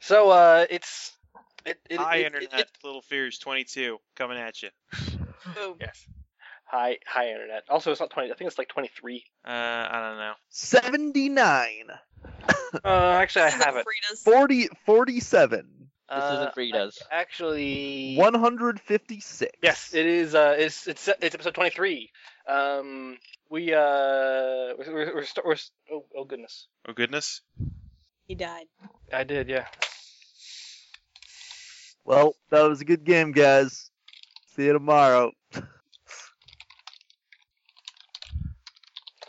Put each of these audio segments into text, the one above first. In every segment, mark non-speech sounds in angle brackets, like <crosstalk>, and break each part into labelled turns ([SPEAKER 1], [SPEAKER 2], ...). [SPEAKER 1] So uh, it's it, it,
[SPEAKER 2] Hi,
[SPEAKER 1] it- it-
[SPEAKER 2] Internet.
[SPEAKER 1] it-
[SPEAKER 2] Little Fears 22 coming at you.
[SPEAKER 1] oh,
[SPEAKER 3] Yes.
[SPEAKER 1] hi, hi, Internet. Also, it's not twenty. I think it's like twenty-three.
[SPEAKER 2] Uh, I don't know.
[SPEAKER 4] 79.
[SPEAKER 1] Uh, actually, I
[SPEAKER 5] This isn't
[SPEAKER 1] have it.
[SPEAKER 5] Frida's.
[SPEAKER 4] 40, 47.
[SPEAKER 6] This
[SPEAKER 1] Uh,
[SPEAKER 6] isn't Frida's.
[SPEAKER 1] Actually,
[SPEAKER 4] 156.
[SPEAKER 1] Yes, it is. Uh, it's it's it's episode twenty-three. Um, we uh, we're we're, we're, st- we're st- oh, oh goodness,
[SPEAKER 2] Oh, goodness.
[SPEAKER 5] He died.
[SPEAKER 1] I did, yeah.
[SPEAKER 4] Well, that was a good game, guys. See you tomorrow.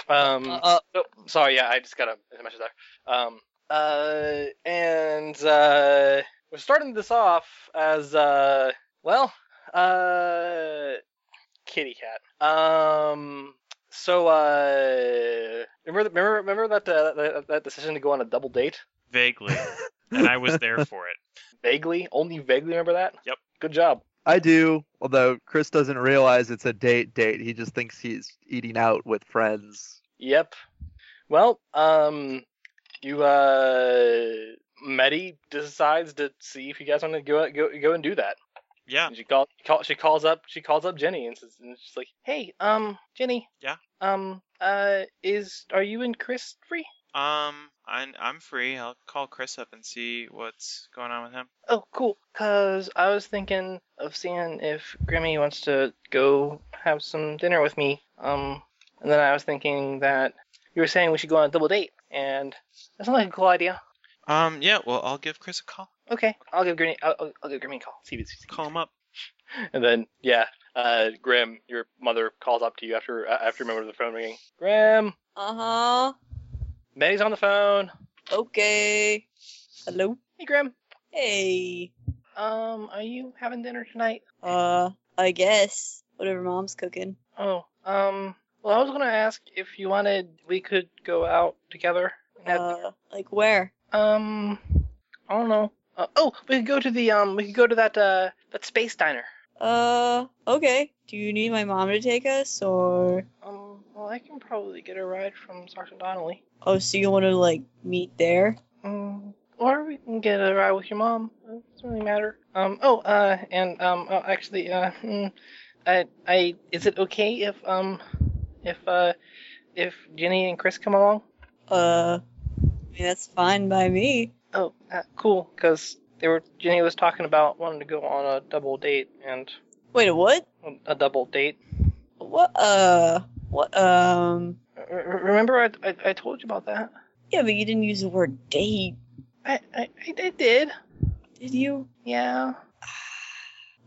[SPEAKER 1] Um,
[SPEAKER 6] Uh, uh,
[SPEAKER 1] so- sorry, yeah, I just got a message there. Um, uh, and uh, we're starting this off as uh, well, uh, kitty cat. Um, so uh, remember remember remember that uh, that, that decision to go on a double date?
[SPEAKER 2] <laughs> Vaguely. and I was there for it.
[SPEAKER 1] Vaguely, only vaguely remember that.
[SPEAKER 2] Yep.
[SPEAKER 1] Good job.
[SPEAKER 4] <laughs> I do, although Chris doesn't realize it's a date date. He just thinks he's eating out with friends.
[SPEAKER 1] Yep. Well, um, you uh, Meddy decides to see if you guys want to go go go and do that.
[SPEAKER 2] Yeah.
[SPEAKER 1] And She call, call she calls up she calls up Jenny and says and she's like, "Hey, um, Jenny.
[SPEAKER 2] Yeah?
[SPEAKER 1] Um, uh, is are you and Chris free?
[SPEAKER 2] Um, I'm, I'm free. I'll call Chris up and see what's going on with him.
[SPEAKER 1] Oh, cool. Cause I was thinking of seeing if Grimmy wants to go have some dinner with me. Um, and then I was thinking that you were saying we should go on a double date, and that sounds like a cool idea.
[SPEAKER 2] Um, yeah, well, I'll give Chris a call.
[SPEAKER 1] Okay, I'll give Grimmy. I'll, I'll- I'll give Grimmy a call. See if it's
[SPEAKER 2] Call him up.
[SPEAKER 1] And then yeah, uh, Grim, your mother calls up to you after uh, after remember the phone ringing. Grim,
[SPEAKER 5] Uh huh.
[SPEAKER 1] Maddie's on the phone.
[SPEAKER 5] Okay. Hello.
[SPEAKER 1] Hey Grim,
[SPEAKER 5] Hey.
[SPEAKER 1] um, are you having dinner tonight?
[SPEAKER 5] Uh, I guess whatever mom's cooking.
[SPEAKER 1] Oh, um, well I was gonna ask if you wanted we could go out together. and have
[SPEAKER 5] Uh, like where?
[SPEAKER 1] Um, I don't know. Uh, oh, we could go to the um, we could go to that uh that space diner.
[SPEAKER 5] Uh, okay. Do you need my mom to take us, or
[SPEAKER 1] Um, well I can probably get a ride from Sergeant Donnelly.
[SPEAKER 5] oh, so you want to like meet there?
[SPEAKER 1] Um, or we can get a ride with your mom. It doesn't really matter. Um, oh, uh, and, um, oh, actually, uh, mm, I, I, is it okay if, um, if, uh, if Jenny and Chris come along?
[SPEAKER 5] Uh, I mean that's fine by me.
[SPEAKER 1] Oh, uh, cool, because they were, Jenny was talking about wanting to go on a double date, and
[SPEAKER 5] Wait, what?
[SPEAKER 1] a double date.
[SPEAKER 5] What? Uh, what? Um,
[SPEAKER 1] R- r- remember I, I, I told you about that?
[SPEAKER 5] yeah, but you didn't use the word date,
[SPEAKER 1] I, I, I, I did.
[SPEAKER 5] did you?
[SPEAKER 1] Yeah.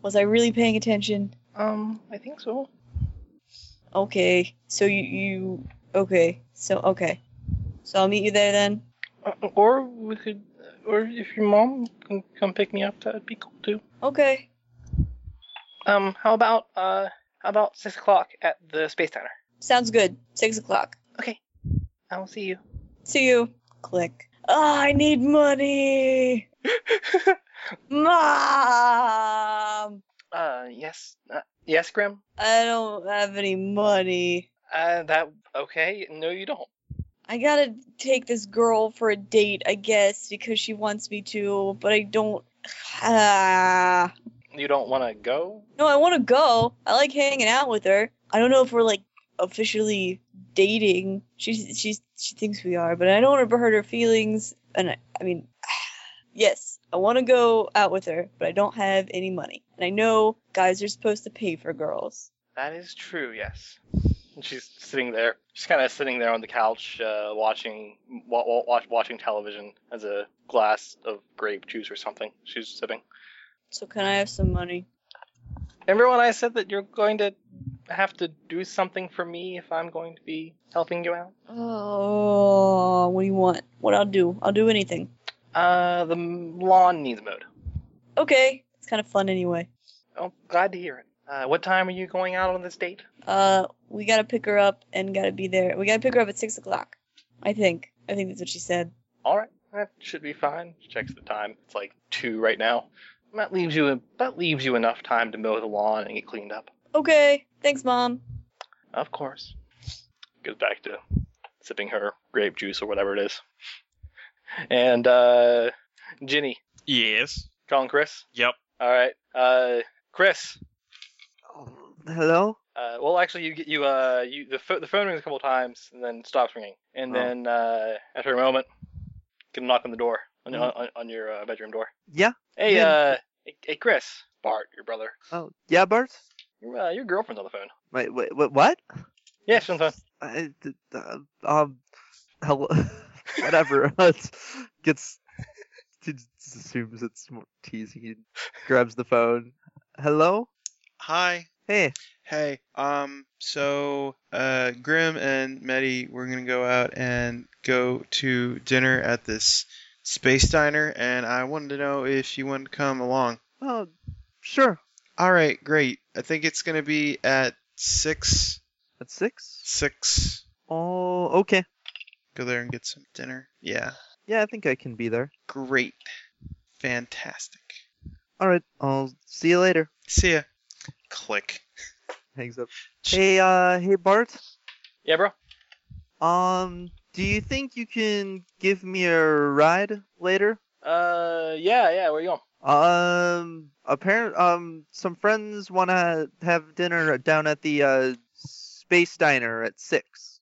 [SPEAKER 5] Was I really paying attention?
[SPEAKER 1] Um, I think so.
[SPEAKER 5] Okay, so you, you okay? So okay, so I'll meet you there then.
[SPEAKER 1] Uh, or we could, or if your mom can come pick me up, that'd be cool too.
[SPEAKER 5] Okay.
[SPEAKER 1] Um, how about uh, how about six o'clock at the space diner?
[SPEAKER 5] Sounds good. Six o'clock.
[SPEAKER 1] Okay, I will see you. <laughs>
[SPEAKER 5] See you. Click. Ah, I need money. Mom,
[SPEAKER 1] uh, yes, uh, yes, Grim.
[SPEAKER 5] I don't have any money.
[SPEAKER 1] Uh, that okay? No, you don't.
[SPEAKER 5] I gotta take this girl for a date, I guess, because she wants me to, but I don't. <sighs> Ah.
[SPEAKER 1] You don't want to go.
[SPEAKER 5] No, I want to go. I like hanging out with her. I don't know if we're like officially dating. She she she thinks we are, but I don't want to hurt her feelings. And I, I mean, <sighs> yes, I want to go out with her, but I don't have any money. And I know guys are supposed to pay for girls.
[SPEAKER 1] That is true. Yes. And she's sitting there. She's kind of sitting there on the couch, uh, watching wa- wa- watch, watching television as a glass of grape juice or something. She's sipping.
[SPEAKER 5] So can I have some money?
[SPEAKER 1] Remember when I said that you're going to have to do something for me if I'm going to be helping you out?
[SPEAKER 5] Oh, what do you want? What I'll do? I'll do anything.
[SPEAKER 1] Uh, the lawn needs mowed.
[SPEAKER 5] Okay, it's kind of fun anyway.
[SPEAKER 1] Oh, glad to hear it. Uh, what time are you going out on this date?
[SPEAKER 5] Uh, we gotta pick her up and gotta be there. We gotta pick her up at six o'clock. I think. I think that's what she said.
[SPEAKER 1] All right, that should be fine. She checks the time. It's like two right now. That leaves you. That leaves you enough time to mow the lawn and get cleaned up.
[SPEAKER 5] Okay. Thanks, mom.
[SPEAKER 1] Of course. Goes back to sipping her grape juice or whatever it is. And uh, Ginny,
[SPEAKER 6] Yes.
[SPEAKER 1] Calling Chris.
[SPEAKER 6] Yep.
[SPEAKER 1] All right. Uh, Chris.
[SPEAKER 4] Oh, hello?
[SPEAKER 1] Uh, well, actually, you get you uh you the pho- the phone rings a couple times and then stops ringing, and
[SPEAKER 4] Oh.
[SPEAKER 1] then uh after a moment, get a knock on the door on
[SPEAKER 4] Mhm.
[SPEAKER 1] on, on your uh, bedroom door.
[SPEAKER 4] Yeah?
[SPEAKER 1] Hey,
[SPEAKER 4] Yeah.
[SPEAKER 1] uh, hey, hey, Chris, Bart, your brother,
[SPEAKER 4] Oh, yeah, Bart?
[SPEAKER 1] your uh, your girlfriend's on the phone.
[SPEAKER 4] Wait, wait, wait what?
[SPEAKER 1] Yeah, she's on the phone.
[SPEAKER 4] I, d- uh, um, hello, <laughs> whatever. It's- gets he just assumes it's more teasing. He grabs the phone. Hello.
[SPEAKER 6] Hi.
[SPEAKER 4] Hey.
[SPEAKER 6] Hey. Um. So, uh, Grim and Meddy, we're gonna go out and go to dinner at this space diner, and I wanted to know if you wanted to come along.
[SPEAKER 4] Oh, sure.
[SPEAKER 6] All right. Great. I think it's gonna be at six.
[SPEAKER 4] At six.
[SPEAKER 6] Six.
[SPEAKER 4] Oh, okay.
[SPEAKER 6] Go there and get some dinner. Yeah.
[SPEAKER 4] Yeah, I think I can be there.
[SPEAKER 6] Great. Fantastic.
[SPEAKER 4] All right. I'll see you later.
[SPEAKER 6] See ya. Click.
[SPEAKER 4] Hangs up.
[SPEAKER 6] Sh-
[SPEAKER 4] Hey, uh, hey Bart.
[SPEAKER 1] Yeah, bro.
[SPEAKER 4] Um, do you think you can give me a ride later?
[SPEAKER 1] Uh, yeah, yeah. Where you going?
[SPEAKER 4] Um, apparent. Um, some friends wanna have dinner down at the uh space diner at six.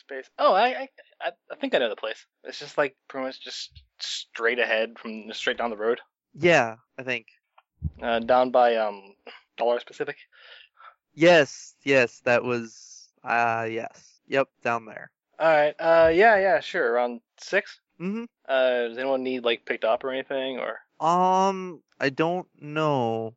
[SPEAKER 1] Space. Oh, I, I I I think I know the place. It's just like pretty much just straight ahead from straight down the road,
[SPEAKER 4] Yeah, I think.
[SPEAKER 1] uh, down by um Dollar Pacific.
[SPEAKER 4] Yes, yes, that was. Uh, yes. Yep, down there.
[SPEAKER 1] All right. Uh, yeah, yeah, sure. Around six.
[SPEAKER 4] Mm-hmm.
[SPEAKER 1] Uh, does anyone need like picked up or anything or?
[SPEAKER 4] Um, I don't know.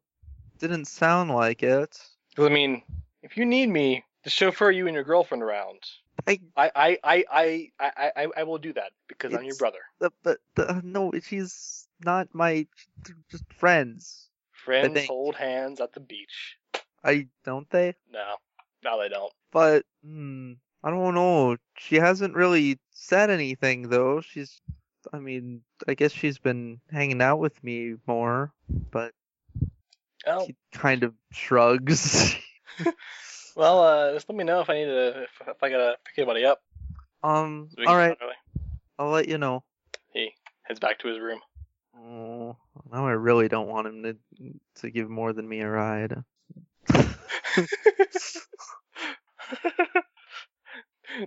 [SPEAKER 4] Didn't sound like it.
[SPEAKER 1] Because I mean, if you need me to chauffeur you and your girlfriend around,
[SPEAKER 4] I,
[SPEAKER 1] I I I I I, I, I will do that because I'm your
[SPEAKER 4] It's-
[SPEAKER 1] brother.
[SPEAKER 4] but, but uh, no, she's not my. They're just friends.
[SPEAKER 1] Friends
[SPEAKER 4] think-
[SPEAKER 1] hold hands at the beach.
[SPEAKER 4] I don't they?
[SPEAKER 1] No, no, they don't.
[SPEAKER 4] but hmm, I don't know. She hasn't really said anything though. She's, I mean, I guess she's been hanging out with me more, but
[SPEAKER 1] Oh
[SPEAKER 4] she kind of shrugs. <laughs>
[SPEAKER 1] well, uh, just let me know if I need to if, if I gotta pick anybody up.
[SPEAKER 4] um,
[SPEAKER 1] so we can
[SPEAKER 4] all right,
[SPEAKER 1] start early.
[SPEAKER 4] I'll let you know.
[SPEAKER 1] He heads back to his room.
[SPEAKER 4] Oh, now I really don't want him to to give more than me a ride.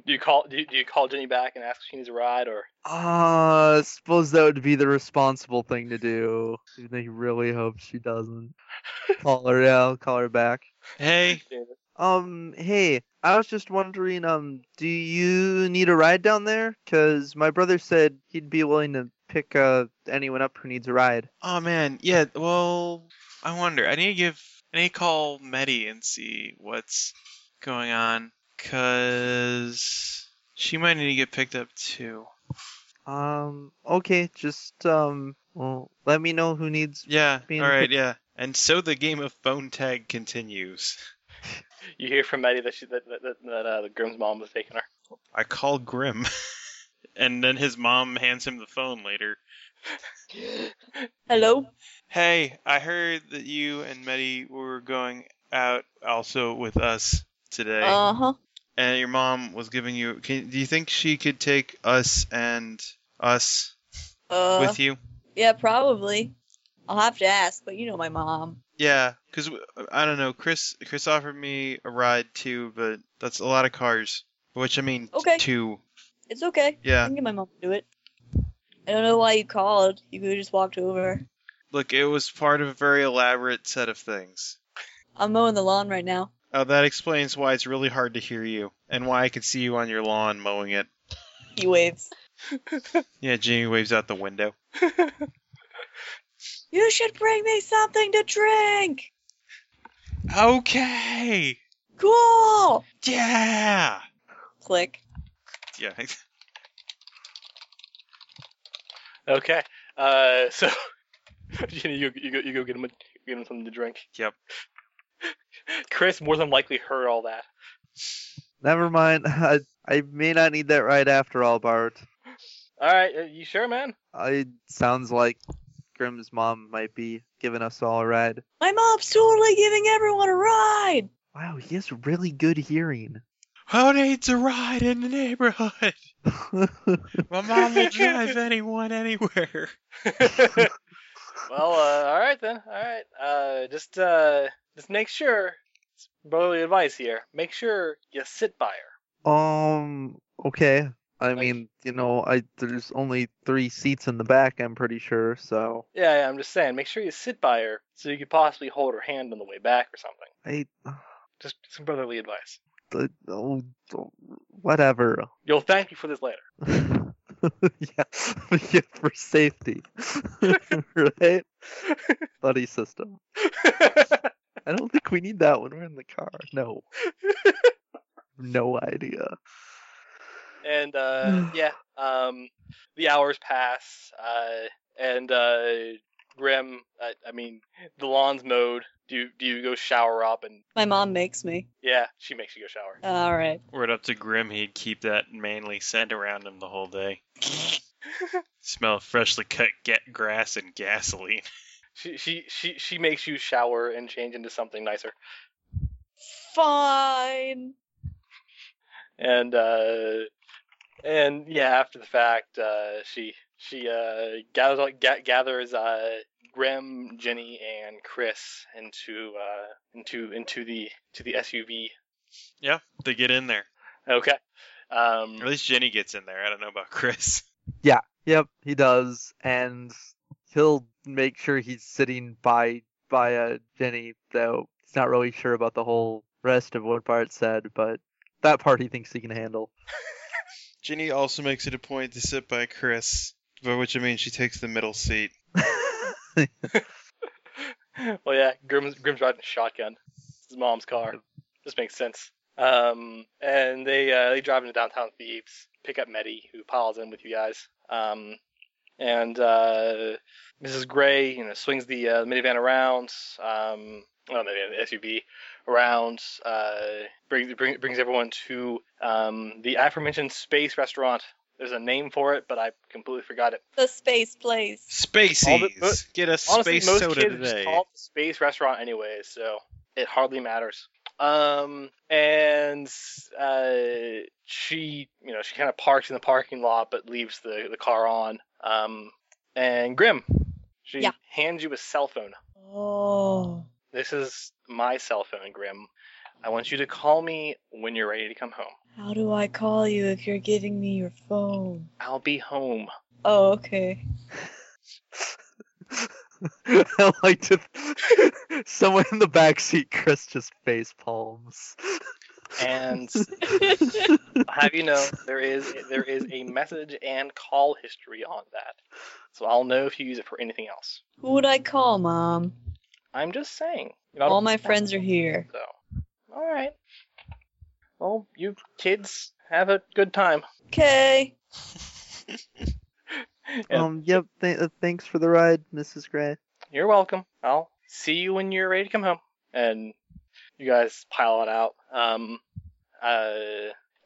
[SPEAKER 1] do you call do you, do you call Jenny back and ask if she needs a ride or?
[SPEAKER 4] Ah, I suppose that would be the responsible thing to do. Even though he really hopes she doesn't. Call her, yeah, I'll call her back.
[SPEAKER 6] Hey.
[SPEAKER 4] Um, hey, I was just wondering, um, do you need a ride down there? 'Cause my brother said he'd be willing to pick uh anyone up who needs a ride.
[SPEAKER 6] Oh man. Yeah. Well, I wonder. I need to give. I need to call Meddy and see what's going on, cause she might need to get picked up too.
[SPEAKER 4] Um, okay, just um, well, let me know who needs.
[SPEAKER 6] Yeah. All
[SPEAKER 4] Being
[SPEAKER 6] right. Yeah. And so the game of phone tag continues.
[SPEAKER 1] You hear from Maddie that she that that, that, that uh, the Grimm's mom was taking her.
[SPEAKER 6] I call Grim, <laughs> and then his mom hands him the phone later.
[SPEAKER 5] Hello?
[SPEAKER 6] Hey, I heard that you and Meddy were going out also with us today,
[SPEAKER 5] Uh huh.
[SPEAKER 6] and your mom was giving you. Can, do you think she could take us and us
[SPEAKER 5] Uh,
[SPEAKER 6] with you?
[SPEAKER 5] yeah, probably. I'll have to ask, but you know my mom.
[SPEAKER 6] Yeah, because I don't know. Chris Chris offered me a ride too, but that's a lot of cars. Which I mean, t-
[SPEAKER 5] Okay.
[SPEAKER 6] two.
[SPEAKER 5] It's okay. I
[SPEAKER 6] Yeah.
[SPEAKER 5] can get my mom to do it. I don't know why you called. You could have just walked over.
[SPEAKER 6] Look, it was part of a very elaborate set of things.
[SPEAKER 5] I'm mowing the lawn right now.
[SPEAKER 2] Uh,
[SPEAKER 6] Oh, that explains why it's really hard to hear you and why I can see you on your lawn mowing it.
[SPEAKER 5] He waves.
[SPEAKER 6] Yeah, Jamie waves out the window.
[SPEAKER 4] <laughs>
[SPEAKER 5] You should bring me something to drink!
[SPEAKER 6] Okay.
[SPEAKER 5] Cool!
[SPEAKER 6] Yeah.
[SPEAKER 5] Click.
[SPEAKER 6] Yeah.
[SPEAKER 2] <laughs>
[SPEAKER 1] Okay. Uh, <laughs> so Jenny, you you go you go get him a, get him something to drink.
[SPEAKER 6] Yep.
[SPEAKER 1] <laughs> Chris more than likely heard all that.
[SPEAKER 4] Never mind. <laughs> I I may not need that ride after all, Bart.
[SPEAKER 1] All right, uh, you sure, man? <laughs>
[SPEAKER 4] I sounds like Grim's mom might be giving us all a ride.
[SPEAKER 5] My mom's totally giving everyone a ride!
[SPEAKER 4] Wow, he has really good hearing. <laughs>
[SPEAKER 6] Who needs a ride in the neighborhood?
[SPEAKER 2] My mom will <laughs> drive anyone anywhere.
[SPEAKER 1] well, uh, all right then. All right. Uh, just uh, just make sure. It's brotherly advice here. Make sure you sit by her.
[SPEAKER 4] um. Okay. I
[SPEAKER 1] Like-
[SPEAKER 4] mean, you know, I there's only three seats in the back. I'm pretty sure. So
[SPEAKER 1] Yeah, yeah. I'm just saying. Make sure you sit by her so you could possibly hold her hand on the way back or something.
[SPEAKER 4] I.
[SPEAKER 1] Just some brotherly advice.
[SPEAKER 4] the- oh, oh, whatever. <laughs>
[SPEAKER 1] You'll thank me for this later.
[SPEAKER 4] yeah, <laughs> yeah, for safety, <laughs> right? Buddy system.
[SPEAKER 1] <laughs>
[SPEAKER 4] I don't think we need that when we're in the car. No, no idea.
[SPEAKER 1] and uh, yeah, um, the hours pass, uh, and uh, Grim. I, I mean, the lawn's mowed. Do you, do you go shower up and
[SPEAKER 5] My mom makes me.
[SPEAKER 1] yeah, she makes you go shower.
[SPEAKER 5] All right.
[SPEAKER 2] Were it up to Grim, he'd keep that manly scent around him the whole day. <laughs> Smell of freshly cut get grass and gasoline.
[SPEAKER 1] She she she she makes you shower and change into something nicer.
[SPEAKER 5] Fine.
[SPEAKER 1] and uh and yeah after the fact uh she she uh gathers all- ga- gathers uh Grim, Jenny, and Chris into uh into into the to the SUV.
[SPEAKER 2] Yeah, they get in there.
[SPEAKER 1] Okay. Um
[SPEAKER 2] Or at least Jenny gets in there. I don't know about Chris.
[SPEAKER 4] Yep, he does, and he'll make sure he's sitting by by uh, Jenny. Though he's not really sure about the whole rest of what Bart said, but that part he thinks he can handle. <laughs>
[SPEAKER 2] Jenny also makes it a point to sit by Chris, by which I mean she takes the middle seat.
[SPEAKER 1] <laughs> well, yeah, Grim's, Grim's riding a shotgun. It's his mom's car. This makes sense. Um, and they uh, they drive into downtown Thebes, pick up Meddy, who piles in with you guys. Um, and uh, Mrs. Gray, you know, swings the uh, minivan around, um, well, minivan, the SUV around, uh, brings bring, brings everyone to um, the aforementioned space restaurant. There's a name for it, but I completely forgot it.
[SPEAKER 5] The space place.
[SPEAKER 1] All
[SPEAKER 2] Spaces!
[SPEAKER 1] the- but-
[SPEAKER 2] get a
[SPEAKER 1] Honestly,
[SPEAKER 2] space
[SPEAKER 1] most
[SPEAKER 2] soda
[SPEAKER 1] kids
[SPEAKER 2] today.
[SPEAKER 1] just call it the space restaurant anyway, so it hardly matters. Um, and uh, she, you know, she kind of parks in the parking lot, but leaves the the car on. Um, and Grim, she
[SPEAKER 5] Yeah.
[SPEAKER 1] hands you a cell phone.
[SPEAKER 5] Oh.
[SPEAKER 1] This is my cell phone, Grim. I want you to call me when you're ready to come home.
[SPEAKER 5] How do I call you if you're giving me your phone?
[SPEAKER 1] I'll be home.
[SPEAKER 5] Oh, okay.
[SPEAKER 4] I like to. <laughs> Someone in the backseat, Chris just face palms.
[SPEAKER 5] <laughs>
[SPEAKER 1] And I'll have you know there is there is a message and call history on that, so I'll know if you use it for anything else.
[SPEAKER 5] Who would I call, Mom?
[SPEAKER 1] I'm just saying. You know,
[SPEAKER 5] All my friends are here.
[SPEAKER 1] So, all right. Well, you kids have a good time.
[SPEAKER 5] Okay.
[SPEAKER 1] Yeah.
[SPEAKER 4] Um. Yep. Th- uh, thanks for the ride, Mrs. Gray.
[SPEAKER 1] You're welcome. I'll see you when you're ready to come home. And you guys pile it out. Um, uh,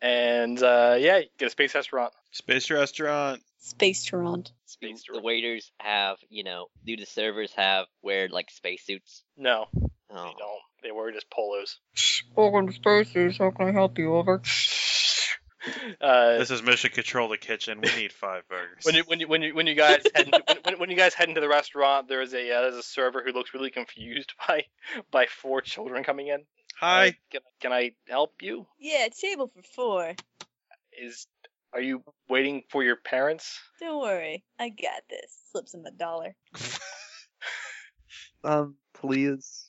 [SPEAKER 1] and uh, yeah, you get a space restaurant.
[SPEAKER 2] Space restaurant.
[SPEAKER 5] Space Toronto.
[SPEAKER 1] Space
[SPEAKER 3] the
[SPEAKER 1] restaurant.
[SPEAKER 3] waiters have, you know, do the servers have wear like spacesuits?
[SPEAKER 1] No, they
[SPEAKER 3] Oh.
[SPEAKER 1] don't. They were just polos.
[SPEAKER 5] Welcome to Spaces. How can I help you? Over.
[SPEAKER 1] <laughs> Uh,
[SPEAKER 2] This is Mission Control the Kitchen. We need five burgers.
[SPEAKER 1] when you when you when you when you guys head into, when- when, when you guys head into the restaurant, there is a uh, there's a server who looks really confused <laughs> by by four children coming in. Uh,
[SPEAKER 2] Hi.
[SPEAKER 1] Can, can I help you?
[SPEAKER 5] Yeah, table for four.
[SPEAKER 1] Is are you waiting for your parents? <laughs>
[SPEAKER 5] Don't worry. I got this. Slips him a dollar.
[SPEAKER 4] Um. Please.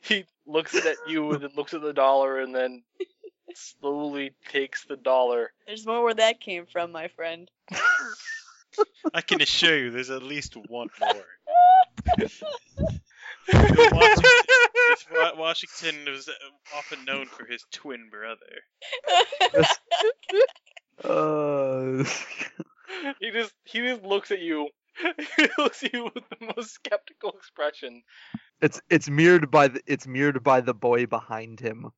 [SPEAKER 1] He looks at you and then looks at the dollar and then slowly takes the
[SPEAKER 2] <laughs>
[SPEAKER 1] dollar.
[SPEAKER 5] There's more where that came from, my friend.
[SPEAKER 2] I can assure you there's at least one more.
[SPEAKER 1] Uh,
[SPEAKER 2] This <laughs> Wa- Washington was uh, often known for his twin brother.
[SPEAKER 4] Uh. <laughs>
[SPEAKER 1] <laughs> He just he just looks at you. <laughs> He looks at you with the most skeptical expression.
[SPEAKER 4] it's it's mirrored by the it's mirrored by the boy behind him.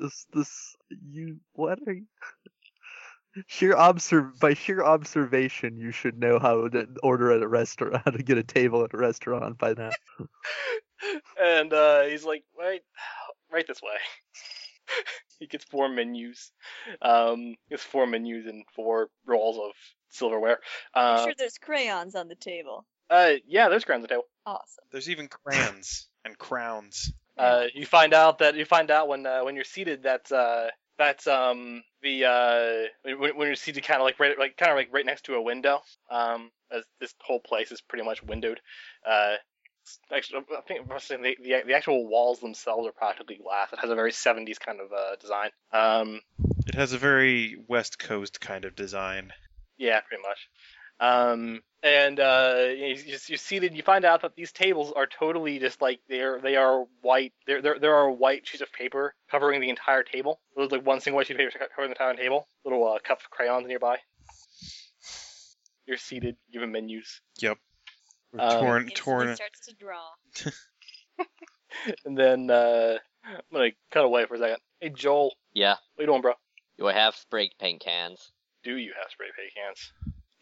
[SPEAKER 4] This this you what are you? <laughs> Sheer observ by sheer observation, you should know how to order at a restaurant, <laughs> how to get a table at a restaurant by now.
[SPEAKER 1] and uh, he's like, right, right this way. <laughs> he gets four menus. Um, he gets four menus and four rolls of silverware.
[SPEAKER 5] I'm
[SPEAKER 1] Uh,
[SPEAKER 5] sure there's crayons on the table.
[SPEAKER 1] uh, yeah, there's crayons on the table.
[SPEAKER 5] Awesome.
[SPEAKER 2] There's even crayons and crowns.
[SPEAKER 1] Uh, you find out that you find out when uh, when you're seated that uh, that's um the uh when, when you're seated kind of like right like kind of like right next to a window. Um, as this whole place is pretty much windowed. Uh, actually, I think I was saying the, the the actual walls themselves are practically glass. It has a very 70s kind of uh, design. Um,
[SPEAKER 2] It has a very West Coast kind of design.
[SPEAKER 1] Yeah, pretty much. Um, and uh, you, you, you see that you find out that these tables are totally just like they're they are white. There there there are white sheets of paper covering the entire table. There's like one single white sheet of paper covering the entire table. Little uh, cup of crayons nearby. You're seated. Given menus,
[SPEAKER 2] With
[SPEAKER 6] Uh,
[SPEAKER 1] Um,
[SPEAKER 2] torn,
[SPEAKER 5] Instantly
[SPEAKER 2] torn.
[SPEAKER 5] starts to draw.
[SPEAKER 1] and then uh, I'm gonna cut away for a second. Hey Joel,
[SPEAKER 3] Yeah.
[SPEAKER 1] what you doing, bro?
[SPEAKER 3] Do I have spray paint cans?
[SPEAKER 1] Do you have spray paint cans?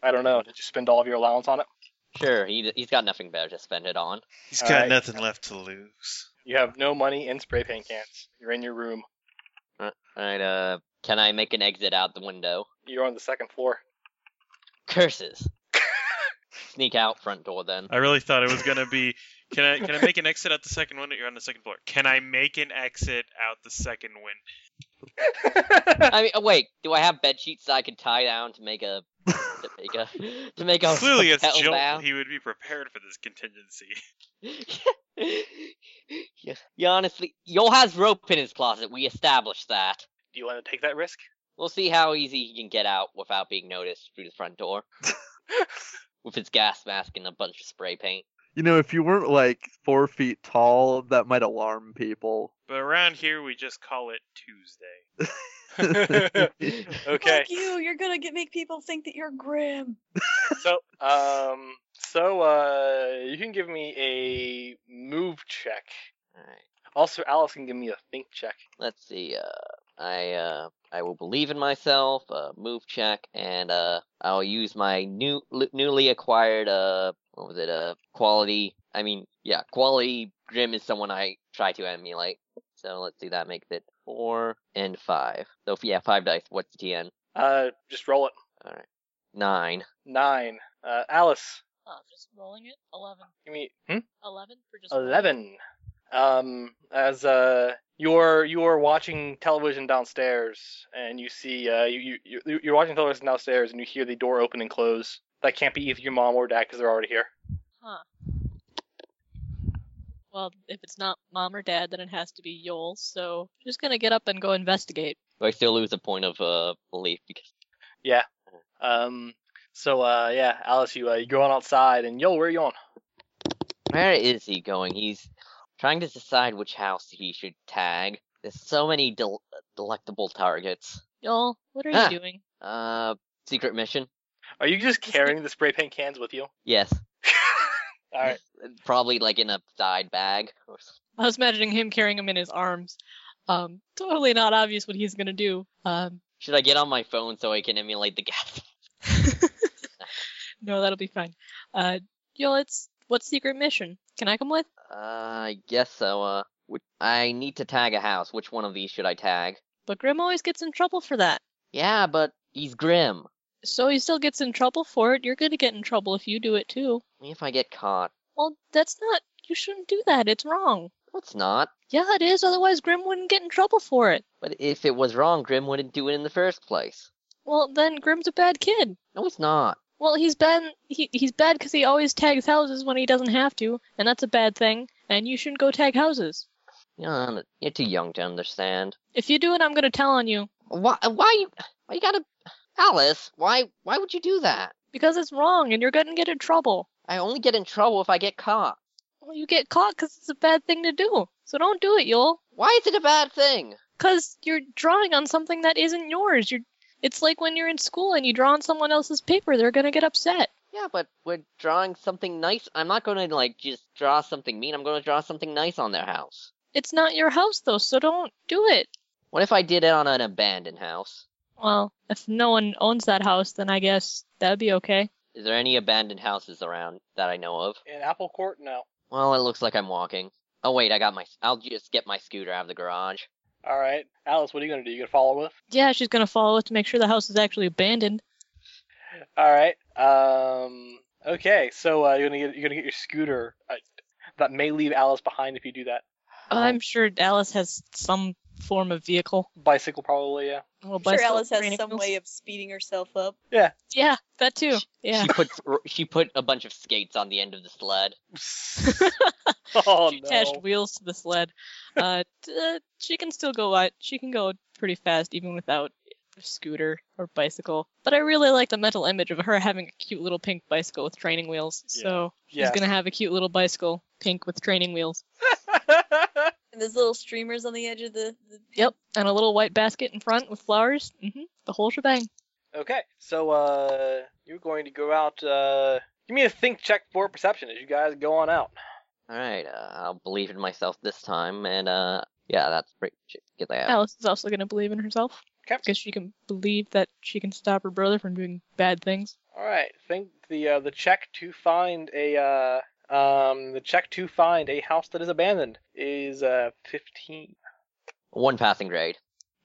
[SPEAKER 1] I don't know. Did you spend all of your allowance on it?
[SPEAKER 3] Sure. He he's got nothing better to spend it on.
[SPEAKER 2] He's
[SPEAKER 1] All
[SPEAKER 2] got
[SPEAKER 1] right.
[SPEAKER 2] nothing left to lose.
[SPEAKER 1] You have no money in spray paint cans. You're in your room.
[SPEAKER 3] All right. Uh, can I make an exit out the window?
[SPEAKER 1] You're on the second floor. <laughs>
[SPEAKER 3] Curses. Sneak out front
[SPEAKER 6] <laughs>
[SPEAKER 3] door then.
[SPEAKER 6] I really thought it was gonna be. Can I can I make an exit out the second window? You're on the second floor. Can I make an exit out the second window?
[SPEAKER 3] I mean, oh, wait. Do I have bed sheets that I can tie down to make a to make
[SPEAKER 6] <laughs>
[SPEAKER 3] a to make a
[SPEAKER 6] Clearly, it's
[SPEAKER 3] hotel
[SPEAKER 6] Joel.
[SPEAKER 3] bound? <laughs>
[SPEAKER 6] He would be prepared for this contingency. <laughs>
[SPEAKER 3] yeah, yeah, honestly, Yo has rope in his closet. We established that.
[SPEAKER 1] Do you want to take that risk? <laughs>
[SPEAKER 3] We'll see how easy he can get out without being noticed through the front door. With his gas mask and a bunch of spray paint.
[SPEAKER 4] You know, if you weren't like four feet tall, that might alarm people. <laughs>
[SPEAKER 6] But around here, we just call it Tuesday.
[SPEAKER 1] okay.
[SPEAKER 5] Fuck you! You're gonna get make people think that you're grim.
[SPEAKER 1] So, um, so uh, you can give me a move check.
[SPEAKER 3] Alright,
[SPEAKER 1] Also, Alice can give me a think check.
[SPEAKER 3] let's see. Uh, I uh, I will believe in myself. Uh, move check, and uh, I'll use my new l- newly acquired uh, what was it? Uh, quality. I mean, yeah, quality. Grim is someone I try to emulate. So let's see. That makes it four and five. So if- yeah, five dice. What's the TN?
[SPEAKER 1] Uh, just roll it.
[SPEAKER 3] Nine.
[SPEAKER 1] Nine. Uh, Alice,
[SPEAKER 7] Oh, just rolling it. Eleven.
[SPEAKER 1] give me hmm?
[SPEAKER 7] Eleven for just rolling?
[SPEAKER 1] eleven. Um, as uh, you're you're watching television downstairs, and you see uh, you you you- you're watching television downstairs, and you hear the door open and close. That can't be either your mom or dad because they're already here.
[SPEAKER 7] Huh. Well, if it's not mom or dad, then it has to be Yol. So I'm just gonna get up and go investigate.
[SPEAKER 3] Do I still lose a point of uh belief because
[SPEAKER 1] Um, so uh, yeah, Alice, you uh, you go on outside, and yo, where you on?
[SPEAKER 3] where is he going? He's trying to decide which house he should tag. There's so many del- delectable targets.
[SPEAKER 7] Yol, what are
[SPEAKER 3] Ah.
[SPEAKER 7] you doing?
[SPEAKER 3] Uh, secret mission.
[SPEAKER 1] Are you
[SPEAKER 7] <laughs>
[SPEAKER 1] just carrying the spray paint cans with you? <laughs>
[SPEAKER 3] Yes.
[SPEAKER 1] All right.
[SPEAKER 3] Probably like in a side bag. or s-
[SPEAKER 7] I was imagining him carrying him in his arms. Um, totally not obvious what he's gonna do. Um,
[SPEAKER 3] Should I get on my phone so I can emulate the gas? <laughs>
[SPEAKER 7] no, that'll be fine. Uh, Yol, it's what secret mission? Can I come with?
[SPEAKER 3] Uh, I guess so. Uh, which, I need to tag a house. Which one of these should I tag?
[SPEAKER 7] But Grim always gets in trouble for that.
[SPEAKER 3] Yeah, but he's grim.
[SPEAKER 7] So he still gets in trouble for it. You're gonna get in trouble if you do it too.
[SPEAKER 3] What If I get caught,
[SPEAKER 7] Well, that's not. You shouldn't do that. It's wrong.
[SPEAKER 3] No, it's not.
[SPEAKER 7] Yeah, it is. Otherwise, Grim wouldn't get in trouble for it.
[SPEAKER 3] But if it was wrong, Grim wouldn't do it in the first place.
[SPEAKER 7] Well, then Grim's a bad kid.
[SPEAKER 3] No, he's not.
[SPEAKER 7] Well, he's bad. He he's bad because he always tags houses when he doesn't have to, and that's a bad thing. And you shouldn't go tag houses.
[SPEAKER 3] You're, not- you're too young to understand.
[SPEAKER 7] If you do it, I'm gonna tell on you
[SPEAKER 3] Why? Why you? Why you gotta? Alice, why? Why would you do that?
[SPEAKER 7] because it's wrong, and you're gonna get in trouble.
[SPEAKER 3] I only get in trouble if I get caught.
[SPEAKER 7] Well, you get caught because it's a bad thing to do. So don't do it, Yul.
[SPEAKER 3] Why is it a bad thing?
[SPEAKER 7] Because you're drawing on something that isn't yours. You're. It's like when you're in school and you draw on someone else's paper. They're gonna get upset.
[SPEAKER 3] Yeah, but we're drawing something nice. I'm not gonna like just draw something mean. I'm gonna draw something nice on their house.
[SPEAKER 7] It's not your house though, so don't do it.
[SPEAKER 3] What if I did it on an abandoned house?
[SPEAKER 7] Well, if no one owns that house, then I guess that'd be okay.
[SPEAKER 3] Is there any abandoned houses around that I know of?
[SPEAKER 1] In Apple Court? No.
[SPEAKER 3] Well, it looks like I'm walking. Oh wait, I got my. I'll just get my scooter out of the garage.
[SPEAKER 1] All right, Alice, what are you gonna do? You gonna follow with?
[SPEAKER 7] Yeah, she's gonna follow us to make sure the house is actually abandoned.
[SPEAKER 1] All right. Um. Okay. So uh, you're gonna get you're gonna get your scooter. Uh, that may leave Alice behind if you do that.
[SPEAKER 5] Uh,
[SPEAKER 7] I'm sure Alice has some form of vehicle.
[SPEAKER 1] Bicycle probably.
[SPEAKER 7] <laughs>
[SPEAKER 1] Yeah.
[SPEAKER 7] Well,
[SPEAKER 5] I'm sure
[SPEAKER 7] bicycle,
[SPEAKER 5] Alice has
[SPEAKER 7] train,
[SPEAKER 5] some
[SPEAKER 7] wheels.
[SPEAKER 5] way of speeding herself up.
[SPEAKER 7] Yeah, that too. Yeah.
[SPEAKER 3] She put <laughs> she put a bunch of skates on the end of the sled.
[SPEAKER 1] <laughs> Oh
[SPEAKER 7] she attached
[SPEAKER 1] no.
[SPEAKER 7] wheels to
[SPEAKER 1] <laughs>
[SPEAKER 7] the sled. Uh, t- uh, she can still go. out- She can go pretty fast even without a scooter or bicycle. But I really like the mental image of her having a cute little pink bicycle with training wheels.
[SPEAKER 6] Yeah.
[SPEAKER 7] So
[SPEAKER 1] Yeah.
[SPEAKER 7] she's gonna have a cute little bicycle, pink with training wheels.
[SPEAKER 5] And there's little streamers on the edge of the. the...
[SPEAKER 7] Yep, and a little white basket in front with flowers. hmm The whole shebang.
[SPEAKER 1] <laughs> okay. So uh, you're going to go out. Uh, give me a think check for perception as you guys go on out.
[SPEAKER 3] All right, uh, I'll believe in myself this time, and uh, yeah, that's pretty. Get that. out.
[SPEAKER 7] Alice is also gonna believe in herself.
[SPEAKER 1] Okay.
[SPEAKER 7] Because she can believe that she can stop her brother from doing bad things.
[SPEAKER 1] All right. Think the uh, the check to find a uh, um the check to find a house that is abandoned is uh 15.
[SPEAKER 7] Oh.
[SPEAKER 3] One passing grade.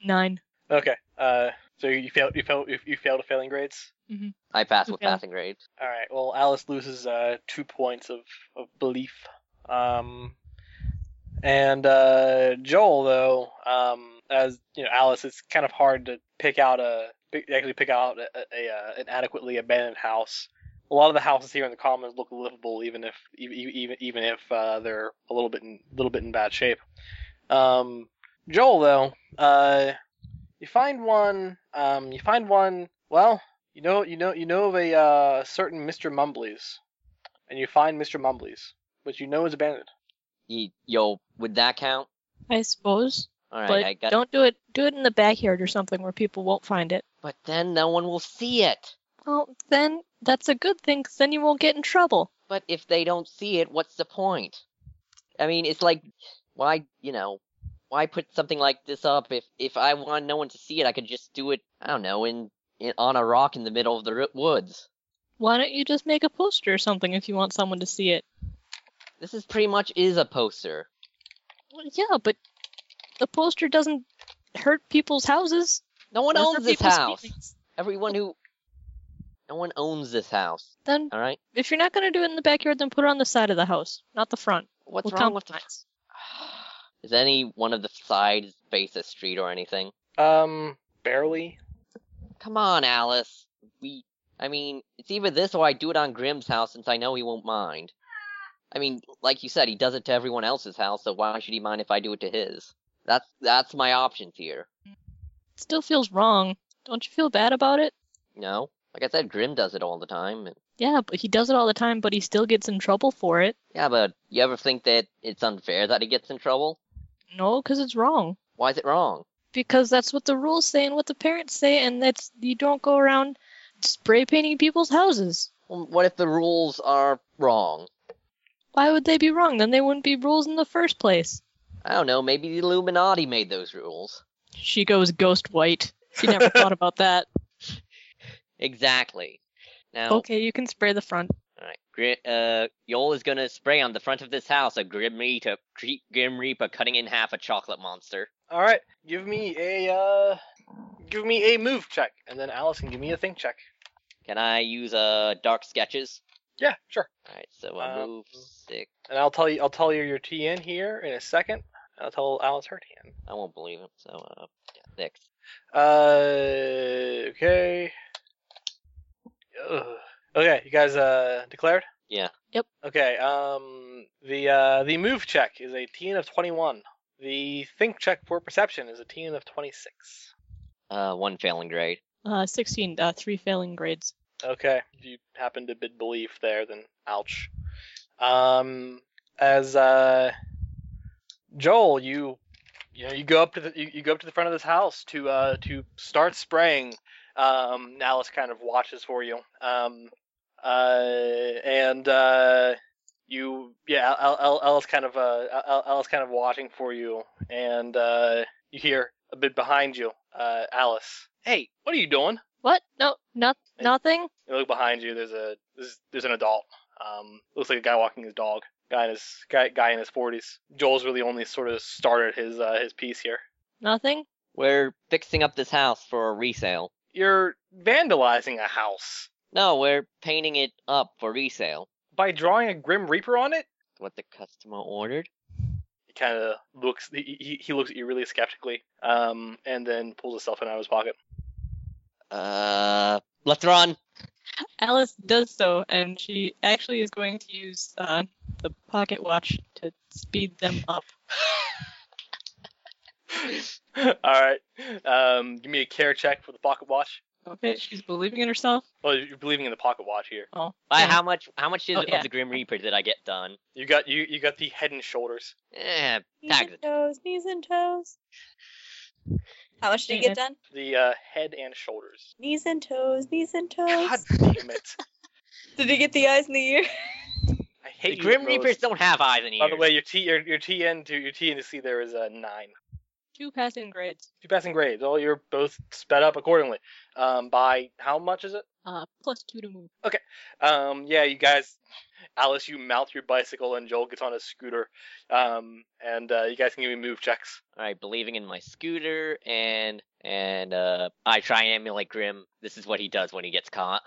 [SPEAKER 7] Nine.
[SPEAKER 1] Okay. Uh, so you failed. You failed. You, you failed at failing grades.
[SPEAKER 3] I pass with
[SPEAKER 7] Okay.
[SPEAKER 3] passing grades.
[SPEAKER 1] All right. Well, Alice loses uh two points of of belief. Um, and uh, Joel though, um, as you know, Alice, it's kind of hard to pick out a pick- actually pick out a, a, uh an adequately abandoned house. A lot of the houses here in the commons look livable, even if even even, even if uh, they're a little bit in little bit in bad shape. Um, Joel though, uh, you find one. Um, you find one. Well, you know, you know, you know of a uh, certain Mister Mumbley's, and you find Mister Mumbley's, which you know is abandoned.
[SPEAKER 3] Ye- Yo, would that count?
[SPEAKER 7] I suppose.
[SPEAKER 3] All right,
[SPEAKER 7] but
[SPEAKER 3] I got.
[SPEAKER 7] don't do it. Do it in the backyard or something where people won't find it.
[SPEAKER 3] But then no one will see it.
[SPEAKER 7] Well, then that's a good thing, 'cause then you won't get in trouble.
[SPEAKER 3] But if they don't see it, what's the point? I mean, it's like, why, you know, why put something like this up? If if I want no one to see it, I could just do it. I don't know, in, in on a rock in the middle of the ro- woods.
[SPEAKER 7] Why don't you just make a poster or something if you want someone to see it?
[SPEAKER 3] This is pretty much is a poster.
[SPEAKER 7] Well, yeah, but the poster doesn't hurt people's houses.
[SPEAKER 3] No one
[SPEAKER 7] or hurt
[SPEAKER 3] owns this
[SPEAKER 7] people's
[SPEAKER 3] house.
[SPEAKER 7] feelings.
[SPEAKER 3] Everyone who, no one owns this house.
[SPEAKER 7] Then,
[SPEAKER 3] All right,
[SPEAKER 7] if you're not gonna do it in the backyard, then put it on the side of the house, not the front.
[SPEAKER 3] what's
[SPEAKER 7] We'll
[SPEAKER 3] wrong with?
[SPEAKER 7] compromise.
[SPEAKER 3] <sighs> Is any one of the sides face a street or anything?
[SPEAKER 1] Um, barely.
[SPEAKER 3] Come on, Alice. We, I mean, it's either this or I do it on Grimm's house since I know he won't mind. I mean, like you said, he does it to everyone else's house, so why should he mind if I do it to his? That's that's my options here.
[SPEAKER 7] It still feels wrong. Don't you feel bad about it?
[SPEAKER 3] No, like I said, Grimm does it all the time. and-
[SPEAKER 7] Yeah, but he does it all the time, but he still gets in trouble for it.
[SPEAKER 3] Yeah, but you ever think that it's unfair that he gets in trouble?
[SPEAKER 7] No, 'cause it's wrong.
[SPEAKER 3] Why is it wrong?
[SPEAKER 7] because that's what the rules say and what the parents say, and that's you don't go around spray painting people's houses.
[SPEAKER 3] Well, what if the rules are wrong?
[SPEAKER 7] Why would they be wrong? Then they wouldn't be rules in the first place.
[SPEAKER 3] I don't know. Maybe the Illuminati made those rules.
[SPEAKER 7] She goes ghost white. She <laughs> never thought about that.
[SPEAKER 3] Exactly. Now,
[SPEAKER 7] Okay, you can spray the front.
[SPEAKER 3] Alright, Gri- uh, Yol is gonna spray on the front of this house a Grim Reaper, cre- Grim Reaper cutting in half a chocolate monster.
[SPEAKER 1] All right, give me a uh, give me a move check, and then Alice can give me a think check.
[SPEAKER 3] Can I use, uh, dark sketches?
[SPEAKER 1] Yeah, sure.
[SPEAKER 3] Alright, so I
[SPEAKER 1] Um,
[SPEAKER 3] move six.
[SPEAKER 1] And I'll tell you, I'll tell you your TN here in a second. and I'll tell Alice her TN.
[SPEAKER 3] I won't believe it, so, uh, yeah, six.
[SPEAKER 1] Uh, okay. Ugh. Okay, you guys uh declared.
[SPEAKER 3] Yeah.
[SPEAKER 7] Yep.
[SPEAKER 1] Okay. Um, the uh the move check is a TN of twenty one. The think check for perception is a TN of twenty six.
[SPEAKER 3] Uh, one failing grade.
[SPEAKER 7] Uh, 16, uh, three failing grades.
[SPEAKER 1] Okay. If you happen to bid belief there, then ouch. Um, as uh, Joel, you you know you go up to the you, you go up to the front of this house to uh to start spraying. Um, Alice kind of watches for you. Um, uh, and uh, you yeah, Al- Al- Alice kind of uh Al- Al- Alice kind of watching for you, and uh, you hear a bit behind you, uh, Alice. Hey, what are you doing?
[SPEAKER 7] What? No, not
[SPEAKER 1] Hey.
[SPEAKER 7] nothing.
[SPEAKER 1] You look behind you. There's a there's, there's an adult. Um, looks like a guy walking his dog. Guy in his guy, guy in his forties. Joel's really only sort of started his uh, his piece here.
[SPEAKER 7] Nothing?
[SPEAKER 3] We're fixing up this house for a resale.
[SPEAKER 1] You're vandalizing a house
[SPEAKER 3] No, we're painting it up for resale.
[SPEAKER 1] by drawing a Grim Reaper on it.
[SPEAKER 3] What the customer ordered.
[SPEAKER 1] He kind of looks. He, he, he looks at you really skeptically, um, and then pulls a cell phone out of his pocket. <laughs>
[SPEAKER 3] Uh, let's run.
[SPEAKER 7] Alice does so, and she actually is going to use uh, the pocket watch to speed them up.
[SPEAKER 1] All right. Um, give me a care check for the pocket watch.
[SPEAKER 7] Okay, she's believing in herself.
[SPEAKER 1] Well, you're believing in the pocket watch here.
[SPEAKER 7] Oh,
[SPEAKER 3] By
[SPEAKER 7] yeah.
[SPEAKER 3] how much? How much is
[SPEAKER 7] Oh,
[SPEAKER 3] of
[SPEAKER 7] yeah.
[SPEAKER 3] the Grim Reaper did I get done?
[SPEAKER 1] You got you you got the head and shoulders.
[SPEAKER 3] Eh,
[SPEAKER 5] Knees and
[SPEAKER 3] tags it.
[SPEAKER 5] toes, knees and toes. How much did you get done?
[SPEAKER 1] The uh, head and shoulders.
[SPEAKER 5] Knees and toes, knees and toes.
[SPEAKER 1] God damn it!
[SPEAKER 5] Did you get the eyes in the ear?
[SPEAKER 1] I hate
[SPEAKER 3] The
[SPEAKER 1] you,
[SPEAKER 3] Grim
[SPEAKER 1] Rose.
[SPEAKER 3] Reapers don't have eyes and ears.
[SPEAKER 1] By the way, your T your your TN to your TN to C there is a nine.
[SPEAKER 7] Two passing grades.
[SPEAKER 1] Two passing grades. All you're both sped up accordingly. Um, by how much is it?
[SPEAKER 7] Uh, plus two to move.
[SPEAKER 1] Um, yeah, you guys, Alice, you mount your bicycle, and Joel gets on his scooter. Um, and uh, you guys can give me move checks.
[SPEAKER 3] All right, believing in my scooter and and uh, I try and emulate Grim. This is what he does when he gets caught.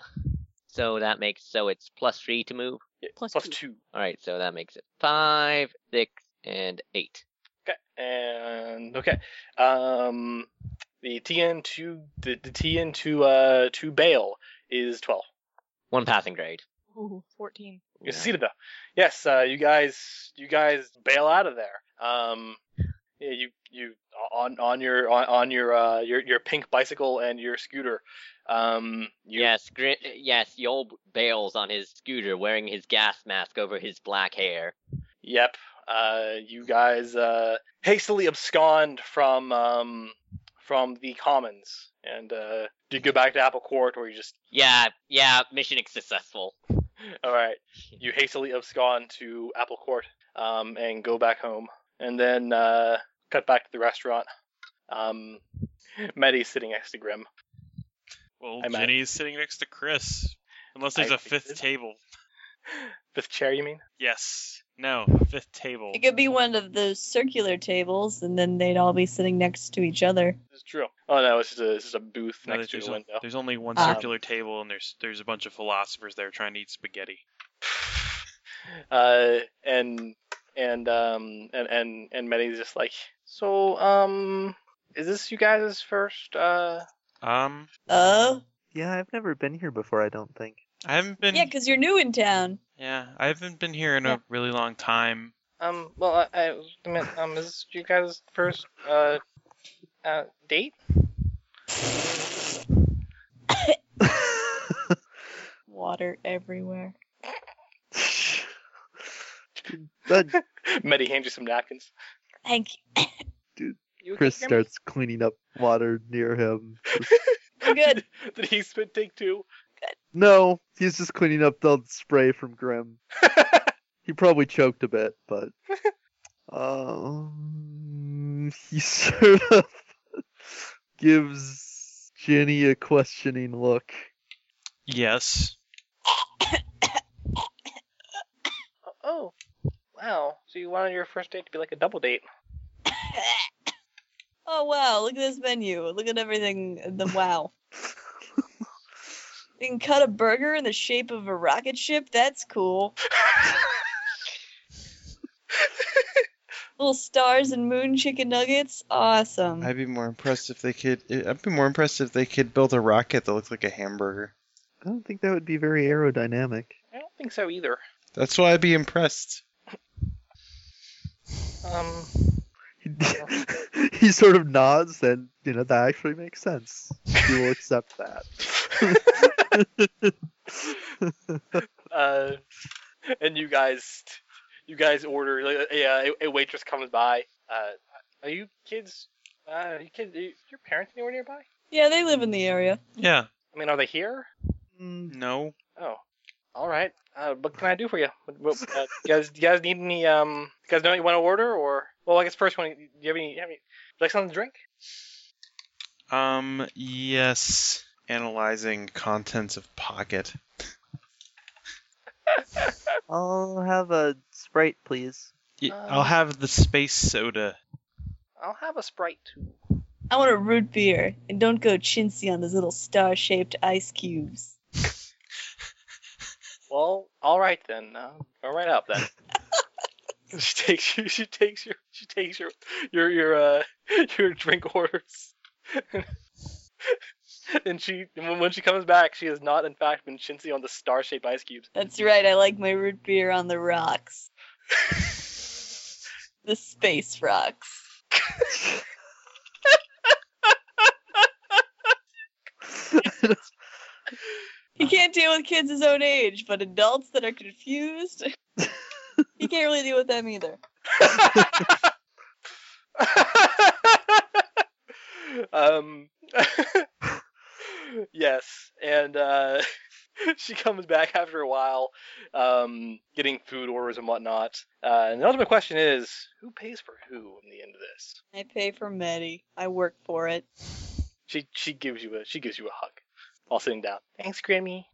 [SPEAKER 3] So that makes so it's plus three to move.
[SPEAKER 1] Yeah,
[SPEAKER 7] Plus
[SPEAKER 1] plus
[SPEAKER 7] two.
[SPEAKER 1] two.
[SPEAKER 3] All right, so that makes it five, six, and eight.
[SPEAKER 1] Okay, and okay. Um, the TN to the, the TN to uh to bail is twelve.
[SPEAKER 3] One passing grade.
[SPEAKER 7] Ooh, 14.
[SPEAKER 1] You
[SPEAKER 3] Yeah.
[SPEAKER 1] succeeded though. Yes, uh, you guys, you guys bail out of there. Um, yeah, you you on on your on, on your uh your your pink bicycle and your scooter. Um, you,
[SPEAKER 3] Yes, Grim. Yes, Yol bails on his scooter, wearing his gas mask over his black hair.
[SPEAKER 1] Yep. Uh, you guys uh hastily abscond from um from the commons and uh do you go back to Apple Court or you just
[SPEAKER 3] Yeah, yeah. Mission is successful.
[SPEAKER 1] All right. You hastily abscond to Apple Court um, and go back home, and then uh, cut back to the restaurant. Um, Maddie's sitting next to Grim.
[SPEAKER 6] Well,
[SPEAKER 1] I'm at-
[SPEAKER 6] Jenny's sitting next to Chris. Unless there's
[SPEAKER 1] I
[SPEAKER 6] a fifth
[SPEAKER 1] think-
[SPEAKER 6] table.
[SPEAKER 1] Fifth chair, you mean?
[SPEAKER 6] Yes. No, fifth table.
[SPEAKER 5] It could be one of those circular tables, and then they'd all be sitting next to each other.
[SPEAKER 1] It's true. Oh no, it's just a, it's just a booth
[SPEAKER 6] No,
[SPEAKER 1] next to
[SPEAKER 6] there's,
[SPEAKER 1] the
[SPEAKER 6] o-
[SPEAKER 1] window.
[SPEAKER 6] there's only one
[SPEAKER 5] Um,
[SPEAKER 6] circular table, and there's there's a bunch of philosophers there trying to eat spaghetti.
[SPEAKER 1] uh, and and um and and and Maddie's just like, so um, is this you guys' first uh?
[SPEAKER 6] Um,
[SPEAKER 5] Oh,
[SPEAKER 4] Yeah, I've never been here before, I don't think.
[SPEAKER 6] I haven't been.
[SPEAKER 5] yeah, because you're new in town.
[SPEAKER 6] yeah, I haven't been here in a really long time.
[SPEAKER 1] Um, well, I, I I meant, um, is this you guys' first uh, uh, date?
[SPEAKER 5] Water everywhere.
[SPEAKER 4] <laughs> Then
[SPEAKER 1] <laughs> Maddie hands you some napkins.
[SPEAKER 5] Thank you.
[SPEAKER 1] <laughs> You okay,
[SPEAKER 4] Chris
[SPEAKER 1] Jeremy?
[SPEAKER 4] starts cleaning up water near him.
[SPEAKER 5] I'm good.
[SPEAKER 1] <laughs> Did he spit take two?
[SPEAKER 4] No, he's just cleaning up the spray from Grim. He probably choked a bit, but um, he <laughs> sort of gives Jenny a questioning look.
[SPEAKER 6] Yes.
[SPEAKER 1] oh, wow. So you wanted your first date to be like a double date?
[SPEAKER 5] oh wow, look at this menu. Look at everything. The wow. You can cut a burger in the shape of a rocket ship. That's cool. Little stars and moon chicken nuggets. Awesome.
[SPEAKER 2] I'd be more impressed if they could. I'd be more impressed if they could build a rocket that looked like a hamburger.
[SPEAKER 4] I don't think that would be very aerodynamic.
[SPEAKER 1] I don't think so either.
[SPEAKER 2] That's why I'd be impressed.
[SPEAKER 4] <laughs>
[SPEAKER 1] Um,
[SPEAKER 4] he sort of nods, and you know that actually makes sense. He will accept that.
[SPEAKER 1] <laughs> uh, and you guys, you guys order. Like, yeah, a, a waitress comes by. Uh, are you kids? Uh, are you kids? Are your parents anywhere nearby?
[SPEAKER 5] Yeah, they live in the area.
[SPEAKER 6] Yeah.
[SPEAKER 1] I mean, are they here?
[SPEAKER 4] Mm,
[SPEAKER 6] No.
[SPEAKER 1] Oh, all right. Uh, what can I do for you? What, what, uh, you guys, you guys need any? Um, you guys know what you want to order, or well, I guess first one. Do you have any? Have any like something to drink?
[SPEAKER 6] Um.
[SPEAKER 2] Yes. Analyzing contents of pocket.
[SPEAKER 4] I'll have a sprite, please.
[SPEAKER 6] y-
[SPEAKER 1] Um,
[SPEAKER 6] I'll have the space soda.
[SPEAKER 1] I'll have a sprite too.
[SPEAKER 5] I want a root beer, and don't go chintzy on those little star-shaped ice cubes.
[SPEAKER 1] Well, all right then. Uh, go right up then. <laughs> she takes you. She takes your. She takes your your your uh your drink orders. <laughs> and she when when she comes back, she has not in fact been chintzy on the star-shaped ice cubes.
[SPEAKER 5] That's right. I like my root beer on the rocks. the space rocks. He can't deal with kids his own age, but adults that are confused, he can't really deal with them either.
[SPEAKER 1] um, <laughs> yes, and uh, <laughs> she comes back after a while, um, getting food orders and whatnot. Uh, and the ultimate question is, who pays for who in the end of this?
[SPEAKER 5] I pay for Medi. I work for it.
[SPEAKER 1] She she gives you a she gives you a hug, while sitting down. Thanks, Grammy.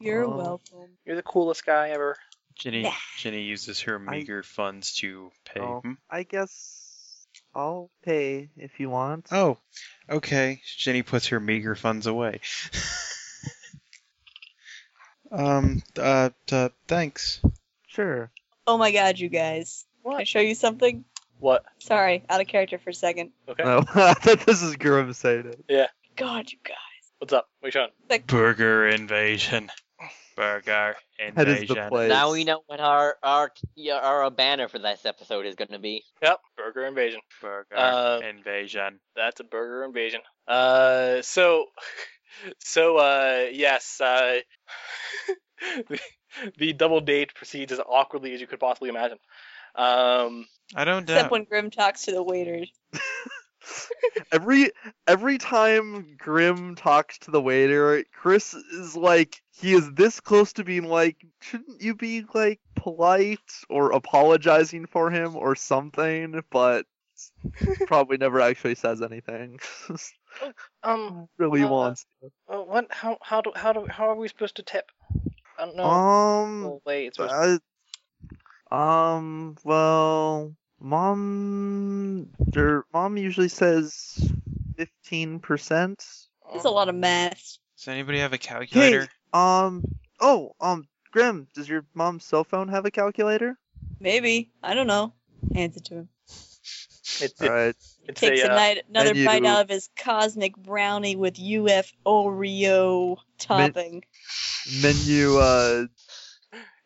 [SPEAKER 5] You're
[SPEAKER 4] Oh.
[SPEAKER 5] welcome.
[SPEAKER 1] You're the coolest guy ever.
[SPEAKER 6] Jenny
[SPEAKER 5] Nah.
[SPEAKER 6] Jenny uses her meager funds to pay.
[SPEAKER 4] Oh.
[SPEAKER 6] Hmm?
[SPEAKER 4] I guess I'll pay if you want.
[SPEAKER 2] Oh, okay. Jenny puts her meager
[SPEAKER 6] <laughs>
[SPEAKER 2] funds away. um. Uh. t- thanks.
[SPEAKER 4] Sure.
[SPEAKER 5] Oh my god, you guys. Can I
[SPEAKER 1] What?
[SPEAKER 5] show you something?
[SPEAKER 1] What?
[SPEAKER 5] Sorry, out of character for a second.
[SPEAKER 1] <laughs> Okay.
[SPEAKER 4] No, Oh, <laughs> I thought this is Grim saying it.
[SPEAKER 5] God, you guys.
[SPEAKER 1] What's up? What are you showing?
[SPEAKER 6] Burger invasion. Burger invasion.
[SPEAKER 4] That is the place.
[SPEAKER 3] Now we know what our our yeah, our uh, banner for this episode is going to be.
[SPEAKER 1] Yep. Burger invasion.
[SPEAKER 6] Burger
[SPEAKER 1] Uh,
[SPEAKER 6] invasion.
[SPEAKER 1] That's a burger invasion. Uh, so, <laughs> so uh, yes, uh, <laughs> the, the double date proceeds as awkwardly as you could possibly imagine. Um,
[SPEAKER 6] I don't doubt.
[SPEAKER 5] Except when Grim talks to the waiter.
[SPEAKER 4] Every every time Grim talks to the waiter, Chris is like he is this close to being like, shouldn't you be like polite or apologizing for him or something?
[SPEAKER 3] <laughs>
[SPEAKER 4] But probably never actually says anything. <laughs>
[SPEAKER 1] um,
[SPEAKER 4] really
[SPEAKER 1] Uh,
[SPEAKER 4] wants.
[SPEAKER 1] uh, what? How? How do? How do? How are we supposed to tip? I don't know.
[SPEAKER 4] um.
[SPEAKER 1] oh, wait, it's supposed
[SPEAKER 4] Uh, um. Well, mom. Der, mom usually says fifteen percent.
[SPEAKER 5] That's a lot of math.
[SPEAKER 6] Does anybody have a calculator?
[SPEAKER 4] Um. Oh. Um. Grim, does your mom's cell phone have a calculator?
[SPEAKER 5] Maybe. I don't know. Hands it to him.
[SPEAKER 1] It's,
[SPEAKER 4] All
[SPEAKER 1] it's,
[SPEAKER 4] right.
[SPEAKER 1] it's
[SPEAKER 5] Takes
[SPEAKER 1] a,
[SPEAKER 5] a,
[SPEAKER 1] uh,
[SPEAKER 5] night, another
[SPEAKER 4] menu.
[SPEAKER 5] bite out of his cosmic brownie with UF Oreo topping.
[SPEAKER 4] Menu. Uh.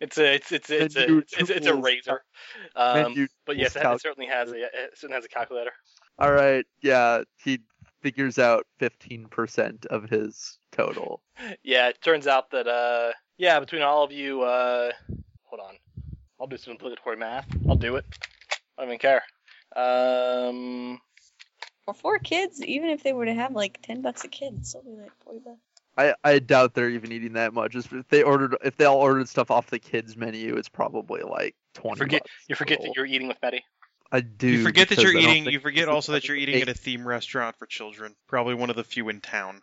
[SPEAKER 1] it's a, it's, it's, it's, a,
[SPEAKER 4] Menu
[SPEAKER 1] it's, it's, a
[SPEAKER 4] tools.
[SPEAKER 1] razor. Um,
[SPEAKER 4] menu.
[SPEAKER 1] but yes, it,
[SPEAKER 4] tools
[SPEAKER 1] it certainly has a, it certainly has a calculator.
[SPEAKER 4] All right. Yeah. He figures out fifteen percent of his total.
[SPEAKER 1] Yeah, it turns out that uh yeah, between all of you, uh hold on. I'll do some obligatory math. I'll do it. I don't even care. Um
[SPEAKER 5] For four kids, even if they were to have like 10 bucks a kid, it's only like 40 bucks.
[SPEAKER 4] I, I doubt they're even eating that much. It's- If they ordered, if they all ordered stuff off the kids menu, it's probably like twenty.
[SPEAKER 1] forget-
[SPEAKER 4] bucks
[SPEAKER 1] you forget
[SPEAKER 4] total.
[SPEAKER 1] that you're eating with Betty.
[SPEAKER 4] I do.
[SPEAKER 2] you forget that
[SPEAKER 4] because
[SPEAKER 2] you're
[SPEAKER 4] I don't
[SPEAKER 2] eating.
[SPEAKER 4] think
[SPEAKER 2] You forget
[SPEAKER 4] this is
[SPEAKER 2] also that you're
[SPEAKER 4] fucking
[SPEAKER 2] eating at
[SPEAKER 4] fake.
[SPEAKER 2] a theme restaurant for children. Probably one of the few in town.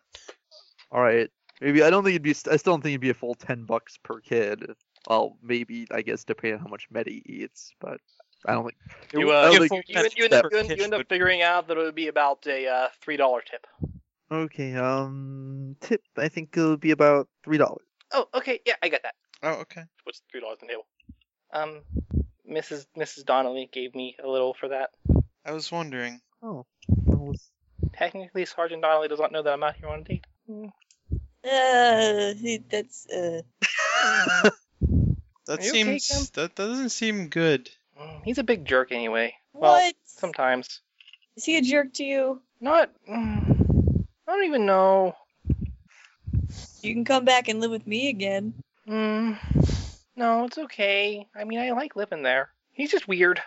[SPEAKER 4] All right, maybe I don't think it'd be. I still don't think it'd be a full ten bucks per kid. Well, maybe I guess depending on how much Medi eats, but I don't think. it
[SPEAKER 1] You,
[SPEAKER 4] w- I
[SPEAKER 1] uh,
[SPEAKER 4] don't
[SPEAKER 1] you-
[SPEAKER 4] think-
[SPEAKER 1] You, end- you, end,
[SPEAKER 4] that
[SPEAKER 1] up, you, end, you end up figuring out that it would be about a uh, three dollar tip.
[SPEAKER 4] Okay. Um, tip. I think it'll be about three dollars.
[SPEAKER 1] Oh, okay, yeah, I got that.
[SPEAKER 2] Oh, okay.
[SPEAKER 1] What's three dollars on the table? Um Mrs Mrs Donnelly gave me a little for that.
[SPEAKER 2] I was wondering.
[SPEAKER 4] Oh. that was-
[SPEAKER 1] Technically Sergeant Donnelly does not know that I'm out here on a date.
[SPEAKER 5] Uh, he- that's, uh,
[SPEAKER 2] That
[SPEAKER 1] Are you okay,
[SPEAKER 2] seems
[SPEAKER 1] Kim?
[SPEAKER 2] that, that doesn't seem good.
[SPEAKER 1] Mm, He's a big jerk anyway. Well,
[SPEAKER 5] what?
[SPEAKER 1] Sometimes.
[SPEAKER 5] Is he a jerk to you?
[SPEAKER 1] Not. <sighs> mm, I don't even know.
[SPEAKER 5] You can come back and live with me again.
[SPEAKER 1] Mm, no, it's okay. I mean, I like living there. He's just weird.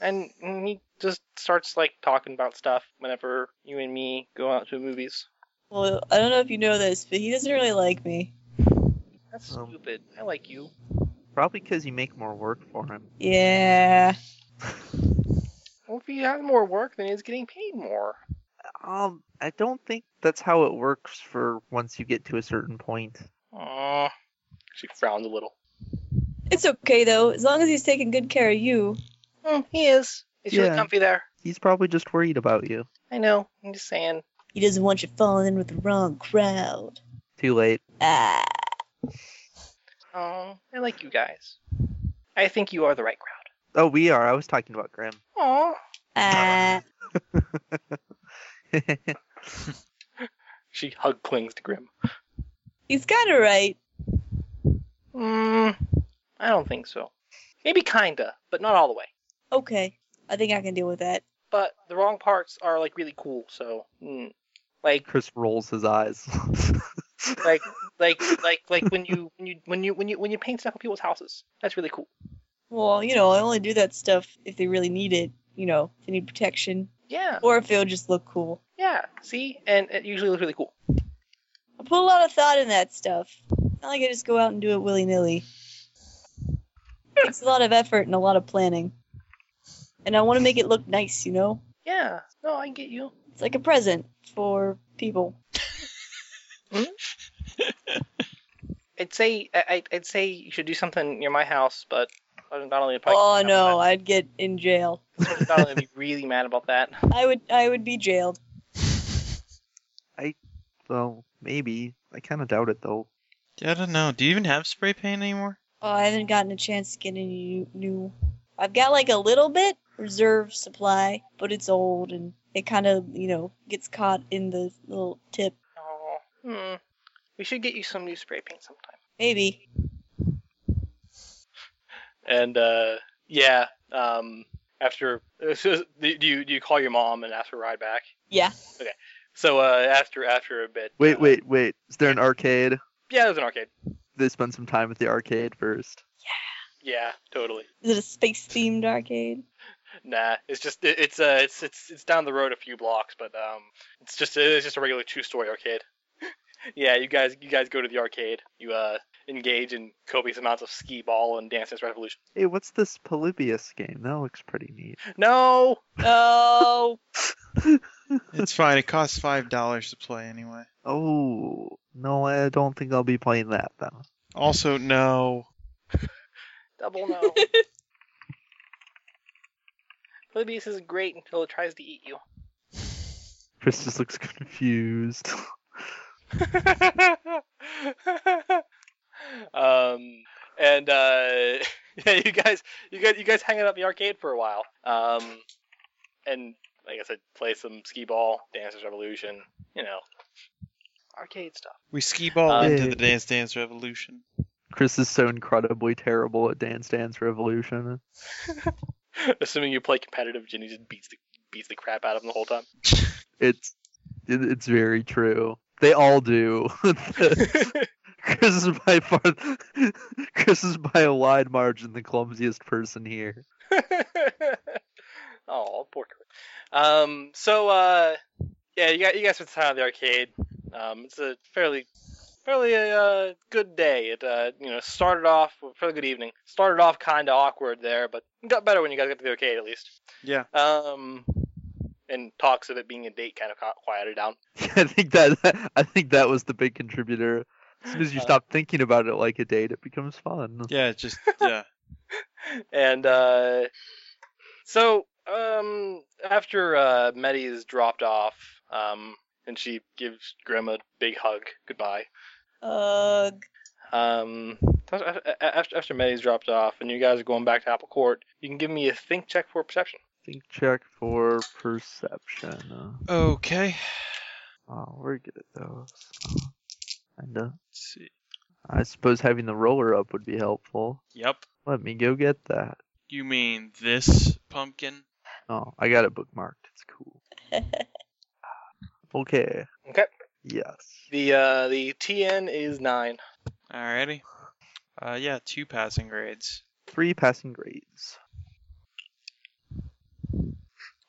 [SPEAKER 1] And mm, he just starts, like, talking about stuff whenever you and me go out to movies.
[SPEAKER 5] Well, I don't know if you know this, but he doesn't really like me.
[SPEAKER 1] That's
[SPEAKER 4] Um.
[SPEAKER 1] stupid. I like you.
[SPEAKER 4] Probably because you make more work for him.
[SPEAKER 5] Yeah.
[SPEAKER 1] Well, if he has more work, then he's getting paid more.
[SPEAKER 4] Um, I don't think that's how it works for once you get to a certain point.
[SPEAKER 1] Aww. She frowns a little.
[SPEAKER 5] It's okay though, as long as he's taking good care of you.
[SPEAKER 1] Mm, he is. It's really
[SPEAKER 4] Yeah.
[SPEAKER 1] comfy there.
[SPEAKER 4] He's probably just worried about you.
[SPEAKER 1] I know. I'm just saying.
[SPEAKER 5] He doesn't want you falling in with the wrong crowd.
[SPEAKER 4] Too late.
[SPEAKER 5] Ah.
[SPEAKER 1] Oh, I like you guys. I think you are the right crowd.
[SPEAKER 4] Oh, we are. I was talking about Grim. <laughs>
[SPEAKER 1] Aw.
[SPEAKER 5] Ah.
[SPEAKER 1] She hug clings to Grim.
[SPEAKER 5] He's kind of right.
[SPEAKER 1] Mm, I don't think so. Maybe kinda, but not all the way.
[SPEAKER 5] Okay. I think I can deal with that.
[SPEAKER 1] But the wrong parts are like really cool. So, mm, like,
[SPEAKER 4] Chris rolls his eyes. <laughs>
[SPEAKER 1] like, like, like, like when you when you when you when you when you paint stuff on people's houses, that's really cool.
[SPEAKER 5] Well, you know, I only do that stuff if they really need it, you know, if they need protection.
[SPEAKER 1] Yeah,
[SPEAKER 5] Or if it'll just look cool.
[SPEAKER 1] yeah. See, and it usually looks really cool.
[SPEAKER 5] I put a lot of thought in that stuff. Not like I just go out and do it willy nilly. It's a lot of effort and a lot of planning. And I want to make it look nice, you know?
[SPEAKER 1] Yeah. No, I get you.
[SPEAKER 5] It's like a present for people.
[SPEAKER 1] I'd say I, I- I'd say you should do something near my house, but I'm not only probably
[SPEAKER 5] Oh no, I'd get in jail.
[SPEAKER 1] <laughs> I'm not only be really mad about that.
[SPEAKER 5] I would I would be jailed.
[SPEAKER 4] well, maybe. I kind of doubt it though.
[SPEAKER 2] Yeah, I don't know. Do you even have spray paint anymore?
[SPEAKER 5] Oh, I haven't gotten a chance to get any new, new. I've got like a little bit reserve supply, but it's old and it kind of, you know, gets caught in the little tip.
[SPEAKER 1] Oh, hmm. We should get you some new spray paint sometime.
[SPEAKER 5] Maybe.
[SPEAKER 1] And uh, yeah, um, after <laughs> so, do you do you call your mom and ask her to ride back?
[SPEAKER 5] Yeah.
[SPEAKER 1] So uh, after after a bit.
[SPEAKER 4] Wait,
[SPEAKER 1] uh,
[SPEAKER 4] wait, wait. Is there an arcade?
[SPEAKER 1] Yeah, there's an arcade.
[SPEAKER 4] They spend some time at the arcade first.
[SPEAKER 1] Yeah, totally.
[SPEAKER 5] Is it a space themed arcade?
[SPEAKER 1] Nah, it's just it, it's uh it's it's it's down the road a few blocks, but um, it's just it's just a regular two story arcade. <laughs> yeah, you guys you guys go to the arcade. You uh engage in copious amounts of skee ball and Dance Dance Revolution.
[SPEAKER 4] Hey, what's this Polybius game? That looks pretty neat.
[SPEAKER 1] No,
[SPEAKER 5] <laughs> No.
[SPEAKER 2] It's fine. It costs five dollars to play anyway.
[SPEAKER 4] Oh no, I don't think I'll be playing that then.
[SPEAKER 2] Also, no.
[SPEAKER 1] double <laughs> no. Polybius is great until it tries to eat you.
[SPEAKER 4] Chris just looks <laughs> confused.
[SPEAKER 1] <laughs> um, and uh, <laughs> yeah, you guys, you guys, you guys hang out at the arcade for a while. Um, and like I said, play some skee ball, Dancers Revolution, you know, arcade stuff.
[SPEAKER 2] We skee ball
[SPEAKER 1] Uh,
[SPEAKER 2] into the Dance Dance Revolution.
[SPEAKER 4] Chris is so incredibly terrible at Dance Dance Revolution.
[SPEAKER 1] <laughs> Assuming you play competitive, Jenny just beats the beats the crap out of them the whole time.
[SPEAKER 4] It's it, it's very true. They all do. <laughs>
[SPEAKER 1] <laughs>
[SPEAKER 4] Chris is by far <laughs> Chris is by a wide margin the clumsiest person here.
[SPEAKER 1] <laughs> oh, poor Kurt. Um, so uh, yeah, you got you guys spent time at the arcade. Um, it's a fairly fairly uh, good day. It uh, you know started off with a fairly good evening. Started off kind of awkward there, but it got better when you guys got to the arcade at least.
[SPEAKER 2] Yeah.
[SPEAKER 1] Um, and talks of it being a date kind of quieted down.
[SPEAKER 4] <laughs> I think that I think that was the big contributor. As soon as you
[SPEAKER 1] Uh,
[SPEAKER 4] stop thinking about it like a date, it becomes fun.
[SPEAKER 2] Yeah, it's just yeah.
[SPEAKER 1] and uh, so um, after uh, Meddy is dropped off, um, and she gives Grim a big hug goodbye.
[SPEAKER 5] Ugh. <laughs>
[SPEAKER 1] Um, after after Meddy's dropped off, and you guys are going back to Apple Court, you can give me a think check for perception.
[SPEAKER 4] Think check for perception. Uh,
[SPEAKER 2] Okay.
[SPEAKER 4] Oh, we're good at those. And uh,
[SPEAKER 2] Let's see.
[SPEAKER 4] I suppose having the roller up would be helpful.
[SPEAKER 6] Yep.
[SPEAKER 4] Let me go get that.
[SPEAKER 6] You mean this pumpkin?
[SPEAKER 4] Oh, I got it bookmarked. It's cool. Okay.
[SPEAKER 1] Okay.
[SPEAKER 4] Yes.
[SPEAKER 1] The uh, the TN is nine.
[SPEAKER 6] Alrighty. Uh, yeah, two passing grades.
[SPEAKER 4] Three passing grades.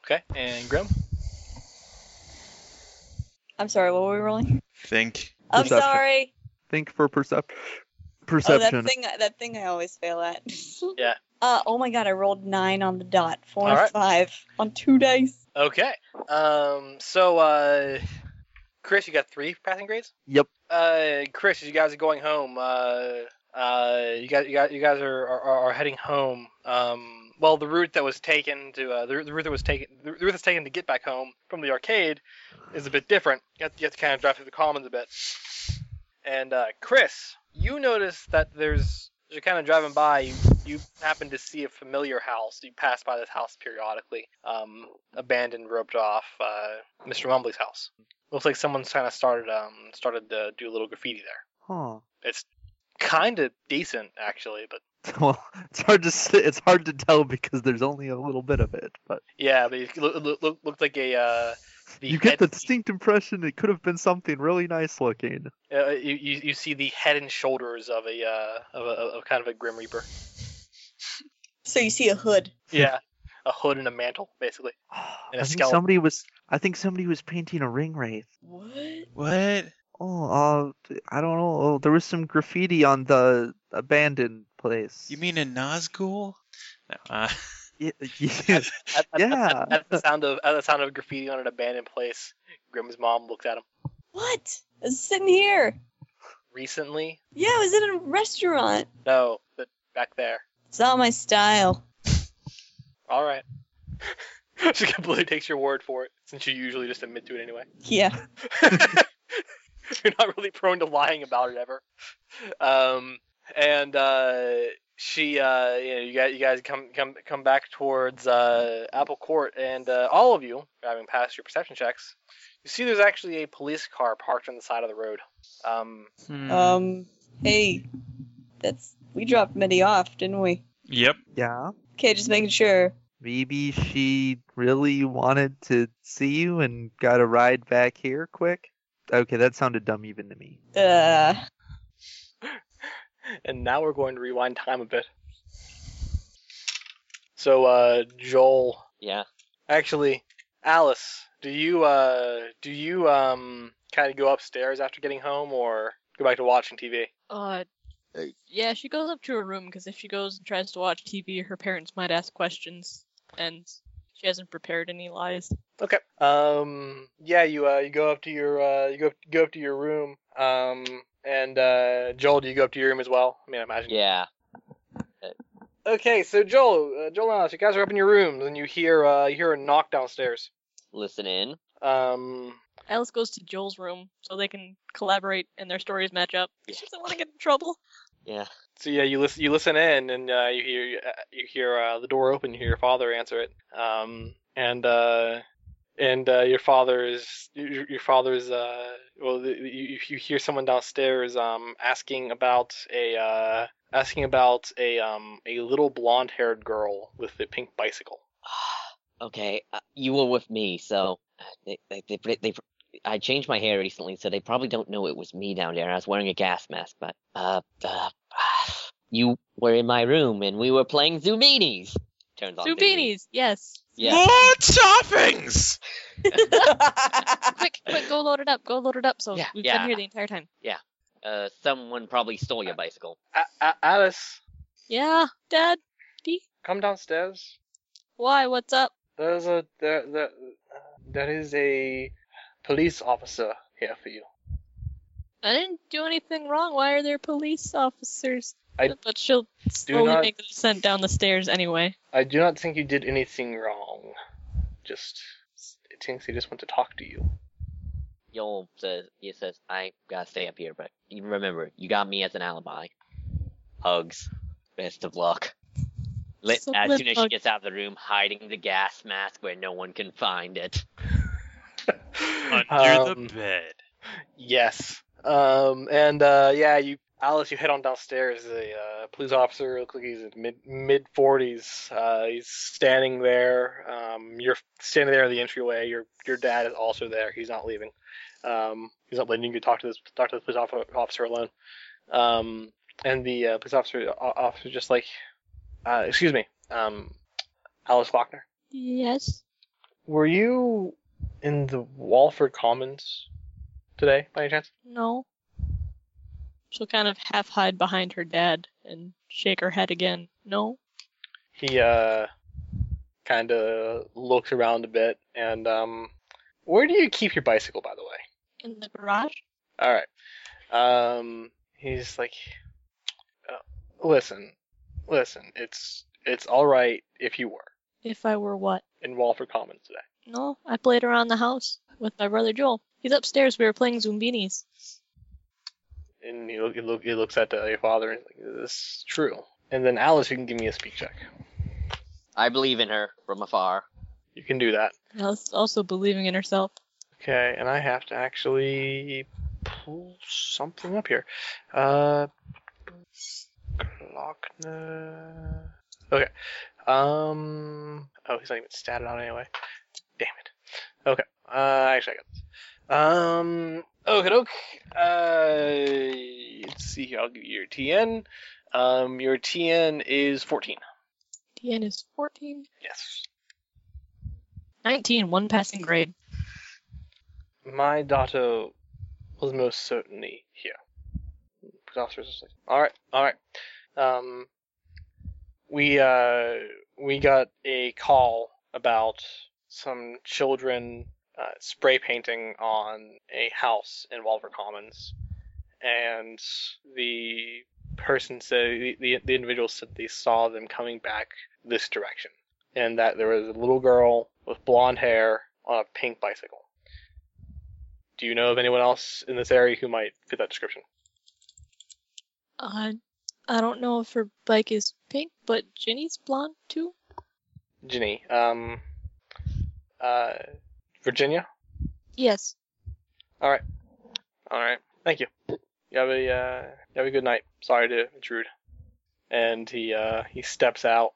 [SPEAKER 1] Okay, and Grim.
[SPEAKER 5] I'm sorry, what were we rolling?
[SPEAKER 2] Think.
[SPEAKER 5] I'm
[SPEAKER 4] Perception.
[SPEAKER 5] sorry.
[SPEAKER 4] Think for percep-
[SPEAKER 5] Oh, that
[SPEAKER 4] perception.
[SPEAKER 5] thing that thing I always fail at. <laughs>
[SPEAKER 1] Yeah.
[SPEAKER 5] Uh oh my god, I rolled nine on the dot. Four and
[SPEAKER 1] Alright.
[SPEAKER 5] five on two dice.
[SPEAKER 1] Okay. Um. So uh, Chris, you got three passing grades.
[SPEAKER 4] Yep.
[SPEAKER 1] Uh, Chris, as you guys are going home, uh, uh, you guys, you guys, you guys are, are, are heading home. Um, well, the route that was taken to uh, the, the route that was taken the route that's taken to get back home from the arcade is a bit different. You have, you have to kind of drive through the commons a bit. And uh, Chris, you notice that there's as you're kind of driving by, you, you happen to see a familiar house. You pass by this house periodically, um, abandoned, roped off, uh, Mr. Mumbly's house. Looks like someone's kind of started um, started to do a little graffiti there.
[SPEAKER 4] Huh. <laughs>
[SPEAKER 1] Kind of decent actually, but
[SPEAKER 4] Well, it's hard to s- it's hard to tell because there's only a little bit of it, but
[SPEAKER 1] yeah, but it look, look, look, looked like a uh, the
[SPEAKER 4] you get the
[SPEAKER 1] head-
[SPEAKER 4] distinct impression it could have been something really
[SPEAKER 1] <gasps>
[SPEAKER 4] nice looking.
[SPEAKER 1] Uh, you, you you see the head and shoulders of a uh, of a of kind of a grim
[SPEAKER 4] <laughs>
[SPEAKER 1] reaper.
[SPEAKER 5] So you see a hood.
[SPEAKER 1] Yeah, <laughs> a hood and a mantle, basically.
[SPEAKER 4] I
[SPEAKER 1] And a
[SPEAKER 4] think
[SPEAKER 1] skeleton.
[SPEAKER 4] somebody was I think somebody was painting a ring wraith.
[SPEAKER 5] What?
[SPEAKER 2] What?
[SPEAKER 4] Oh, uh, I don't know. Oh, there was some graffiti on the abandoned place.
[SPEAKER 2] You mean a Nazgul?
[SPEAKER 6] No, uh,
[SPEAKER 4] Y-
[SPEAKER 1] <laughs>
[SPEAKER 4] y-
[SPEAKER 1] At, at- at-
[SPEAKER 4] Yeah. <laughs>
[SPEAKER 1] At, the sound of at the sound of graffiti on an abandoned place, Grim's mom looked at him.
[SPEAKER 5] What? I was sitting here.
[SPEAKER 1] Recently,
[SPEAKER 5] Yeah, I was in a restaurant.
[SPEAKER 1] no, but back there.
[SPEAKER 5] It's not my style.
[SPEAKER 1] All right. <laughs> she completely takes your word for it, since you usually just admit to it anyway.
[SPEAKER 5] Yeah.
[SPEAKER 1] <laughs> You're not really prone to lying about it ever. Um, and uh, she, uh, you know, you guys, you guys come come come back towards uh, Apple Court, and uh, all of you, having passed your perception checks, you see there's actually a police car parked on the side of the road. Um,
[SPEAKER 3] Hmm.
[SPEAKER 5] Um. Hey, that's we dropped Mitty off, didn't we?
[SPEAKER 6] <laughs> yep.
[SPEAKER 4] yeah.
[SPEAKER 5] Okay, just making sure.
[SPEAKER 4] Maybe she really wanted to see you and got a ride back here quick. Okay, that sounded dumb even to me.
[SPEAKER 5] Uh. <laughs>
[SPEAKER 1] and now we're going to rewind time a bit. So, uh, Joel,
[SPEAKER 3] Yeah.
[SPEAKER 1] Actually, Alice, do you uh do you um kind of go upstairs after getting home or go back to watching TV?
[SPEAKER 7] Uh, yeah, she goes up to her room because if she goes and tries to watch TV, her parents might ask questions, and she hasn't prepared any lies.
[SPEAKER 1] Okay. Um yeah, you uh you go up to your uh you go up, go up to your room. Um and uh Joel, do you go up to your room as well? I mean, I imagine.
[SPEAKER 3] Yeah.
[SPEAKER 1] Okay, so Joel, uh, Joel and Alice, you guys are up in your rooms and you hear uh you hear a knock downstairs.
[SPEAKER 3] Listen in.
[SPEAKER 1] Um
[SPEAKER 7] Alice goes to Joel's room so they can collaborate and their stories match up. She doesn't want to get in trouble.
[SPEAKER 3] Yeah.
[SPEAKER 1] So yeah, you listen. You listen in, and uh, you hear uh, you hear uh, the door open. You hear your father answer it. Um, and uh, and uh, your father is your, your father is uh, well. the- the- You, you hear someone downstairs um asking about a uh, asking about a um a little blonde haired girl with the pink bicycle.
[SPEAKER 3] okay, uh, you were with me, so uh, they, they, they, they, they, I changed my hair recently, so they probably don't know it was me down there. I was wearing a gas mask, but uh, uh <sighs> you were in my room and we were playing Zoominis. Turns on. Zoomies.
[SPEAKER 7] Zubinis, yes.
[SPEAKER 3] Yeah.
[SPEAKER 6] More toppings.
[SPEAKER 7] Quick, quick, go load it up. Go load it up. So
[SPEAKER 3] Yeah,
[SPEAKER 7] we've
[SPEAKER 3] yeah.
[SPEAKER 7] been here the entire time.
[SPEAKER 3] Uh, someone probably stole your bicycle.
[SPEAKER 1] A- A- Alice,
[SPEAKER 7] Yeah, Dad.
[SPEAKER 1] come downstairs.
[SPEAKER 7] Why? What's up?
[SPEAKER 1] There's a there there, uh, there is a police officer here for you.
[SPEAKER 7] I didn't do anything wrong. Why are there police officers?
[SPEAKER 1] I
[SPEAKER 7] but she'll slowly
[SPEAKER 1] not-
[SPEAKER 7] make the descent down the stairs anyway.
[SPEAKER 1] I do not think you did anything wrong. Just, it thinks they just want to talk to you.
[SPEAKER 3] Joel says, he says, I gotta stay up here, but you remember, you got me as an alibi. Hugs. Best of luck. Let,
[SPEAKER 7] So
[SPEAKER 3] as
[SPEAKER 7] let
[SPEAKER 3] soon as she
[SPEAKER 7] hug-
[SPEAKER 3] gets out of the room, hiding the gas mask where no one can find it.
[SPEAKER 6] Under
[SPEAKER 1] Um,
[SPEAKER 6] Uh, the bed.
[SPEAKER 1] Yes. Um, and uh, yeah, you, Alice, you head on downstairs. The uh, police officer looks like he's in mid mid forties. Uh, he's standing there. Um, you're standing there in the entryway. Your your dad is also there. He's not leaving. Um, he's not letting you talk to this talk to the police offi- officer alone. Um, and the uh, police officer o- officer just like, uh, excuse me, um, Alice Lochner,
[SPEAKER 7] Yes.
[SPEAKER 1] were you in the Walford Commons today by any chance?
[SPEAKER 7] No. She'll kind of half hide behind her dad and shake her head again. No.
[SPEAKER 1] he uh kind of looks around a bit and um where do you keep your bicycle by the way
[SPEAKER 7] In the garage?
[SPEAKER 1] all right um he's like uh, listen listen it's It's all right if you were
[SPEAKER 7] If I were what?
[SPEAKER 1] in Walford Commons today.
[SPEAKER 7] No, I played around the house with my brother Joel. He's upstairs. We were playing Zumbinis.
[SPEAKER 1] And he, look, he, look, he looks at uh, your father and he's like, this is true. And then Alice, you can give me a speak check.
[SPEAKER 3] I believe in her from afar.
[SPEAKER 1] You can do that.
[SPEAKER 7] I was also believing in herself.
[SPEAKER 1] Okay, and I have to actually pull something up here. Uh, Glockner. Okay. Um. Oh, he's not even statted on anyway. Damn it. Okay. Uh, actually, I got this. Um. Okay, doke. Uh, let's see here. I'll give you your TN. Um, your TN is 14.
[SPEAKER 7] DN is 14.
[SPEAKER 1] Yes.
[SPEAKER 7] 19, one passing grade.
[SPEAKER 1] my Dato was most certainly here. The officer's just like, all right, all right. Um, we uh, we got a call about some children uh, spray painting on a house in Walver Commons, and the person said the, the the individual said they saw them coming back this direction, and that there was a little girl with blonde hair on a pink bicycle. Do you know of anyone else in this area who might fit that description?
[SPEAKER 7] Uh, I don't know if her bike is pink, but Ginny's blonde too.
[SPEAKER 1] Ginny, um, uh, Virginia.
[SPEAKER 7] Yes.
[SPEAKER 1] All right, thank you. You have a uh, you have a good night. Sorry to intrude. And he uh, he steps out,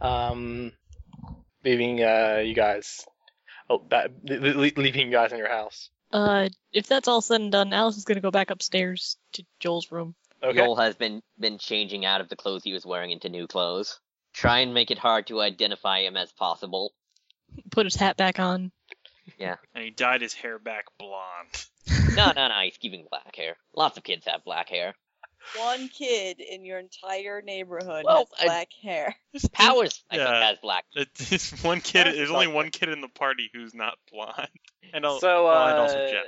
[SPEAKER 1] um, leaving uh, you guys. Oh, that, le- le- leaving you guys in your house.
[SPEAKER 7] Uh, if that's all said and done, Alice is gonna go back upstairs to Joel's room.
[SPEAKER 1] Okay.
[SPEAKER 3] Joel has been been changing out of the clothes he was wearing into new clothes. Try and make it hard to identify him as possible. <laughs>
[SPEAKER 7] Put his hat back on.
[SPEAKER 6] And he dyed his hair back blonde. <laughs>
[SPEAKER 3] No, no, no. He's keeping black hair. Lots of kids have black hair.
[SPEAKER 5] One kid in your entire neighborhood
[SPEAKER 3] Well, I-
[SPEAKER 5] has black hair.
[SPEAKER 3] Powers, I think,
[SPEAKER 6] Yeah.
[SPEAKER 3] has black.
[SPEAKER 6] It's one kid.
[SPEAKER 5] That's
[SPEAKER 6] There's only
[SPEAKER 5] something.
[SPEAKER 6] one kid in the party who's not blonde. <laughs> And al-
[SPEAKER 1] So,
[SPEAKER 6] well, and
[SPEAKER 1] uh,
[SPEAKER 6] also Jenna.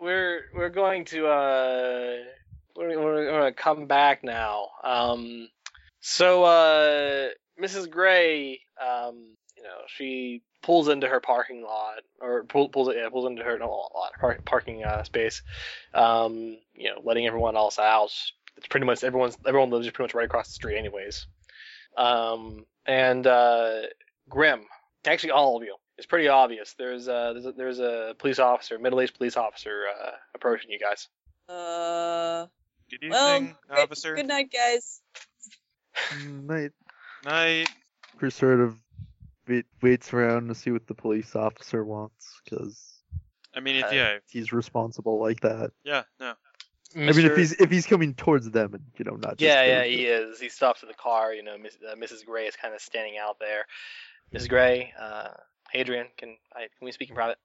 [SPEAKER 1] we're we're going to uh we're, we're gonna come back now um so uh mrs gray um you know she pulls into her parking lot or pull, pulls yeah, pulls into her no, lot par- parking uh, space um you know letting everyone else out it's pretty much everyone's everyone lives pretty much right across the street anyways um and uh grim actually all of you. It's pretty obvious. There's a there's a, there's a police officer, middle-aged police officer, uh, approaching you guys.
[SPEAKER 5] Uh,
[SPEAKER 6] Good evening,
[SPEAKER 5] well, good-
[SPEAKER 6] officer.
[SPEAKER 5] good night, guys.
[SPEAKER 4] Night.
[SPEAKER 6] Night.
[SPEAKER 4] Chris Mm, sort of wait, waits around to see what the police officer wants because
[SPEAKER 6] I mean, if,
[SPEAKER 4] Uh,
[SPEAKER 6] yeah,
[SPEAKER 4] he's responsible like that.
[SPEAKER 6] yeah, no.
[SPEAKER 4] I mean, if he's if he's coming towards them and you know not. Just
[SPEAKER 1] yeah,
[SPEAKER 4] their
[SPEAKER 1] yeah,
[SPEAKER 4] shit.
[SPEAKER 1] he is. He stops in the car. You know, Miss, uh, Mrs. Gray is kind of standing out there. Mrs. Gray, uh, Adrian, can I can we speak in private?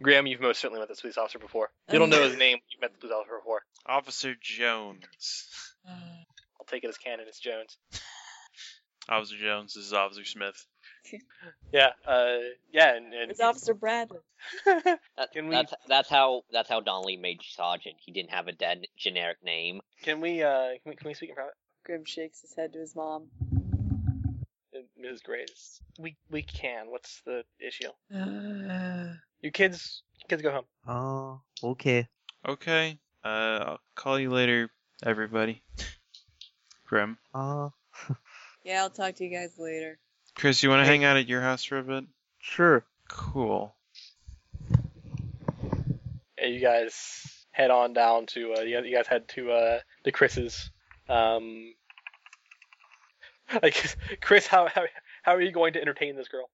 [SPEAKER 1] Graham, you've most certainly met this police officer before. You don't know his name. You've met the police officer before.
[SPEAKER 6] Officer Jones.
[SPEAKER 1] I'll take it as canon. It's Jones.
[SPEAKER 6] Officer Jones. This is Officer Smith.
[SPEAKER 1] Yeah, uh, yeah, and, and
[SPEAKER 5] It's Officer Bradley.
[SPEAKER 3] That,
[SPEAKER 1] Can we-
[SPEAKER 3] that's that's how that's how Donnelly made Sergeant. He didn't have a dead generic name.
[SPEAKER 1] <laughs> can we uh can we, can we speak in private?
[SPEAKER 5] Grim shakes his head to his mom.
[SPEAKER 1] And Mrs. Grace. We we can. What's the issue?
[SPEAKER 5] Uh,
[SPEAKER 1] You kids, you kids go home.
[SPEAKER 4] Oh, okay.
[SPEAKER 6] Okay. Uh, I'll call you later, everybody. Grim.
[SPEAKER 4] Uh,
[SPEAKER 5] yeah, I'll talk to you guys later.
[SPEAKER 6] Chris, you want to hang out at your house for a bit?
[SPEAKER 4] sure.
[SPEAKER 6] Cool.
[SPEAKER 1] And you guys head on down to. Uh, you, guys- you guys head to uh, the Chris's. Um, <laughs> like <laughs> Chris, how, how how are you going to entertain this girl?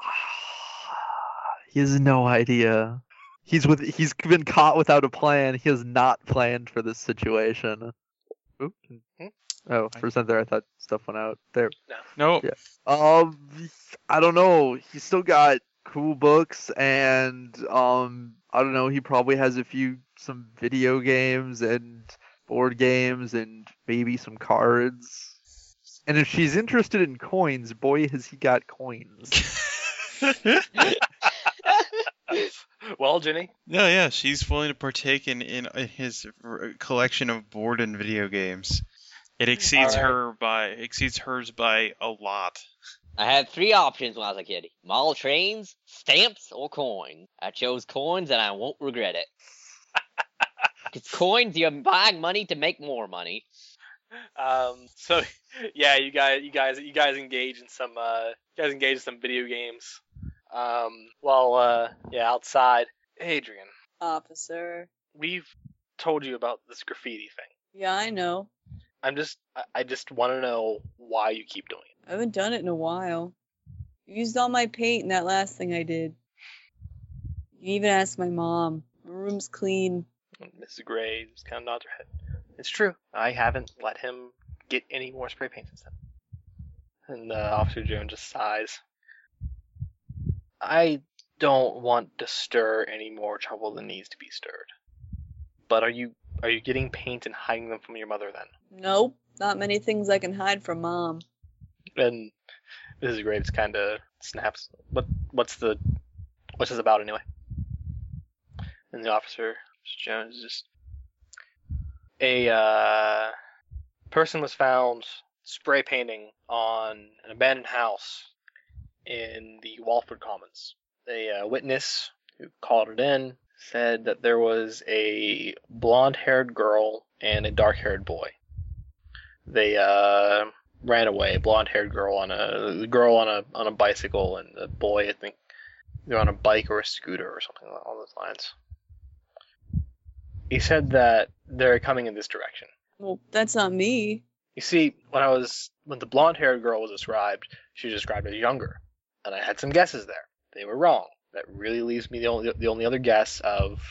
[SPEAKER 4] <sighs> He has no idea. He's with. He's been caught without a plan. He has not planned for this situation. Oop.
[SPEAKER 1] Hmm?
[SPEAKER 4] Oh, for a second there, I thought stuff went out. There.
[SPEAKER 6] No.
[SPEAKER 4] Yeah. Um, I don't know. He's still got cool books, and um, I don't know. He probably has a few some video games and board games and maybe some cards. And if she's interested in coins, boy, has he got
[SPEAKER 6] <laughs>
[SPEAKER 4] coins.
[SPEAKER 1] well, Ginny,
[SPEAKER 6] No, yeah, uh, she's willing to partake in in, in his r- collection of board and video games. It exceeds
[SPEAKER 1] All right.
[SPEAKER 6] her by exceeds hers by a lot.
[SPEAKER 3] I had three options when I was a kid: mall trains, stamps, or coins. I chose coins, and I won't regret <laughs> it. Because coins, you're buying money to make more money.
[SPEAKER 1] Um, so <laughs> yeah, you guys, you guys, you guys engage in some, uh, you guys engage in some video games. Um, while uh, yeah, outside. Adrian,
[SPEAKER 5] Officer.
[SPEAKER 1] we've told you about this graffiti thing.
[SPEAKER 5] Yeah, I know.
[SPEAKER 1] I'm just, I- I just want to know why you keep doing it.
[SPEAKER 5] I haven't done it in a while. You used all my paint in that last thing I did. You even asked my mom. My room's clean.
[SPEAKER 1] And Mrs. Gray just kind of nods her head. It's true. I haven't let him get any more spray paint since then. And uh, Officer Jones just sighs. I don't want to stir any more trouble than needs to be stirred. But are you are you getting paint and hiding them from your mother then?
[SPEAKER 5] Nope, not many things I can hide from mom.
[SPEAKER 1] And Mrs. Graves kind of snaps. What what's the what's this about anyway? And the officer Jones is just a uh, person was found spray painting on an abandoned house in the Walford Commons. A uh, witness who called it in said that there was a blonde-haired girl and a dark-haired boy. They uh, ran away. Blonde-haired girl on a the girl on a on a bicycle, and the boy I think they're on a bike or a scooter or something along those lines. He said that they're coming in this direction.
[SPEAKER 5] Well, that's not me.
[SPEAKER 1] You see, when I was when the blonde-haired girl was described, she was described as younger, and I had some guesses there. They were wrong. That really leaves me the only the only other guess of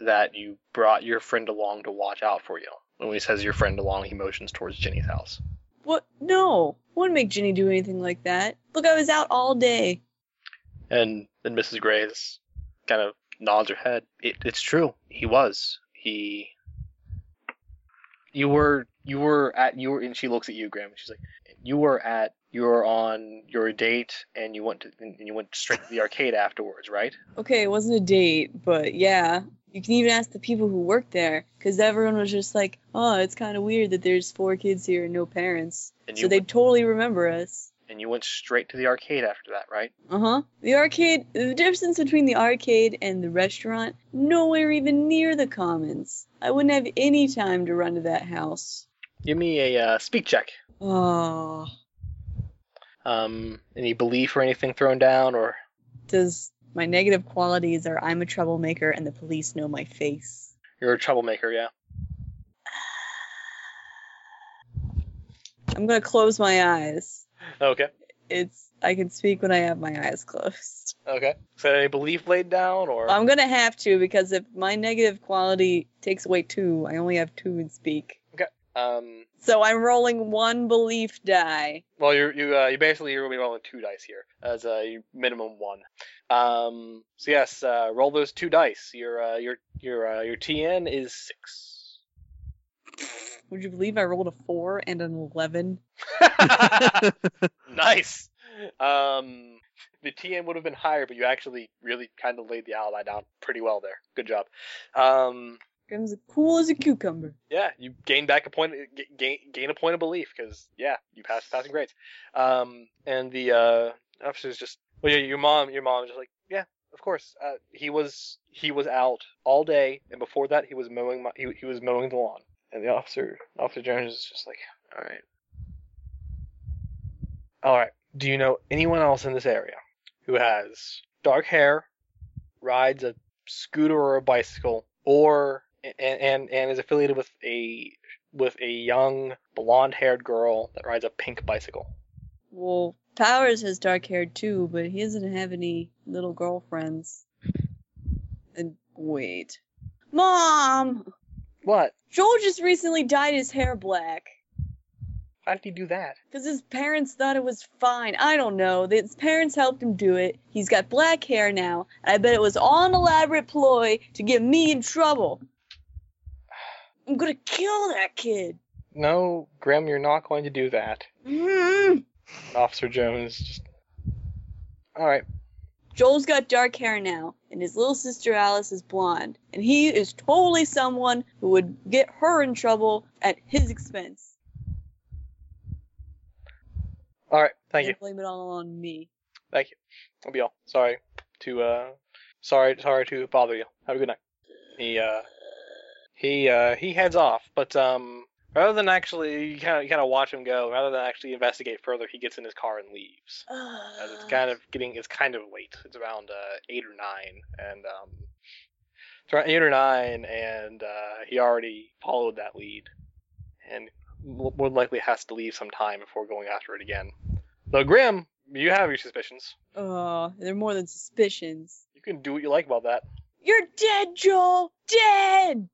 [SPEAKER 1] that you brought your friend along to watch out for you. When he says your friend along, he motions towards Jenny's house.
[SPEAKER 5] What? No. Wouldn't make Ginny do anything like that. Look, I was out all day.
[SPEAKER 1] And then Mrs. Graves kind of nods her head. It, it's true. He was. He. You were. You were at. You were. And she looks at you, Graham. And she's like, "You were at. You were on your date, and you went to. And you went straight to the arcade afterwards, right?
[SPEAKER 5] Okay, it wasn't a date, but yeah. You can even ask the people who worked there, because everyone was just like, oh, it's kind of weird that there's four kids here and no parents.
[SPEAKER 1] And you.
[SPEAKER 5] So they
[SPEAKER 1] went-
[SPEAKER 5] totally remember us.
[SPEAKER 1] and you went straight to the arcade after that, right?
[SPEAKER 5] Uh huh. The arcade, the difference between the arcade and the restaurant, nowhere even near the commons. I wouldn't have any time to run to that house.
[SPEAKER 1] Give me a uh, speak check.
[SPEAKER 5] Oh,
[SPEAKER 1] Um, any belief or anything thrown down, or
[SPEAKER 5] does my negative qualities are I'm a troublemaker and the police know my face.
[SPEAKER 1] you're a troublemaker, yeah.
[SPEAKER 5] I'm gonna close my eyes.
[SPEAKER 1] Okay.
[SPEAKER 5] It's I can speak when I have my eyes closed.
[SPEAKER 1] Okay. So any belief laid down, or
[SPEAKER 5] I'm gonna have to because if my negative quality takes away two, I only have two in speak.
[SPEAKER 1] um.
[SPEAKER 5] So I'm rolling one belief die.
[SPEAKER 1] Well, you're, you uh, you basically you're gonna be rolling two dice here as a minimum one. Um, so yes, uh, roll those two dice. Your uh, your your uh, your TN is six. <laughs>
[SPEAKER 5] Would you believe I rolled a four and an eleven?
[SPEAKER 1] nice. Um, the TN would have been higher, but you actually really kind of laid the alibi down pretty well there. Good job. Um,
[SPEAKER 5] Grim's as cool as a cucumber.
[SPEAKER 1] yeah, you gain back a point, g- gain gain a point of belief because yeah, you passed passing grades. Um, and the uh, officer's just well, yeah, your mom, your mom's just like, yeah, of course. Uh, he was he was out all day, and before that, he was mowing my, he he was mowing the lawn. And the officer, Officer Jones, is just like, all right, all right. Do you know anyone else in this area who has dark hair, rides a scooter or a bicycle, or and and, and is affiliated with a with a young blonde-haired girl that rides a pink bicycle.
[SPEAKER 5] Well, Powers has dark hair too, but he doesn't have any little girlfriends. And wait. Mom!
[SPEAKER 1] What?
[SPEAKER 5] Joel just recently dyed his hair black.
[SPEAKER 1] How did he do that?
[SPEAKER 5] Because his parents thought it was fine. I don't know. His parents helped him do it. He's got black hair now. And I bet it was all an elaborate ploy to get me in trouble. I'm gonna kill that kid.
[SPEAKER 1] No, Grim, you're not going to do that.
[SPEAKER 5] Mm.
[SPEAKER 1] Officer Jones just. All right.
[SPEAKER 5] Joel's got dark hair now, and his little sister Alice is blonde, and he is totally someone who would get her in trouble at his expense.
[SPEAKER 1] All right. Thank you.
[SPEAKER 5] And Blame it all on me.
[SPEAKER 1] That'll be all. Sorry to uh, sorry sorry to bother you. Have a good night. He uh, he uh, he heads off, but um, rather than actually you kind of you kind of watch him go, rather than actually investigate further, he gets in his car and leaves. As
[SPEAKER 5] <sighs>
[SPEAKER 1] it's kind of getting it's kind of late. It's around uh, eight or nine, and um, it's around eight or nine, and uh, he already followed that lead, and mo- more than likely has to leave some time before going after it again. Though Grim, you have your suspicions.
[SPEAKER 5] Oh, they're more than suspicions.
[SPEAKER 1] You can do what you like about that.
[SPEAKER 5] You're dead, Joel. Dead.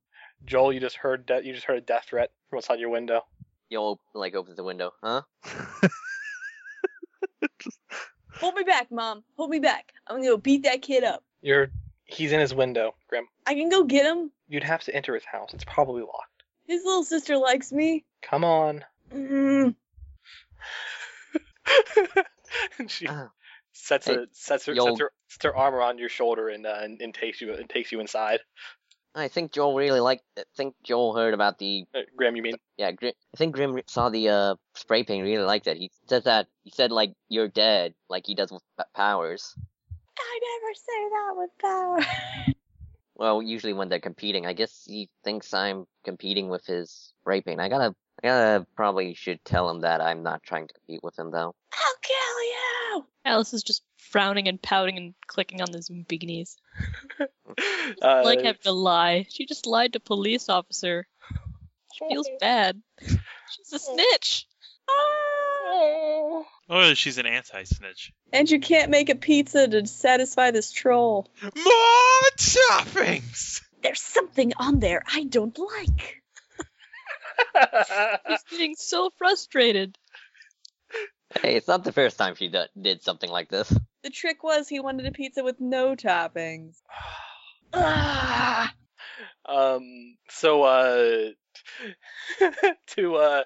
[SPEAKER 1] Joel, you just heard de- you just heard a death threat from outside your window.
[SPEAKER 3] You'll like opens the window, huh?
[SPEAKER 4] Just-
[SPEAKER 5] Hold me back, Mom. Hold me back. I'm gonna go beat that kid up.
[SPEAKER 1] You're he's in his window, Grim.
[SPEAKER 5] I can go get him.
[SPEAKER 1] You'd have to enter his house. It's probably locked.
[SPEAKER 5] His little sister likes me.
[SPEAKER 1] Come on.
[SPEAKER 5] Mm.
[SPEAKER 1] <laughs> and she
[SPEAKER 3] Oh.
[SPEAKER 1] sets
[SPEAKER 3] Hey,
[SPEAKER 1] a sets her,
[SPEAKER 3] yo.
[SPEAKER 1] sets her sets her arm around your shoulder and, uh, and and takes you and takes you inside.
[SPEAKER 3] I think Joel really liked. I think Joel heard about the
[SPEAKER 1] Uh, Grim, you mean?
[SPEAKER 3] yeah. Gr- I think Grim re- saw the uh spray paint. Really liked that. He says that he said like you're dead, like he does with P- powers.
[SPEAKER 5] I never say that with power. <laughs>
[SPEAKER 3] Well, usually when they're competing, I guess he thinks I'm competing with his spray paint. I gotta, I gotta probably should tell him that I'm not trying to compete with him though.
[SPEAKER 5] I'll kill you.
[SPEAKER 7] Alice is just frowning and pouting and clicking on the Zoom beanies.
[SPEAKER 1] Uh,
[SPEAKER 7] like having to lie. She just lied to police officer. She <laughs>
[SPEAKER 5] <laughs>
[SPEAKER 7] feels bad. She's a snitch.
[SPEAKER 5] Oh.
[SPEAKER 6] Oh, she's an anti-snitch.
[SPEAKER 5] And you can't make a pizza to satisfy this troll.
[SPEAKER 6] More toppings.
[SPEAKER 5] There's something on there I don't like.
[SPEAKER 1] Uh, <laughs>
[SPEAKER 7] She's getting so frustrated.
[SPEAKER 3] Hey, it's not the first time she d- did something like this.
[SPEAKER 5] The trick was he wanted a pizza with no <sighs> toppings. Ah,
[SPEAKER 1] um. So uh, <laughs> to uh,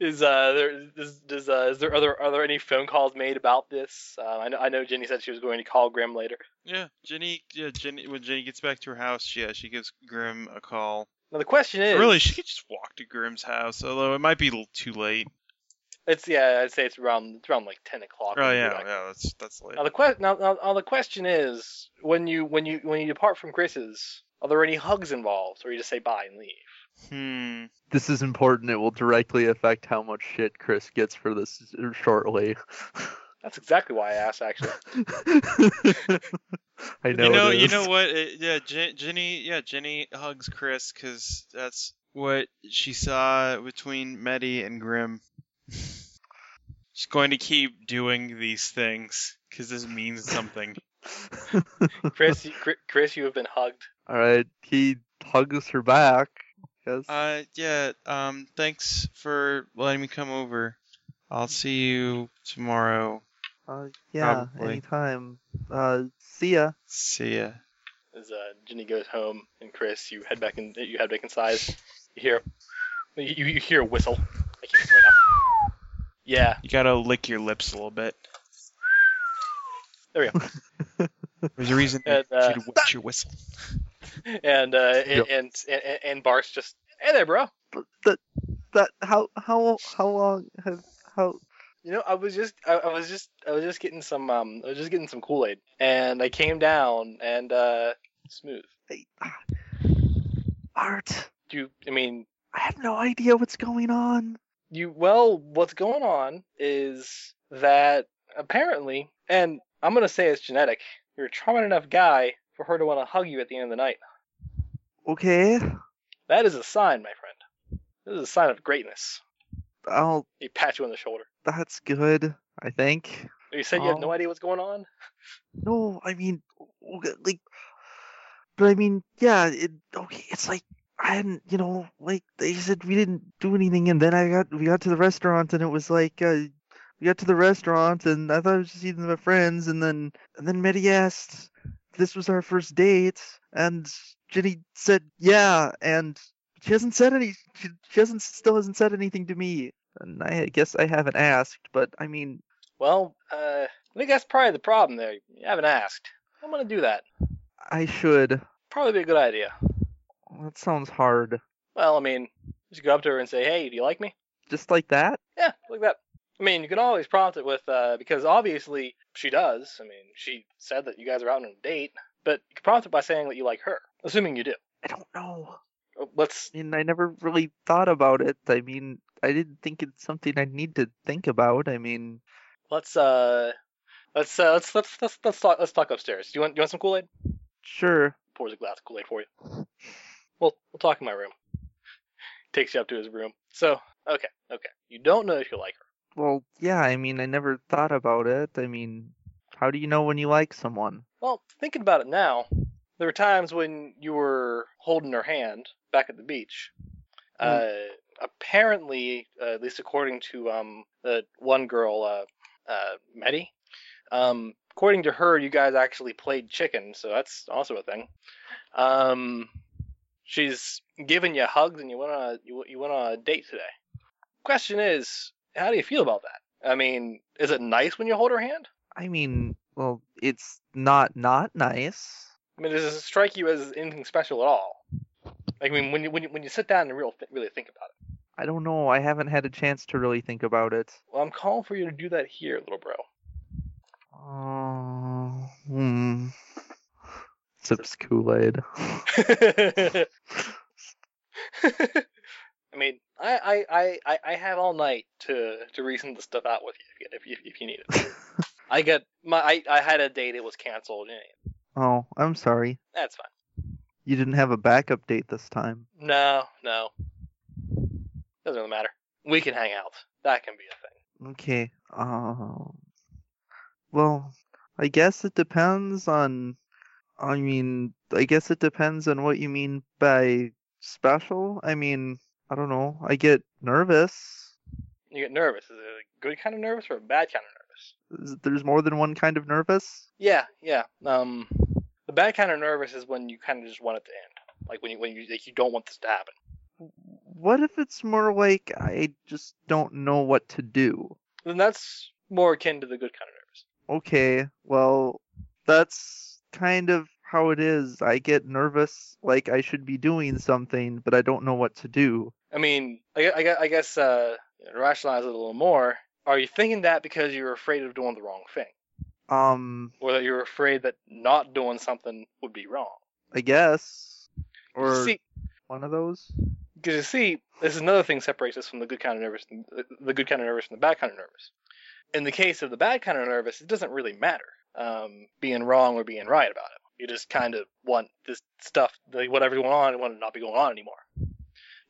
[SPEAKER 1] is uh there is does uh is there other are there any phone calls made about this? Uh, I know I know Jenny said she was going to call Grim later.
[SPEAKER 6] Yeah, Jenny. Yeah, Jenny. When Jenny gets back to her house, yeah, she gives Grim a call.
[SPEAKER 1] Now the question is
[SPEAKER 6] Really, she could just walk to Grim's house, although it might be l- too late.
[SPEAKER 1] It's yeah, I'd say it's around it's around like ten o'clock.
[SPEAKER 6] Oh
[SPEAKER 1] when you
[SPEAKER 6] yeah,
[SPEAKER 1] get back.
[SPEAKER 6] yeah, that's that's late.
[SPEAKER 1] Now the question now, now, now the question is when you when you when you depart from Chris's, are there any hugs involved, or you just say bye and leave?
[SPEAKER 6] Hmm.
[SPEAKER 4] This is important. It will directly affect how much shit Chris gets for this shortly. <laughs>
[SPEAKER 1] That's exactly why I asked,
[SPEAKER 6] <laughs>
[SPEAKER 1] actually.
[SPEAKER 4] I know.
[SPEAKER 6] you know,
[SPEAKER 4] it
[SPEAKER 6] you
[SPEAKER 4] is.
[SPEAKER 6] know what? It, yeah, Jen, Jenny. Yeah, Jenny hugs Chris because that's what she saw between Meddy and Grim. <laughs> She's going to keep doing these things because this means something.
[SPEAKER 1] Chris, you, Chri- Chris, you have been hugged.
[SPEAKER 4] <laughs> All right, he hugs her back. Yes.
[SPEAKER 6] <laughs> uh, yeah. Um, thanks for letting me come over. I'll see you tomorrow.
[SPEAKER 4] Uh, yeah.
[SPEAKER 6] probably.
[SPEAKER 4] Anytime. Uh, see ya.
[SPEAKER 6] See ya.
[SPEAKER 1] As uh, Jenny goes home, and Chris, you head back in, you head back inside. You hear, you, you hear a whistle. I can't right now. Yeah,
[SPEAKER 6] You gotta lick your lips a little bit.
[SPEAKER 1] There we
[SPEAKER 6] go. <laughs> There's a reason
[SPEAKER 1] And,
[SPEAKER 6] you
[SPEAKER 1] uh,
[SPEAKER 6] should wet your whistle.
[SPEAKER 1] and uh, and, and and and Bart's just, hey there, bro.
[SPEAKER 4] That how how how long have how
[SPEAKER 1] You know, I was just, I, I was just, I was just getting some, um, I was just getting some Kool Aid, and I came down and uh, smooth.
[SPEAKER 4] I- ah. Art?
[SPEAKER 1] You, I mean,
[SPEAKER 4] I have no idea what's going on.
[SPEAKER 1] you. Well, what's going on is that apparently, and I'm gonna say it's genetic. You're a charming enough guy for her to want to hug you at the end of the night.
[SPEAKER 4] Okay.
[SPEAKER 1] That is a sign, my friend. This is a sign of greatness.
[SPEAKER 4] Oh,
[SPEAKER 1] He pats you on the shoulder.
[SPEAKER 4] that's good. I think.
[SPEAKER 1] You said you have no
[SPEAKER 4] Oh.
[SPEAKER 1] idea what's going on.
[SPEAKER 4] No, I mean, w- like, but I mean, yeah, it, okay, it's like I hadn't, you know, like they said we didn't do anything, and then I got we got to the restaurant, and it was like uh, we got to the restaurant, and I thought I was just eating with my friends, and then and then Medi asked if this was our first date, and Jenny said yeah, and she hasn't said any, she, she hasn't still hasn't said anything to me, and I guess I haven't asked, but I mean,
[SPEAKER 1] Well, uh, I think that's probably the problem there. You haven't asked. I'm gonna do that.
[SPEAKER 4] I should.
[SPEAKER 1] Probably be a good idea.
[SPEAKER 4] That sounds hard.
[SPEAKER 1] Well, I mean, just go up to her and say, "Hey, do you like me?"
[SPEAKER 4] Just like that?
[SPEAKER 1] Yeah, like that. I I mean, you can always prompt it with uh, because obviously she does. I mean, she said that you guys are out on a date, but you can prompt it by saying that you like her, assuming you do.
[SPEAKER 4] I don't know.
[SPEAKER 1] Uh, Let's
[SPEAKER 4] I mean, I never really thought about it. I mean, I didn't think it's something I need to think about. I mean,
[SPEAKER 1] let's uh let's uh, let's let's let's let's talk let's talk upstairs. Do you want do you want some Kool Aid?
[SPEAKER 4] sure.
[SPEAKER 1] Pours a glass of Kool Aid for you. We'll we'll talk in my room. Takes you up to his room. So okay okay, you don't know if you like her.
[SPEAKER 4] Well, yeah, I mean, I never thought about it. I mean, how do you know when you like someone?
[SPEAKER 1] Well, thinking about it now, there were times when you were holding her hand back at the beach. Uh, apparently, uh, at least according to um, the one girl, uh, uh, Medi, um, according to her, you guys actually played chicken, so that's also a thing. Um, she's giving you hugs, and you went on a you, you went on a date today. Question is, how do you feel about that? I mean, is it nice when you hold her hand?
[SPEAKER 4] I mean, well, it's not not nice.
[SPEAKER 1] I mean, does it strike you as anything special at all? Like, I mean, when you when you, when you sit down and real really think about it.
[SPEAKER 4] I don't know. I haven't had a chance to really think about it.
[SPEAKER 1] Well, I'm calling for you to do that here, little bro. <laughs>
[SPEAKER 4] Uh, hmm. Sips Kool Aid.
[SPEAKER 1] I mean, I, I, I- I, I have all night to to reason this stuff out with you if you, if you, if you need it. I got my I, I had a date it was canceled. yeah, yeah,
[SPEAKER 4] oh, I'm sorry.
[SPEAKER 1] That's fine.
[SPEAKER 4] You didn't have a backup date this time.
[SPEAKER 1] No, no, doesn't really matter. We can hang out. That can be a thing.
[SPEAKER 4] Okay. Um. Well, I guess it depends on. I mean, I guess it depends on what you mean by special. I mean, I don't know. I get nervous.
[SPEAKER 1] You get nervous. Is it a good kind of nervous or a bad kind of nervous?
[SPEAKER 4] Is- There's more than one kind of nervous.
[SPEAKER 1] Yeah, yeah. Um, the bad kind of nervous is when you kind of just want it to end, like when you when you like you don't want this to happen.
[SPEAKER 4] What if it's more like I just don't know what to do?
[SPEAKER 1] Then that's more akin to the good kind of nervous.
[SPEAKER 4] Okay, well, that's kind of how it is. I get nervous like I should be doing something, but I don't know what to do.
[SPEAKER 1] I mean, I, gue- I, gue- I guess uh, you know, to rationalize it a little more. Are you thinking that because you're afraid of doing the wrong thing,
[SPEAKER 4] Um,
[SPEAKER 1] or that you're afraid that not doing something would be wrong?
[SPEAKER 4] I guess.
[SPEAKER 1] 'Cause you
[SPEAKER 4] Or
[SPEAKER 1] see,
[SPEAKER 4] one of those?
[SPEAKER 1] because you see, this is another thing that separates us from the good kind of nervous, the good kind of nervous and the bad kind of nervous. In the case of the bad kind of nervous, it doesn't really matter um, being wrong or being right about it. You just kind of want this stuff, like whatever's going on, you want it to not be going on anymore.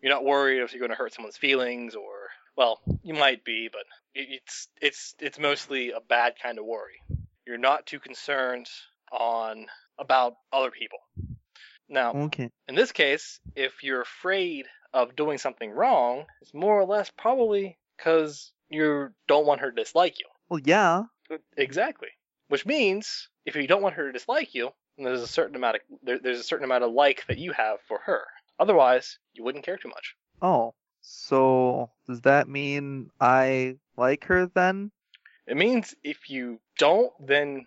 [SPEAKER 1] You're not worried if you're going to hurt someone's feelings, or well, you might be, but it- it's it's it's mostly a bad kind of worry. You're not too concerned on about other people. Now,
[SPEAKER 4] Okay.
[SPEAKER 1] in this case, if you're afraid of doing something wrong, it's more or less probably because you don't want her to dislike you.
[SPEAKER 4] Well, yeah.
[SPEAKER 1] Exactly. Which means if you don't want her to dislike you, then there's a certain amount of there, there's a certain amount of like that you have for her. Otherwise, you wouldn't care too much.
[SPEAKER 4] Oh, so does that mean I like her then?
[SPEAKER 1] It means if you don't, then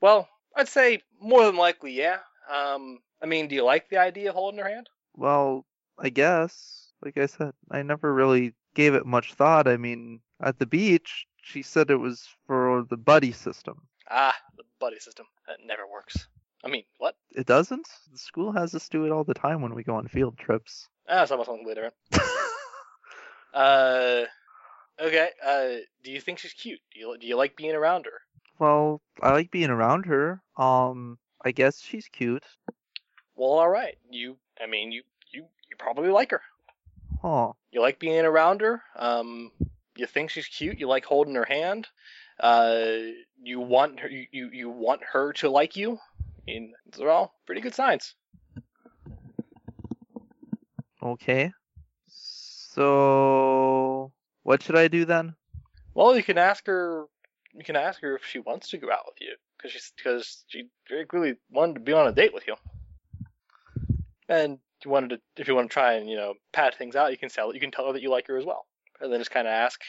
[SPEAKER 1] well, I'd say more than likely, yeah. Um, I mean, do you like the idea of holding her hand?
[SPEAKER 4] Well, I guess. Like I said, I never really gave it much thought. I mean, at the beach, she said it was for the buddy system.
[SPEAKER 1] Ah, the buddy system that never works. I mean, what?
[SPEAKER 4] It doesn't? The school has us do it all the time when we go on field trips. <laughs>
[SPEAKER 1] Ah, that's almost something later. Uh, okay. Uh, do you think she's cute? Do you do you like being around her?
[SPEAKER 4] well, I like being around her. Um, I guess she's cute.
[SPEAKER 1] Well, all right. You, I mean, you you you probably like her.
[SPEAKER 4] Huh.
[SPEAKER 1] You like being around her. Um, you think she's cute. You like holding her hand. Uh, you want her. You you, you want her to like you. I mean, those are all pretty good signs.
[SPEAKER 4] Okay. So, what should I do then?
[SPEAKER 1] Well, you can ask her. You can ask her if she wants to go out with you, because she's because she very clearly wanted to be on a date with you. And you wanted to, if you want to try and you know pad things out, you can sell it. You can tell her that you like her as well, and then just kind of ask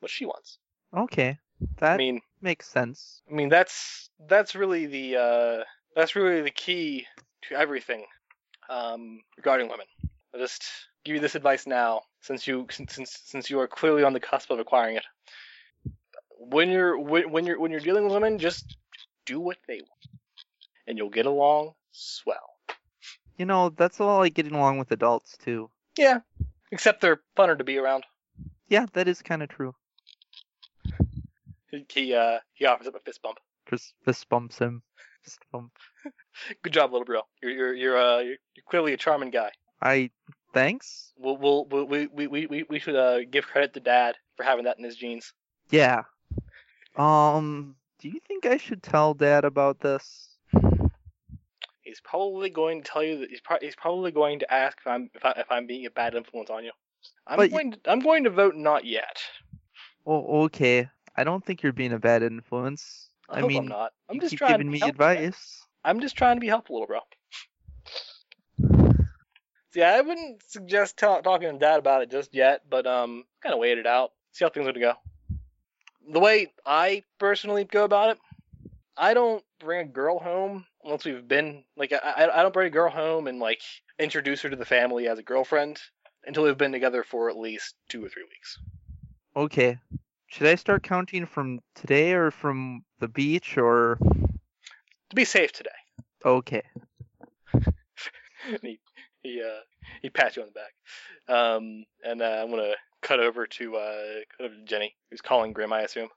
[SPEAKER 1] what she wants.
[SPEAKER 4] Okay, that
[SPEAKER 1] I mean,
[SPEAKER 4] makes sense.
[SPEAKER 1] I mean that's that's really the uh, that's really the key to everything um, regarding women. I'll just give you this advice now, since you since since you are clearly on the cusp of acquiring it. when you're when, when you're when you're dealing with women, just do what they want, and you'll get along swell.
[SPEAKER 4] You know, that's a lot like getting along with adults too.
[SPEAKER 1] Yeah, except they're funner to be around.
[SPEAKER 4] Yeah, that is kind of true.
[SPEAKER 1] He- He uh he offers up a fist bump.
[SPEAKER 4] Chris fist bumps him. <laughs> Fist bump.
[SPEAKER 1] Good job, little bro. You're you're you're uh you're, you're clearly a charming guy.
[SPEAKER 4] I thanks.
[SPEAKER 1] We'll, we'll, we'll we, we we we we should uh give credit to Dad for having that in his genes.
[SPEAKER 4] Yeah. Um. Do you think I should tell Dad about this?
[SPEAKER 1] He's probably going to tell you that he's, pro- he's probably going to ask if I'm if, I, if I'm being a bad influence on you. I'm
[SPEAKER 4] But you-
[SPEAKER 1] going to, I'm going to vote not yet.
[SPEAKER 4] Oh, okay. I don't think you're being a bad influence.
[SPEAKER 1] I,
[SPEAKER 4] I
[SPEAKER 1] hope
[SPEAKER 4] mean,
[SPEAKER 1] I'm not. I'm
[SPEAKER 4] you
[SPEAKER 1] just
[SPEAKER 4] keep
[SPEAKER 1] trying to
[SPEAKER 4] giving
[SPEAKER 1] be
[SPEAKER 4] me
[SPEAKER 1] helpful, man.
[SPEAKER 4] advice.
[SPEAKER 1] I'm just trying to be helpful, little bro. Yeah, I wouldn't suggest tell talking to Dad about it just yet, but um, kind of wait it out, see how things are to go. The way I personally go about it, I don't bring a girl home once we've been like I I, I don't bring a girl home and like introduce her to the family as a girlfriend until we've been together for at least two or three weeks.
[SPEAKER 4] Okay. Should I start counting from today or from the beach or
[SPEAKER 1] To be safe today,
[SPEAKER 4] okay?
[SPEAKER 1] <laughs> And he he uh he pats you on the back, um, and uh, I'm gonna cut over to uh cut over to Jenny who's calling Grim, I assume.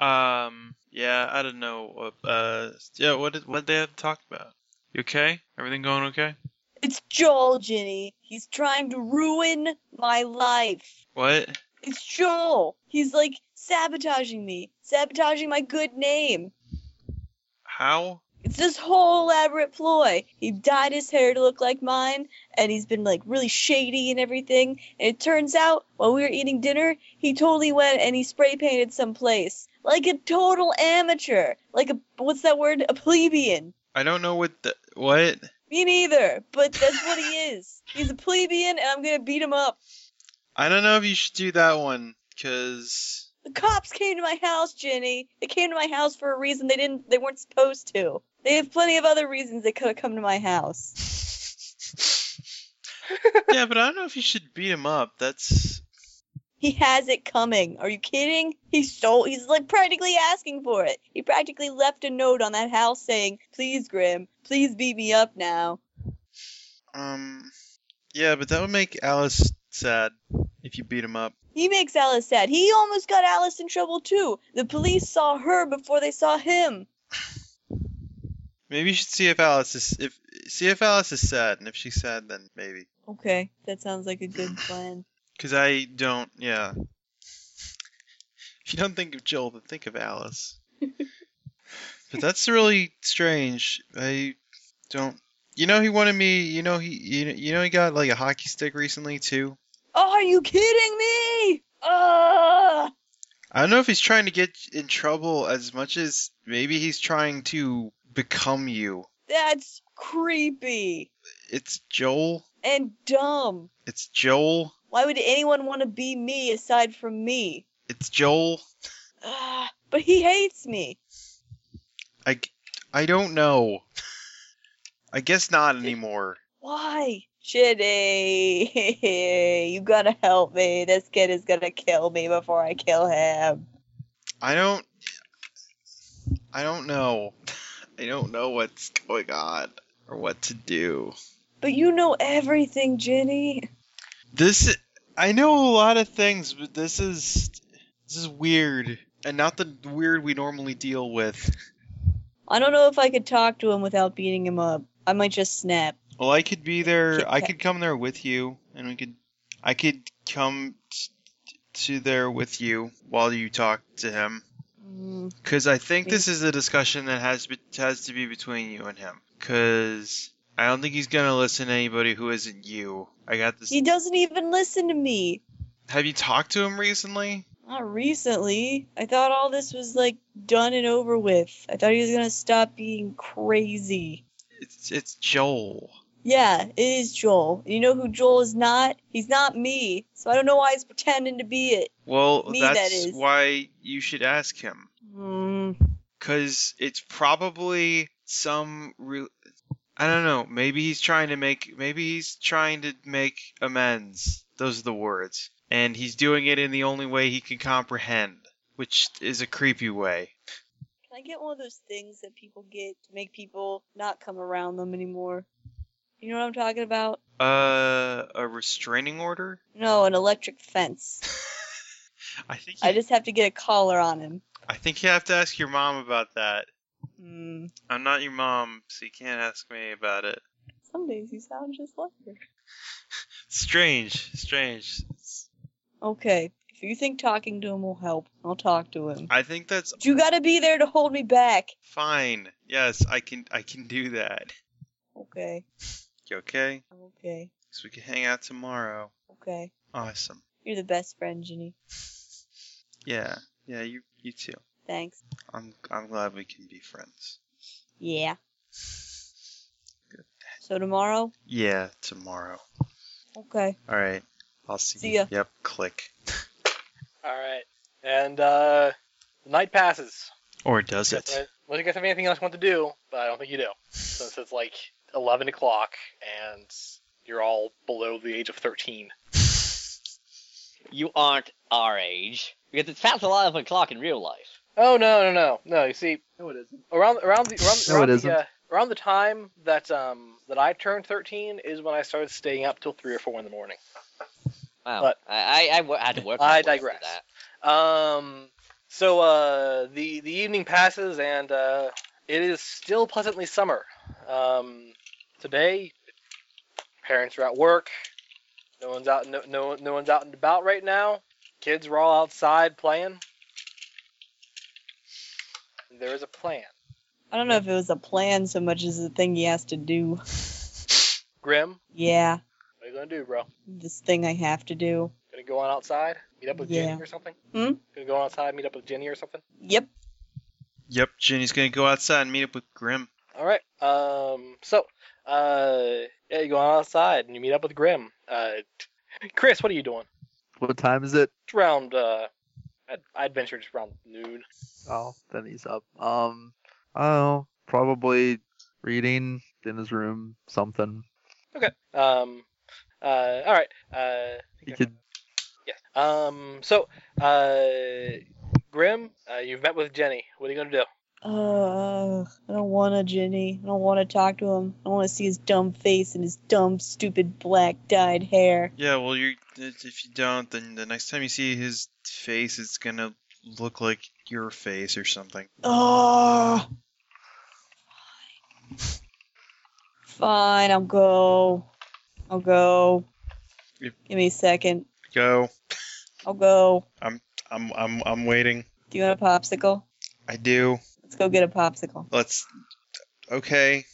[SPEAKER 6] Um, yeah, I don't know. what- Uh, yeah, what did what they have to talk about? You okay? Everything going okay?
[SPEAKER 5] It's Joel, Ginny. He's trying to ruin my life.
[SPEAKER 6] What?
[SPEAKER 5] It's Joel. He's like sabotaging me, sabotaging my good name.
[SPEAKER 6] How?
[SPEAKER 5] It's this whole elaborate ploy. He dyed his hair to look like mine, and he's been like really shady and everything. And it turns out while we were eating dinner, he totally went and he spray painted someplace like a total amateur, like a what's that word? A plebeian.
[SPEAKER 6] I don't know what the what.
[SPEAKER 5] Me neither, but that's what he is. He's a plebeian, and I'm gonna beat him up.
[SPEAKER 6] I don't know if you should do that one, cause
[SPEAKER 5] The cops came to my house, Jenny. They came to my house for a reason they didn't. They weren't supposed to. They have plenty of other reasons they could have come to my house.
[SPEAKER 6] yeah, but I don't know if you should beat him up. That's
[SPEAKER 5] He has it coming. Are you kidding? He stole. He's like practically asking for it. He practically left a note on that house saying, "Please, Grim, please beat me up now."
[SPEAKER 6] um, yeah, but that would make Alice sad if you beat him up.
[SPEAKER 5] He makes Alice sad. He almost got Alice in trouble too. The police saw her before they saw him.
[SPEAKER 6] Maybe you should see if Alice is if see if Alice is sad, and if she's sad, then maybe.
[SPEAKER 5] Okay, that sounds like a good plan.
[SPEAKER 6] Cause I don't. Yeah. If you don't think of Joel, then think of Alice. but that's really strange. I don't. You know he wanted me. You know he. You know, you know he got like a hockey stick recently too.
[SPEAKER 5] Oh, are you kidding me? Ah!
[SPEAKER 6] I don't know if he's trying to get in trouble as much as maybe he's trying to become you.
[SPEAKER 5] That's creepy
[SPEAKER 6] It's Joel.
[SPEAKER 5] and dumb.
[SPEAKER 6] It's Joel.
[SPEAKER 5] Why would anyone want to be me aside from me?
[SPEAKER 6] It's Joel.
[SPEAKER 5] Ah, but he hates me.
[SPEAKER 6] I. I don't know. I guess not anymore.
[SPEAKER 5] Why? Shitty. <laughs> you gotta help me. This kid is gonna kill me before I kill him.
[SPEAKER 6] I don't. I don't know. I don't know what's going on or what to do.
[SPEAKER 5] But you know everything, Jenny.
[SPEAKER 6] This. I know a lot of things, but this is. This is weird. And not the weird we normally deal with.
[SPEAKER 5] I don't know if I could talk to him without beating him up. I might just snap.
[SPEAKER 6] Well, I could be there.
[SPEAKER 5] Kit
[SPEAKER 6] I
[SPEAKER 5] Kat.
[SPEAKER 6] could come there with you, and we could. I could come t- to there with you while you talk to him,
[SPEAKER 5] Mm,
[SPEAKER 6] because I think
[SPEAKER 5] Me?
[SPEAKER 6] this is a discussion that has be- has to be between you and him, because I don't think he's gonna listen to anybody who isn't you. I got this.
[SPEAKER 5] He doesn't even listen to me.
[SPEAKER 6] Have you talked to him recently?
[SPEAKER 5] Not recently. I thought all this was like done and over with. I thought he was gonna stop being crazy.
[SPEAKER 6] It's it's Joel.
[SPEAKER 5] Yeah, it is Joel. You know who Joel is not? He's not me. So I don't know why he's pretending to be it.
[SPEAKER 6] Well,
[SPEAKER 5] Me, that
[SPEAKER 6] that's
[SPEAKER 5] is.
[SPEAKER 6] why you should ask him,
[SPEAKER 5] Hmm.
[SPEAKER 6] because it's probably some re- I don't know. Maybe he's trying to make. Maybe he's trying to make amends. Those are the words, and he's doing it in the only way he can comprehend. which is a creepy way.
[SPEAKER 5] Can I get one of those things that people get to make people not come around them anymore? You know what I'm talking about?
[SPEAKER 6] Uh, a restraining order?
[SPEAKER 5] No, an electric fence.
[SPEAKER 6] I think you,
[SPEAKER 5] I just have to get a collar on him.
[SPEAKER 6] I think you have to ask your mom about that.
[SPEAKER 5] Hmm.
[SPEAKER 6] I'm not your mom, so you can't ask me about it.
[SPEAKER 5] Some days you sound just like her.
[SPEAKER 6] Strange, strange. It's-
[SPEAKER 5] Okay. If you think talking to him will help, I'll talk to him.
[SPEAKER 6] I think that's
[SPEAKER 5] But you gotta be there to hold me back.
[SPEAKER 6] fine. Yes, I can I can do that.
[SPEAKER 5] Okay.
[SPEAKER 6] You okay?
[SPEAKER 5] I'm okay.
[SPEAKER 6] So we can hang out tomorrow.
[SPEAKER 5] Okay.
[SPEAKER 6] Awesome.
[SPEAKER 5] You're the best friend, Ginny.
[SPEAKER 6] Yeah. Yeah, you you too.
[SPEAKER 5] Thanks.
[SPEAKER 6] I'm I'm glad we can be friends.
[SPEAKER 5] Yeah. So tomorrow?
[SPEAKER 6] Yeah, tomorrow.
[SPEAKER 5] Okay.
[SPEAKER 6] All right. I'll see,
[SPEAKER 5] See
[SPEAKER 6] you.
[SPEAKER 5] ya.
[SPEAKER 6] Yep, click.
[SPEAKER 1] All right. And uh, the night passes.
[SPEAKER 6] Or does it?
[SPEAKER 1] Right? Unless you guys have anything else you want to do, but I don't think you do, since it's like 11 o'clock and you're all below the age of 13.
[SPEAKER 3] You aren't our age. Because it's past 11 o'clock in real life.
[SPEAKER 1] Oh no no no no! You see,
[SPEAKER 4] No, it isn't.
[SPEAKER 1] around around the around,
[SPEAKER 4] No,
[SPEAKER 1] around
[SPEAKER 4] it
[SPEAKER 1] the
[SPEAKER 4] isn't.
[SPEAKER 1] uh, around the time that um that I turned 13 is when I started staying up till three or four in the morning.
[SPEAKER 3] Wow.
[SPEAKER 1] But-
[SPEAKER 3] I, I, I wo- had to work.
[SPEAKER 1] I
[SPEAKER 3] my way through
[SPEAKER 1] digress.
[SPEAKER 3] That.
[SPEAKER 1] Um, so uh, the the evening passes and uh, it is still pleasantly summer. Um, today, parents are at work. No one's out. No, no no one's out and about right now. Kids are all outside playing. There is a plan.
[SPEAKER 5] I don't know if it was a plan so much as a thing he has to do.
[SPEAKER 1] Grim, what
[SPEAKER 5] Yeah.
[SPEAKER 1] are you gonna do, bro?
[SPEAKER 5] This thing I have to do.
[SPEAKER 1] Gonna go on outside, meet up with
[SPEAKER 5] Yeah.
[SPEAKER 1] Jenny or something?
[SPEAKER 5] Hmm?
[SPEAKER 1] Gonna go on outside, meet up with Jenny or something?
[SPEAKER 5] Yep.
[SPEAKER 6] Yep, Jenny's gonna go outside and meet up with Grim.
[SPEAKER 1] All right. Um. So, uh, yeah, you go on outside and you meet up with Grim. Uh, t- Chris, what are you doing?
[SPEAKER 4] What time is it?
[SPEAKER 1] It's around. Uh, I'd, I'd venture just around noon.
[SPEAKER 4] Oh, then he's up. Um, oh, probably reading in his room something.
[SPEAKER 1] Um. Uh. All right. Uh.
[SPEAKER 4] He could.
[SPEAKER 1] Yes. Um. So, uh, Grim, uh, you've met with Jenny. What are you gonna do?
[SPEAKER 5] Uh, I don't want to, Ginny. I don't want to talk to him. I want to see his dumb face and his dumb, stupid black dyed hair.
[SPEAKER 6] Yeah, well, you if you don't, then the next time you see his face, it's gonna look like your face or something.
[SPEAKER 5] Ugh. Fine, I'll go. I'll go.
[SPEAKER 6] Yep.
[SPEAKER 5] Give me a second.
[SPEAKER 6] Go.
[SPEAKER 5] I'll go.
[SPEAKER 6] I'm I'm I'm waiting.
[SPEAKER 5] Do you want a popsicle?
[SPEAKER 6] I do.
[SPEAKER 5] Let's go get a popsicle.
[SPEAKER 6] Let's. Okay.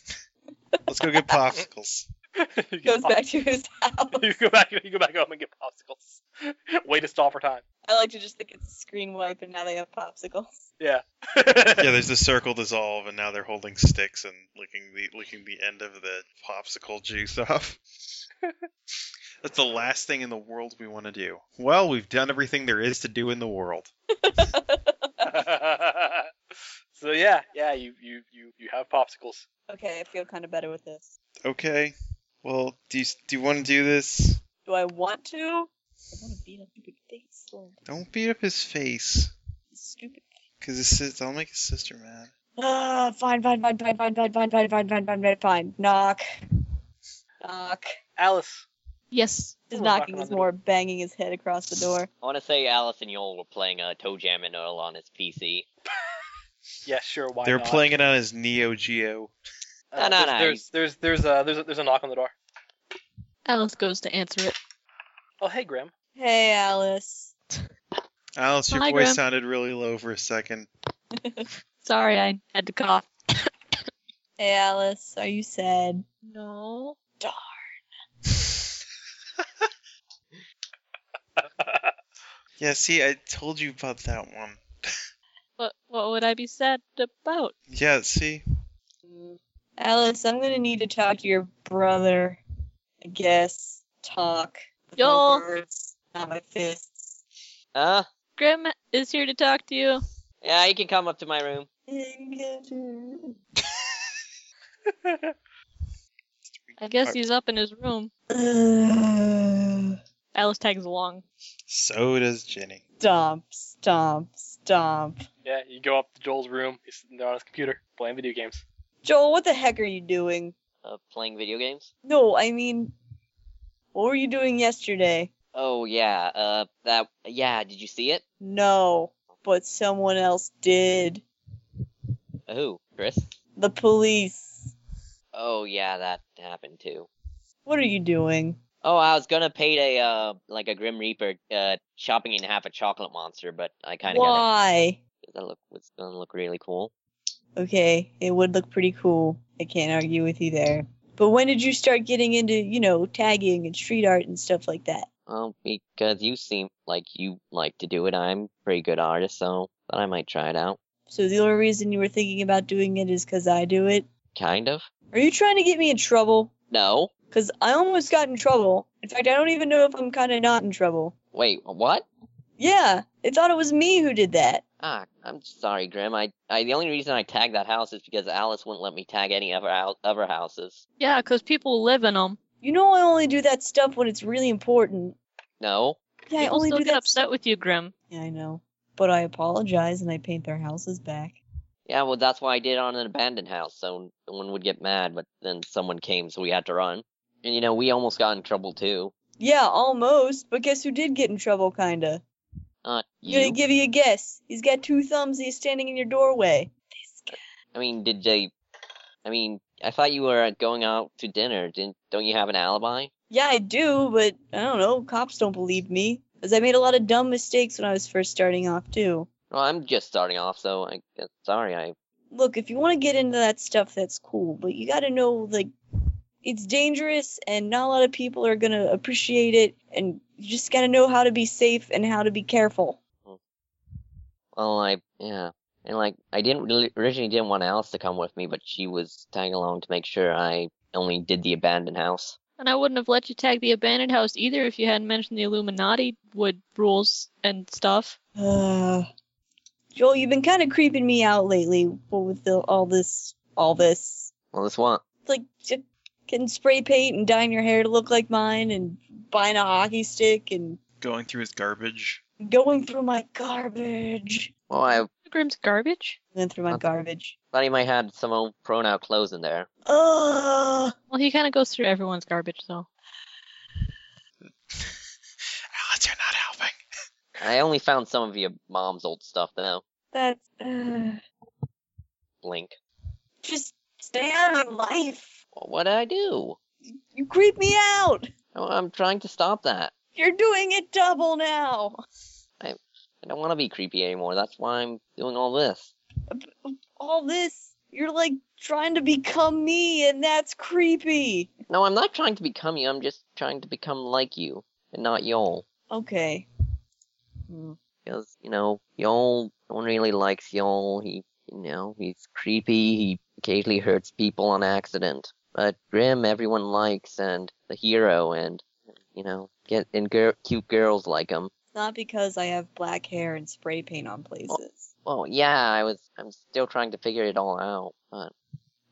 [SPEAKER 6] Let's go get popsicles.
[SPEAKER 1] <laughs> you get
[SPEAKER 5] Goes
[SPEAKER 1] pop-
[SPEAKER 5] back to his house.
[SPEAKER 1] <laughs> you go back. You go back home and get popsicles. <laughs> Way to stall for time.
[SPEAKER 5] I like to just think it's a screen wipe and now they have popsicles. <laughs>
[SPEAKER 1] Yeah.
[SPEAKER 6] yeah, there's the circle dissolve, and now they're holding sticks and licking the licking the end of the popsicle juice <laughs> off. That's the last thing in the world we want to do. Well, we've done everything there is to do in the world.
[SPEAKER 1] <laughs> so yeah, yeah, you you you you have popsicles.
[SPEAKER 5] Okay, I feel kind of better with this.
[SPEAKER 6] Okay. Well, do you, do you want to do this?
[SPEAKER 5] Do I want to? I want to beat up stupid face. or
[SPEAKER 6] Don't beat up his face,
[SPEAKER 5] Stupid.
[SPEAKER 6] cause his sis- that'll make his sister mad.
[SPEAKER 5] Ah, <sighs> fine, fine, fine, fine, fine, fine, fine, fine, fine, fine, fine, fine, fine. Knock. Knock.
[SPEAKER 1] Alice,
[SPEAKER 7] Yes.
[SPEAKER 5] His
[SPEAKER 1] Someone knocking
[SPEAKER 5] knocking
[SPEAKER 1] on
[SPEAKER 5] is
[SPEAKER 1] the
[SPEAKER 5] more banging his head across the door.
[SPEAKER 3] I want to say Alice and Yoel were playing uh, Toe Jam and Earl on his PC.
[SPEAKER 1] yeah, sure, why
[SPEAKER 6] They're
[SPEAKER 1] not?
[SPEAKER 6] playing it on his Neo Geo.
[SPEAKER 1] Uh,
[SPEAKER 3] No, no, no,
[SPEAKER 1] there's, there's there's there's a there's a, there's a knock on the door.
[SPEAKER 7] Alice goes to answer it.
[SPEAKER 1] Oh hey Grim.
[SPEAKER 6] <laughs>
[SPEAKER 5] Hey, Alice.
[SPEAKER 6] Alice, your
[SPEAKER 7] Hi,
[SPEAKER 6] voice
[SPEAKER 7] Grim.
[SPEAKER 6] sounded really low for a second.
[SPEAKER 7] Sorry, I had to cough.
[SPEAKER 5] Hey, Alice. Are you sad?
[SPEAKER 7] No.
[SPEAKER 6] Yeah, see, I told you about that one.
[SPEAKER 7] What what would I be sad about?
[SPEAKER 6] Yeah, see,
[SPEAKER 5] Alice, I'm gonna need to talk to your brother. I guess. Talk. With my
[SPEAKER 7] Y'all.
[SPEAKER 5] words, Not my fists.
[SPEAKER 3] Huh?
[SPEAKER 7] Grim is here to talk to you.
[SPEAKER 3] Uh, Yeah, you can come up to my room.
[SPEAKER 5] <sighs>
[SPEAKER 7] I guess
[SPEAKER 6] Alright.
[SPEAKER 7] he's up in his room.
[SPEAKER 5] Ugh.
[SPEAKER 7] Alice tags along.
[SPEAKER 6] so does Jenny.
[SPEAKER 5] stomp, stomp, Stomp.
[SPEAKER 1] Yeah, you go up to Joel's room. He's sitting there on his computer playing video games.
[SPEAKER 5] Joel, what the heck are you doing?
[SPEAKER 3] Uh, playing video games?
[SPEAKER 5] No, I mean, what were you doing yesterday?
[SPEAKER 3] Oh yeah, uh, that yeah. Did you see it?
[SPEAKER 5] No, but someone else did.
[SPEAKER 3] Uh, Who? Chris?
[SPEAKER 5] The police.
[SPEAKER 3] Oh yeah, that happened too.
[SPEAKER 5] What are you doing?
[SPEAKER 3] Oh, I was gonna paint a uh like a Grim Reaper uh chopping in half a chocolate monster, but I kind of got
[SPEAKER 5] Why?
[SPEAKER 3] it. That look was gonna look really cool.
[SPEAKER 5] Okay, it would look pretty cool. I can't argue with you there. But when did you start getting into, you know, tagging and street art and stuff like that?
[SPEAKER 3] Well, Oh, because you seem like you like to do it. I'm a pretty good artist, so thought I might try it out.
[SPEAKER 5] So the only reason you were thinking about doing it is 'cause I do it?
[SPEAKER 3] Kind of.
[SPEAKER 5] Are you trying to get me in trouble?
[SPEAKER 3] No.
[SPEAKER 5] 'Cause I almost got in trouble. In fact, I don't even know if I'm kind of not in trouble.
[SPEAKER 3] Wait, what?
[SPEAKER 5] Yeah, they thought it was me who did that.
[SPEAKER 3] Ah, I'm sorry, Grim. I, I the only reason I tagged that house is because Alice wouldn't let me tag any other hou- other houses.
[SPEAKER 7] Yeah, 'cause people live in them.
[SPEAKER 5] You know, I only do that stuff when it's really important.
[SPEAKER 3] No.
[SPEAKER 5] Yeah, I
[SPEAKER 7] People
[SPEAKER 5] only
[SPEAKER 7] still
[SPEAKER 5] do
[SPEAKER 7] get
[SPEAKER 5] that.
[SPEAKER 7] upset with you, Grim.
[SPEAKER 5] Yeah, I know. But I apologize and I paint their houses back.
[SPEAKER 3] Yeah, well, that's why I did it on an abandoned house, so no one would get mad. But then someone came, so we had to run. And you know, we almost got in trouble too.
[SPEAKER 5] Yeah, almost. But guess who did get in trouble, kinda?
[SPEAKER 3] Uh,
[SPEAKER 5] You? Gonna
[SPEAKER 3] you.
[SPEAKER 5] give you a guess. He's got two thumbs. He's standing in your doorway.
[SPEAKER 3] I mean, did they? I mean, I thought you were uh, going out to dinner. Didn't? Don't you have an alibi?
[SPEAKER 5] Yeah, I do, but I don't know. Cops don't believe me. Because I made a lot of dumb mistakes when I was first starting off, too.
[SPEAKER 3] Well, I'm just starting off, so I guess- sorry. I
[SPEAKER 5] Look, if you want to get into that stuff, that's cool, but you gotta know, like, it's dangerous and not a lot of people are gonna appreciate it, and you just gotta know how to be safe and how to be careful. <sighs>
[SPEAKER 3] well, I yeah. And like, I didn't really- originally didn't want Alice to come with me, but she was tagging along to make sure I only did the abandoned house.
[SPEAKER 7] And I wouldn't have let you tag the abandoned house either if you hadn't mentioned the Illuminati wood rules and stuff.
[SPEAKER 5] Uh, Joel, you've been kind of creeping me out lately with the, all this, all this.
[SPEAKER 3] Well, this one.
[SPEAKER 5] It's like just getting spray paint and dyeing your hair to look like mine and buying a hockey stick and
[SPEAKER 6] Going through his garbage.
[SPEAKER 5] going through my garbage.
[SPEAKER 3] Well, I
[SPEAKER 7] Grim's garbage?
[SPEAKER 5] Going through my
[SPEAKER 3] Okay.
[SPEAKER 5] garbage.
[SPEAKER 3] thought he might have some old pronoun clothes in there.
[SPEAKER 5] Ugh.
[SPEAKER 7] Well, he kind of goes through everyone's garbage, though.
[SPEAKER 6] Alice, you're not helping.
[SPEAKER 3] I only found some of your mom's old stuff though.
[SPEAKER 5] That's <sighs> uh,
[SPEAKER 3] Blink.
[SPEAKER 5] just stay out of my life.
[SPEAKER 3] Well, what did I do?
[SPEAKER 5] You creep me out.
[SPEAKER 3] Oh, I'm trying to stop that.
[SPEAKER 5] You're doing it double now.
[SPEAKER 3] I don't want to be creepy anymore. That's why I'm doing all this.
[SPEAKER 5] All this, you're like trying to become me, and that's creepy.
[SPEAKER 3] No, I'm not trying to become you. I'm just trying to become like you and not Yol.
[SPEAKER 5] Okay. Hmm.
[SPEAKER 3] Because, you know, Yol, no one really likes Yol. He, you know, he's creepy. He occasionally hurts people on accident. But Grim, everyone likes, and the hero, and, you know, get and gir- cute girls like him.
[SPEAKER 5] Not because I have black hair and spray paint on places.
[SPEAKER 3] Well, yeah, I was. I'm still trying to figure it all out. But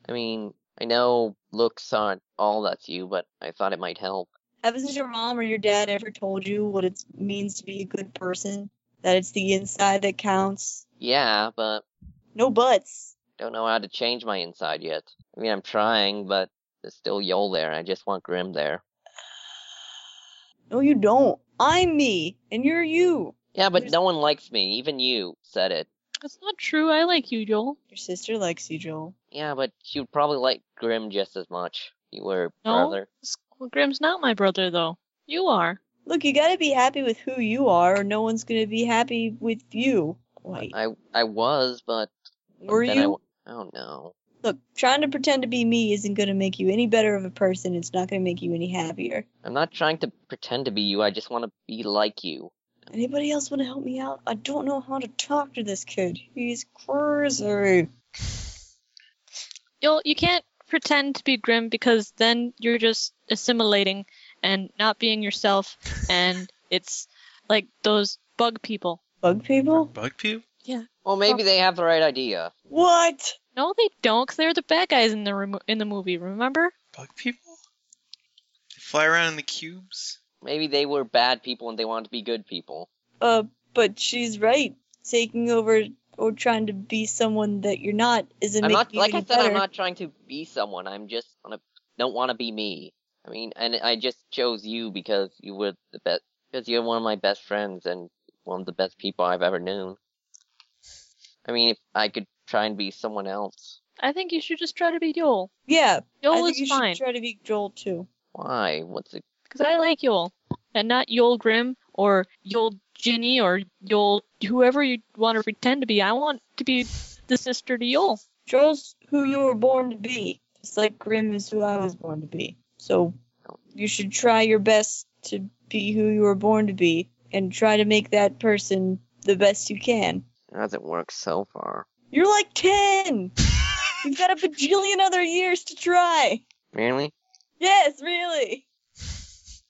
[SPEAKER 3] I mean, I know looks aren't all that's you, but I thought it might help.
[SPEAKER 5] Haven't your mom or your dad ever told you what it means to be a good person? That it's the inside that counts?
[SPEAKER 3] Yeah, but
[SPEAKER 5] No buts.
[SPEAKER 3] don't know how to change my inside yet. I mean, I'm trying, but there's still Yol there. I just want Grim there.
[SPEAKER 5] No, you don't. I'm me, and you're you.
[SPEAKER 3] Yeah, but
[SPEAKER 5] There's-
[SPEAKER 3] no one likes me. Even you said it.
[SPEAKER 7] That's not true. I like you, Joel.
[SPEAKER 5] Your sister likes you, Joel.
[SPEAKER 3] Yeah, but she would probably like Grim just as much. You were
[SPEAKER 7] No.
[SPEAKER 3] brother.
[SPEAKER 7] S- Well, Grim's not my brother, though. You are.
[SPEAKER 5] Look, you gotta be happy with who you are, or no one's gonna be happy with you. Wait,
[SPEAKER 3] I I was, but but
[SPEAKER 5] were
[SPEAKER 3] then I
[SPEAKER 5] you?
[SPEAKER 3] w- oh no.
[SPEAKER 5] Look, trying to pretend to be me isn't gonna make you any better of a person. It's not gonna make you any happier.
[SPEAKER 3] I'm not trying to pretend to be you. I just want to be like you.
[SPEAKER 5] Anybody else wanna help me out? I don't know how to talk to this kid. He's crazy.
[SPEAKER 7] You'll, you can't pretend to be Grim because then you're just assimilating and not being
[SPEAKER 5] <laughs>
[SPEAKER 7] yourself, and it's like those bug people.
[SPEAKER 5] Bug people?
[SPEAKER 6] Bug pew?
[SPEAKER 3] Well, maybe they have the right idea.
[SPEAKER 5] What?
[SPEAKER 7] No, they don't, 'cause they're the bad guys in the remo- in the movie. Remember?
[SPEAKER 6] Bug people? They fly around in the cubes?
[SPEAKER 3] Maybe they were bad people and they wanted to be good people.
[SPEAKER 5] Uh, but she's right. taking over or trying to be someone that you're not isn't
[SPEAKER 3] I'm
[SPEAKER 5] making
[SPEAKER 3] not
[SPEAKER 5] you
[SPEAKER 3] like
[SPEAKER 5] any
[SPEAKER 3] I said.
[SPEAKER 5] better.
[SPEAKER 3] I'm not trying to be someone. I'm just wanna don't want to be me. I mean, and I just chose you because you were the best. Because you're one of my best friends and one of the best people I've ever known. I mean, if I could try and be someone else,
[SPEAKER 7] I think you should just try to be Yol.
[SPEAKER 5] yeah, I
[SPEAKER 7] Yol
[SPEAKER 5] think
[SPEAKER 7] is
[SPEAKER 5] you
[SPEAKER 7] fine
[SPEAKER 5] should try to be Joel too.
[SPEAKER 3] why? What's it?
[SPEAKER 7] because I like Yol, and not Yol Grim or Yol Ginny or Yol whoever you want to pretend to be. I want to be the sister to Yol.
[SPEAKER 5] Joel's who you were born to be. Just like Grim is who I was born to be. So you should try your best to be who you were born to be and try to make that person the best you can.
[SPEAKER 3] It hasn't worked so far.
[SPEAKER 5] You're like
[SPEAKER 3] <laughs>
[SPEAKER 5] 10! You've got a bajillion other years to try!
[SPEAKER 3] Really?
[SPEAKER 5] Yes, really!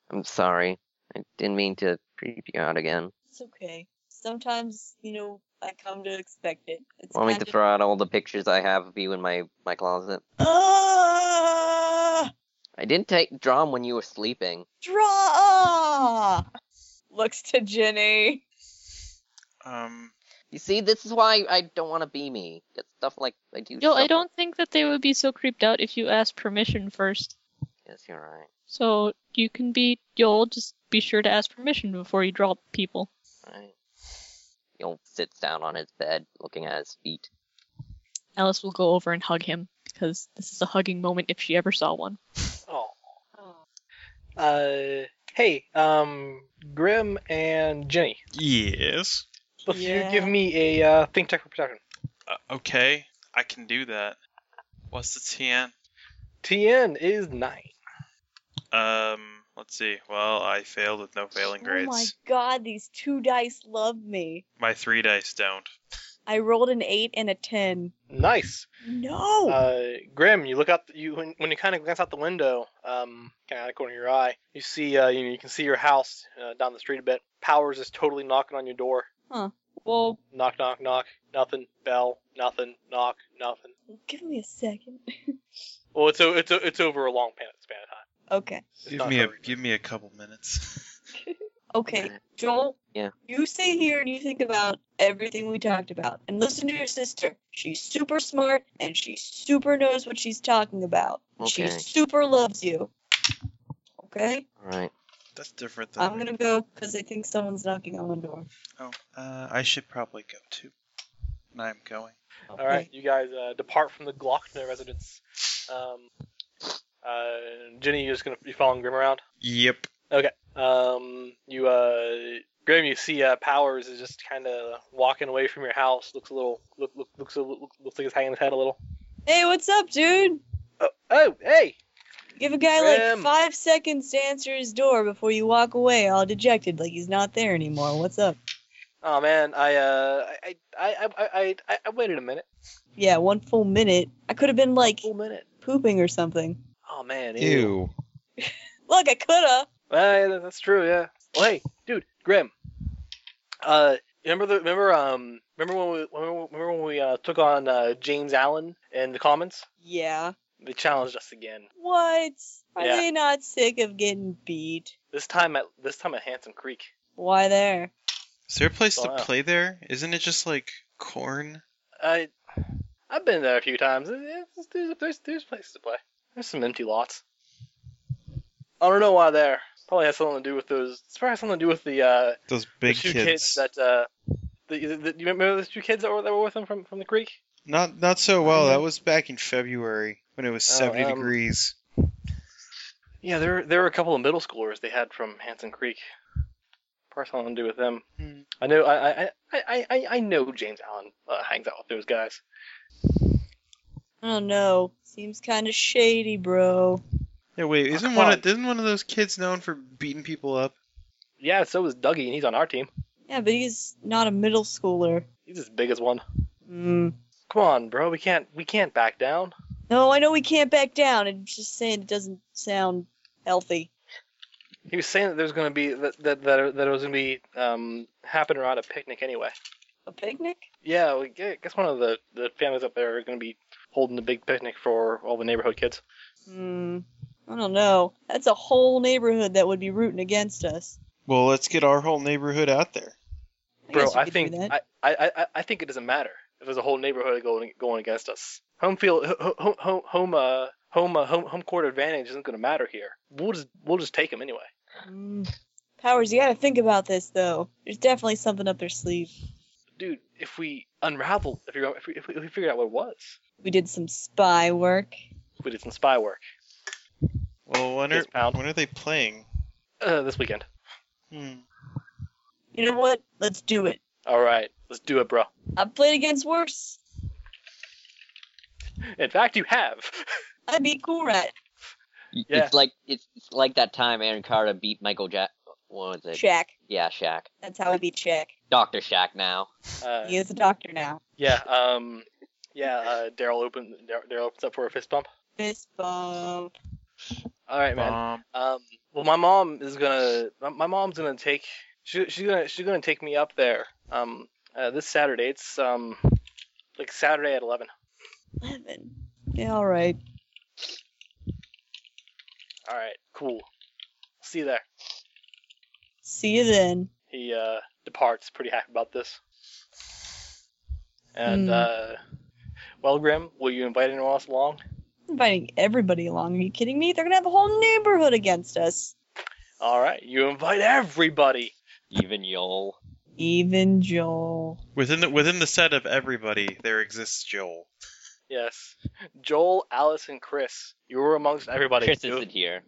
[SPEAKER 3] I'm sorry. I didn't mean to creep you out again.
[SPEAKER 5] It's okay. Sometimes, you know, I come to expect it. It's
[SPEAKER 3] Want me
[SPEAKER 5] kind
[SPEAKER 3] to
[SPEAKER 5] of-
[SPEAKER 3] throw out all the pictures I have of you in my my closet?
[SPEAKER 5] Ah!
[SPEAKER 3] I didn't take draw 'em when you were sleeping.
[SPEAKER 5] Draw! Looks to Jenny.
[SPEAKER 6] Um,
[SPEAKER 3] You see, this is why I don't want to be me. Get stuff like I do.
[SPEAKER 7] Yol, I
[SPEAKER 3] stuff-
[SPEAKER 7] don't think that they would be so creeped out if you asked permission first.
[SPEAKER 3] Yes, you're right.
[SPEAKER 7] So you can be Yol. Just be sure to ask permission before you draw people.
[SPEAKER 3] Right. Yol sits down on his bed, looking at his feet.
[SPEAKER 7] Alice will go over and hug him because this is a hugging moment if she ever saw one.
[SPEAKER 1] Oh. Uh, hey, um, Grim and Jenny,
[SPEAKER 6] yes.
[SPEAKER 1] both of
[SPEAKER 5] Yeah.
[SPEAKER 1] you give me a uh, think check for protection.
[SPEAKER 6] Uh, okay, I can do that. What's the TN?
[SPEAKER 1] TN is nine.
[SPEAKER 6] Um, let's see. Well, I failed with no failing grades.
[SPEAKER 5] Oh my god, these two dice love me.
[SPEAKER 6] My three dice don't.
[SPEAKER 5] I rolled an eight and a ten.
[SPEAKER 1] Nice.
[SPEAKER 5] No.
[SPEAKER 1] Uh, Grim, you look out. The, you when, when you kind of glance out the window, um, kind of out of the corner of your eye, you see. Uh, you, you can see your house uh, down the street a bit. Powers is totally knocking on your door.
[SPEAKER 5] well,
[SPEAKER 1] Knock, knock, knock. Nothing. Bell. Nothing. Knock. Nothing.
[SPEAKER 5] give me a second.
[SPEAKER 1] Well, it's o- it's o- it's over a long pan- span of time.
[SPEAKER 5] Okay.
[SPEAKER 1] It's
[SPEAKER 6] Give
[SPEAKER 1] not
[SPEAKER 6] me a
[SPEAKER 1] hurry.
[SPEAKER 6] give me a couple minutes. <laughs>
[SPEAKER 5] Okay, Joel.
[SPEAKER 3] Yeah.
[SPEAKER 5] You stay here and you think about everything we talked about, and listen to your sister. She's super smart and she super knows what she's talking about. And She
[SPEAKER 3] Okay.
[SPEAKER 5] super loves you. Okay.
[SPEAKER 3] All right.
[SPEAKER 6] That's different than.
[SPEAKER 5] I'm gonna go because I think someone's knocking on the door.
[SPEAKER 6] Oh, uh, I should probably go too. And I'm going.
[SPEAKER 1] All right, you guys uh, depart from the Glockner residence. Um, uh, Jenny, you're just gonna be following Grim around.
[SPEAKER 6] Yep.
[SPEAKER 1] Um, you, uh, Grim, you see uh, Powers is just kind of walking away from your house. Looks a little, look, look, looks, a, look, looks like he's hanging his head a little.
[SPEAKER 5] Hey, what's up, dude?
[SPEAKER 1] Oh, oh, hey,
[SPEAKER 5] Give a guy
[SPEAKER 1] Grim.
[SPEAKER 5] like five seconds to answer his door before you walk away, all dejected, like he's not there anymore. What's up?
[SPEAKER 1] oh man, I, uh, I, I, I, I, I, I, I waited a minute,
[SPEAKER 5] Yeah, one full minute. I could have been like
[SPEAKER 1] full minute.
[SPEAKER 5] pooping or something.
[SPEAKER 1] Oh man, ew.
[SPEAKER 2] Ew.
[SPEAKER 5] Look, I
[SPEAKER 1] Well,
[SPEAKER 5] coulda.
[SPEAKER 1] Uh, yeah, that's true. Yeah. Well, hey, dude, Grim. Uh, remember the remember um remember when we remember, remember when we uh, took on uh, James Allen in the comments?
[SPEAKER 5] Yeah.
[SPEAKER 1] They challenged us again.
[SPEAKER 5] What? Are
[SPEAKER 1] Yeah.
[SPEAKER 5] they not sick of getting beat?
[SPEAKER 1] This time at this time at Handsome Creek.
[SPEAKER 5] Why there?
[SPEAKER 6] Is there a place to
[SPEAKER 1] Wow.
[SPEAKER 6] play there? Isn't it just like corn?
[SPEAKER 1] I I've been there a few times. It- it's- There's, there's there's places to play. There's some empty lots. I don't know why there. Probably has something to do with those. It's probably has something to do with the uh
[SPEAKER 6] Those big
[SPEAKER 1] the two
[SPEAKER 6] kids.
[SPEAKER 1] kids, that uh. The, the, the, you remember those two kids that were, that were with them from, from the creek?
[SPEAKER 2] Not not so well. That was back in February when it was
[SPEAKER 1] Oh,
[SPEAKER 2] 70
[SPEAKER 1] um,
[SPEAKER 2] degrees.
[SPEAKER 1] Yeah, there there were a couple of middle schoolers they had from Hanson Creek. Probably something to do with them.
[SPEAKER 6] Hmm.
[SPEAKER 1] I know I I, I- I, I I know James Allen uh, hangs out with those guys.
[SPEAKER 5] I don't know. Seems kind of shady, bro.
[SPEAKER 2] Yeah, wait,
[SPEAKER 1] Oh,
[SPEAKER 2] isn't
[SPEAKER 1] come
[SPEAKER 2] one
[SPEAKER 1] on.
[SPEAKER 2] of, isn't one of those kids known for beating people up?
[SPEAKER 1] Yeah, so is Dougie, and he's on our team.
[SPEAKER 5] Yeah, but he's not a middle schooler.
[SPEAKER 1] He's as big as one.
[SPEAKER 5] Mm.
[SPEAKER 1] Come on, bro. We can't we can't back down.
[SPEAKER 5] No, I know we can't back down. I'm just saying it doesn't sound healthy.
[SPEAKER 1] He was saying that there's gonna be that that that, that it was gonna be um happening around a picnic anyway.
[SPEAKER 5] A picnic?
[SPEAKER 1] Yeah, we, I guess one of the the families up there are gonna be holding a big picnic for all the neighborhood kids.
[SPEAKER 5] Hmm. I don't know. That's a whole neighborhood that would be rooting against us.
[SPEAKER 2] Well, let's get our whole neighborhood out there.
[SPEAKER 1] Bro,
[SPEAKER 5] guess you
[SPEAKER 1] I
[SPEAKER 5] could do
[SPEAKER 1] think
[SPEAKER 5] that.
[SPEAKER 1] I, I, I, I think it doesn't matter if there's a whole neighborhood going going against us. Home field, home home home uh, home uh, home home court advantage isn't going to matter here. We'll just we'll just take them anyway.
[SPEAKER 5] Mm. Powers, you gotta think about this though. There's definitely something up their sleeve.
[SPEAKER 1] Dude, if we unraveled, if, we if, we, if we figured out what it was,
[SPEAKER 5] We did some spy work.
[SPEAKER 1] we did some spy work
[SPEAKER 6] Well, when
[SPEAKER 1] Yes,
[SPEAKER 6] are
[SPEAKER 1] pal.
[SPEAKER 6] when are they playing?
[SPEAKER 1] uh, this weekend.
[SPEAKER 6] Hmm.
[SPEAKER 5] You know what? Let's do it.
[SPEAKER 1] All right, let's do it, bro.
[SPEAKER 5] I played against worse.
[SPEAKER 1] In fact, you have. <laughs>
[SPEAKER 5] I beat Cool Rat.
[SPEAKER 3] Y-
[SPEAKER 1] Yeah.
[SPEAKER 3] It's like it's, it's like that time Aaron Carter beat Michael Jack. What was it?
[SPEAKER 5] Shaq.
[SPEAKER 3] Yeah, Shaq.
[SPEAKER 5] That's how I beat Shaq.
[SPEAKER 3] Doctor Shaq now.
[SPEAKER 1] Uh,
[SPEAKER 5] He is a doctor now.
[SPEAKER 1] yeah, um, yeah. Uh, Daryl open Daryl opens up for a fist bump.
[SPEAKER 5] Fist bump.
[SPEAKER 1] All right, man.
[SPEAKER 6] Um,
[SPEAKER 1] Um, well, my mom is gonna. My, my mom's gonna take. She, she's gonna. She's gonna take me up there. Um, uh, this Saturday. It's um, like Saturday at eleven.
[SPEAKER 5] Eleven. Yeah, all right.
[SPEAKER 1] All right, cool. See you there.
[SPEAKER 5] See you then.
[SPEAKER 1] He uh departs, pretty happy about this. And
[SPEAKER 5] Hmm.
[SPEAKER 1] uh, well, Grim, will you invite anyone else along?
[SPEAKER 5] Inviting everybody along. Are you kidding me? They're gonna have a whole neighborhood against us.
[SPEAKER 1] All right, you invite everybody.
[SPEAKER 3] Even Yol.
[SPEAKER 5] Even Joel.
[SPEAKER 6] within the within the set of everybody, there exists Joel.
[SPEAKER 1] Yes, Joel, Alice, and Chris. You were amongst everybody.
[SPEAKER 3] Chris
[SPEAKER 1] You-
[SPEAKER 3] isn't here.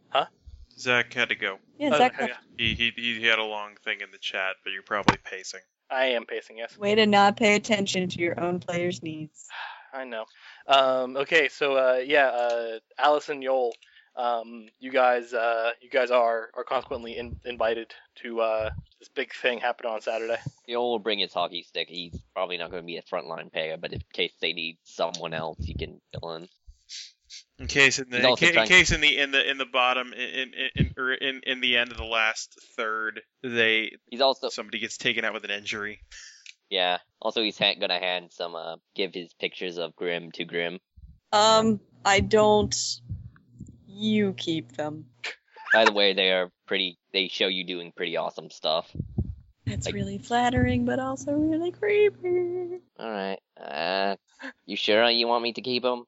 [SPEAKER 6] Zach had to go.
[SPEAKER 5] Yeah,
[SPEAKER 1] Oh,
[SPEAKER 5] Zach.
[SPEAKER 1] yeah,
[SPEAKER 6] He he he had a long thing in the chat, but you're probably pacing.
[SPEAKER 1] I am pacing. Yes.
[SPEAKER 5] Way to not pay attention to your own player's needs.
[SPEAKER 1] I know. Um, okay, so uh, yeah, uh, Allison Yole, um, you guys, uh, you guys are are consequently in, invited to uh, this big thing happening on Saturday.
[SPEAKER 3] Yol will bring his hockey stick. He's probably not going to be a frontline player, but in case they need someone else, he can fill in.
[SPEAKER 6] In case in the
[SPEAKER 3] He's
[SPEAKER 6] in,
[SPEAKER 3] also
[SPEAKER 6] ca- in
[SPEAKER 3] trying-
[SPEAKER 6] case in the in the in the bottom in in in, or in in the end of the last third, they
[SPEAKER 3] He's also
[SPEAKER 6] somebody gets taken out with an injury.
[SPEAKER 3] yeah. Also, he's ha- going to hand some uh give his pictures of Grim to Grim.
[SPEAKER 5] Um, I don't. You keep them.
[SPEAKER 3] By the way, they are pretty. They show you doing pretty awesome stuff.
[SPEAKER 5] That's
[SPEAKER 3] Like-
[SPEAKER 5] really flattering, but also really creepy.
[SPEAKER 3] All right. Uh, you sure you want me to keep them?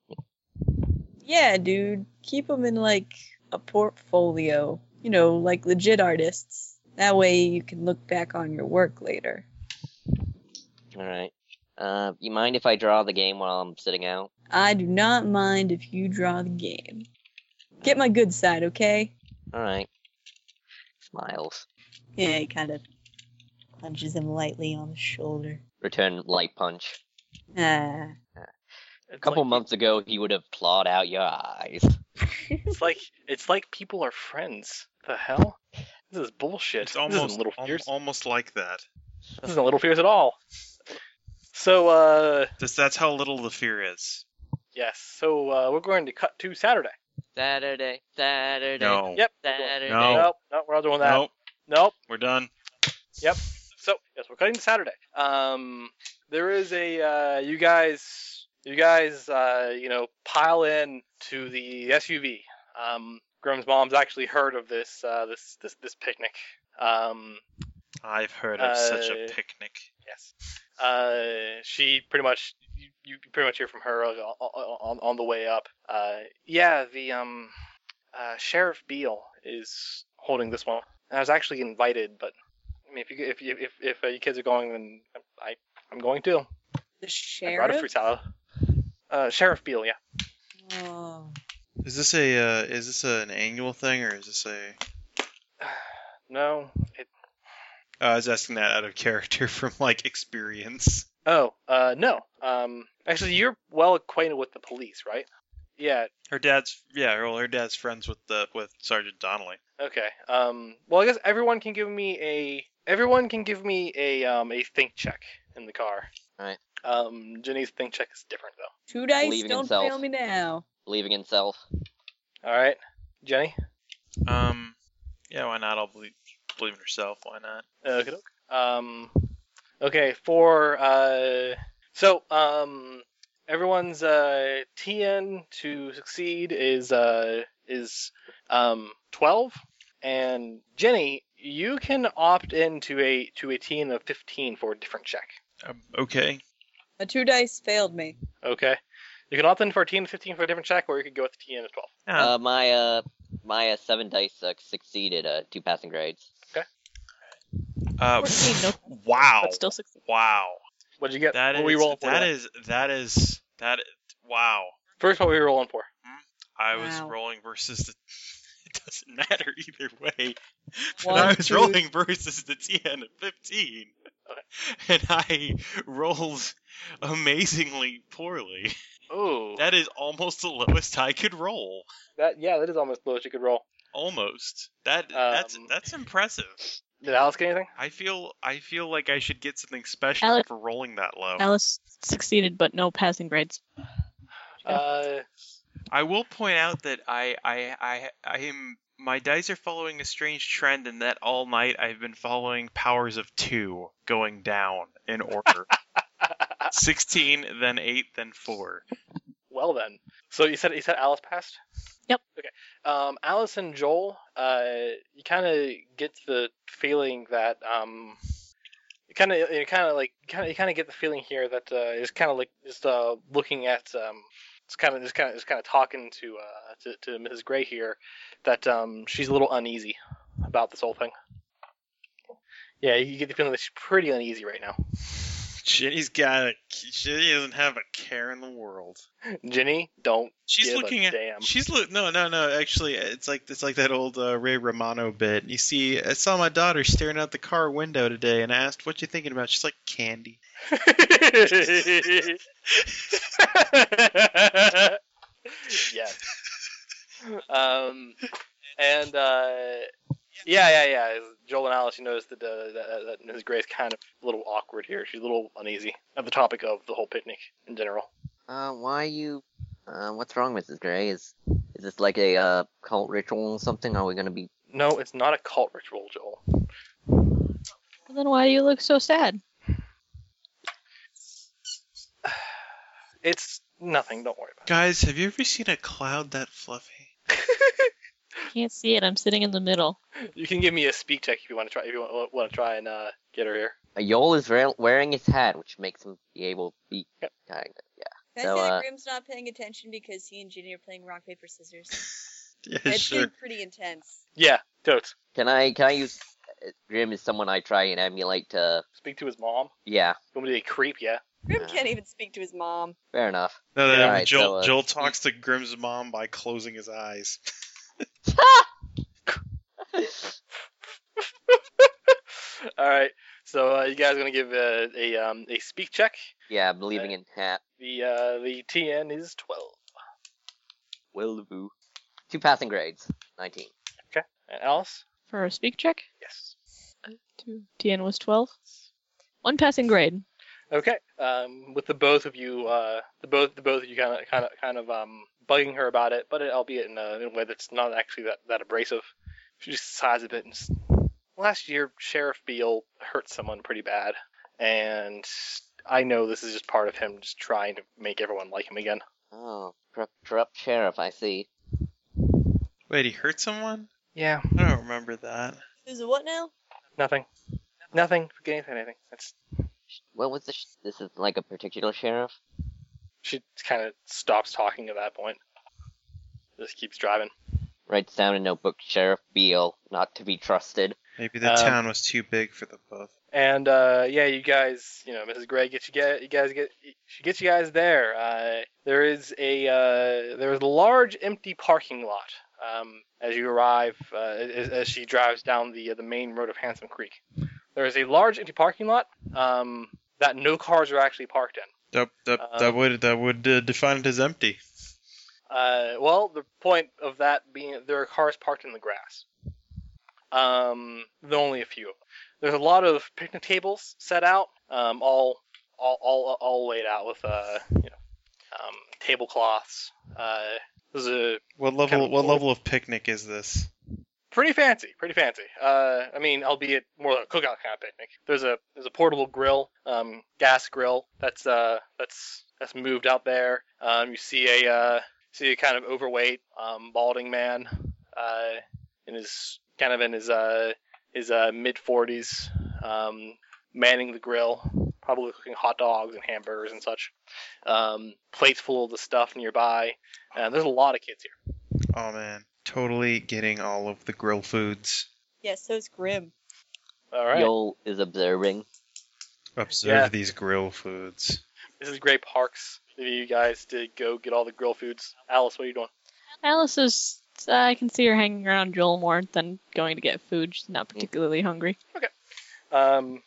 [SPEAKER 5] Yeah, dude. Keep them in like a portfolio. You know, like legit artists. That way you can look back on your work later.
[SPEAKER 3] All right. Uh, you mind if I draw the game while I'm sitting out?
[SPEAKER 5] I do not mind if you draw the game. Get my good side, okay?
[SPEAKER 3] All right. Smiles.
[SPEAKER 5] Yeah, he kind of punches him lightly on the shoulder.
[SPEAKER 3] Return light punch.
[SPEAKER 5] Ah. <laughs>
[SPEAKER 1] It's
[SPEAKER 3] A couple
[SPEAKER 1] like,
[SPEAKER 3] months ago, he would have clawed out your eyes.
[SPEAKER 1] It's like it's like people are friends. The hell? This is bullshit.
[SPEAKER 6] It's
[SPEAKER 1] this
[SPEAKER 6] almost
[SPEAKER 1] isn't little
[SPEAKER 6] al-
[SPEAKER 1] fears.
[SPEAKER 6] almost like that.
[SPEAKER 1] This isn't little fears at all. So uh,
[SPEAKER 6] That's that's how little the fear is.
[SPEAKER 1] yes. So uh, we're going to cut to Saturday.
[SPEAKER 3] Saturday, Saturday,
[SPEAKER 6] No.
[SPEAKER 1] Yep.
[SPEAKER 3] Saturday.
[SPEAKER 6] No.
[SPEAKER 1] Nope. Nope. We're not doing that.
[SPEAKER 6] Nope,
[SPEAKER 1] Nope.
[SPEAKER 6] we're done.
[SPEAKER 1] So yes, we're cutting to Saturday. Um, there is a uh, you guys, you guys, uh, you know, pile in to the SUV. Um, Grim's mom's actually heard of this uh, this this this picnic. Um,
[SPEAKER 6] I've heard of such a
[SPEAKER 1] Uh,
[SPEAKER 6] picnic.
[SPEAKER 1] yes, uh, she pretty much you, you pretty much hear from her uh, on, on, on the way up. Uh, yeah, the um, uh, Sheriff Beal is holding this one. I was actually invited, but I mean, if you if you, if if uh, you kids are going, then I I'm going too.
[SPEAKER 5] The
[SPEAKER 1] I brought a
[SPEAKER 5] sheriff?
[SPEAKER 1] fruit salad. Uh, Sheriff Beal, yeah.
[SPEAKER 5] Oh.
[SPEAKER 2] Is this a uh, is this an annual thing or is this a?
[SPEAKER 1] No. It,
[SPEAKER 6] I was uh, asking that out of character <laughs> from like experience.
[SPEAKER 1] oh, uh, no. Um, actually, you're well acquainted with the police, right? Yeah.
[SPEAKER 6] Her dad's yeah, well, her dad's friends with the with Sergeant Donnelly.
[SPEAKER 1] Okay. Um, well, I guess everyone can give me a everyone can give me a um a think check in the car.
[SPEAKER 3] Alright.
[SPEAKER 1] Um, Jenny's think check is different though.
[SPEAKER 5] Two dice,
[SPEAKER 3] Believing
[SPEAKER 5] don't
[SPEAKER 3] himself.
[SPEAKER 5] fail me now.
[SPEAKER 3] Believing in self.
[SPEAKER 1] All right, Jenny.
[SPEAKER 6] Um, yeah, why not? I'll believe believe in herself. Why not?
[SPEAKER 1] Okay. Um, okay. For uh, so um, everyone's uh TN to succeed is uh is um twelve, and Jenny, you can opt into a to a team of 15 for a different check.
[SPEAKER 6] Um, okay.
[SPEAKER 5] The two dice failed me.
[SPEAKER 1] Okay. You can opt in for a team of 15 for a different check, or you could go with the team of 12.
[SPEAKER 3] Uh, my uh, my uh, seven dice uh, succeeded uh, two passing grades.
[SPEAKER 6] Uh,
[SPEAKER 7] 14, no.
[SPEAKER 6] <laughs> wow.
[SPEAKER 7] but still succeed.
[SPEAKER 6] Wow.
[SPEAKER 1] What did you get?
[SPEAKER 6] That
[SPEAKER 1] what
[SPEAKER 6] is.
[SPEAKER 1] were you rolling for?
[SPEAKER 6] that
[SPEAKER 1] then?
[SPEAKER 6] is. That is. That. Wow.
[SPEAKER 1] First, what were you rolling for?
[SPEAKER 6] I was
[SPEAKER 5] Wow.
[SPEAKER 6] rolling versus the. <laughs> It doesn't matter either way. But
[SPEAKER 5] One,
[SPEAKER 6] I was
[SPEAKER 5] two-
[SPEAKER 6] rolling versus the TN at 15. <laughs> And I rolled amazingly poorly.
[SPEAKER 1] Oh, that,
[SPEAKER 6] That is almost the lowest I could roll.
[SPEAKER 1] yeah, that is almost the lowest you could roll.
[SPEAKER 6] Almost. That that's
[SPEAKER 1] Um,
[SPEAKER 6] that's impressive.
[SPEAKER 1] Did Alice get anything?
[SPEAKER 6] I feel I feel like I should get something special
[SPEAKER 7] Alex-
[SPEAKER 6] for rolling that low.
[SPEAKER 7] Alice succeeded, but no passing grades.
[SPEAKER 1] Uh,
[SPEAKER 6] I will point out that I, I I I am my dice are following a strange trend in that all night I've been following powers of two going down in <laughs> order. Sixteen, then eight, then four.
[SPEAKER 1] well then. So you said you said Alice passed.
[SPEAKER 7] Yep.
[SPEAKER 1] Okay. Um, Alice and Joel, uh, you kind of get the feeling that um, you kind of you kind of like kind of you kind of get the feeling here that uh, is kind of like just uh looking at um, it's kind of just kind of just kind of talking to uh to, to Mrs. Gray here, that um she's a little uneasy about this whole thing. Yeah, you get the feeling that she's pretty uneasy right now.
[SPEAKER 6] Jenny's got a Jenny doesn't have a care in the world.
[SPEAKER 1] Ginny, don't
[SPEAKER 6] She's
[SPEAKER 1] give
[SPEAKER 6] looking
[SPEAKER 1] a
[SPEAKER 6] at
[SPEAKER 1] damn.
[SPEAKER 6] She's look. No, no, no. Actually, it's like it's like that old uh, Ray Romano bit. You see, I saw my daughter staring out the car window today, and I asked, "What you thinking about?" She's like, "Candy."
[SPEAKER 1] yes. <laughs> Um, and uh, yeah, yeah, yeah. Joel and Alice, you noticed that, uh, that, that Ms. Gray's kind of a little awkward here. She's a little uneasy at the topic of the whole picnic in general.
[SPEAKER 3] Uh, why you? Uh, what's wrong, Mrs. Gray? Is is this like a uh, cult ritual or something? Are we gonna be?
[SPEAKER 1] No, it's not a cult ritual, Joel.
[SPEAKER 7] Well, then why do you look so sad?
[SPEAKER 1] It's nothing. Don't worry about
[SPEAKER 6] Guys, have you ever seen a cloud that fluffy?
[SPEAKER 7] I can't see it. I'm sitting in the middle.
[SPEAKER 1] it. You can give me a speak check if you want to try. If you want, want to try and uh, get her here.
[SPEAKER 3] Ayol is re- wearing his hat, which makes him be able to be.
[SPEAKER 1] Yep.
[SPEAKER 3] Kind of, yeah.
[SPEAKER 5] Can
[SPEAKER 3] So,
[SPEAKER 5] I say
[SPEAKER 3] uh,
[SPEAKER 5] that Grim's not paying attention because he and Ginny are playing rock paper scissors?
[SPEAKER 6] Yeah,
[SPEAKER 5] That's
[SPEAKER 6] sure.
[SPEAKER 5] been pretty intense.
[SPEAKER 1] Yeah, totes.
[SPEAKER 3] Can I? Can I use? uh, Grim is someone I try and emulate to.
[SPEAKER 1] Speak to his mom.
[SPEAKER 3] Yeah.
[SPEAKER 1] You want me to be a creep? Yeah.
[SPEAKER 5] Grim
[SPEAKER 3] Uh.
[SPEAKER 5] can't even speak to his mom.
[SPEAKER 3] Fair enough.
[SPEAKER 6] No, no,
[SPEAKER 1] Yeah,
[SPEAKER 6] no.
[SPEAKER 3] alright,
[SPEAKER 6] Joel,
[SPEAKER 3] so, uh,
[SPEAKER 6] Joel talks to Grimm's mom by closing his eyes. <laughs>
[SPEAKER 1] <laughs> All right. So uh, you guys are gonna give uh, a um, a speak check.
[SPEAKER 3] yeah, I'm believing in hat.
[SPEAKER 1] The uh, the TN is twelve,
[SPEAKER 3] Will boo. Two passing grades. Nineteen.
[SPEAKER 1] and Alice.
[SPEAKER 7] For a speak check,
[SPEAKER 1] Yes.
[SPEAKER 7] two. TN was 12. One passing grade.
[SPEAKER 1] Okay. Um, with the both of you, uh, the both the both of you kind of kind of kind of um bugging her about it, but it, albeit in a, in a way that's not actually that that abrasive. She just sighs a bit. And s Last year, Sheriff Beale hurt someone pretty bad, and I know this is just part of him just trying to make everyone like him again.
[SPEAKER 3] Oh, corrupt, corrupt sheriff. I see.
[SPEAKER 6] Wait, he hurt someone?
[SPEAKER 1] Yeah.
[SPEAKER 6] I don't remember that.
[SPEAKER 5] Who's a what now?
[SPEAKER 1] Nothing. Nothing. Forget anything. Anything. That's
[SPEAKER 3] What was this? This is like a particular sheriff.
[SPEAKER 1] she kind of stops talking at that point. Just keeps driving.
[SPEAKER 3] Writes down a notebook. Sheriff Beale, not to be trusted.
[SPEAKER 6] Maybe the
[SPEAKER 1] Um,
[SPEAKER 6] town was too big for the both.
[SPEAKER 1] And uh, yeah, you guys, you know, Mrs. Gray gets you get you guys get she gets you guys there. Uh, there is a uh, there is a large empty parking lot um, as you arrive uh, as, as she drives down the the main road of Handsome Creek. There is a large empty parking lot um, that no cars are actually parked in.
[SPEAKER 6] That, that,
[SPEAKER 1] Um,
[SPEAKER 6] that would that would uh, define it as empty.
[SPEAKER 1] Uh, well, the point of that being that there are cars parked in the grass. Um, there are only a few of them. There's a lot of picnic tables set out, um, all, all, all, all laid out with, uh, you know, um, tablecloths. Uh, there's a
[SPEAKER 6] What level?
[SPEAKER 1] Kind of
[SPEAKER 6] what
[SPEAKER 1] cool.
[SPEAKER 6] level of picnic is this?
[SPEAKER 1] pretty fancy, pretty fancy. Uh, I mean, albeit more like a cookout kind of picnic. There's a there's a portable grill, um, gas grill that's uh that's that's moved out there. Um, you see a uh, see a kind of overweight, um, balding man, uh, in his kind of in his uh his uh, mid 40s, um, manning the grill, probably cooking hot dogs and hamburgers and such. Um, plates full of the stuff nearby. Uh, there's a lot of kids here.
[SPEAKER 6] Oh man, totally getting all of the grill foods.
[SPEAKER 5] Yeah, so it's grim.
[SPEAKER 1] All right.
[SPEAKER 3] Yol is observing.
[SPEAKER 6] Observe
[SPEAKER 1] Yeah.
[SPEAKER 6] these grill foods.
[SPEAKER 1] This is great parks for you guys to go get all the grill foods. Alice, what are you doing?
[SPEAKER 7] Alice is. uh, I can see her hanging around Joel more than going to get food. She's not particularly hungry.
[SPEAKER 1] Um,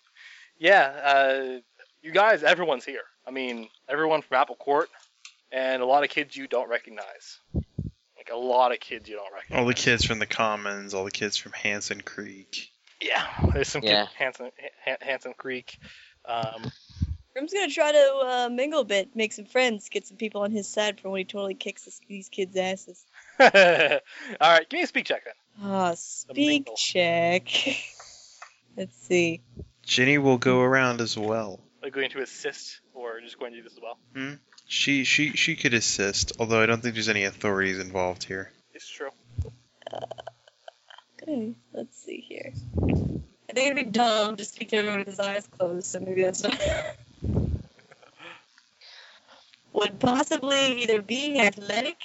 [SPEAKER 1] yeah, uh, you guys, everyone's here. I mean, everyone from Apple Court, and a lot of kids you don't recognize. Like a lot of kids you don't recognize.
[SPEAKER 6] All the kids from the Commons, all the kids from Hanson Creek.
[SPEAKER 1] Yeah, <laughs> there's some
[SPEAKER 3] Yeah.
[SPEAKER 1] kid from Hanson, Han- Hanson Creek. Um, <laughs>
[SPEAKER 5] Grim's gonna try to uh, mingle a bit, make some friends, get some people on his side for when he totally kicks this, these kids' asses.
[SPEAKER 1] all right, give me a speak check then.
[SPEAKER 5] Ah, speak
[SPEAKER 1] mingle.
[SPEAKER 5] check. <laughs> Let's see.
[SPEAKER 6] Ginny will go around as well.
[SPEAKER 1] Like going to assist, or just going to do this as well.
[SPEAKER 6] She she she could assist, although I don't think there's any authorities involved here.
[SPEAKER 1] It's true.
[SPEAKER 5] Okay, let's see here. I think it'd be dumb to speak to everyone with his eyes closed, so maybe that's not. <laughs> Would possibly either being athletic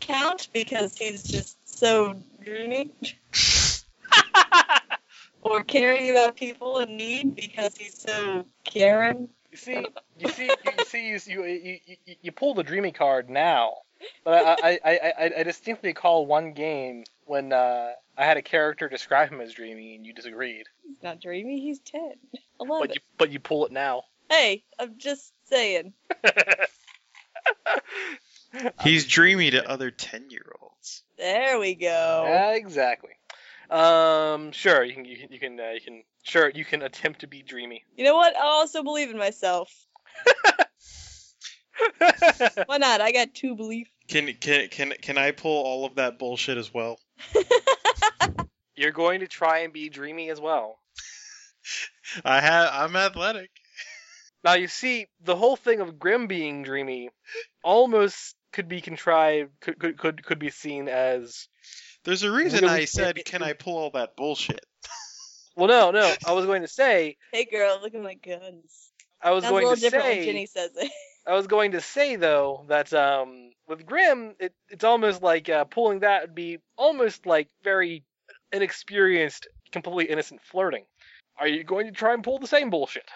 [SPEAKER 5] count because he's just so dreamy, <laughs> or caring about people in need because he's so caring.
[SPEAKER 1] You see, you see, you see, you you you, you, you pull the dreamy card now, but I I, I, I I distinctly recall one game when uh, I had a character describe him as dreamy and you disagreed,
[SPEAKER 5] He's not dreamy. He's ten. I love
[SPEAKER 1] but
[SPEAKER 5] it.
[SPEAKER 1] you but you pull it now. <laughs>
[SPEAKER 5] Hey, I'm just saying.
[SPEAKER 6] He's dreamy to other ten year olds.
[SPEAKER 5] There we go.
[SPEAKER 1] Yeah, exactly. Um, sure, you can you can you can, uh, you can sure you can attempt to be dreamy.
[SPEAKER 5] You know what? I also believe in <laughs> myself. Why not? I got two belief.
[SPEAKER 6] Can can can can I pull all of that bullshit as well?
[SPEAKER 1] <laughs> You're going to try and be dreamy as well.
[SPEAKER 6] I have I'm athletic.
[SPEAKER 1] Now you see the whole thing of Grim being dreamy almost could be contrived could could could, could be seen as
[SPEAKER 6] There's a reason
[SPEAKER 1] Really?
[SPEAKER 6] I said can I pull all that bullshit.
[SPEAKER 1] well no no I was going to say
[SPEAKER 5] Hey, girl, look at my guns.
[SPEAKER 1] I was
[SPEAKER 5] That's a
[SPEAKER 1] going
[SPEAKER 5] little
[SPEAKER 1] to
[SPEAKER 5] different
[SPEAKER 1] say
[SPEAKER 5] when Ginny says it. <laughs>
[SPEAKER 1] I was going to say though that um with Grim it it's almost like uh, pulling that would be almost like very inexperienced completely innocent flirting. Are you going to try and pull the same bullshit?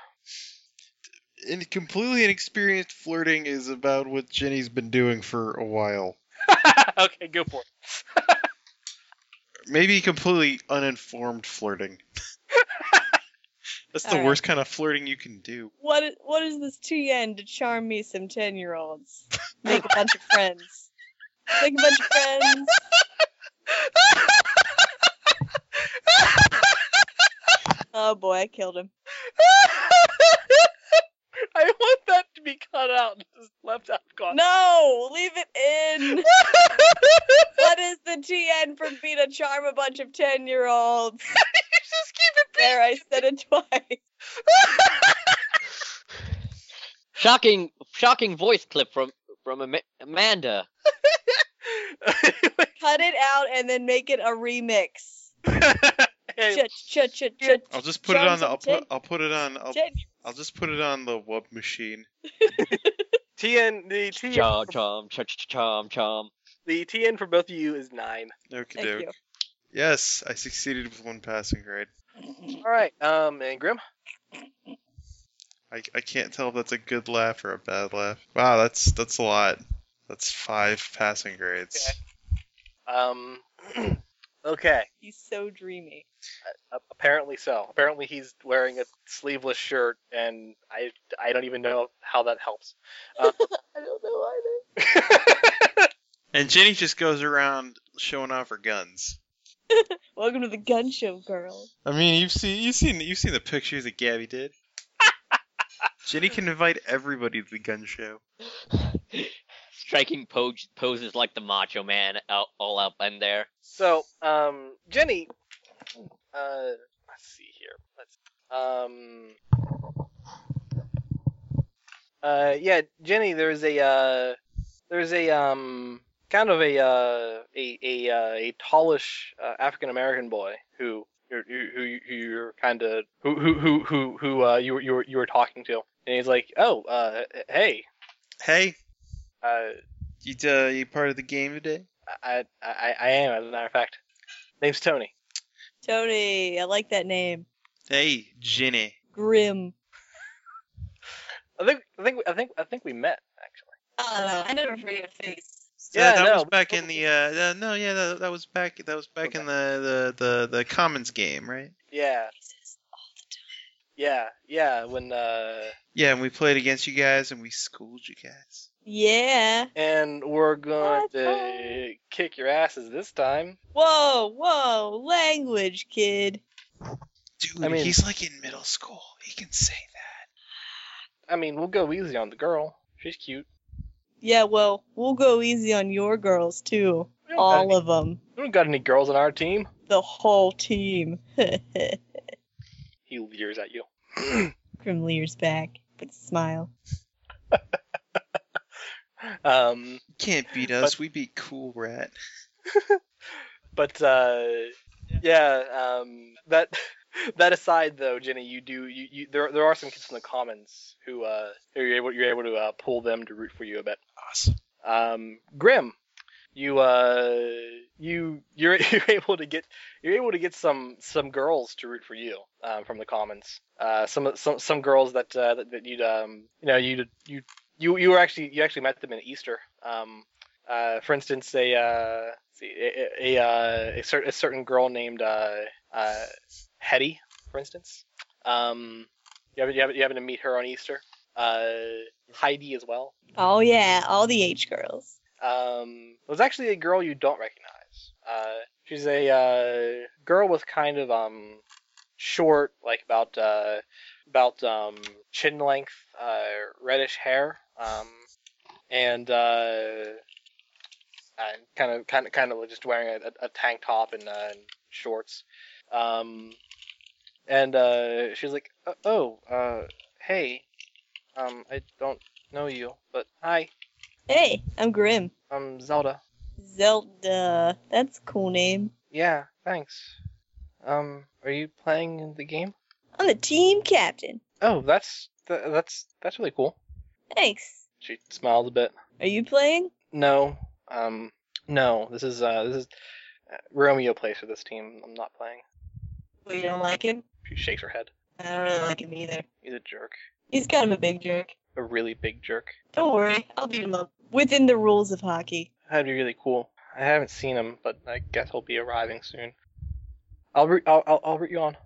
[SPEAKER 6] And completely inexperienced flirting is about what Ginny's been doing for a while.
[SPEAKER 1] <laughs> okay, go for it.
[SPEAKER 6] Maybe completely uninformed flirting. <laughs> That's the
[SPEAKER 5] All right.
[SPEAKER 6] worst kind of flirting you can do.
[SPEAKER 5] What i- What is this TN to charm me some ten year olds? Make a bunch of friends. Make a bunch of friends. Oh boy, I killed him.
[SPEAKER 1] <laughs> I want that to be cut out and just left out of <laughs> context.
[SPEAKER 5] No, leave it in. What is the TN for me to charm a bunch of ten year olds?
[SPEAKER 1] just keep it
[SPEAKER 5] There, I said it twice.
[SPEAKER 3] Shocking, shocking voice clip from from Ama- Amanda.
[SPEAKER 5] Cut it out and then make it a remix. Ch- ch- ch- ch-
[SPEAKER 6] I'll just put it
[SPEAKER 5] Charms
[SPEAKER 6] on the.
[SPEAKER 5] of
[SPEAKER 6] I'll put,
[SPEAKER 5] ten-
[SPEAKER 6] I'll put it on.
[SPEAKER 1] oh,
[SPEAKER 6] I'll,
[SPEAKER 5] ch-
[SPEAKER 6] I'll just put it on the wub machine.
[SPEAKER 1] TN the TN
[SPEAKER 3] Chom chom chom chom chom.
[SPEAKER 1] the TN for both of you is nine.
[SPEAKER 6] Okie
[SPEAKER 5] Thank you.
[SPEAKER 6] doke. Yes, I succeeded with one passing grade.
[SPEAKER 1] All right, um, and Grim.
[SPEAKER 6] I, I can't tell if that's a good laugh or a bad laugh. Wow, that's that's a lot. That's five passing grades.
[SPEAKER 1] Um, <clears throat> okay.
[SPEAKER 5] He's so dreamy.
[SPEAKER 1] A- Apparently so. Apparently he's wearing a sleeveless shirt, and I I don't even know how that helps.
[SPEAKER 5] I don't know either.
[SPEAKER 6] And Jenny just goes around showing off her guns.
[SPEAKER 5] Welcome to the gun show, girl.
[SPEAKER 6] I mean, you've seen you've seen you've seen the pictures that Gabby
[SPEAKER 1] <laughs>
[SPEAKER 6] did. Jenny can invite everybody to the gun show.
[SPEAKER 3] Striking po- poses like the Macho Man out, all up in there.
[SPEAKER 1] so, um, Jenny. Uh, let's see here. Let's. Um. Uh, yeah, Jenny. There's a uh, there's a um, kind of a uh, a a uh, a tallish uh, African American boy who you're, you who you- who you're kind of who who who who who uh, you were- you were you were talking to, and he's like, "Oh, uh, hey,
[SPEAKER 2] Hey,
[SPEAKER 1] uh,
[SPEAKER 2] you uh, you part of the game today?
[SPEAKER 1] I, I I am as a matter of fact. Name's Tony.
[SPEAKER 5] Tony, I like that name.
[SPEAKER 2] Hey, Ginny.
[SPEAKER 5] Grim.
[SPEAKER 1] I think I think I think I think we met actually.
[SPEAKER 5] I don't know. Uh, I never forget a face.
[SPEAKER 1] Yeah,
[SPEAKER 2] that
[SPEAKER 1] no,
[SPEAKER 2] was
[SPEAKER 1] we-
[SPEAKER 2] back in the uh, uh, no, yeah, that, that was back that was back in the, the the the Commons game, right?
[SPEAKER 1] Yeah, yeah, yeah. When uh,
[SPEAKER 2] Yeah, and we played against you guys and we schooled you guys.
[SPEAKER 5] Yeah.
[SPEAKER 1] and we're going
[SPEAKER 5] What
[SPEAKER 1] to
[SPEAKER 5] the-
[SPEAKER 1] kick your asses this time.
[SPEAKER 5] Whoa, whoa, language, kid.
[SPEAKER 2] Dude,
[SPEAKER 1] I mean-
[SPEAKER 2] he's like in middle school. He can say that.
[SPEAKER 1] I mean, we'll go easy on the girl. She's cute.
[SPEAKER 5] Yeah, well, we'll go easy on your girls too.
[SPEAKER 1] We don't, got
[SPEAKER 5] All
[SPEAKER 1] any,
[SPEAKER 5] of them.
[SPEAKER 1] we don't got any girls on our team.
[SPEAKER 5] The whole team. <laughs>
[SPEAKER 1] He leers at you.
[SPEAKER 5] Grim leers back with a smile.
[SPEAKER 1] Um,
[SPEAKER 2] You can't beat us. we beat Cool Rat.
[SPEAKER 1] but uh, yeah, um, that <laughs> that aside though, Jenny, you do you, you there there are some kids in the commons who uh who you're able you're able to uh, pull them to root for you a bit.
[SPEAKER 2] Awesome.
[SPEAKER 1] Um, Grim, you uh you you're <laughs> you're able to get you're able to get some some girls to root for you um, from the commons. Uh, some some some girls that uh, that, that you'd um you know you you you you were actually you actually met them in Easter. Um, uh, for instance, a uh, let's see, a a, a, uh, a, cer- a certain girl named uh, uh, Hetty, for instance. Um, you happen you happen, you happen to meet her on Easter. Uh, Heidi as well.
[SPEAKER 5] Oh yeah, all the H girls.
[SPEAKER 1] Um, there's actually a girl you don't recognize. Uh, she's a uh, girl with kind of um, short, like about uh, about um, chin length, uh, reddish hair, um, and uh, and kind of kind of kind of just wearing a, a tank top and, uh, and shorts. Um, and uh, she's like, "Oh, oh, uh, hey, um, I don't know you, but hi,
[SPEAKER 5] Hey, I'm Grim.
[SPEAKER 1] I'm Zelda."
[SPEAKER 5] Zelda. That's a cool name.
[SPEAKER 1] Yeah, thanks. Um, are you playing the game?
[SPEAKER 5] I'm the team captain.
[SPEAKER 1] Oh, that's th- that's that's really cool.
[SPEAKER 5] Thanks.
[SPEAKER 1] She smiles a bit.
[SPEAKER 5] Are you playing?
[SPEAKER 1] No, um, no. This is uh, this is uh, Romeo plays for this team. I'm not playing.
[SPEAKER 5] Well, you don't like him?
[SPEAKER 1] She shakes her head.
[SPEAKER 5] I don't really like him either.
[SPEAKER 1] He's a jerk,
[SPEAKER 5] He's kind of a big jerk.
[SPEAKER 1] a really big jerk.
[SPEAKER 5] Don't worry, I'll beat him up. Within the rules of hockey.
[SPEAKER 1] That'd be really cool. I haven't seen him, but I guess he'll be arriving soon. I'll root. I'll I'll, I'll root you on.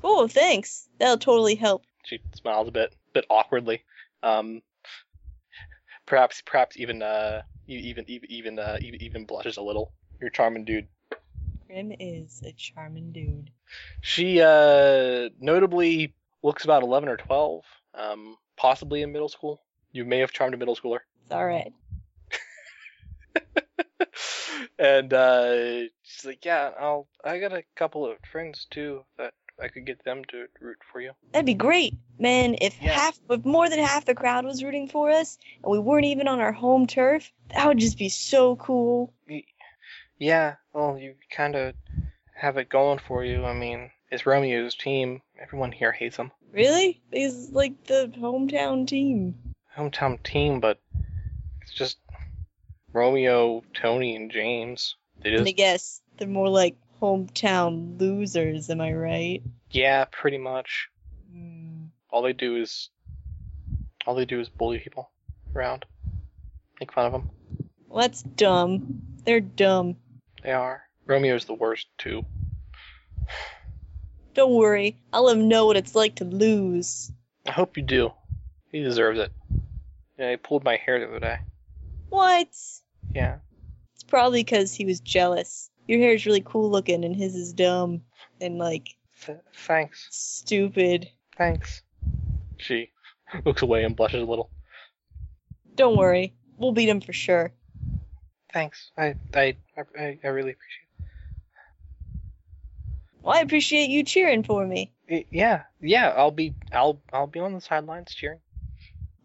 [SPEAKER 5] Cool, thanks. That'll totally help.
[SPEAKER 1] She smiles a bit, bit awkwardly. Um, perhaps, perhaps even uh, e- even even even uh, even, even blushes a little. You're a charming, dude.
[SPEAKER 5] Grim is a charming dude.
[SPEAKER 1] She uh, notably looks about eleven or twelve, um, possibly in middle school. You may have charmed a middle schooler. <laughs>
[SPEAKER 5] It's alright.
[SPEAKER 1] and uh, she's like, "Yeah, I'll. I got a couple of friends too that I could get them to root for you."
[SPEAKER 5] That'd be great. Man, if
[SPEAKER 1] Yeah.
[SPEAKER 5] half if more than half the crowd was rooting for us and we weren't even on our home turf, that would just be so cool.
[SPEAKER 1] Yeah, well, you kind of have it going for you. I mean, it's Romeo's team. Everyone here hates him.
[SPEAKER 5] Really? He's like the hometown team.
[SPEAKER 1] Hometown team, but it's just Romeo, Tony, and James. They
[SPEAKER 5] And I
[SPEAKER 1] just,
[SPEAKER 5] guess they're more like hometown losers, am I right?
[SPEAKER 1] yeah, pretty much.
[SPEAKER 5] Hmm.
[SPEAKER 1] All they do is, all they do is bully people around, make fun of them.
[SPEAKER 5] Well, that's dumb. They're dumb.
[SPEAKER 1] They are. Romeo's the worst too.
[SPEAKER 5] Don't worry, I'll let him know what it's like to lose.
[SPEAKER 1] I hope you do. He deserves it. Yeah, he pulled my hair the other day.
[SPEAKER 5] What?
[SPEAKER 1] Yeah.
[SPEAKER 5] It's probably because he was jealous. Your hair's really cool looking, and his is dumb and like
[SPEAKER 1] Th- thanks.
[SPEAKER 5] stupid.
[SPEAKER 1] Thanks. She looks away and blushes a little.
[SPEAKER 5] Don't worry, we'll beat him for sure.
[SPEAKER 1] Thanks. I I I, I really appreciate
[SPEAKER 5] Well, I appreciate you cheering for me.
[SPEAKER 1] it. Y- Yeah, yeah. I'll be I'll I'll be on the sidelines cheering.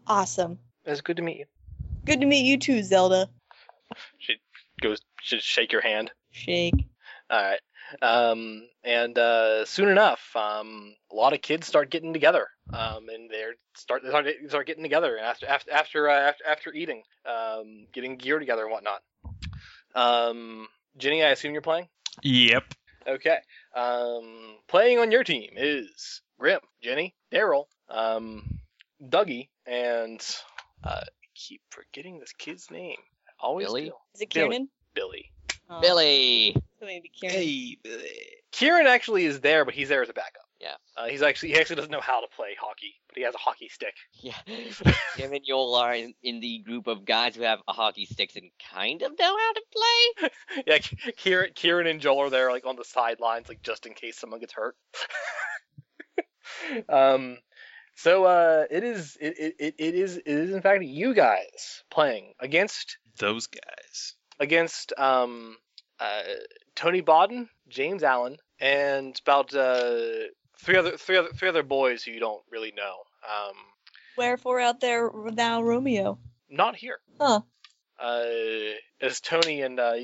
[SPEAKER 5] Awesome.
[SPEAKER 1] It's good to meet you.
[SPEAKER 5] Good to meet you too, Zelda.
[SPEAKER 1] Goes should shake your hand.
[SPEAKER 5] Shake.
[SPEAKER 1] All right. Um, and uh, soon enough, um, a lot of kids start getting together, um, and they're start they start, they start getting together after after after uh, after, after eating, um, getting gear together and whatnot. Um, Ginny, I assume you're playing.
[SPEAKER 6] Yep.
[SPEAKER 1] Okay. Um, playing on your team is Grim, Jenny, Daryl, um, Dougie, and uh, I keep forgetting this kid's name. I always
[SPEAKER 3] Billy?
[SPEAKER 1] do.
[SPEAKER 5] Is it
[SPEAKER 1] Billy.
[SPEAKER 5] Kieran?
[SPEAKER 1] Billy.
[SPEAKER 7] Oh,
[SPEAKER 3] Billy.
[SPEAKER 5] So maybe Kieran.
[SPEAKER 6] Hey.
[SPEAKER 1] Kieran actually is there, but he's there as a backup.
[SPEAKER 3] Yeah.
[SPEAKER 1] Uh, he's actually he actually doesn't know how to play hockey, but he has a hockey stick.
[SPEAKER 3] Yeah. <laughs> Him and Yol are in, in the group of guys who have hockey sticks and kind of know how to play.
[SPEAKER 1] <laughs> Yeah, K- Kieran, Kieran and Joel are there like on the sidelines, like just in case someone gets hurt. <laughs> um, so uh, it is it, it, it, it is it is in fact you guys playing against
[SPEAKER 6] Those guys.
[SPEAKER 1] against um uh Tony Bodden, James Allen, and about uh three other three other three other boys who you don't really know. Um,
[SPEAKER 5] Wherefore out there thou Romeo?
[SPEAKER 1] not here.
[SPEAKER 5] Huh.
[SPEAKER 1] uh, as Tony and uh,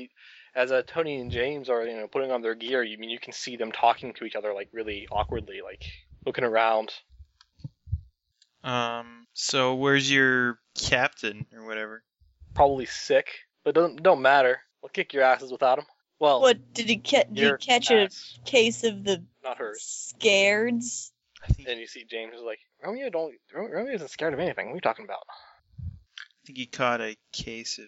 [SPEAKER 1] as uh, Tony and James are you know putting on their gear, you mean you can see them talking to each other like really awkwardly, like looking around.
[SPEAKER 6] Um. So where's your captain or whatever?
[SPEAKER 1] Probably sick, but don't don't matter. We'll kick your asses without them. Well,
[SPEAKER 5] What did he catch? Did he
[SPEAKER 1] your
[SPEAKER 5] catch a
[SPEAKER 1] ass,
[SPEAKER 5] case of the
[SPEAKER 1] not hers.
[SPEAKER 5] scareds?
[SPEAKER 6] I think, I
[SPEAKER 1] And you see James is like Romeo. Don't Ro- Romeo isn't scared of anything. What are you talking about? <laughs>
[SPEAKER 6] think he caught a case of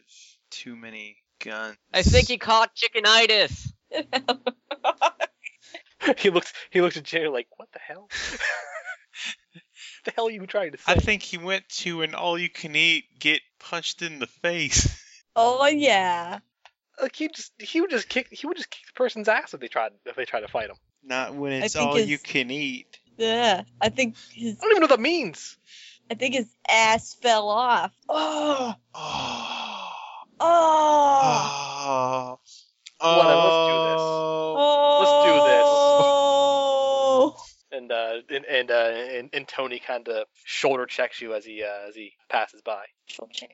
[SPEAKER 6] too many guns.
[SPEAKER 3] I think he caught chickenitis.
[SPEAKER 1] he looks he looks at Jay like what the hell? <laughs> the hell are you trying to say?
[SPEAKER 6] I think he went to an all-you-can-eat, get punched in the face. <laughs>
[SPEAKER 5] Oh yeah.
[SPEAKER 1] like he just he would just kick he would just kick the person's ass if they tried if they tried to fight him.
[SPEAKER 6] Not when
[SPEAKER 5] I
[SPEAKER 6] it's
[SPEAKER 5] think
[SPEAKER 6] all
[SPEAKER 5] his-
[SPEAKER 6] you can
[SPEAKER 2] <sighs>
[SPEAKER 6] eat. <sighs>
[SPEAKER 5] Yeah. I think his
[SPEAKER 1] I don't even know what that means.
[SPEAKER 5] I think his ass fell off. Oh,
[SPEAKER 6] Oh.
[SPEAKER 5] oh,
[SPEAKER 6] Oh.
[SPEAKER 1] What, <sighs> let's
[SPEAKER 6] Hmm?
[SPEAKER 5] oh. Let's
[SPEAKER 1] and
[SPEAKER 5] do this.
[SPEAKER 1] uh, and and, uh, and and Tony kind of shoulder checks you as he uh, as he passes by.
[SPEAKER 5] Shoulder check.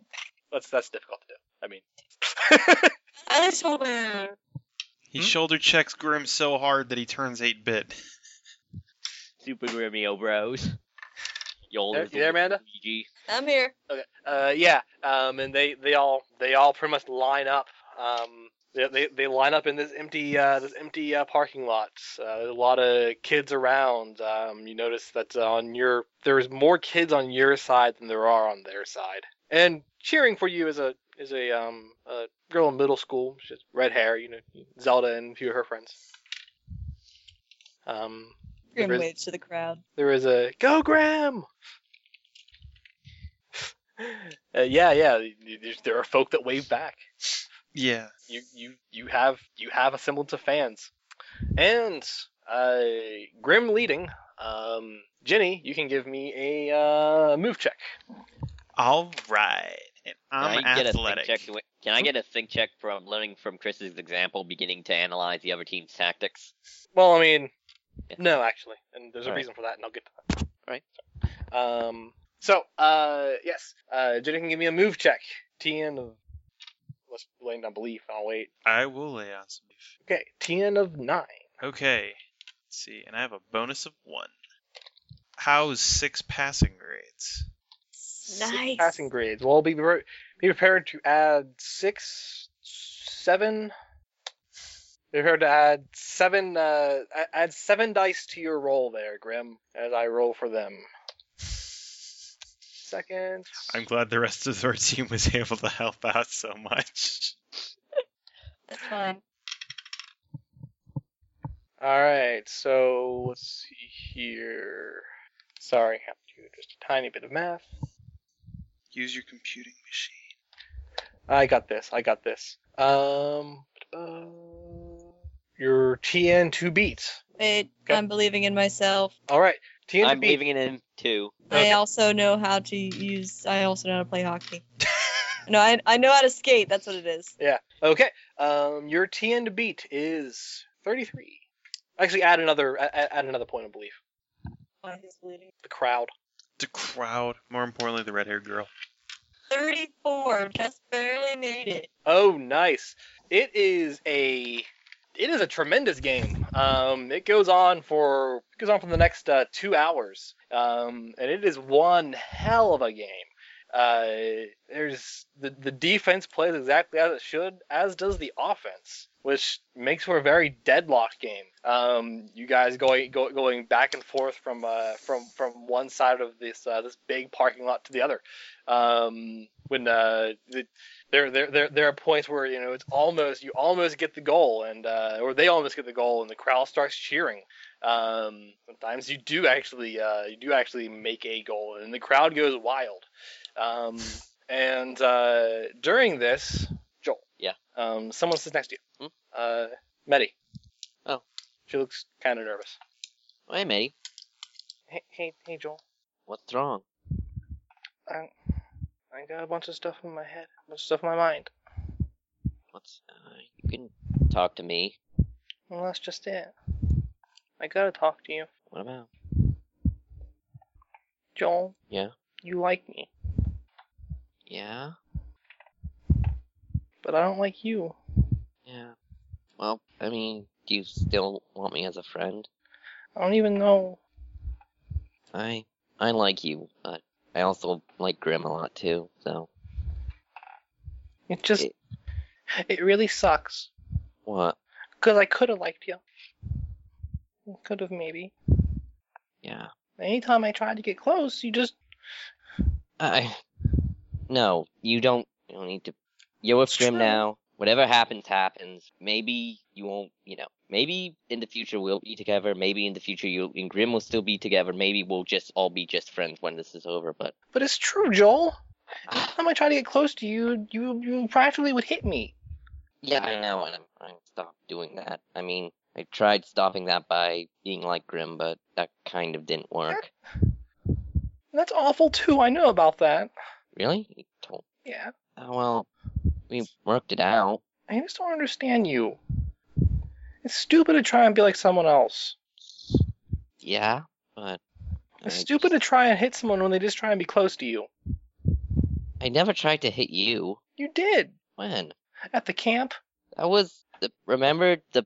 [SPEAKER 1] That's that's difficult to do. I mean, <laughs>
[SPEAKER 5] I shoulder.
[SPEAKER 6] He
[SPEAKER 1] Hmm?
[SPEAKER 6] shoulder checks Grim so hard that he turns 8 bit.
[SPEAKER 3] Super Romeo Bros. Yol
[SPEAKER 1] There-
[SPEAKER 3] is
[SPEAKER 1] you there, Amanda?
[SPEAKER 3] Luigi.
[SPEAKER 5] I'm here.
[SPEAKER 1] okay, uh, yeah, um, and they they all they all pretty much line up. Um, they, they, they line up in this empty uh, this empty uh, parking lot. Uh, there's a lot of kids around. Um, you notice that uh, on your there's more kids on your side than there are on their side. And cheering for you is a is a um a girl in middle school. She has red hair. You know, Zelda and a few of her friends. Um,
[SPEAKER 5] Grim
[SPEAKER 1] There is-
[SPEAKER 5] waves to the crowd.
[SPEAKER 1] there is a go Graham. <laughs> Uh, yeah, yeah. y- y- there's- There are folk that wave back.
[SPEAKER 6] Yeah.
[SPEAKER 1] You, you, you have you have a semblance of fans, and uh, Grim leading. Um, Jenny, you can give me a uh, move check.
[SPEAKER 6] All right. And I'm
[SPEAKER 3] Can I get a
[SPEAKER 6] athletic.
[SPEAKER 3] think check? to- Can I get a think check from learning from Chris's example, beginning to analyze the other team's tactics?
[SPEAKER 1] Well, I mean,
[SPEAKER 3] Yeah.
[SPEAKER 1] no, actually, and there's a
[SPEAKER 3] All right.
[SPEAKER 1] reason for that, and I'll get to that.
[SPEAKER 3] Right.
[SPEAKER 1] Um. So, uh, yes, uh, Jenny can give me a move check. Tn of let's blame down belief. I'll wait.
[SPEAKER 6] I will lay on some beef.
[SPEAKER 1] Okay, ten of nine.
[SPEAKER 6] Okay. Let's see, and I have a bonus of one. How's six passing grades?
[SPEAKER 1] Six
[SPEAKER 5] Nice.
[SPEAKER 1] passing grades. Well, be pre- be prepared to add six, seven. Be prepared to add seven. Uh, a- add seven dice to your roll there, Grim, as I roll for them. Second.
[SPEAKER 6] I'm glad the rest of our team was able to help out so much.
[SPEAKER 5] That's fine.
[SPEAKER 1] All right. So let's see here. Sorry, have to do just a tiny bit of math.
[SPEAKER 6] Use your computing machine.
[SPEAKER 1] I got this. I got this. Um, uh, your TN to beat.
[SPEAKER 5] Wait,
[SPEAKER 1] Okay.
[SPEAKER 5] I'm believing in myself.
[SPEAKER 1] All right, TN to
[SPEAKER 3] I'm
[SPEAKER 1] beat.
[SPEAKER 3] leaving it in two.
[SPEAKER 1] Okay.
[SPEAKER 5] I also know how to use. I also know how to
[SPEAKER 1] <laughs>
[SPEAKER 5] play hockey. no, I I know how to skate. That's what it is.
[SPEAKER 1] Okay. Um, your TN to beat is thirty-three. Actually, add another. a- a- Add another point of belief. The crowd.
[SPEAKER 6] The crowd, more importantly, the red-haired girl.
[SPEAKER 5] 34, just barely made it.
[SPEAKER 1] Oh, nice. It is a. it is a tremendous game. Um, it goes on for it goes on for the next uh, two hours, um, and it is one hell of a game. Uh, there's the the defense plays exactly as it should, as does the offense, which makes for a very deadlocked game. Um, you guys going go, going back and forth from uh, from from one side of this uh, this big parking lot to the other. Um, when uh, the, there there there there are points where you know it's almost you almost get the goal and uh, or they almost get the goal and the crowd starts cheering. Um, sometimes you do actually uh, you do actually make a goal and the crowd goes wild. Um, and uh, during this, Joel.
[SPEAKER 3] Yeah.
[SPEAKER 1] Um, someone sits next to you.
[SPEAKER 3] Hmm?
[SPEAKER 1] Uh, Medi.
[SPEAKER 3] Oh.
[SPEAKER 1] She looks kind of nervous.
[SPEAKER 3] Hey, mate,
[SPEAKER 1] Hey, hey, hey, Joel.
[SPEAKER 3] what's wrong?
[SPEAKER 1] I got a bunch of stuff in my head, a bunch of stuff in my mind.
[SPEAKER 3] What's uh, you can talk to me.
[SPEAKER 1] Well, that's just it. I gotta talk to you,
[SPEAKER 3] What about?
[SPEAKER 1] Joel.
[SPEAKER 3] Yeah?
[SPEAKER 1] You like me,
[SPEAKER 3] Yeah,
[SPEAKER 1] but I don't like you.
[SPEAKER 3] yeah. Well, I mean, do you still want me as a friend?
[SPEAKER 1] I don't even know.
[SPEAKER 3] I I like you, but I also like Grim a lot too. So
[SPEAKER 1] It just, it, really sucks.
[SPEAKER 3] what?
[SPEAKER 1] Cause I could have liked you. Could have maybe.
[SPEAKER 3] Yeah.
[SPEAKER 1] Anytime I tried to get close, you just
[SPEAKER 3] I no, you don't. You don't need to. You're with
[SPEAKER 1] It's
[SPEAKER 3] Grim
[SPEAKER 1] true.
[SPEAKER 3] now. Whatever happens, happens. Maybe you won't. You know. Maybe in the future we'll be together. Maybe in the future you and Grim will still be together. Maybe we'll just all be just friends when this is over. But <sighs>
[SPEAKER 1] But it's true, Joel. Every time I try to get close to you, you you practically would hit me.
[SPEAKER 3] yeah, I know, and I'm, I stopped doing that. I mean, I tried stopping that by being like Grim, but that kind of didn't work.
[SPEAKER 1] That's awful too. I know about that.
[SPEAKER 3] Really? You told.
[SPEAKER 1] Yeah,
[SPEAKER 3] Oh well, we worked it out.
[SPEAKER 1] I just don't understand you. It's stupid to try and be like someone else.
[SPEAKER 3] Yeah, but
[SPEAKER 1] It's
[SPEAKER 3] I
[SPEAKER 1] stupid to try and hit someone when they just try and be close to you.
[SPEAKER 3] I never tried to hit you.
[SPEAKER 1] You did
[SPEAKER 3] When?
[SPEAKER 1] at the camp.
[SPEAKER 3] I was the, remember the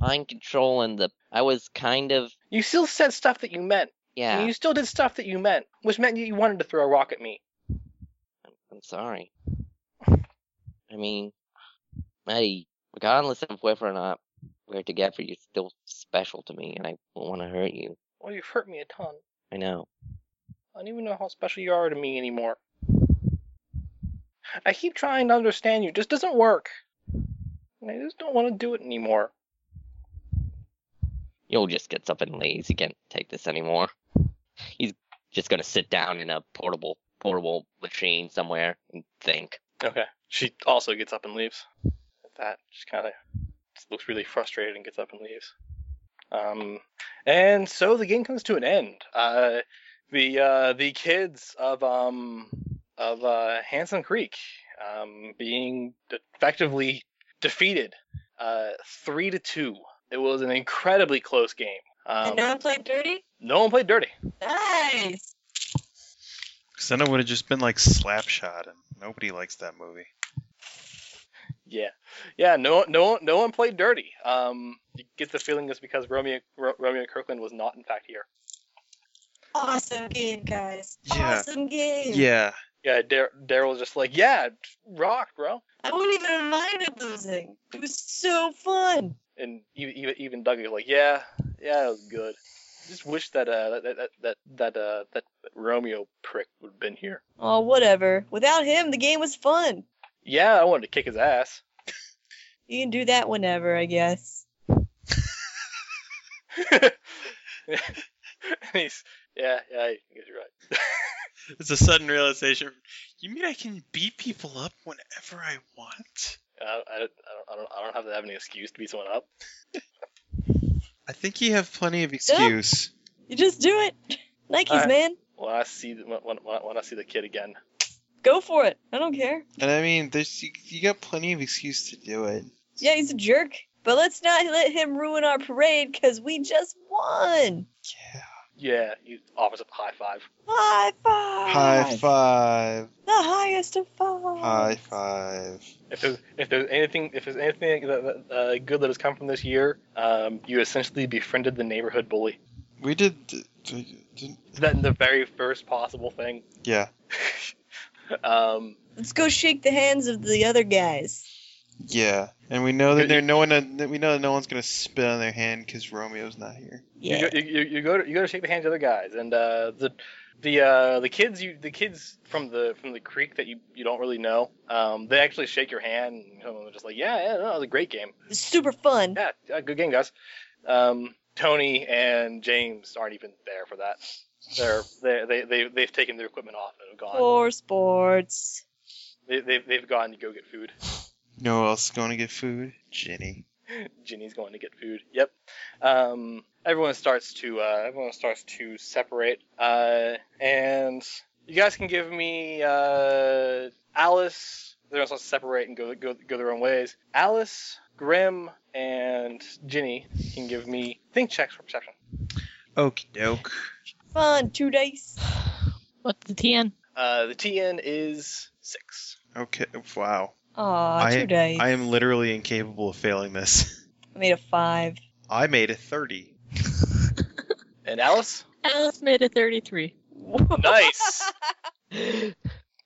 [SPEAKER 3] mind control and the I was kind of
[SPEAKER 1] You still said stuff that you meant, and
[SPEAKER 3] yeah.
[SPEAKER 1] you still did stuff that you meant, which meant you wanted to throw a rock at me.
[SPEAKER 3] I'm sorry. I mean, Maddie, regardless of whether or not we're together, you're still special to me, and I don't want to hurt you.
[SPEAKER 1] Well, you've hurt me a ton.
[SPEAKER 3] I know.
[SPEAKER 1] I don't even know how special you are to me anymore. I keep trying to understand you, it just doesn't work. And I just don't want to do it anymore.
[SPEAKER 3] You'll just get up and lazy. You can't take this anymore. He's just gonna sit down in a portable portable machine somewhere and think.
[SPEAKER 1] Okay. She also gets up and leaves. At that, she kind of looks really frustrated and gets up and leaves. Um, and so the game comes to an end. Uh, the uh, the kids of um of uh, Handsome Creek um, being effectively defeated uh, three to two. It was an incredibly close game. Um,
[SPEAKER 5] and no one played dirty.
[SPEAKER 1] no one played dirty.
[SPEAKER 5] Nice.
[SPEAKER 2] Because then it would have just been like Slapshot, and nobody likes that movie.
[SPEAKER 1] Yeah, yeah. No, no, no one played dirty. Um, you get the feeling it's because Romeo Ro- Romeo Kirkland was not in fact here.
[SPEAKER 5] Awesome game, guys.
[SPEAKER 2] Yeah.
[SPEAKER 5] Awesome game.
[SPEAKER 2] Yeah.
[SPEAKER 1] Yeah, Dar- Daryl was just like, yeah, rock, bro.
[SPEAKER 5] I wouldn't even have minded losing. It was so fun.
[SPEAKER 1] And even even, even Dougie was like, yeah, yeah, it was good. Just wish that uh that that that that uh that, that Romeo prick would have been here.
[SPEAKER 5] Oh, whatever. Without him, the game was fun.
[SPEAKER 1] Yeah, I wanted to kick his ass. <laughs>
[SPEAKER 5] You can do that whenever, I guess.
[SPEAKER 1] He's, yeah, yeah, I guess you're right.
[SPEAKER 6] It's a sudden realization. You mean I can beat people up whenever I want?
[SPEAKER 1] I, Uh, I, I, don't, I don't I don't have to have any excuse to be someone up.
[SPEAKER 2] I think you have plenty of excuse.
[SPEAKER 5] You just do it. <laughs> Nikes,
[SPEAKER 1] Alright.
[SPEAKER 5] man.
[SPEAKER 1] When I see the- when, when, when I see the kid again,
[SPEAKER 5] Go for it. I don't care.
[SPEAKER 2] And I mean, there's you, you got plenty of excuse to do it.
[SPEAKER 5] Yeah, he's a jerk. But let's not let him ruin our parade because we just won.
[SPEAKER 1] Yeah, you offers up high five.
[SPEAKER 5] High five.
[SPEAKER 6] High five.
[SPEAKER 5] The highest of five.
[SPEAKER 6] High five.
[SPEAKER 1] If there's if there's anything if there's anything that, that, uh, good that has come from this year, um, you essentially befriended the neighborhood bully.
[SPEAKER 6] We did. d- d- didn't-
[SPEAKER 1] Is that the very first possible thing? <laughs>
[SPEAKER 6] Yeah.
[SPEAKER 1] Um,
[SPEAKER 5] Let's go shake the hands of the other guys.
[SPEAKER 6] Yeah. And we know that
[SPEAKER 1] You-
[SPEAKER 6] there no one. that We know that no one's gonna spit on their hand because Romeo's not here.
[SPEAKER 5] Yeah.
[SPEAKER 1] You, go, you, you- you go to you go to shake the hands of the other guys, and uh, the the uh, the kids you the kids from the from the creek that you, you don't really know, um, they actually shake your hand and you know, they're just like yeah yeah no, it was a great game
[SPEAKER 5] It's super fun.
[SPEAKER 1] yeah, yeah good game guys. Um, Tony and James aren't even there for that. They're they they they they've taken their equipment off and have gone.
[SPEAKER 5] For sports.
[SPEAKER 1] They, they've they've gone to go get food.
[SPEAKER 6] No one else is gonna get food. Jenny.
[SPEAKER 1] Ginny's going to get food. Yep. Um, everyone starts to uh, everyone starts to separate, uh, and you guys can give me uh, Alice. They're all supposed to separate and go go go their own ways. Alice, Grim, and Ginny can give me think checks for perception.
[SPEAKER 6] Okie doke.
[SPEAKER 5] Fun. Two dice.
[SPEAKER 7] What's
[SPEAKER 1] <laughs>
[SPEAKER 7] the TN?
[SPEAKER 1] Uh, the TN is six.
[SPEAKER 6] Okay. Wow.
[SPEAKER 5] Aw,
[SPEAKER 6] I-
[SPEAKER 5] two dice.
[SPEAKER 6] I am literally incapable of failing this. <laughs>
[SPEAKER 5] I made a five.
[SPEAKER 6] I made a thirty.
[SPEAKER 1] And Alice,
[SPEAKER 7] Alice made a 33.
[SPEAKER 1] nice.
[SPEAKER 5] <laughs>
[SPEAKER 3] Did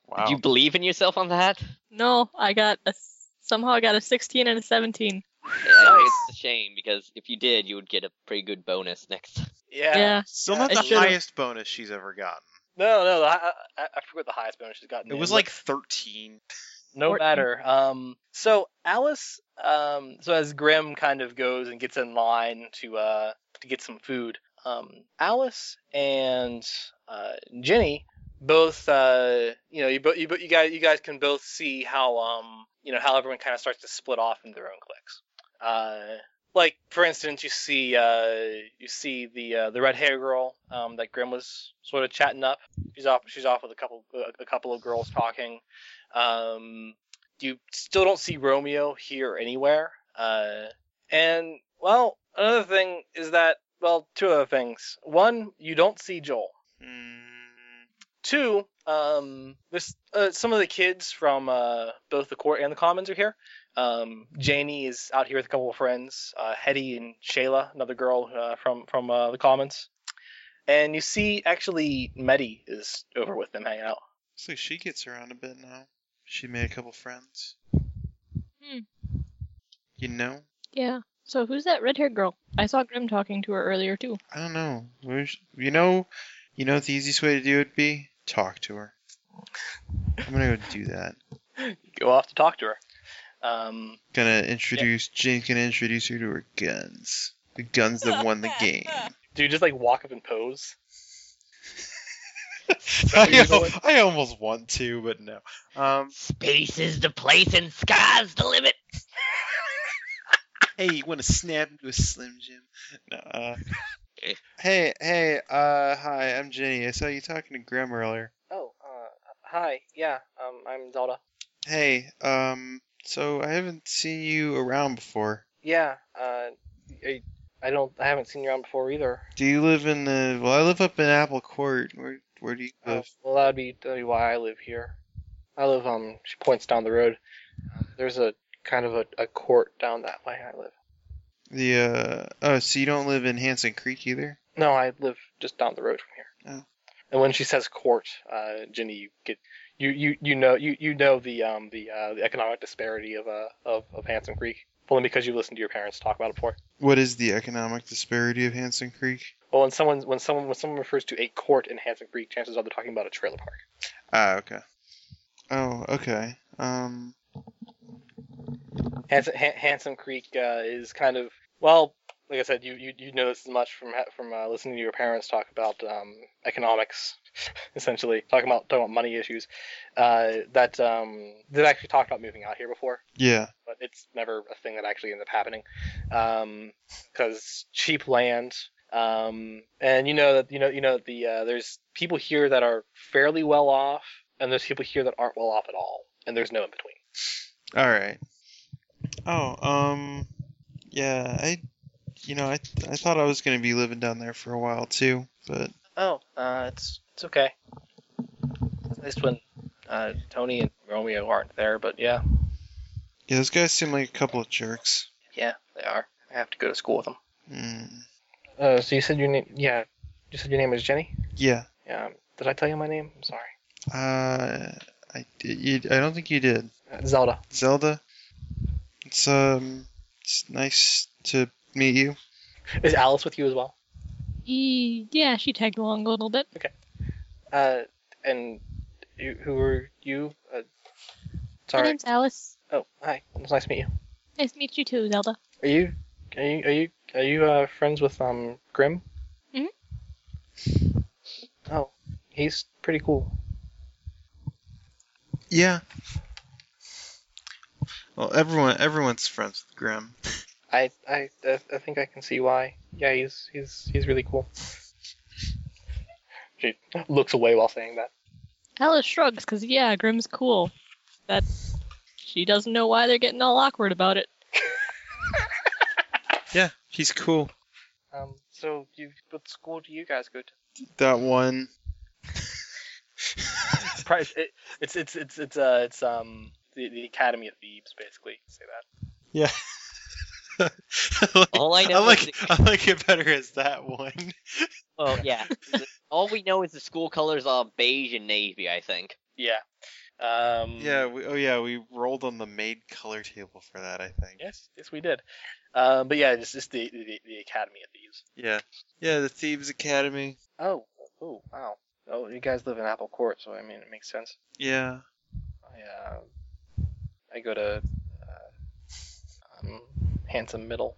[SPEAKER 6] Wow.
[SPEAKER 3] you believe in yourself on that?
[SPEAKER 7] No, I got a somehow I got a 16 and a
[SPEAKER 3] Yeah,
[SPEAKER 7] 17.
[SPEAKER 3] I think
[SPEAKER 1] Nice.
[SPEAKER 3] it's a shame because if you did, you would get a pretty good bonus next.
[SPEAKER 1] Yeah.
[SPEAKER 7] yeah.
[SPEAKER 6] Still
[SPEAKER 1] Yeah,
[SPEAKER 6] not
[SPEAKER 7] I
[SPEAKER 6] the
[SPEAKER 7] should've-
[SPEAKER 6] highest bonus she's ever gotten.
[SPEAKER 1] No, no. I, I, I forgot the highest bonus she's gotten.
[SPEAKER 6] It
[SPEAKER 1] in,
[SPEAKER 6] was
[SPEAKER 1] but-
[SPEAKER 6] like thirteen.
[SPEAKER 1] No
[SPEAKER 7] Or-
[SPEAKER 1] matter. Um, so Alice, um, so as Grim kind of goes and gets in line to uh, to get some food, um, Alice and uh, Jenny both, uh, you know, you, bo- you, bo- you guys, you guys can both see how, um, you know, how everyone kind of starts to split off into their own cliques. Uh, like for instance, you see, uh, you see the uh, the red hair girl um, that Grim was sort of chatting up. She's off. She's off with a couple a, a couple of girls talking. Um, you still don't see Romeo here anywhere. Uh, and well, another thing is that well, two other things. One, you don't see Joel.
[SPEAKER 6] Hmm.
[SPEAKER 1] Two, um, this uh, some of the kids from uh, both the court and the commons are here. Um, Janie is out here with a couple of friends. Uh, Hetty and Shayla, another girl uh, from from uh, the commons. And you see, actually, Meddy is over with them hanging out.
[SPEAKER 6] So she gets around a bit now. She made a couple friends.
[SPEAKER 7] Hmm.
[SPEAKER 6] You know?
[SPEAKER 7] Yeah. So who's that red-haired girl? I saw Grim talking to her earlier too.
[SPEAKER 6] I don't know. Where's you know? You know what the easiest way to do it be? Talk to her. I'm gonna go do that.
[SPEAKER 1] Go off to talk to her. Um,
[SPEAKER 6] Gonna introduce Jin. Gonna introduce her to her guns. The guns that won the game.
[SPEAKER 1] Do you just like walk up and pose?
[SPEAKER 6] <laughs> I, al- I almost want to, but no. Um.
[SPEAKER 3] Space is the place and sky's the limit.
[SPEAKER 6] Hey, you want to snap into a slim Jim? No. Uh, <laughs> hey, hey. Uh, hi. I'm Jenny. I saw you talking to Grim earlier.
[SPEAKER 1] Oh, uh, hi. Yeah, um, I'm Zelda.
[SPEAKER 6] Hey, um, so I haven't seen you around before.
[SPEAKER 1] Yeah, uh, I, I don't, I haven't seen you around before either.
[SPEAKER 6] Do you live in the? Well, I live up in Apple Court. Where Where do you
[SPEAKER 1] Oh,
[SPEAKER 6] live?
[SPEAKER 1] well, that'd be, that'd be why I live here. I live, um, she points down the road. There's a kind of a, a court down that way I live.
[SPEAKER 6] The uh oh, so you don't live in Hanson Creek either?
[SPEAKER 1] No, I live just down the road from here.
[SPEAKER 6] Oh.
[SPEAKER 1] And when she says court, uh, Ginny, you get, you, you, you know, you, you know the, um, the, uh, the economic disparity of, uh, of, of Handsome Creek. Only because you've listened to your parents talk about it before.
[SPEAKER 6] What is the economic disparity of Hanson Creek?
[SPEAKER 1] Well, when someone when someone when someone refers to a court in Hanson Creek, chances are they're talking about a trailer park.
[SPEAKER 6] Ah, okay. Oh, okay. Um,
[SPEAKER 1] Hanson, Han- Hanson Creek uh, is kind of well, like I said, you you, you know this as much from ha- from uh, listening to your parents talk about um, economics, <laughs> essentially talking about talking about money issues. Uh, that um, they've actually talked about moving out here before,
[SPEAKER 6] yeah.
[SPEAKER 1] but it's never a thing that actually ends up happening, because cheap land. Um, and you know that you know you know that the uh, there's people here that are fairly well off, and there's people here that aren't well off at all, and there's no in between.
[SPEAKER 6] All right. Oh, um, yeah. I
[SPEAKER 2] you know, I I thought I was gonna be living down there for a while too, but
[SPEAKER 1] Oh, uh, it's it's okay. At least when uh, Tony and Romeo aren't there, but yeah,
[SPEAKER 2] yeah, those guys seem like a couple of jerks.
[SPEAKER 1] yeah, they are. I have to go to school with them.
[SPEAKER 6] Hmm.
[SPEAKER 2] Mm.
[SPEAKER 1] Uh, so you said your name? Yeah, you said your name was Jenny.
[SPEAKER 2] Yeah.
[SPEAKER 1] Yeah. Did I tell you my name? I'm sorry.
[SPEAKER 2] Uh, I you, I don't think you did.
[SPEAKER 1] Uh, Zelda.
[SPEAKER 2] Zelda. It's um, it's nice to meet you.
[SPEAKER 1] Is Alice with you as well?
[SPEAKER 7] E- yeah, she tagged along a little bit.
[SPEAKER 1] Uh, and you, who are you? Uh,
[SPEAKER 7] My
[SPEAKER 1] sorry.
[SPEAKER 7] name's Alice.
[SPEAKER 1] Oh, hi. It's nice to meet you.
[SPEAKER 7] Nice to meet you too, Zelda.
[SPEAKER 1] Are you are you are you are you uh, friends with um Grim?
[SPEAKER 7] Mhm. Mm-hmm.
[SPEAKER 1] Oh, he's pretty cool.
[SPEAKER 2] Yeah. Well, everyone everyone's friends with Grim.
[SPEAKER 1] I I I I think I can see why. Yeah, he's he's he's really cool. She looks away while saying that.
[SPEAKER 7] Alice shrugs because yeah, Grim's cool. That she doesn't know why they're getting all awkward about it.
[SPEAKER 2] Yeah, he's cool.
[SPEAKER 1] Um, so you what school do you guys go to?
[SPEAKER 2] That <laughs> one.
[SPEAKER 1] Pri- it- It's it's it's it's uh it's um the, the Academy of Thieves basically. Say that.
[SPEAKER 2] I like,
[SPEAKER 3] All I know
[SPEAKER 2] I like,
[SPEAKER 3] is the-
[SPEAKER 2] I like it better as that one.
[SPEAKER 3] Well, yeah. All we know is the school colors are beige and navy. I think.
[SPEAKER 1] Yeah. Um.
[SPEAKER 2] <laughs> Yeah. We, oh yeah, we rolled on the maid color table for that. I think.
[SPEAKER 1] Yes. Yes, we did. Um. But yeah, it's just the the, the Academy of Thieves.
[SPEAKER 2] Yeah. Yeah, the Thieves Academy.
[SPEAKER 1] Oh. Oh. Wow. Oh, you guys live in Apple Court, so I mean it makes sense.
[SPEAKER 2] Yeah.
[SPEAKER 1] I uh, I go to uh, um, handsome middle.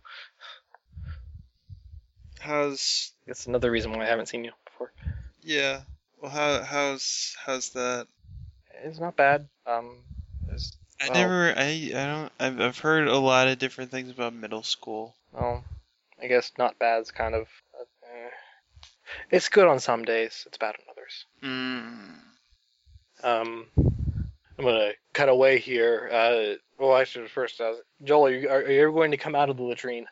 [SPEAKER 2] How's
[SPEAKER 1] That's another reason why I haven't seen you before.
[SPEAKER 2] yeah? Well, how how's how's that?
[SPEAKER 1] It's not bad. Um. It's,
[SPEAKER 2] I
[SPEAKER 1] Well-
[SPEAKER 2] never. I I don't. I've I've heard a lot of different things about middle school.
[SPEAKER 1] well, I guess not bad's kind of. Uh, it's good on some days. It's bad on others.
[SPEAKER 2] Mm.
[SPEAKER 1] Um, I'm gonna cut away here. Uh, well, I should first ask Joel. Are you, are, are you ever going to come out of the latrine?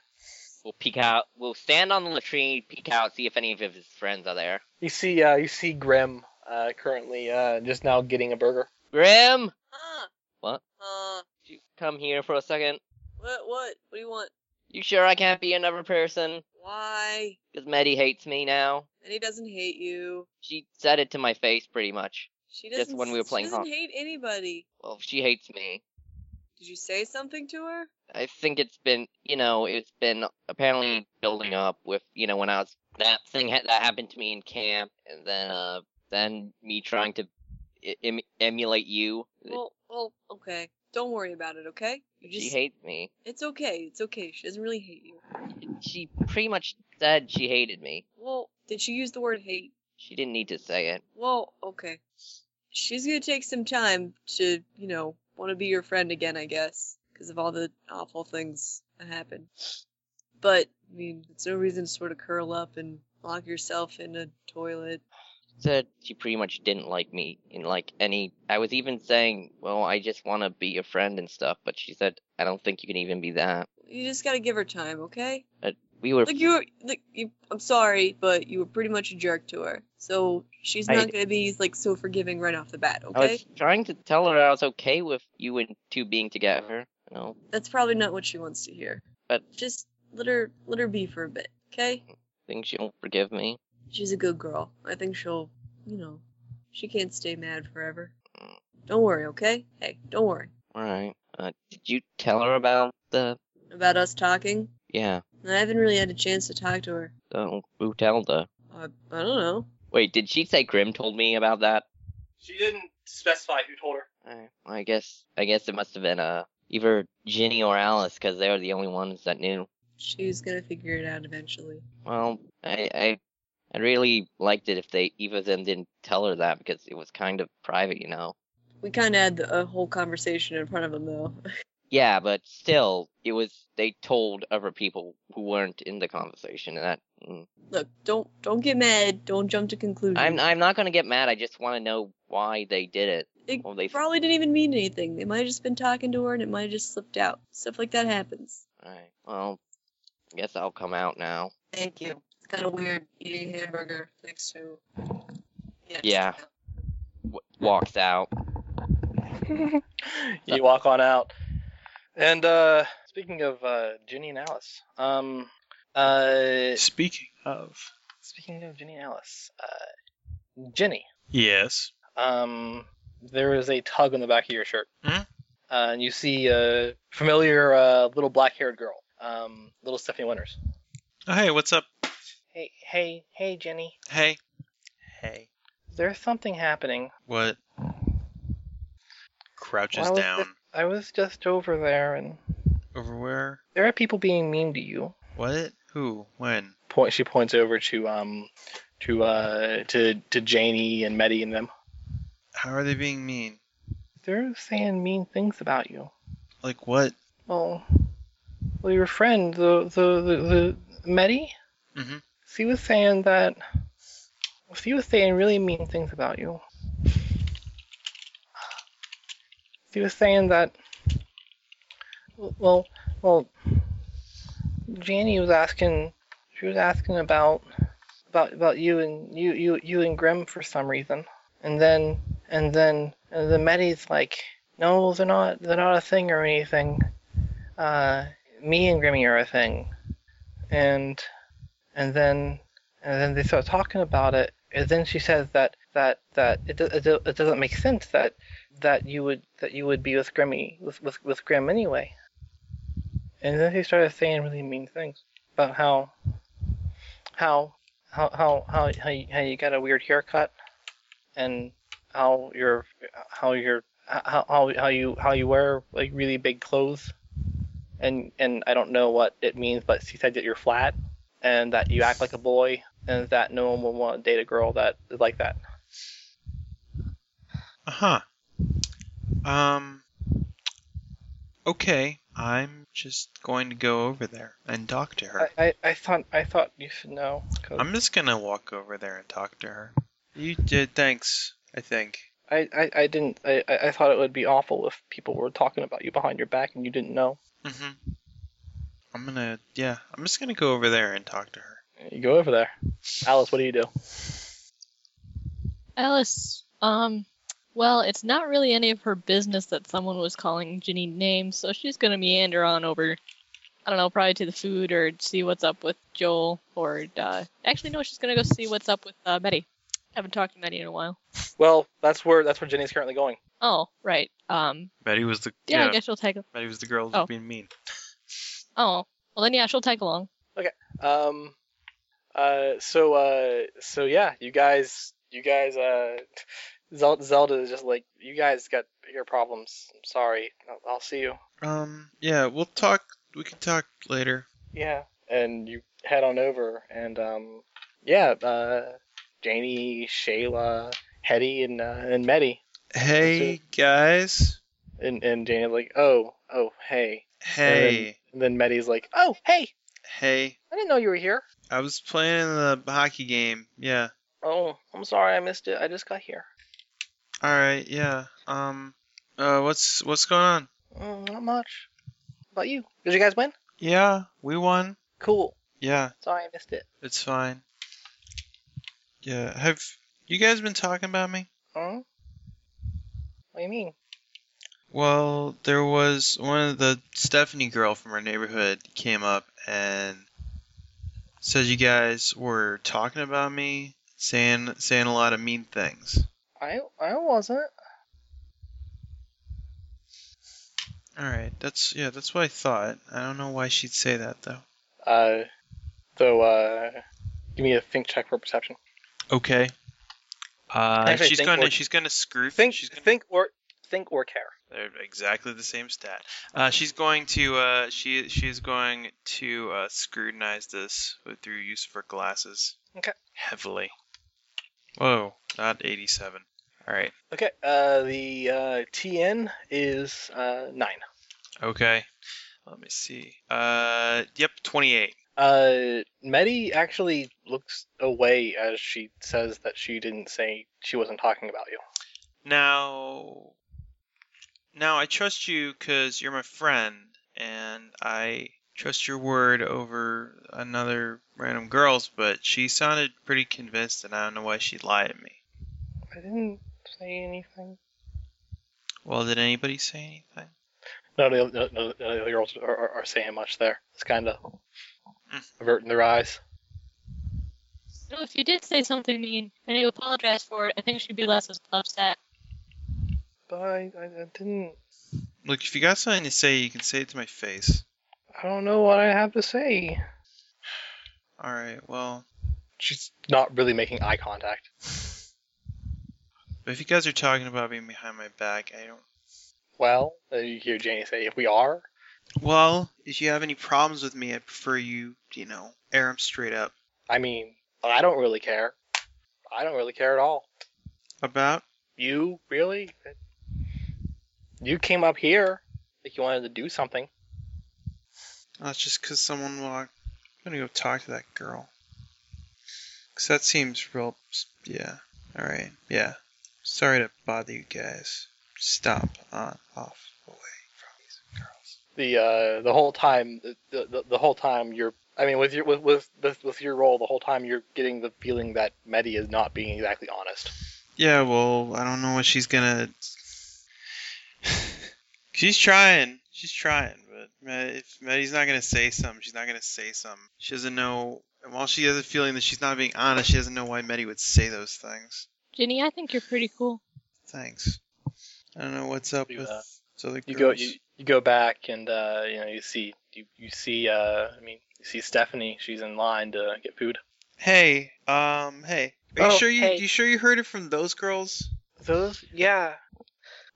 [SPEAKER 3] We'll peek out. We'll stand on the latrine, peek out, see if any of his friends are there.
[SPEAKER 1] You see, uh, you see Grim uh, currently uh, just now getting a burger.
[SPEAKER 3] Grim,
[SPEAKER 5] Huh?
[SPEAKER 3] What?
[SPEAKER 5] Uh,
[SPEAKER 3] could you come here for a second.
[SPEAKER 5] what? What? What do you want?
[SPEAKER 3] You sure I can't be another person?
[SPEAKER 5] Why?
[SPEAKER 3] Because Maddie hates me now.
[SPEAKER 5] And he doesn't hate you.
[SPEAKER 3] She said it to my face, pretty much.
[SPEAKER 5] She
[SPEAKER 3] Just
[SPEAKER 5] doesn't.
[SPEAKER 3] when we were playing
[SPEAKER 5] she doesn't
[SPEAKER 3] Hawk.
[SPEAKER 5] hate anybody.
[SPEAKER 3] Well, she hates me.
[SPEAKER 5] Did you say something to her?
[SPEAKER 3] I think it's been, you know, it's been apparently building up with, you know, when I was that thing ha- that happened to me in camp, and then, uh, then me trying to I- em- emulate you.
[SPEAKER 5] Well, well, okay. Don't worry about it, okay? You
[SPEAKER 3] she
[SPEAKER 5] just,
[SPEAKER 3] hates me.
[SPEAKER 5] it's okay. It's okay. She doesn't really hate you.
[SPEAKER 3] She pretty much said she hated me.
[SPEAKER 5] Well, did she use the word hate?
[SPEAKER 3] She didn't need to say it.
[SPEAKER 5] Well, okay. She's gonna take some time to, you know, want to be your friend again, I guess, because of all the awful things that happened. But I mean, it's no reason to sort of curl up and lock yourself in a toilet.
[SPEAKER 3] Said she pretty much didn't like me in like any. I was even saying, well, I just want to be your friend and stuff, but she said, I don't think you can even be that.
[SPEAKER 5] You just gotta give her time, okay?
[SPEAKER 3] We were.
[SPEAKER 5] Look, you were, look, you, I'm sorry, but you were pretty much a jerk to her. So she's
[SPEAKER 3] I-
[SPEAKER 5] not going to be like so forgiving right off the bat,
[SPEAKER 3] I
[SPEAKER 5] okay?
[SPEAKER 3] was trying to tell her I was okay with you and two being together. You know,
[SPEAKER 5] That's probably not what she wants to hear.
[SPEAKER 3] But-
[SPEAKER 5] just let her let her be for a bit, okay?
[SPEAKER 3] think she'll forgive me.
[SPEAKER 5] She's a good girl. I think she'll, you know, she can't stay mad forever. Don't worry, okay? Hey, don't worry
[SPEAKER 3] All right. Uh, did you tell her about the?
[SPEAKER 5] about us talking.
[SPEAKER 3] Yeah.
[SPEAKER 5] I haven't really had a chance to talk to her.
[SPEAKER 3] So who told her?
[SPEAKER 5] I, I don't know.
[SPEAKER 3] Wait, did she say Grim told me about that?
[SPEAKER 1] She didn't specify who told her.
[SPEAKER 3] Alright, well, I guess I guess it must have been uh either Ginny or Alice because they were the only ones that knew.
[SPEAKER 5] She's gonna figure it out eventually.
[SPEAKER 3] Well, I I I really liked it if they either of them didn't tell her that because it was kind of private, you know.
[SPEAKER 5] We kind of had the, a whole conversation in front of them though. <laughs>
[SPEAKER 3] Yeah, but still, it was they told other people who weren't in the conversation, and that mm.
[SPEAKER 5] Look, don't don't get mad. Don't jump to conclusions.
[SPEAKER 3] I'm I'm not gonna get mad. I just want to know why they did it.
[SPEAKER 5] They
[SPEAKER 3] Well, they
[SPEAKER 5] probably didn't even mean anything. They might have just been talking to her, and it might have just slipped out. Stuff like that happens.
[SPEAKER 3] Alright, well, I guess I'll come out now.
[SPEAKER 8] Thank you. It's kind of weird eating hamburger next to.
[SPEAKER 3] Yeah. W- walks out.
[SPEAKER 1] <laughs> you walk on out. And uh, speaking of uh, Ginny and Alice, um, uh,
[SPEAKER 6] Speaking of.
[SPEAKER 1] speaking of Ginny and Alice, uh, Ginny,
[SPEAKER 6] Yes.
[SPEAKER 1] um, there is a tug on the back of your shirt,
[SPEAKER 6] Hmm?
[SPEAKER 1] uh, and you see a familiar uh, little black-haired girl, um, little Stephanie Winters.
[SPEAKER 6] Oh, hey, what's up?
[SPEAKER 1] Hey, hey, hey, Ginny.
[SPEAKER 6] Hey. Hey.
[SPEAKER 1] There's something happening.
[SPEAKER 6] What? Crouches
[SPEAKER 1] Why was
[SPEAKER 6] down.
[SPEAKER 1] I was just over there, and
[SPEAKER 6] Over where?
[SPEAKER 1] there are people being mean to you.
[SPEAKER 6] What? Who? When?
[SPEAKER 1] Point. She points over to um, to uh, to to Janie and Meddy and them.
[SPEAKER 6] How are they being mean?
[SPEAKER 1] They're saying mean things about you.
[SPEAKER 6] Like what?
[SPEAKER 1] Well, well, your friend, the the the, the Meddy,
[SPEAKER 6] Mhm.
[SPEAKER 1] she was saying that she was saying really mean things about you. She was saying that. Well, well, Janie was asking. She was asking about about about you and you you you and Grim for some reason, and then and then and the Meddy's like, no, they're not they're not a thing or anything uh, me and Grimmy are a thing, and and then and then they start talking about it, and then she says that that that it, do- it, do- it doesn't make sense that that you would that you would be with Grimmy with with, with Grim anyway. And then she started saying really mean things about how how how how how how you, how you got a weird haircut, and how you're how you're how how how you how you wear like really big clothes and and I don't know what it means, but she said that you're flat and that you act like a boy and that no one will want to date a girl that is like that.
[SPEAKER 6] Uh huh. Um. Okay, I'm just going to go over there and talk to her.
[SPEAKER 1] I, I, I thought I thought you should know. 'cause
[SPEAKER 6] I'm just gonna walk over there and talk to her. You did, thanks. I think.
[SPEAKER 1] I, I, I didn't I, I I thought it would be awful if people were talking about you behind your back and you didn't know.
[SPEAKER 6] Mm-hmm. I'm gonna, yeah, I'm just gonna go over there and talk to her.
[SPEAKER 1] You go over there. Alice, what do you do?
[SPEAKER 7] Alice, um, well, it's not really any of her business that someone was calling Ginny names, so she's gonna meander on over. I don't know, probably to the food or see what's up with Joel or uh, actually no, she's gonna go see what's up with uh, Betty. haven't talked to Betty in a while.
[SPEAKER 1] Well, that's where that's where Jenny's currently going.
[SPEAKER 7] Oh, right. Um,
[SPEAKER 6] Betty was the
[SPEAKER 7] yeah,
[SPEAKER 6] yeah.
[SPEAKER 7] I guess she'll tag.
[SPEAKER 6] Betty was the girl
[SPEAKER 7] Oh.
[SPEAKER 6] being mean.
[SPEAKER 7] Oh, well then, yeah, she'll tag along.
[SPEAKER 1] Um uh so uh so yeah, you guys you guys uh <laughs> Zelda, Zelda is just like you guys got bigger problems. I'm sorry. I'll, I'll see you.
[SPEAKER 6] Um, yeah, we'll talk. We can talk later.
[SPEAKER 1] Yeah. And you head on over and um yeah, uh Janie, Shayla, Hetty and uh, and Meddy
[SPEAKER 6] Hey guys.
[SPEAKER 1] and and Janie's like, "Oh, oh, hey."
[SPEAKER 6] Hey,
[SPEAKER 1] And then Meddy's like, "Oh, hey.
[SPEAKER 6] hey.
[SPEAKER 1] I didn't know you were here."
[SPEAKER 6] I was playing in the hockey game. Yeah.
[SPEAKER 1] "Oh, I'm sorry I missed it. I just got here."
[SPEAKER 6] All right. Yeah. Um. Uh. What's What's going on?
[SPEAKER 1] Mm, not much. How about you? Did you guys win?
[SPEAKER 6] Yeah. We won.
[SPEAKER 1] Cool.
[SPEAKER 6] Yeah.
[SPEAKER 1] Sorry I missed it.
[SPEAKER 6] It's fine. Yeah. Have you guys been talking about me?
[SPEAKER 1] Huh? What do you mean?
[SPEAKER 6] Well, there was one of the Stephanie girl from our neighborhood came up and said you guys were talking about me, saying saying a lot of mean things.
[SPEAKER 1] I I wasn't.
[SPEAKER 6] All right, that's yeah, that's what I thought. I don't know why she'd say that though.
[SPEAKER 1] Uh, so uh, give me a think check for perception.
[SPEAKER 6] Okay. Uh,
[SPEAKER 1] Actually,
[SPEAKER 6] she's
[SPEAKER 1] think
[SPEAKER 6] gonna
[SPEAKER 1] or-
[SPEAKER 6] she's gonna screw.
[SPEAKER 1] Think
[SPEAKER 6] she's gonna,
[SPEAKER 1] think or think or care.
[SPEAKER 6] they're exactly the same stat. Uh, she's going to uh, she she's going to uh, scrutinize this with, through use of her glasses.
[SPEAKER 1] Okay.
[SPEAKER 6] Heavily. Whoa, not eighty-seven. All right.
[SPEAKER 1] Okay. Uh, the uh, TN is uh nine.
[SPEAKER 6] Okay. Let me see. Uh, yep, twenty-eight.
[SPEAKER 1] Uh, Meddy actually looks away as she says that she didn't say she wasn't talking about you.
[SPEAKER 6] Now, now I trust you because you're my friend, and I trust your word over another random girl's, but she sounded pretty convinced, and I don't know why she'd lie to me.
[SPEAKER 1] I didn't say anything.
[SPEAKER 6] Well, did anybody say anything?
[SPEAKER 1] No, no, no, no, no the girls are, are, are saying much there. It's kind of Hmm. averting their eyes.
[SPEAKER 7] No, if you did say something mean and you apologize for it, I think she'd be less upset.
[SPEAKER 1] But I, I, I didn't.
[SPEAKER 6] Look, if you got something to say, you can say it to my face.
[SPEAKER 1] I don't know what I have to say.
[SPEAKER 6] All right, well,
[SPEAKER 1] She's not really making eye contact.
[SPEAKER 6] but if you guys are talking about being behind my back, I don't.
[SPEAKER 1] Well, uh, you hear Janie say, if we are,
[SPEAKER 6] Well, if you have any problems with me, I prefer you, you know, air them straight up.
[SPEAKER 1] I mean, I don't really care. I don't really care at all.
[SPEAKER 6] About?
[SPEAKER 1] You really? You came up here like you wanted to do something.
[SPEAKER 6] That's just 'cause someone walked. I'm gonna go talk to that girl. 'Cause that seems real. Yeah. Alright. Yeah. Sorry to bother you guys. Stop. On. Off. Away from these girls.
[SPEAKER 1] The uh, the whole time, the, the, the whole time you're. I mean, with your with, with with with your role, the whole time you're getting the feeling that Medi is not being exactly honest.
[SPEAKER 6] Yeah, well, I don't know what she's gonna. <sighs> she's trying. She's trying, but Ma- if Maddie's not gonna say something, she's not gonna say something. She doesn't know. And while she has a feeling that she's not being honest, she doesn't know why Maddie would say those things.
[SPEAKER 7] Ginny, I think you're pretty cool.
[SPEAKER 6] Thanks. I don't know what's up
[SPEAKER 1] Do
[SPEAKER 6] with
[SPEAKER 1] that.
[SPEAKER 6] this other
[SPEAKER 1] You go
[SPEAKER 6] girls.
[SPEAKER 1] you, you go back and uh, you know you see you you see uh, I mean you see Stephanie. She's in line to get food.
[SPEAKER 6] Hey, um, hey. Are you
[SPEAKER 1] Oh,
[SPEAKER 6] sure you
[SPEAKER 1] hey.
[SPEAKER 6] you sure you heard it from those girls?
[SPEAKER 1] Those yeah.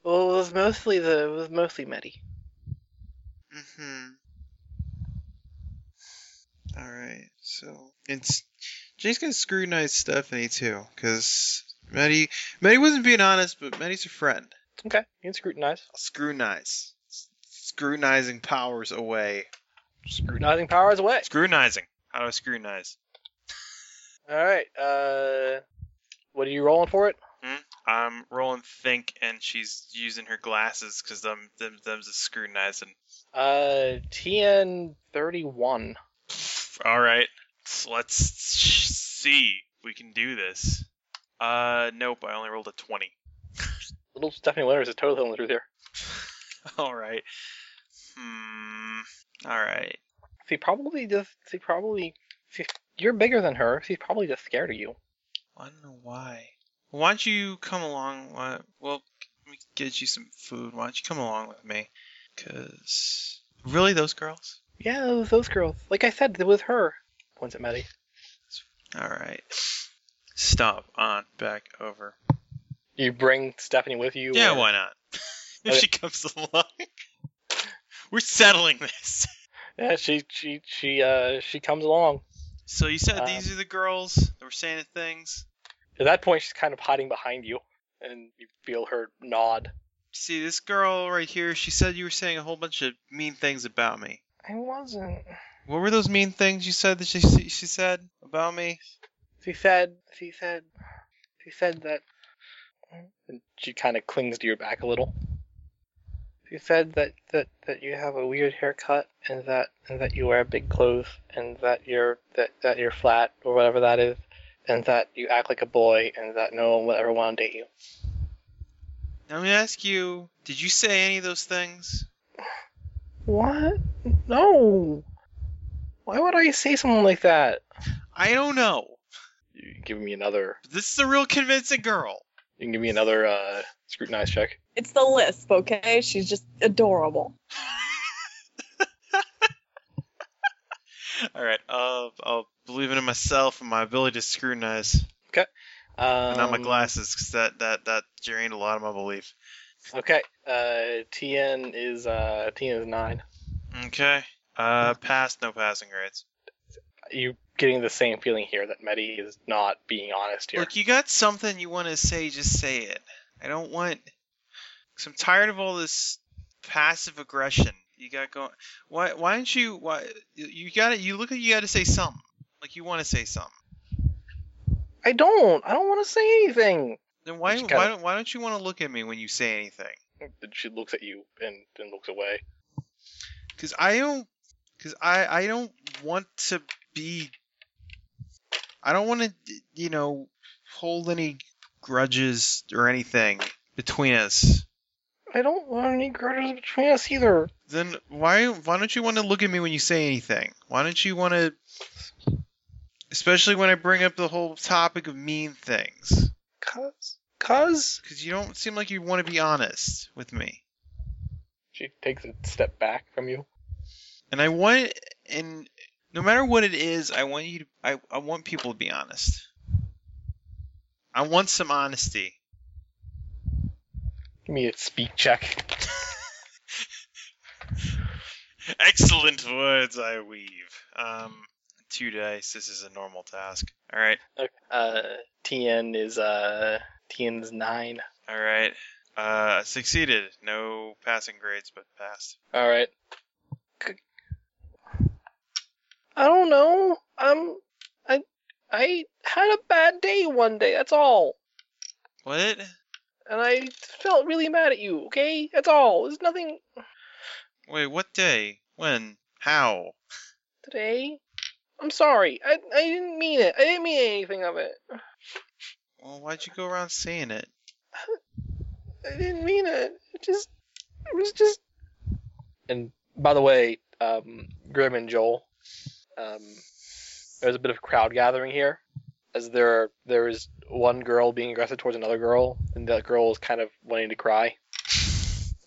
[SPEAKER 1] Well, it was mostly the it was mostly Medi.
[SPEAKER 6] Mm-hmm. All right. So it's Jane's gonna scrutinize Stephanie too, because Maddie Maddie wasn't being honest, but Maddie's a friend.
[SPEAKER 1] Okay, you can scrutinize.
[SPEAKER 6] I'll scrutinize. S- Scrutinizing powers away.
[SPEAKER 1] Scrutinizing powers away.
[SPEAKER 6] Scrutinizing. How do I scrutinize?
[SPEAKER 1] All right. Uh, what are you rolling for it?
[SPEAKER 6] I'm rolling think, and she's using her glasses because them them them's a scrutinizing.
[SPEAKER 1] Uh, TN thirty one.
[SPEAKER 6] All right, let's see. if We can do this. Uh, nope. I only rolled a twenty. <laughs>
[SPEAKER 1] Little Stephanie Winters is totally telling the truth here.
[SPEAKER 6] All right. Hmm. All right.
[SPEAKER 1] She probably just she probably she, you're bigger than her. She's probably just scared of you.
[SPEAKER 6] I don't know why. Why don't you come along? Why, well, we can get you some food. Why don't you come along with me? Cause really, those girls.
[SPEAKER 1] Yeah, it was those girls. Like I said, it was her. Points at Maddie.
[SPEAKER 6] All right. Stop on back over.
[SPEAKER 1] You bring Stephanie with you.
[SPEAKER 6] yeah,
[SPEAKER 1] or-
[SPEAKER 6] why not? <laughs> if
[SPEAKER 1] Okay.
[SPEAKER 6] she comes along, <laughs> we're settling this.
[SPEAKER 1] Yeah, she she she uh she comes along.
[SPEAKER 6] So you said
[SPEAKER 1] Um,
[SPEAKER 6] these are the girls that were saying things.
[SPEAKER 1] At that point, she's kind of hiding behind you, and you feel her nod.
[SPEAKER 6] See, this girl right here, she said you were saying a whole bunch of mean things about me.
[SPEAKER 1] I wasn't.
[SPEAKER 6] What were those mean things you said that she she said about me?
[SPEAKER 1] She said she said she said that. And she kind of clings to your back a little. She said that that that you have a weird haircut, and that and that you wear big clothes, and that you're that that you're flat or whatever that is, and that you act like a boy, and that no one will ever want to date you.
[SPEAKER 6] I'm gonna ask you, did you say any of those things?
[SPEAKER 1] What? No. Why would I say something like that?
[SPEAKER 6] I don't know.
[SPEAKER 1] You can give me another.
[SPEAKER 6] This is a real convincing girl.
[SPEAKER 1] You can give me another uh, scrutinize check.
[SPEAKER 5] It's the lisp, okay? She's just adorable.
[SPEAKER 6] All right, uh, I'll believe it in myself and my ability to scrutinize,
[SPEAKER 1] Um,
[SPEAKER 6] and not my glasses, 'cause that that that drained a lot of my belief.
[SPEAKER 1] Okay. Uh, TN is uh, TN is nine.
[SPEAKER 6] Okay. Uh, pass, no passing grades.
[SPEAKER 1] You getting the same feeling here that Medi is not being honest here.
[SPEAKER 6] Look, you got something you want to say, just say it. I don't want. Cause I'm tired of all this passive aggression you got going. Why? Why don't you? Why you- you got to You look like you got to say something. Like you want to say something.
[SPEAKER 1] I don't. I don't want to say anything.
[SPEAKER 6] Then why?
[SPEAKER 1] Just kinda-
[SPEAKER 6] Why don't? Why don't you want to look at me when you say anything?
[SPEAKER 1] She looks at you and then looks away.
[SPEAKER 6] Cause I don't. because I I don't want to be. I don't want to you know hold any grudges or anything between us.
[SPEAKER 1] I don't want any grudges between us either.
[SPEAKER 6] Then why why don't you want to look at me when you say anything? Why don't you want to, especially when I bring up the whole topic of mean things?
[SPEAKER 1] Cause, cause
[SPEAKER 6] Because you don't seem like you want to be honest with me.
[SPEAKER 1] she takes a step back from you.
[SPEAKER 6] And I want, and no matter what it is, I want you to, I, I want people to be honest. I want some honesty.
[SPEAKER 1] Give me a speak check.
[SPEAKER 6] Excellent words I weave. Um, two dice. This is a normal task. All right.
[SPEAKER 1] Okay. Uh, TN is uh TN's nine.
[SPEAKER 6] All right. Uh, succeeded. No passing grades, but passed.
[SPEAKER 1] All right. I don't know. Um, I I had a bad day one day. That's all.
[SPEAKER 6] What?
[SPEAKER 1] And I felt really mad at you. Okay, that's all. There's nothing
[SPEAKER 6] Wait, what day? When? How?
[SPEAKER 1] today. I'm sorry. I I didn't mean it. I didn't mean anything of it.
[SPEAKER 6] Well, why'd you go around saying it?
[SPEAKER 1] I didn't mean it. It just it was just. And by the way, um, Grim and Joel, um, there's a bit of crowd gathering here, as there there is one girl being aggressive towards another girl, and that girl is kind of wanting to cry,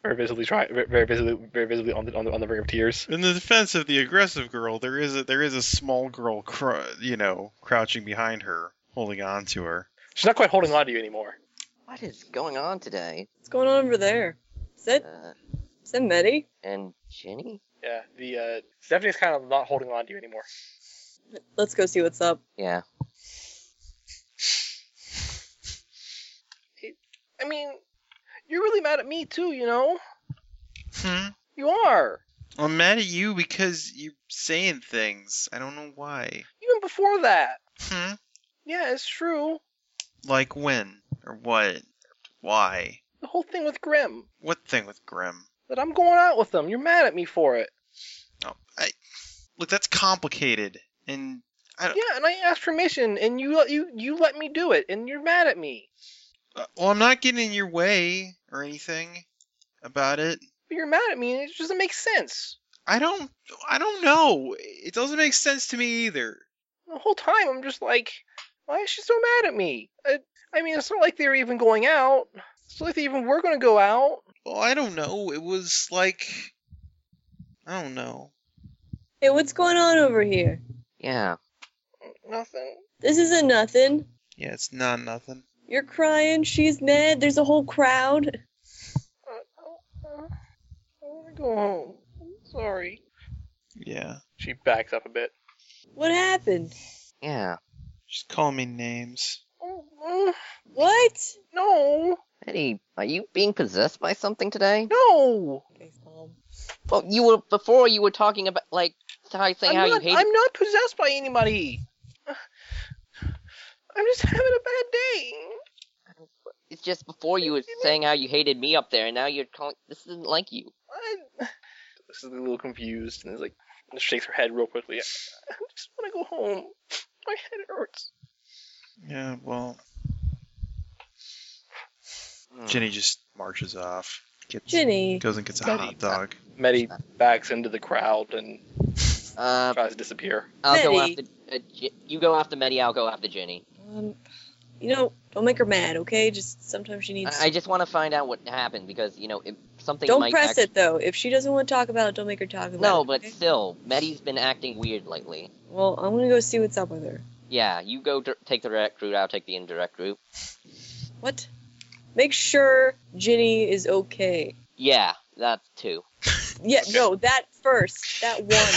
[SPEAKER 1] very visibly try, very visibly, very visibly on the on the, on the brink of tears.
[SPEAKER 6] In the defense of the aggressive girl, there is a, there is a small girl, cr- you know, crouching behind her, holding on to her.
[SPEAKER 1] She's not quite holding on to you anymore.
[SPEAKER 3] What is going on today?
[SPEAKER 5] What's going on over there? Is that
[SPEAKER 3] Uh,
[SPEAKER 5] is that Medi?
[SPEAKER 3] and Jenny?
[SPEAKER 1] Yeah, the uh, Stephanie's kind of not holding on to you anymore.
[SPEAKER 5] Let's go see what's up.
[SPEAKER 3] Yeah.
[SPEAKER 1] I mean, you're really mad at me too, you know.
[SPEAKER 6] Hmm.
[SPEAKER 1] You are.
[SPEAKER 6] I'm mad at you because you're saying things. I don't know why.
[SPEAKER 1] Even before that.
[SPEAKER 6] Hmm.
[SPEAKER 1] Yeah, it's true.
[SPEAKER 6] Like when or what? Why?
[SPEAKER 1] The whole thing with Grim.
[SPEAKER 6] What thing with Grim?
[SPEAKER 1] That I'm going out with them. You're mad at me for it.
[SPEAKER 6] Oh, I look. That's complicated. And
[SPEAKER 1] Yeah, and I asked permission, and you let you you let me do it, and you're mad at me.
[SPEAKER 6] uh, well, I'm not getting in your way or anything about it.
[SPEAKER 1] But you're mad at me, and it just doesn't make sense.
[SPEAKER 6] I don't. I don't know. It doesn't make sense to me either.
[SPEAKER 1] The whole time, I'm just like, why is she so mad at me? I, I mean, it's not like they were even going out. It's not like they even were going to go out.
[SPEAKER 6] Well, I don't know. It was like I don't know.
[SPEAKER 5] Hey, what's going on over here?
[SPEAKER 3] Yeah.
[SPEAKER 1] Nothing.
[SPEAKER 5] This isn't nothing.
[SPEAKER 6] Yeah, it's not nothing.
[SPEAKER 5] You're crying. She's mad. There's a whole crowd.
[SPEAKER 1] Uh, uh, I want to go home. I'm sorry.
[SPEAKER 6] Yeah.
[SPEAKER 1] She backs up a bit.
[SPEAKER 5] What happened?
[SPEAKER 3] Yeah.
[SPEAKER 6] Just call me names.
[SPEAKER 1] Oh, mm,
[SPEAKER 5] What?
[SPEAKER 1] no,
[SPEAKER 3] Eddie, are you being possessed by something today?
[SPEAKER 1] no.
[SPEAKER 5] Okay, calm.
[SPEAKER 3] Well, you were before. You were talking about like how you saying
[SPEAKER 1] I'm
[SPEAKER 3] how
[SPEAKER 1] not,
[SPEAKER 3] you hate.
[SPEAKER 1] I'm not possessed by anybody. I'm just having a bad day.
[SPEAKER 3] It's just before you were saying how you hated me up there, and now you're calling. This isn't like you.
[SPEAKER 1] I... <laughs> This is a little confused, and is like shakes her head real quickly. I just want to go home. My head hurts.
[SPEAKER 6] Yeah. Well,
[SPEAKER 3] Hmm.
[SPEAKER 6] Jenny just marches off. Gets,
[SPEAKER 5] Ginny.
[SPEAKER 6] Goes and gets a
[SPEAKER 5] Jenny.
[SPEAKER 6] hot dog.
[SPEAKER 1] Medi backs into the crowd and
[SPEAKER 3] Uh,
[SPEAKER 1] tries to disappear.
[SPEAKER 3] I'll go
[SPEAKER 5] Betty.
[SPEAKER 3] after. Uh, J- you go after Meddy. I'll go after Jenny.
[SPEAKER 5] Um, you know, don't make her mad, okay? Just sometimes she needs.
[SPEAKER 3] I, I just want to find out what happened because you know if something.
[SPEAKER 5] don't
[SPEAKER 3] might
[SPEAKER 5] press
[SPEAKER 3] actu-
[SPEAKER 5] it though. If she doesn't want to talk about it, don't make her talk about it.
[SPEAKER 3] No, but
[SPEAKER 5] okay?
[SPEAKER 3] still, Meddy's been acting weird lately.
[SPEAKER 5] well, I'm gonna go see what's up with her.
[SPEAKER 3] Yeah, you go dir- take the direct route. I'll take the indirect route.
[SPEAKER 5] What? Make sure Ginny is okay.
[SPEAKER 3] Yeah, that's two.
[SPEAKER 5] Yeah, no, that first, that one.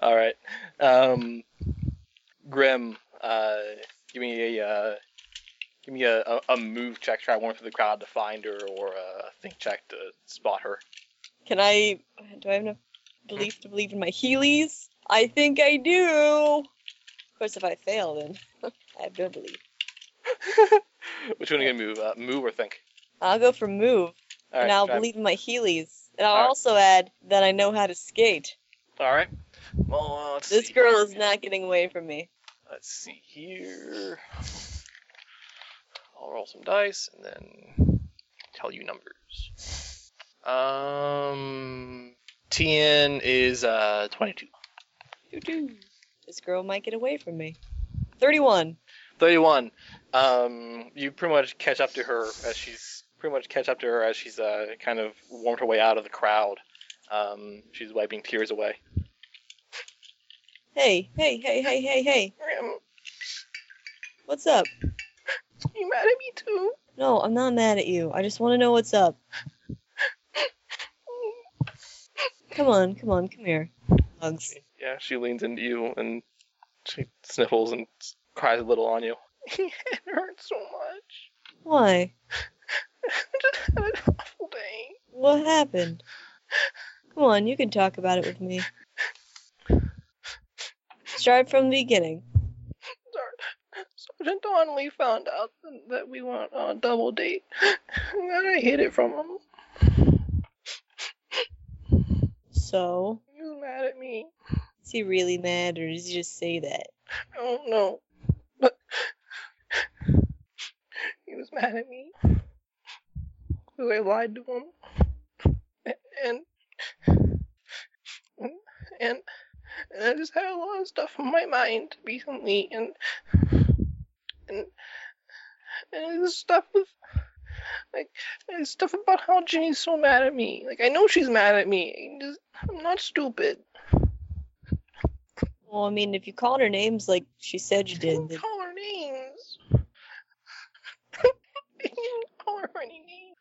[SPEAKER 1] All right, um, Grim, uh, give me a uh, give me a, a, a move check. Try one for the crowd to find her, or uh, a think check to spot her. <laughs>
[SPEAKER 5] Can I? Do I have enough belief to believe in my Heelys? I think I do. Of course, if I fail, then <laughs> I have no belief.
[SPEAKER 1] Which one are you gonna move? Uh, move or think?
[SPEAKER 5] I'll go for move,
[SPEAKER 1] All right,
[SPEAKER 5] and I'll
[SPEAKER 1] try-
[SPEAKER 5] believe in my Heelys. And I'll
[SPEAKER 9] Alright.
[SPEAKER 5] also add that I know how to skate.
[SPEAKER 9] All right. Well, uh, let's
[SPEAKER 5] This
[SPEAKER 9] see.
[SPEAKER 5] girl is not getting away from me.
[SPEAKER 9] Let's see here. I'll roll some dice and then tell you numbers. Um, TN is uh 22.
[SPEAKER 5] Doo-doo. This girl might get away from me. 31.
[SPEAKER 9] 31. Um, you pretty much catch up to her as she's pretty much catch up to her as she's uh, kind of warmed her way out of the crowd. Um, she's wiping tears away.
[SPEAKER 5] Hey, hey, hey, hey, hey, hey.
[SPEAKER 9] Grim,
[SPEAKER 5] What's up?
[SPEAKER 9] you mad at me too?
[SPEAKER 5] No, I'm not mad at you. I just want to know what's up. Come on, come on, come here. Hugs.
[SPEAKER 9] Yeah, she leans into you and she sniffles and s- cries a little on you. it hurts so much.
[SPEAKER 5] Why?
[SPEAKER 9] I just had an awful day.
[SPEAKER 5] What happened? Come on, you can talk about it with me. Start from the beginning.
[SPEAKER 9] Sar- Sergeant Donnelly found out that we went on a
[SPEAKER 1] <laughs>
[SPEAKER 9] double date, and then I hid it from him.
[SPEAKER 5] So,
[SPEAKER 9] He was mad at me.
[SPEAKER 5] is he really mad or does he just say that?
[SPEAKER 9] I don't know, <laughs> but he was mad at me because I lied to him, and and and I just had a lot of stuff on my mind recently, and and and this stuff with like and stuff about how Ginny's so mad at me. Like I know she's mad at me. I just, I'm not stupid.
[SPEAKER 5] Well, I mean, if you called her names like she said you did,
[SPEAKER 9] Don't
[SPEAKER 5] then
[SPEAKER 9] call her names. <laughs> They didn't call her any names.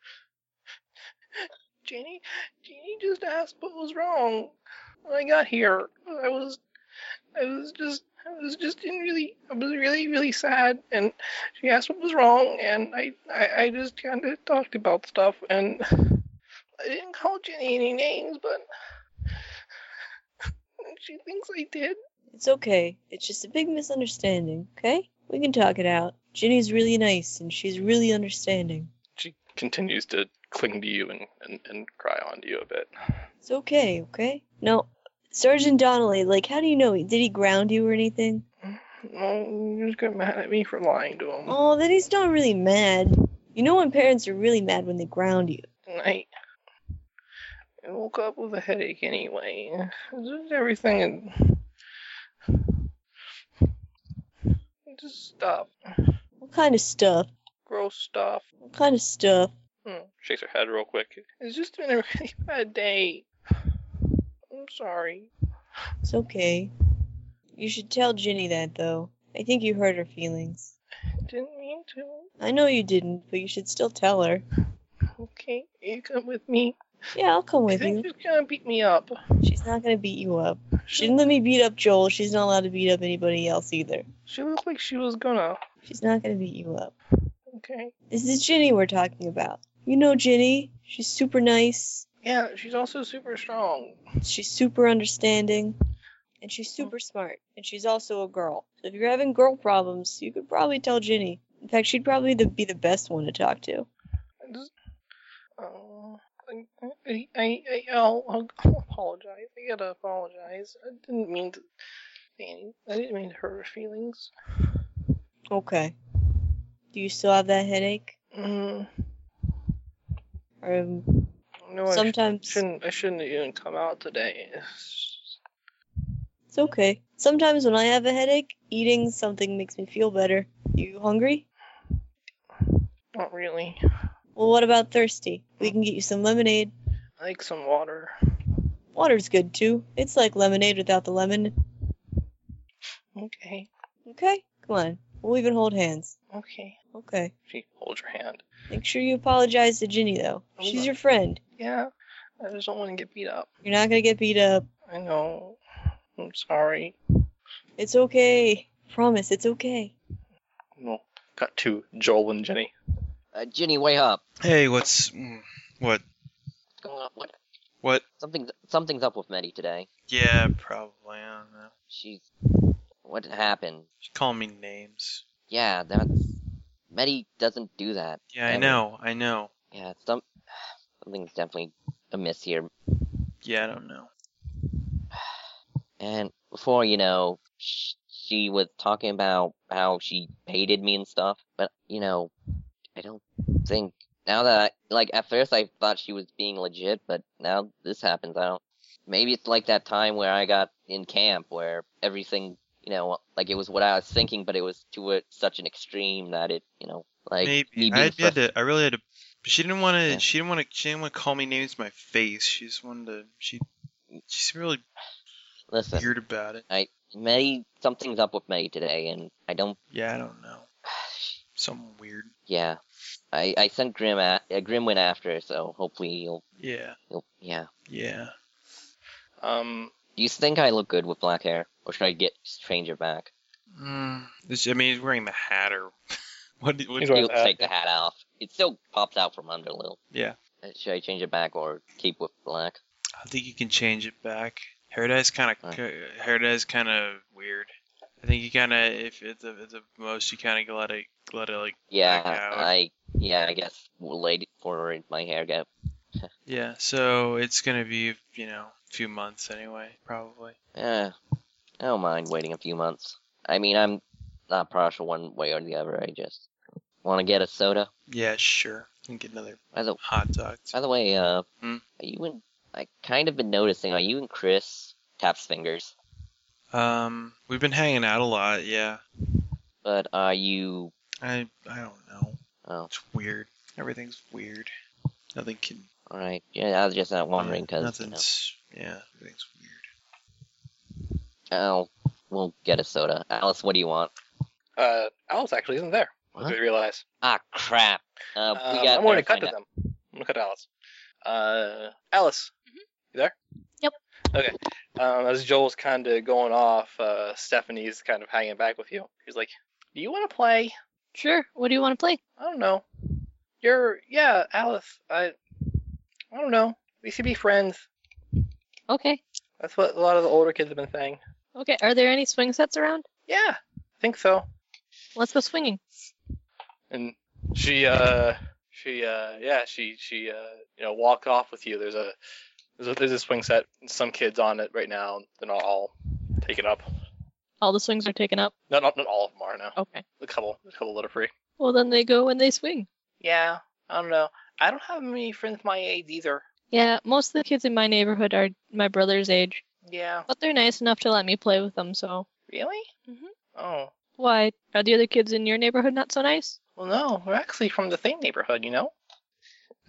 [SPEAKER 9] Jenny, Jenny just asked what was wrong when I got here. I was, I was just, I was just in really, I was really, really sad, and she asked what was wrong, and I, I, I just kind of talked about stuff, and I didn't call Jenny any names, but she thinks I did.
[SPEAKER 5] it's okay. It's just a big misunderstanding, okay? We can talk it out. Ginny's really nice and she's really understanding.
[SPEAKER 9] she continues to cling to you and, and, and cry onto you a bit.
[SPEAKER 5] It's okay, okay? No, Sergeant Donnelly, like, how do you know? Did he ground you or anything?
[SPEAKER 9] No, you just got mad at me for lying to him.
[SPEAKER 5] Oh, then he's not really mad. You know when parents are really mad when they ground you.
[SPEAKER 9] And I, I woke up with a headache anyway. It's Just everything and just stuff,
[SPEAKER 5] What kind of stuff?
[SPEAKER 9] gross stuff.
[SPEAKER 5] What kind of stuff?
[SPEAKER 9] Hmm. Shakes her head real quick. It's just been a really <laughs> bad day. I'm sorry.
[SPEAKER 5] It's okay. You should tell Ginny that, though. I think you hurt her feelings.
[SPEAKER 9] Didn't mean to.
[SPEAKER 5] I know you didn't, but you should still tell her.
[SPEAKER 9] Okay, you come with me.
[SPEAKER 5] Yeah, I'll come
[SPEAKER 9] I
[SPEAKER 5] with
[SPEAKER 9] think
[SPEAKER 5] you.
[SPEAKER 9] she's gonna beat me up.
[SPEAKER 5] She's not gonna beat you up. She didn't let me beat up Joel. She's not allowed to beat up anybody else either.
[SPEAKER 9] She looked like she was gonna.
[SPEAKER 5] She's not gonna beat you up.
[SPEAKER 9] Okay.
[SPEAKER 5] This is Ginny we're talking about. You know Ginny. She's super nice.
[SPEAKER 9] Yeah, she's also super strong.
[SPEAKER 5] She's super understanding. And she's super smart. And she's also a girl. So if you're having girl problems, you could probably tell Ginny. In fact, she'd probably the, be the best one to talk to.
[SPEAKER 9] I just, oh, I, I, I, I- I'll, I'll, I'll <laughs> apologize. I gotta apologize. I didn't mean to. say any- I didn't mean to hurt her feelings.
[SPEAKER 5] Okay. Do you still have that headache?
[SPEAKER 9] Mm,
[SPEAKER 5] Or um,
[SPEAKER 9] no, I sh-
[SPEAKER 5] sometimes
[SPEAKER 9] shouldn't. I shouldn't have even come out today. It's
[SPEAKER 5] it's okay. Sometimes when I have a headache, eating something makes me feel better. You hungry?
[SPEAKER 9] not really.
[SPEAKER 5] Well, what about thirsty? We can get you some lemonade.
[SPEAKER 9] I like some water.
[SPEAKER 5] Water's good too. It's like lemonade without the lemon.
[SPEAKER 9] Okay.
[SPEAKER 5] Okay, come on. We'll even hold hands.
[SPEAKER 9] Okay.
[SPEAKER 5] Okay.
[SPEAKER 9] She holds your hand.
[SPEAKER 5] Make sure you apologize to Ginny though.
[SPEAKER 9] I will.
[SPEAKER 5] She's your friend.
[SPEAKER 9] Yeah. I just don't want to get beat up.
[SPEAKER 5] You're not gonna get beat up.
[SPEAKER 9] I know. I'm sorry.
[SPEAKER 5] It's okay. Promise, it's okay.
[SPEAKER 9] Well, cut to Joel and Jenny.
[SPEAKER 3] Uh, Ginny, wake up.
[SPEAKER 10] Hey, what's mm, what?
[SPEAKER 3] What's going on? What?
[SPEAKER 10] What?
[SPEAKER 3] Something's something's up with Meddy today.
[SPEAKER 6] Yeah, probably. I don't know.
[SPEAKER 3] She's what happened?
[SPEAKER 6] She's calling me names.
[SPEAKER 3] Yeah, that's Meddy doesn't do that.
[SPEAKER 6] Yeah, I
[SPEAKER 3] Ever.
[SPEAKER 6] know. I know.
[SPEAKER 3] Yeah, some <sighs> something's definitely amiss here.
[SPEAKER 6] Yeah, I don't know.
[SPEAKER 3] And before you know, sh- she was talking about how she hated me and stuff. But you know, I don't think now that I, like at first I thought she was being legit, but now this happens. I don't. Maybe it's like that time where I got in camp where everything, you know, like it was what I was thinking, but it was to a, such an extreme that it, you know, like me
[SPEAKER 6] Maybe
[SPEAKER 3] being
[SPEAKER 6] I had
[SPEAKER 3] frus-
[SPEAKER 6] to. I really had to. But she didn't want to.
[SPEAKER 3] Yeah.
[SPEAKER 6] She didn't want to. She didn't want to call me names in my face. She just wanted to. She. She's really
[SPEAKER 3] Listen,
[SPEAKER 6] weird about it.
[SPEAKER 3] May something's up with May today, and I don't.
[SPEAKER 6] Yeah, I don't
[SPEAKER 3] <sighs>
[SPEAKER 6] know. Something weird.
[SPEAKER 3] Yeah, I I sent Grim at uh, Grim went after, her, so hopefully you'll
[SPEAKER 6] Yeah.
[SPEAKER 3] you'll yeah.
[SPEAKER 6] Yeah.
[SPEAKER 1] Um,
[SPEAKER 3] Do you think I look good with black hair, or should I get stranger back? Hmm.
[SPEAKER 6] Mm. This, I mean, he's wearing the hat or. <laughs> what? did- what
[SPEAKER 1] He's
[SPEAKER 6] did-
[SPEAKER 1] wearing-
[SPEAKER 3] You'll
[SPEAKER 1] the hat,
[SPEAKER 3] take the hat off. It still pops out from under a little.
[SPEAKER 6] Uh, Yeah.
[SPEAKER 3] Uh, Should I change it back or keep with black?
[SPEAKER 6] I think you can change it back. Hair dye's kind of.
[SPEAKER 3] Alright.
[SPEAKER 6] Hair dye's kind of weird. I think you kind of, if at the, at the most, you kind of let it, let it like.
[SPEAKER 3] Yeah,
[SPEAKER 6] Black out.
[SPEAKER 3] I yeah I guess late for my hair get
[SPEAKER 6] Yeah. So it's gonna be, you know, a few months anyway, probably.
[SPEAKER 3] Yeah, eh, I don't mind waiting a few months. I mean, I'm not partial one way or the other. I just want to get a soda.
[SPEAKER 6] Yeah, sure. And get another
[SPEAKER 3] By the
[SPEAKER 6] hot dog.
[SPEAKER 3] by the way, uh,
[SPEAKER 6] Hmm?
[SPEAKER 3] are you and I kind of been noticing. Are you and Chris taps fingers?
[SPEAKER 6] Um, we've been hanging out a lot. Yeah.
[SPEAKER 3] But are you?
[SPEAKER 6] I I don't know.
[SPEAKER 3] Oh,
[SPEAKER 6] It's weird. Everything's weird. Nothing can.
[SPEAKER 3] all right. Yeah, I was just not
[SPEAKER 6] Uh,
[SPEAKER 3] wondering because you know,
[SPEAKER 6] nothing's. Yeah, everything's weird.
[SPEAKER 3] oh, we'll get a soda. Alice, what do you want?
[SPEAKER 1] uh, Alice actually isn't there.
[SPEAKER 3] What?
[SPEAKER 1] As we realize.
[SPEAKER 3] Ah, crap. Uh,
[SPEAKER 1] Um,
[SPEAKER 3] we got.
[SPEAKER 1] I'm going to
[SPEAKER 3] better
[SPEAKER 1] cut
[SPEAKER 3] find
[SPEAKER 1] to
[SPEAKER 3] out-
[SPEAKER 1] them. I'm going to cut to Alice. Uh, Alice, you there?
[SPEAKER 7] Yep.
[SPEAKER 1] Okay. Um, as Joel's kind of going off, uh, Stephanie's kind of hanging back with you. He's like, "Do you want to play?
[SPEAKER 7] Sure. What do you want to play?
[SPEAKER 1] I don't know. You're yeah, Alice. I I don't know. We should be friends.
[SPEAKER 7] Okay.
[SPEAKER 1] That's what a lot of the older kids have been saying.
[SPEAKER 7] Okay. Are there any swing sets around?
[SPEAKER 1] Yeah, I think so.
[SPEAKER 7] Let's go swinging.
[SPEAKER 1] and she uh she uh yeah she she uh you know walk off with you there's a there's a, there's a swing set some kids on it right now they're not all taken up
[SPEAKER 7] All the swings are taken up.
[SPEAKER 1] not not, not all of them are now
[SPEAKER 7] Okay.
[SPEAKER 1] a couple a couple that are free
[SPEAKER 7] Well, then they go and they swing.
[SPEAKER 1] yeah i don't know i don't have many friends my age either
[SPEAKER 7] Yeah, most of the kids in my neighborhood are my brother's age,
[SPEAKER 1] yeah
[SPEAKER 7] but they're nice enough to let me play with them. So
[SPEAKER 1] really
[SPEAKER 7] Mhm.
[SPEAKER 1] oh
[SPEAKER 7] why are the other kids in your neighborhood not so nice?
[SPEAKER 1] well no we're actually from the same neighborhood you know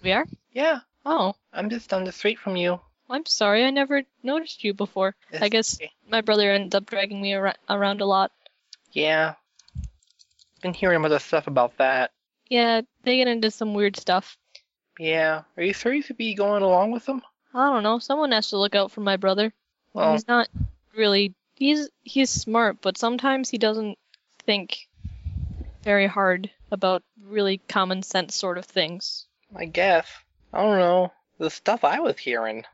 [SPEAKER 7] We are.
[SPEAKER 1] yeah
[SPEAKER 7] Oh,
[SPEAKER 1] i'm just down the street from you
[SPEAKER 7] I'm sorry. I never noticed you before. I guess
[SPEAKER 1] okay.
[SPEAKER 7] my brother ends up dragging me ar- around a lot.
[SPEAKER 1] yeah been hearing other stuff about that
[SPEAKER 7] Yeah, they get into some weird stuff.
[SPEAKER 1] Yeah. Are you sure you could be going along with them?
[SPEAKER 7] I don't know. Someone has to look out for my brother.
[SPEAKER 1] Well,
[SPEAKER 7] He's not really. He's he's smart, but sometimes he doesn't think very hard about really common sense sort of things.
[SPEAKER 1] I guess. I don't know. The stuff I was hearing.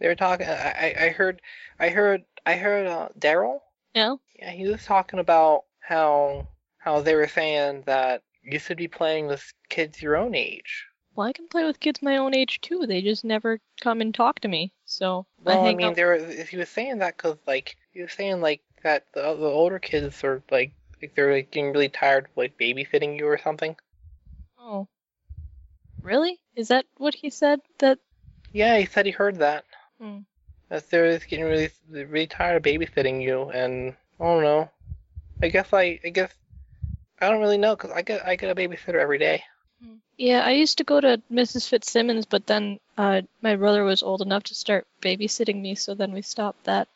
[SPEAKER 1] They were talking. I, I- I heard. I heard. I heard uh, Daryl.
[SPEAKER 7] Yeah.
[SPEAKER 1] Yeah, he was talking about how how they were saying that you should be playing with kids your own age.
[SPEAKER 7] Well, I can play with kids my own age too. They just never come and talk to me. So
[SPEAKER 1] Well, I,
[SPEAKER 7] hang
[SPEAKER 1] mean,
[SPEAKER 7] out-
[SPEAKER 1] there. If he was saying that, cause like he was saying like that the, the older kids are like like they're like, getting really tired of like babysitting you or something.
[SPEAKER 7] Oh, really? Is that what he said? That
[SPEAKER 1] Yeah, he said he heard that.
[SPEAKER 7] Hmm.
[SPEAKER 1] That they're just getting really, really tired of babysitting you, and I don't know. I guess I, I guess I don't really know because I get, I get a babysitter every day.
[SPEAKER 7] yeah. I used to go to Mrs. Fitzsimmons, but then uh, my brother was old enough to start babysitting me, so then we stopped that.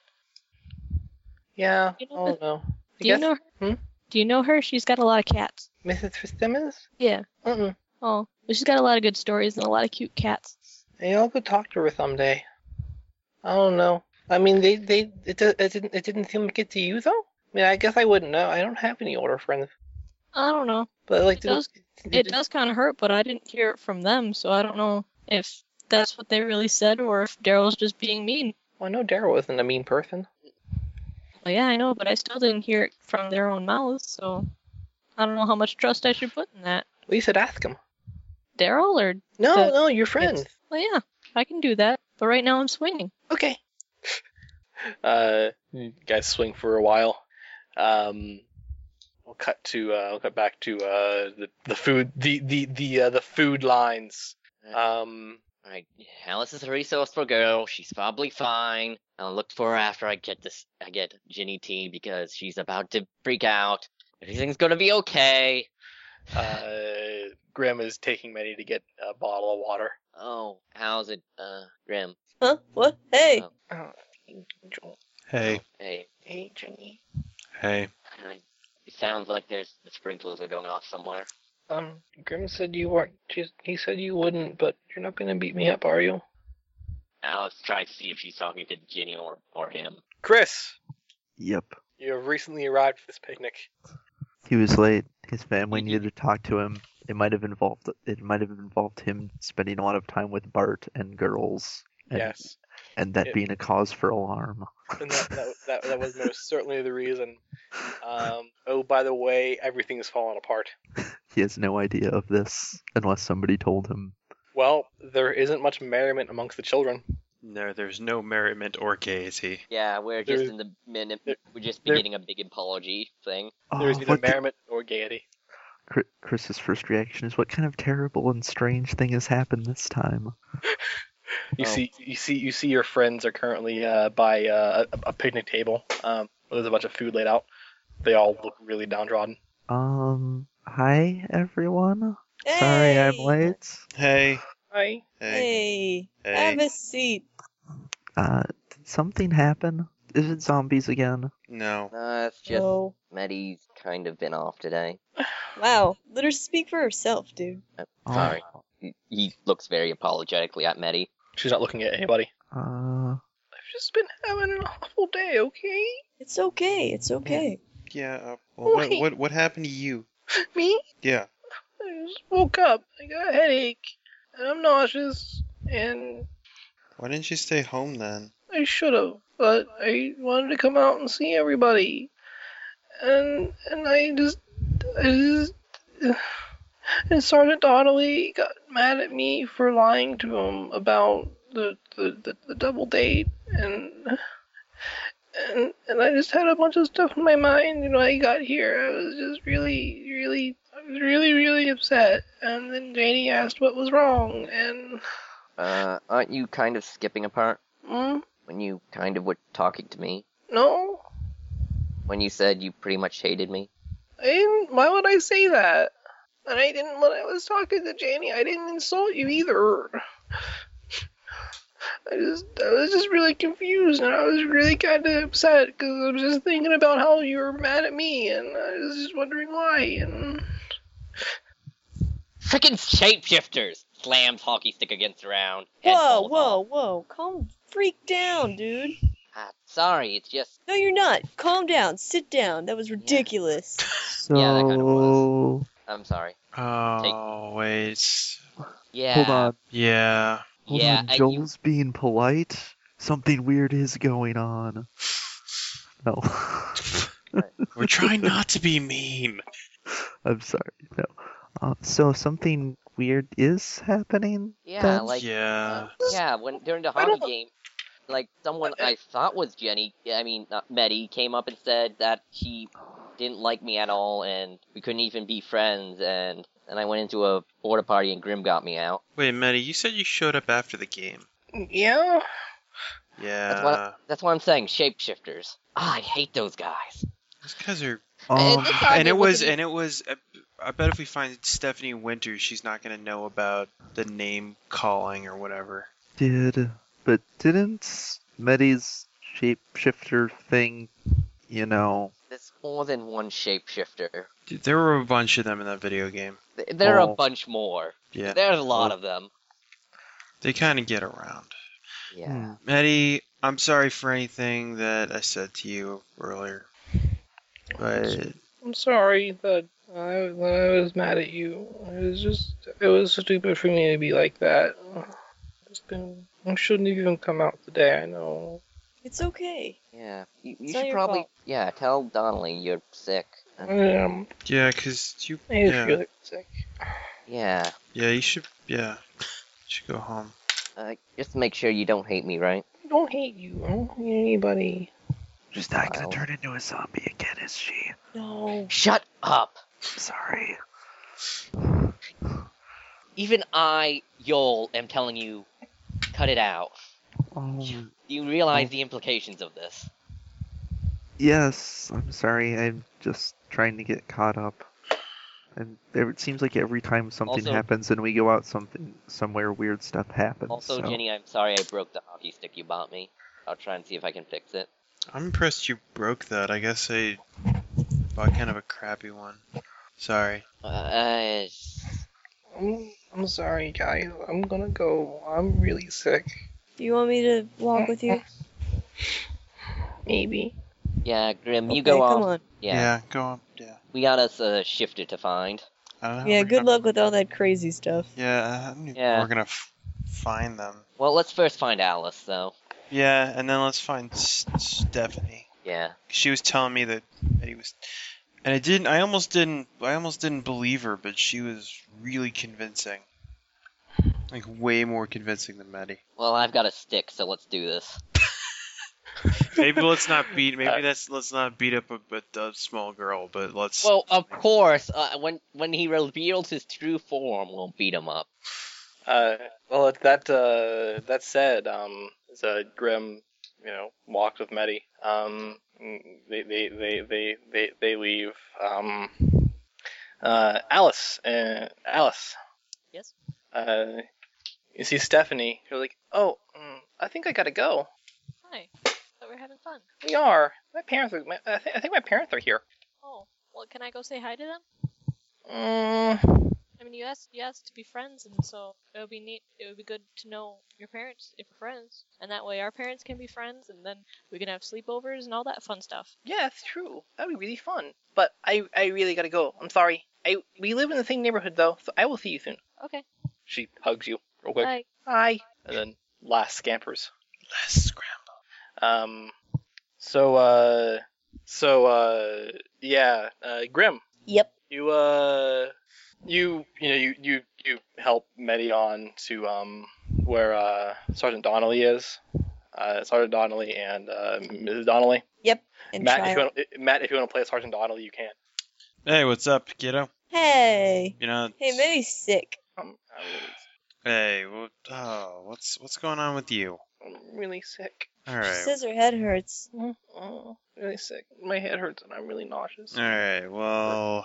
[SPEAKER 1] Yeah,
[SPEAKER 7] You know
[SPEAKER 1] I don't know. I
[SPEAKER 7] Do you
[SPEAKER 1] guess
[SPEAKER 7] know her?
[SPEAKER 1] Hmm?
[SPEAKER 7] Do you know her? She's got a lot of cats.
[SPEAKER 1] Mrs. Fitzsimmons?
[SPEAKER 7] Yeah.
[SPEAKER 1] Mm-mm.
[SPEAKER 7] Oh, well, she's got a lot of good stories and a lot of cute cats.
[SPEAKER 1] Maybe I'll go talk to her someday. I don't know. I mean, they, they, it, do- it didn't, it didn't seem like it to you though. I mean, I guess I wouldn't know. I don't have any older friends,
[SPEAKER 7] I don't know.
[SPEAKER 1] but like,
[SPEAKER 7] It
[SPEAKER 1] did-
[SPEAKER 7] does-
[SPEAKER 1] did-
[SPEAKER 7] It does kind of hurt, but I didn't hear it from them, so I don't know if that's what they really said or if Daryl's just being mean.
[SPEAKER 1] Well, I know Daryl isn't a mean person.
[SPEAKER 7] Well, yeah, I know, but I still didn't hear it from their own mouths, so I don't know how much trust I should put in that.
[SPEAKER 1] We should ask him.
[SPEAKER 7] Daryl or
[SPEAKER 1] No,
[SPEAKER 7] The-
[SPEAKER 1] no, you're friends.
[SPEAKER 7] Well, yeah, I can do that. But right now I'm swinging.
[SPEAKER 1] Okay. uh, you guys swing for a while. Um, we'll cut to uh, we'll cut back to uh the, the food the the the uh, the food lines. Um,
[SPEAKER 3] Alright, Alice is a resourceful girl. She's probably fine. I'll look for her after I get this. I get Ginny T because she's about to freak out. Everything's gonna be okay.
[SPEAKER 1] uh, Grim is taking Many to get a bottle of water.
[SPEAKER 3] Oh, how's it, uh, Grim?
[SPEAKER 5] Huh? What? Hey.
[SPEAKER 3] Oh.
[SPEAKER 1] Uh,
[SPEAKER 2] Hey,
[SPEAKER 3] Hey, hey, Ginny. Oh.
[SPEAKER 2] hey.
[SPEAKER 3] It sounds like there's the sprinklers are going off somewhere.
[SPEAKER 9] Um, Grim said you weren't. she's- He said you wouldn't, but you're not gonna beat me up, are you?
[SPEAKER 3] Alice tries to see if she's talking to Ginny or, or him.
[SPEAKER 1] Chris,
[SPEAKER 4] Yep.
[SPEAKER 1] you have recently arrived for this picnic.
[SPEAKER 4] He was late. His family needed to talk to him. It might have involved it might have involved him spending a lot of time with Bart and girls. And,
[SPEAKER 1] Yes,
[SPEAKER 4] And that
[SPEAKER 1] It-
[SPEAKER 4] being a cause for alarm.
[SPEAKER 1] and that that, that that was most certainly the reason. Um, oh, by the way, everything is falling apart.
[SPEAKER 4] He has no idea of this unless somebody told him.
[SPEAKER 1] Well, there isn't much merriment amongst the children.
[SPEAKER 6] No, there's no merriment or gaiety.
[SPEAKER 3] Yeah, we're
[SPEAKER 1] There-
[SPEAKER 3] just in the minute.
[SPEAKER 1] there-
[SPEAKER 3] We're just
[SPEAKER 1] there-
[SPEAKER 3] beginning a big apology thing.
[SPEAKER 1] There is
[SPEAKER 4] Oh,
[SPEAKER 1] neither
[SPEAKER 4] what the-
[SPEAKER 1] merriment or gaiety.
[SPEAKER 4] Chri- Chris's first reaction is, "What kind of terrible and strange thing has happened this time?"
[SPEAKER 1] You
[SPEAKER 3] Oh.
[SPEAKER 1] see, you see, you see. Your friends are currently uh, by uh, a, a picnic table. Um, where there's a bunch of food laid out. They all look really downtrodden.
[SPEAKER 4] Um, hi everyone.
[SPEAKER 5] Hey.
[SPEAKER 4] Sorry I'm late.
[SPEAKER 2] Hey.
[SPEAKER 9] Hi.
[SPEAKER 2] Hey.
[SPEAKER 5] Hey.
[SPEAKER 2] Hey.
[SPEAKER 5] Have a seat.
[SPEAKER 4] Uh, did something happen? Is it zombies again?
[SPEAKER 2] No.
[SPEAKER 3] Uh, it's just
[SPEAKER 5] Oh.
[SPEAKER 3] Maddie's kind of been off today.
[SPEAKER 5] Wow. Let her speak for herself, dude.
[SPEAKER 4] Oh,
[SPEAKER 3] Sorry. He, he looks very apologetically at Maddie.
[SPEAKER 1] She's not looking at anybody.
[SPEAKER 4] Uh,
[SPEAKER 9] I've just been having an awful day. Okay.
[SPEAKER 5] It's okay. It's okay.
[SPEAKER 2] Yeah. Uh, well, what,
[SPEAKER 9] Wait.
[SPEAKER 2] what what happened to you?
[SPEAKER 9] Me?
[SPEAKER 2] Yeah.
[SPEAKER 9] I just woke up. I got a headache, and I'm nauseous, and
[SPEAKER 2] Why didn't you stay home then?
[SPEAKER 9] I should have, but I wanted to come out and see everybody, and and I just I just and Sergeant Donnelly got mad at me for lying to him about the the, the, the double date and. And, and I just had a bunch of stuff in my mind, you know. I got here, I was just really, really, I was really, really upset. And then Janie asked what was wrong, and
[SPEAKER 3] Uh, aren't you kind of skipping a part
[SPEAKER 9] mm,
[SPEAKER 3] when you kind of were talking to me?
[SPEAKER 9] no,
[SPEAKER 3] When you said you pretty much hated me?
[SPEAKER 9] I didn't. Why would I say that? And I didn't when I was talking to Janie. I didn't insult you either. I just, I was just really confused, and I was really kind of upset because I was just thinking about how you were mad at me, and I was just wondering why. And
[SPEAKER 3] Frickin' shapeshifters! Slams hockey stick against the round. head
[SPEAKER 5] Whoa,
[SPEAKER 3] falls
[SPEAKER 5] whoa,
[SPEAKER 3] off.
[SPEAKER 5] whoa. Calm freak down, dude.
[SPEAKER 3] Ah, sorry, it's just
[SPEAKER 5] No, you're not. Calm down. Sit down. That was ridiculous.
[SPEAKER 4] so
[SPEAKER 3] Yeah, that kinda was. I'm sorry.
[SPEAKER 6] Oh wait.
[SPEAKER 3] Yeah.
[SPEAKER 4] hold on,
[SPEAKER 6] Yeah.
[SPEAKER 4] hold
[SPEAKER 3] yeah.
[SPEAKER 4] on.
[SPEAKER 3] and you-
[SPEAKER 4] Joel's being polite. Something weird is going
[SPEAKER 3] <sighs>
[SPEAKER 4] on. No, <laughs>
[SPEAKER 6] We're trying not to be
[SPEAKER 3] <laughs>
[SPEAKER 6] mean.
[SPEAKER 4] I'm sorry. No. Uh, so something weird is happening.
[SPEAKER 3] yeah,
[SPEAKER 4] then?
[SPEAKER 3] like
[SPEAKER 6] yeah.
[SPEAKER 3] Uh, yeah, when during the hockey game, like someone I thought was Jenny, I mean not Meddy, came up and said that she didn't like me at all, and we couldn't even be friends. And and I went into a order party, and Grim got me out.
[SPEAKER 6] Wait, Maddie, you said you showed up after the game.
[SPEAKER 9] yeah,
[SPEAKER 6] Yeah.
[SPEAKER 3] what I- That's what I'm saying. Shapeshifters. Ah, I hate those guys.
[SPEAKER 6] Those guys are.
[SPEAKER 4] Um,
[SPEAKER 3] it's not-
[SPEAKER 6] And it was.
[SPEAKER 3] wasn't-
[SPEAKER 6] And it was. I bet if we find Stephanie Winters, she's not gonna know about the name calling or whatever.
[SPEAKER 4] did but didn't Medi's shapeshifter thing? You know,
[SPEAKER 3] There's more than one shapeshifter.
[SPEAKER 6] Dude, there were a bunch of them in that video game.
[SPEAKER 3] Th- There are
[SPEAKER 4] Oh.
[SPEAKER 3] a bunch more.
[SPEAKER 6] Yeah.
[SPEAKER 3] There's a lot of them.
[SPEAKER 6] They kind of get around.
[SPEAKER 4] Hmm.
[SPEAKER 3] Yeah.
[SPEAKER 6] Maddie, I'm sorry for anything that I said to you earlier. But
[SPEAKER 9] I'm sorry that I that I was mad at you. It was just it was stupid for me to be like that. It's been, I shouldn't have even come out today. I know.
[SPEAKER 5] It's okay.
[SPEAKER 3] Yeah. You, you
[SPEAKER 5] It's not
[SPEAKER 3] should
[SPEAKER 5] your
[SPEAKER 3] probably.
[SPEAKER 5] fault. Mm.
[SPEAKER 3] Yeah. Tell Donnelly you're sick.
[SPEAKER 9] Um,
[SPEAKER 6] yeah, cause you.
[SPEAKER 9] I just
[SPEAKER 6] Yeah.
[SPEAKER 9] feel like sick.
[SPEAKER 3] Yeah.
[SPEAKER 6] Yeah, you should. Yeah, you should go home.
[SPEAKER 3] Uh, just to make sure you don't hate me, right?
[SPEAKER 9] I don't hate you. I don't hate anybody.
[SPEAKER 4] She's not gonna
[SPEAKER 3] Wow.
[SPEAKER 4] turn into a zombie again, is she?
[SPEAKER 5] No.
[SPEAKER 3] Shut up.
[SPEAKER 4] Sorry.
[SPEAKER 3] Even I, Yol, am telling you, cut it out.
[SPEAKER 4] Um,
[SPEAKER 3] You realize the implications of this.
[SPEAKER 4] yes, I'm sorry. I'm just trying to get caught up. And there, it seems like every time something
[SPEAKER 3] Also-
[SPEAKER 4] happens and we go out something somewhere, weird stuff happens.
[SPEAKER 3] Also,
[SPEAKER 4] so-
[SPEAKER 3] Jenny, I'm sorry I broke the hockey stick you bought me. I'll try and see if I can fix it.
[SPEAKER 6] I'm impressed you broke that. I guess I bought kind of a crappy one. Sorry.
[SPEAKER 3] Uh,
[SPEAKER 9] I'm, I'm sorry, guys. I'm gonna go. I'm really sick.
[SPEAKER 5] Do you want me to walk with you?
[SPEAKER 9] Maybe.
[SPEAKER 3] yeah, Grim, you
[SPEAKER 5] Okay,
[SPEAKER 3] go
[SPEAKER 5] come
[SPEAKER 3] off.
[SPEAKER 5] on.
[SPEAKER 3] Yeah,
[SPEAKER 6] go on. Yeah.
[SPEAKER 3] we got us a shifter to find.
[SPEAKER 6] I don't know. how
[SPEAKER 5] Yeah,
[SPEAKER 6] we're
[SPEAKER 5] good
[SPEAKER 6] gonna-
[SPEAKER 5] luck with all that crazy stuff.
[SPEAKER 6] Yeah, I don't even know
[SPEAKER 3] Yeah.
[SPEAKER 6] we're gonna f- find them.
[SPEAKER 3] Well, let's first find Alice, though.
[SPEAKER 6] Yeah, and then let's find S- Stephanie.
[SPEAKER 3] Yeah.
[SPEAKER 6] She was telling me that Eddie was, and I didn't. I almost didn't. I almost didn't believe her, but she was really convincing. Like way more convincing than Maddie.
[SPEAKER 3] Well, I've got a stick, so let's do this.
[SPEAKER 6] Maybe let's not
[SPEAKER 3] <laughs>
[SPEAKER 6] beat. Maybe
[SPEAKER 1] Uh,
[SPEAKER 6] that's let's not beat up a, a, a small girl. But let's.
[SPEAKER 3] Well, of course, uh, when when he reveals his true form, we'll beat him up.
[SPEAKER 1] Uh, well, with that uh, that said, um, as uh, Grim, you know, walked with Meddy. Um, they they they they they, they leave. Um, uh, Alice, uh, Alice.
[SPEAKER 7] Yes?
[SPEAKER 1] Uh, you see Stephanie. You're like, oh, mm, I think I gotta go.
[SPEAKER 7] Hi. But we're having fun.
[SPEAKER 1] We are. My parents are. My, I, th- I think my parents are here.
[SPEAKER 7] Oh, well, can I go say hi to them?
[SPEAKER 1] Mm,
[SPEAKER 7] I mean, you asked you asked to be friends, and so it would be neat. It would be good to know your parents if we're friends, and that way our parents can be friends, and then we can have sleepovers and all that fun stuff.
[SPEAKER 1] yeah, that's true. That'd be really fun. But I I really gotta go. I'm sorry. I we live in the same neighborhood though, so I will see you soon.
[SPEAKER 7] Okay.
[SPEAKER 1] She hugs you real quick.
[SPEAKER 7] Bye.
[SPEAKER 1] Hi. And then last scampers.
[SPEAKER 6] Less scramble.
[SPEAKER 1] Um, so, uh, so, uh, yeah, uh, Grim,
[SPEAKER 5] Yep.
[SPEAKER 1] you, uh, you, you know, you, you, you help Medi on to, um, where, uh, Sergeant Donnelly is. Uh, Sergeant Donnelly and, uh, Ms. Donnelly.
[SPEAKER 5] And
[SPEAKER 1] Matt,
[SPEAKER 5] try
[SPEAKER 1] if you
[SPEAKER 5] it.
[SPEAKER 1] want, Matt, if you want to play as Sergeant Donnelly, you can.
[SPEAKER 6] Hey, what's up, kiddo?
[SPEAKER 5] Hey.
[SPEAKER 6] You know.
[SPEAKER 5] Hey, Minnie's sick.
[SPEAKER 1] I'm, I'm,
[SPEAKER 6] Hey, what, oh, what's what's going on with you?
[SPEAKER 1] really, I'm really sick.
[SPEAKER 6] All
[SPEAKER 5] She
[SPEAKER 6] right.
[SPEAKER 5] says her head hurts.
[SPEAKER 1] Mm, mm, really sick. My head hurts and I'm really nauseous.
[SPEAKER 6] All right. Well. All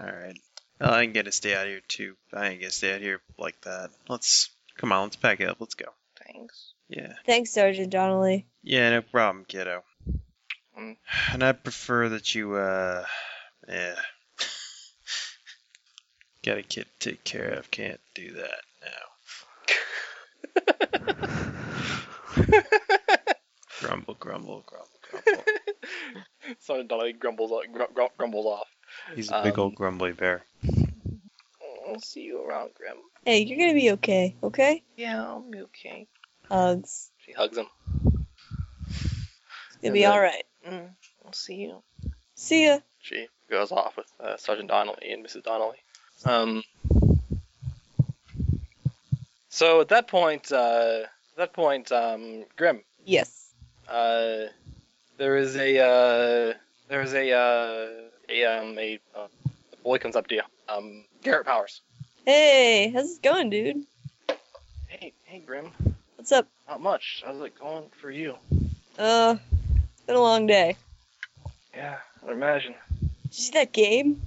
[SPEAKER 6] right. Well, I ain't gonna stay out here too. I ain't gonna stay out here like that. Let's come on. Let's pack up. Let's go.
[SPEAKER 9] <laughs>
[SPEAKER 1] Thanks.
[SPEAKER 6] Yeah.
[SPEAKER 5] Thanks, Sergeant Donnelly.
[SPEAKER 6] Yeah. No problem, kiddo.
[SPEAKER 1] Mm.
[SPEAKER 6] And I prefer that you. Uh. Yeah. <laughs> Got a kid to take care of. Can't do that now. Grumble. Grumble. Grumble. Grumble.
[SPEAKER 1] Sergeant Donnelly grumbles, o- gr- gr- grumbles off.
[SPEAKER 6] He's a big
[SPEAKER 1] Um,
[SPEAKER 6] old grumbly bear.
[SPEAKER 1] I'll see you around, Grim.
[SPEAKER 5] Hey, you're gonna be okay, okay?
[SPEAKER 1] Yeah, I'll be okay.
[SPEAKER 5] Hugs.
[SPEAKER 1] She hugs him.
[SPEAKER 5] It's gonna be alright.
[SPEAKER 1] Mm, I'll see you.
[SPEAKER 5] See ya.
[SPEAKER 1] She goes off with uh, Sergeant Donnelly and Mrs. Donnelly. Um. So at that point, uh, at that point, um, Grim,
[SPEAKER 5] Yes.
[SPEAKER 1] uh, there is a uh, there is a uh, a um a, uh, a boy comes up to you. Um, Garrett Powers.
[SPEAKER 5] Hey, how's it going, dude?
[SPEAKER 1] Hey, hey, Grim.
[SPEAKER 5] What's up?
[SPEAKER 1] Not much. How's it going for you?
[SPEAKER 5] Uh, it's been a long day.
[SPEAKER 1] Yeah, I imagine.
[SPEAKER 5] Did you see that game?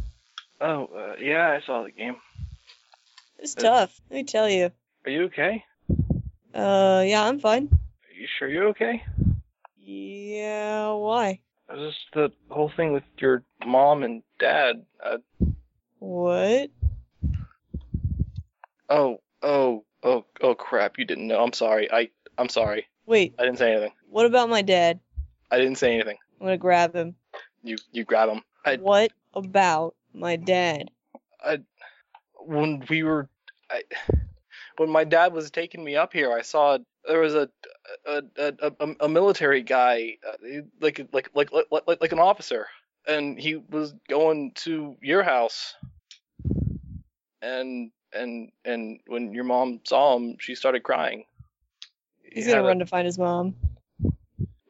[SPEAKER 1] Oh, uh, yeah, I saw the game.
[SPEAKER 5] It was
[SPEAKER 1] Uh,
[SPEAKER 5] tough. Let me tell you.
[SPEAKER 1] Are you okay?
[SPEAKER 5] Uh, yeah, I'm fine.
[SPEAKER 1] Are you sure you're okay?
[SPEAKER 5] Yeah, why?
[SPEAKER 1] Is this the whole thing with your mom and dad? Uh,
[SPEAKER 5] What?
[SPEAKER 1] oh, oh, oh, oh, crap! You didn't know. I'm sorry. I, I'm sorry.
[SPEAKER 5] Wait,
[SPEAKER 1] I didn't say anything.
[SPEAKER 5] what about my dad?
[SPEAKER 1] I didn't say anything.
[SPEAKER 5] I'm gonna grab him.
[SPEAKER 1] You, you grab him. I,
[SPEAKER 5] What about my dad?
[SPEAKER 1] when we were, I, when my dad was taking me up here, I saw there was a, a, a, a, a- a military guy, uh, he- like, like, like, like, like, like an officer, and he was going to your house, and and and when your mom saw him, she started crying.
[SPEAKER 5] He's
[SPEAKER 1] Yeah,
[SPEAKER 5] gonna
[SPEAKER 1] that-
[SPEAKER 5] run to find his mom.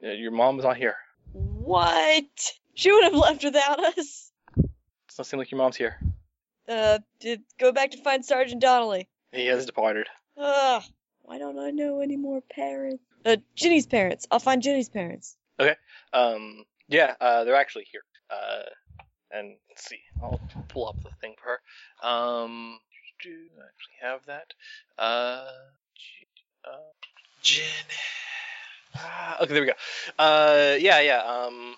[SPEAKER 1] yeah, Your mom was not here.
[SPEAKER 5] What? She would have left without us.
[SPEAKER 1] Doesn't seem like your mom's here.
[SPEAKER 5] Uh, did go back to find Sergeant Donnelly.
[SPEAKER 1] He has departed.
[SPEAKER 5] Ugh. Why don't I know any more parents? Uh, Ginny's parents. I'll find Ginny's parents.
[SPEAKER 1] Um, yeah, uh, they're actually here. Uh, and let's see, I'll pull up the thing for her. Um, do I actually have that? Uh, G- uh Jen. Ah, okay, there we go. Uh, yeah, yeah. Um,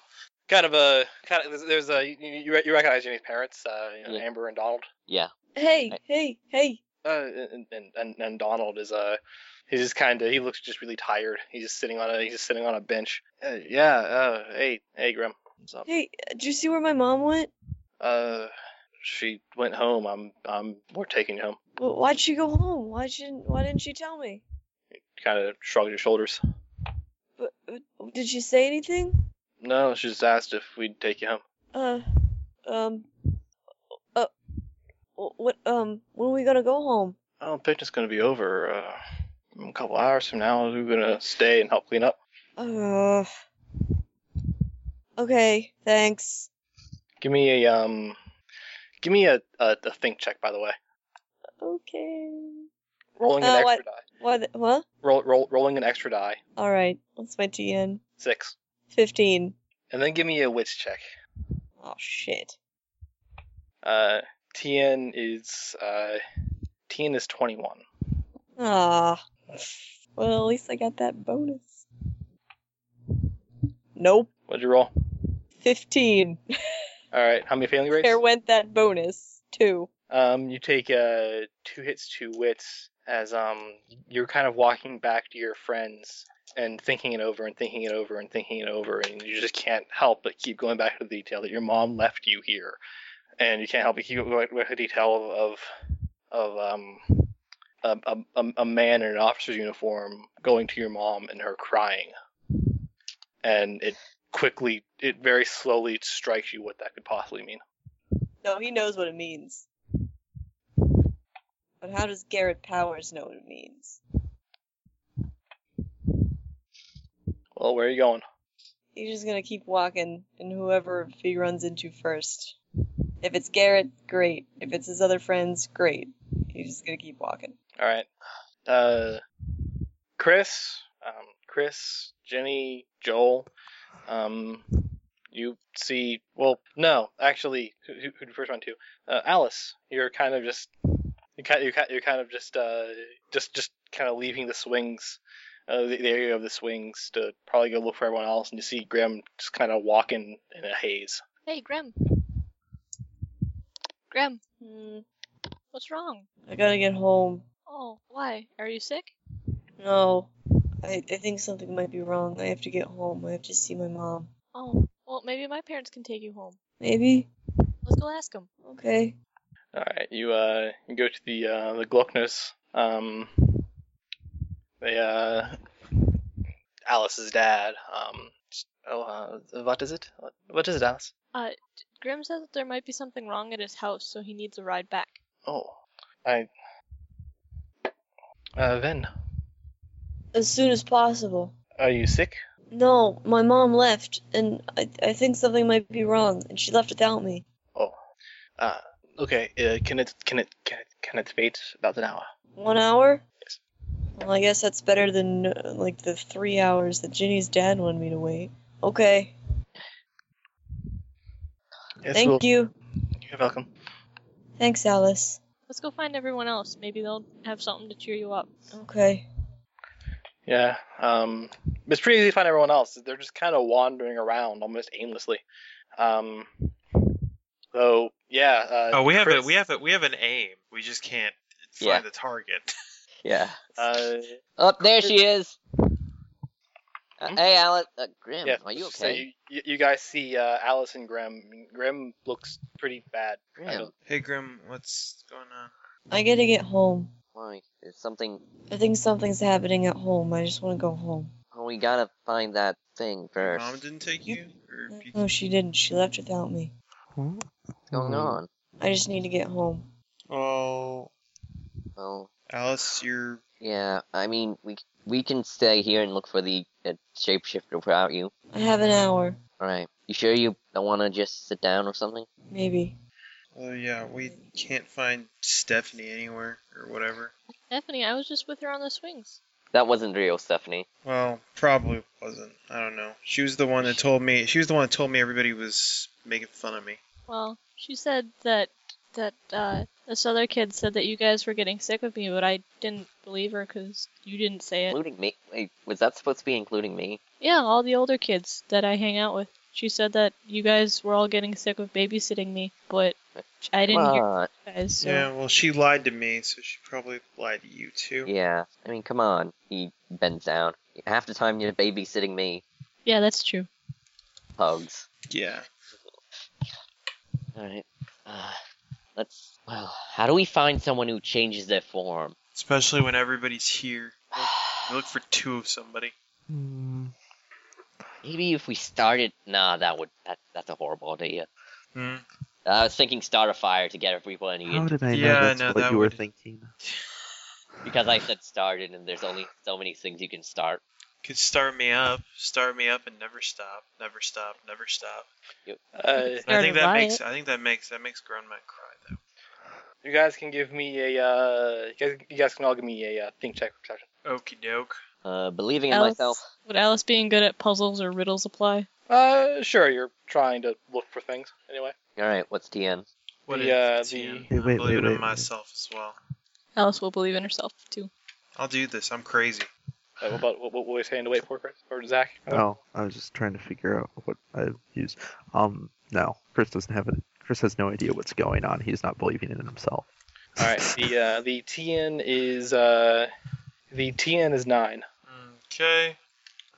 [SPEAKER 1] kind of a kind of there's, there's a you, you, you recognize Jenny's parents, uh, you know,
[SPEAKER 3] Yeah.
[SPEAKER 1] Amber and Donald.
[SPEAKER 3] Yeah.
[SPEAKER 5] Hey,
[SPEAKER 3] I-
[SPEAKER 5] hey, hey.
[SPEAKER 1] Uh, and, and and and Donald is uh, he's just kind of he looks just really tired. He's just sitting on a he's just sitting on a bench. Uh, yeah. Uh, hey, hey, Grim. What's up?
[SPEAKER 5] Hey, did you see where my mom went?
[SPEAKER 1] Uh, she went home. I'm, I'm, we're taking you home.
[SPEAKER 5] Well, why'd she go home? Why didn't Why didn't she tell me?
[SPEAKER 1] Kind of shrugged her shoulders.
[SPEAKER 5] But, uh, did she say anything?
[SPEAKER 1] No, she just asked if we'd take you home.
[SPEAKER 5] Uh, um, uh, wh- what? Um, when are we gonna go home?
[SPEAKER 1] Oh, picnic's gonna be over. Uh, in a couple hours from now, we're gonna stay and help clean up.
[SPEAKER 5] Uh. Okay, thanks.
[SPEAKER 1] Give me a, um, give me a, a, a think check, by the way.
[SPEAKER 5] Okay.
[SPEAKER 1] Rolling an
[SPEAKER 5] Uh,
[SPEAKER 1] extra
[SPEAKER 5] what?
[SPEAKER 1] die.
[SPEAKER 5] What? What?
[SPEAKER 1] Roll, roll, rolling an extra die.
[SPEAKER 5] All right. That's my TN.
[SPEAKER 1] Six.
[SPEAKER 5] Fifteen.
[SPEAKER 1] And then give me a wits check.
[SPEAKER 5] Oh shit.
[SPEAKER 1] Uh, TN is, uh, TN is 21.
[SPEAKER 5] Ah. Well, at least I got that bonus. Nope.
[SPEAKER 1] What'd you roll?
[SPEAKER 5] Fifteen.
[SPEAKER 1] Alright, how many failing rates?
[SPEAKER 5] There went that bonus. Two.
[SPEAKER 1] Um, you take uh two hits to wits as um you're kind of walking back to your friends and thinking it over and thinking it over and thinking it over and you just can't help but keep going back to the detail that your mom left you here and you can't help but keep going back to the detail of of, of um a, a- a, a man in an officer's uniform going to your mom and her crying and it quickly it very slowly strikes you what that could possibly mean
[SPEAKER 5] No, he knows what it means. But how does Garrett Powers know what it means?
[SPEAKER 1] well where are you going
[SPEAKER 5] He's just gonna keep walking, and whoever he runs into first. If it's Garrett, great. If it's his other friends, great. He's just gonna keep walking.
[SPEAKER 1] All right. Uh, Chris, um, Chris, Jenny, Joel. Um, you see, well, no, actually, who, who, who the first one to? Uh, Alice. You're kind of just, you kind, you're, ki- you're kind of just, uh, just, just kind of leaving the swings, uh, the, the area of the swings to probably go look for everyone else, and you see Graham just kind of walking in a haze.
[SPEAKER 7] Hey, Grim. Grim,
[SPEAKER 5] Hmm.
[SPEAKER 7] what's wrong?
[SPEAKER 5] I gotta get home.
[SPEAKER 7] Oh, why? Are you sick?
[SPEAKER 5] No. I, I think something might be wrong. I have to get home. I have to see my mom.
[SPEAKER 7] Oh, well, maybe my parents can take you home.
[SPEAKER 5] Maybe?
[SPEAKER 7] Let's go ask them.
[SPEAKER 5] Okay.
[SPEAKER 1] All right, you uh, you go to the uh, the Glockners. Um, they uh, Alice's dad. Um, oh, uh, what is it? What, what is it, Alice?
[SPEAKER 7] Uh, d- Grim says that there might be something wrong at his house, so he needs a ride back.
[SPEAKER 1] Oh, I. Uh, Ven,
[SPEAKER 5] As soon as possible.
[SPEAKER 1] are you sick?
[SPEAKER 5] No, my mom left, and I, I think something might be wrong, and she left without me.
[SPEAKER 1] Oh, uh, okay. Uh, can it can it can it can it wait about an hour?
[SPEAKER 5] One hour?
[SPEAKER 1] Yes.
[SPEAKER 5] Well, I guess that's better than, uh, like, the three hours that Ginny's dad wanted me to wait. Okay.
[SPEAKER 1] Yes,
[SPEAKER 5] Thank
[SPEAKER 1] we'll-
[SPEAKER 5] you.
[SPEAKER 1] You're welcome.
[SPEAKER 5] Thanks, Alice.
[SPEAKER 7] Let's go find everyone else. Maybe they'll have something to cheer you up.
[SPEAKER 5] Okay.
[SPEAKER 1] Yeah. Um, it's pretty easy to find everyone else. They're just kind of wandering around almost aimlessly. Um, so yeah. Uh,
[SPEAKER 6] Oh, we have
[SPEAKER 1] Chris,
[SPEAKER 6] a we have a we have an aim. We just can't find
[SPEAKER 3] Yeah.
[SPEAKER 6] the target. <laughs>
[SPEAKER 3] Yeah.
[SPEAKER 1] Uh,
[SPEAKER 3] Up there she is. Uh,
[SPEAKER 1] Hmm?
[SPEAKER 3] hey, Alex. Uh, Grim,
[SPEAKER 1] yeah.
[SPEAKER 3] are you
[SPEAKER 1] so
[SPEAKER 3] okay?
[SPEAKER 1] you, you guys see uh, Alice and Grim. Grim looks pretty bad. I
[SPEAKER 3] Grim,
[SPEAKER 1] don't-
[SPEAKER 2] Hey Grim, what's going on?
[SPEAKER 5] I gotta get home.
[SPEAKER 3] why? There's something.
[SPEAKER 5] I think something's happening at home. I just want to go home.
[SPEAKER 3] Oh, we gotta find that thing
[SPEAKER 2] Your
[SPEAKER 3] first.
[SPEAKER 2] Mom didn't take you? Or you-
[SPEAKER 5] No, she didn't. She left
[SPEAKER 4] Hmm.
[SPEAKER 5] without me.
[SPEAKER 3] Hmm. What's going on?
[SPEAKER 5] I just need to get home.
[SPEAKER 2] Oh, Well,
[SPEAKER 6] Alice, you're
[SPEAKER 2] yeah. I mean, we we can stay here and look for the uh, shapeshifter without you.
[SPEAKER 5] I have an hour,
[SPEAKER 2] All right. You sure you don't want to just sit down or something?
[SPEAKER 5] maybe.
[SPEAKER 6] Oh yeah, we can't find Stephanie anywhere or whatever.
[SPEAKER 7] Stephanie, I was just with her on the swings.
[SPEAKER 2] That wasn't real, Stephanie.
[SPEAKER 6] Well, probably wasn't. I don't know. She was the one that told me. She was the one that told me everybody was making fun of me.
[SPEAKER 7] Well, she said that that uh, this other kid said that you guys were getting sick with me, but I didn't believe her because you didn't say it.
[SPEAKER 2] Including me? Wait, was that supposed to be including me?
[SPEAKER 7] Yeah, all the older kids that I hang out with. She said that you guys were all getting sick with babysitting me, but I didn't
[SPEAKER 2] Come
[SPEAKER 7] hear
[SPEAKER 2] on.
[SPEAKER 7] you guys. So.
[SPEAKER 6] Yeah, well, she lied to me, so she probably lied to you too.
[SPEAKER 2] Yeah. I mean, come on. He bends down. Half the time you're babysitting me.
[SPEAKER 7] yeah, that's true.
[SPEAKER 2] Hugs.
[SPEAKER 6] Yeah.
[SPEAKER 2] All right. Uh, let's. Well, how do we find someone who changes their form?
[SPEAKER 6] Especially when everybody's here. You look for two of somebody.
[SPEAKER 4] Hmm.
[SPEAKER 2] Maybe if we started. Nah, that would. That, that's a horrible idea.
[SPEAKER 6] Hmm.
[SPEAKER 2] I was thinking start a fire to get everyone
[SPEAKER 4] How
[SPEAKER 2] in
[SPEAKER 4] did I know
[SPEAKER 6] Yeah,
[SPEAKER 4] that's
[SPEAKER 6] no,
[SPEAKER 4] what
[SPEAKER 6] that
[SPEAKER 4] you were
[SPEAKER 6] would-
[SPEAKER 4] thinking?
[SPEAKER 2] because I said started, and there's only so many things you can start.
[SPEAKER 6] Could start me up, start me up, and never stop, never stop, never stop.
[SPEAKER 1] Uh,
[SPEAKER 6] And I think
[SPEAKER 7] Start a
[SPEAKER 6] that
[SPEAKER 7] riot.
[SPEAKER 6] makes. I think that makes that makes grown men cry though.
[SPEAKER 1] <laughs> you guys can give me a. Uh, you, guys, you guys can all give me a uh, think check for perception.
[SPEAKER 6] Okie doke.
[SPEAKER 2] Uh, believing in
[SPEAKER 7] Alice-
[SPEAKER 2] myself.
[SPEAKER 7] Would Alice being good at puzzles or riddles apply?
[SPEAKER 1] Uh, sure. You're trying to look for things anyway.
[SPEAKER 2] All right. What's TN?
[SPEAKER 6] What
[SPEAKER 1] The,
[SPEAKER 6] is
[SPEAKER 1] uh,
[SPEAKER 6] it,
[SPEAKER 1] the-
[SPEAKER 6] Ian?
[SPEAKER 4] Hey,
[SPEAKER 6] I'm
[SPEAKER 4] wait,
[SPEAKER 6] believing
[SPEAKER 4] wait,
[SPEAKER 6] in
[SPEAKER 4] wait, wait.
[SPEAKER 6] myself as well.
[SPEAKER 7] Alice will believe in herself too.
[SPEAKER 6] I'll do this. I'm crazy.
[SPEAKER 1] Uh, what about what, what were we saying to wait for Chris or Zach?
[SPEAKER 4] Oh, I was just trying to figure out what I use. Um, no, Chris doesn't have it. Chris has no idea what's going on. He's not believing in himself.
[SPEAKER 1] All right. The uh, the TN is uh, the TN is
[SPEAKER 3] <laughs>
[SPEAKER 1] nine.
[SPEAKER 6] Okay.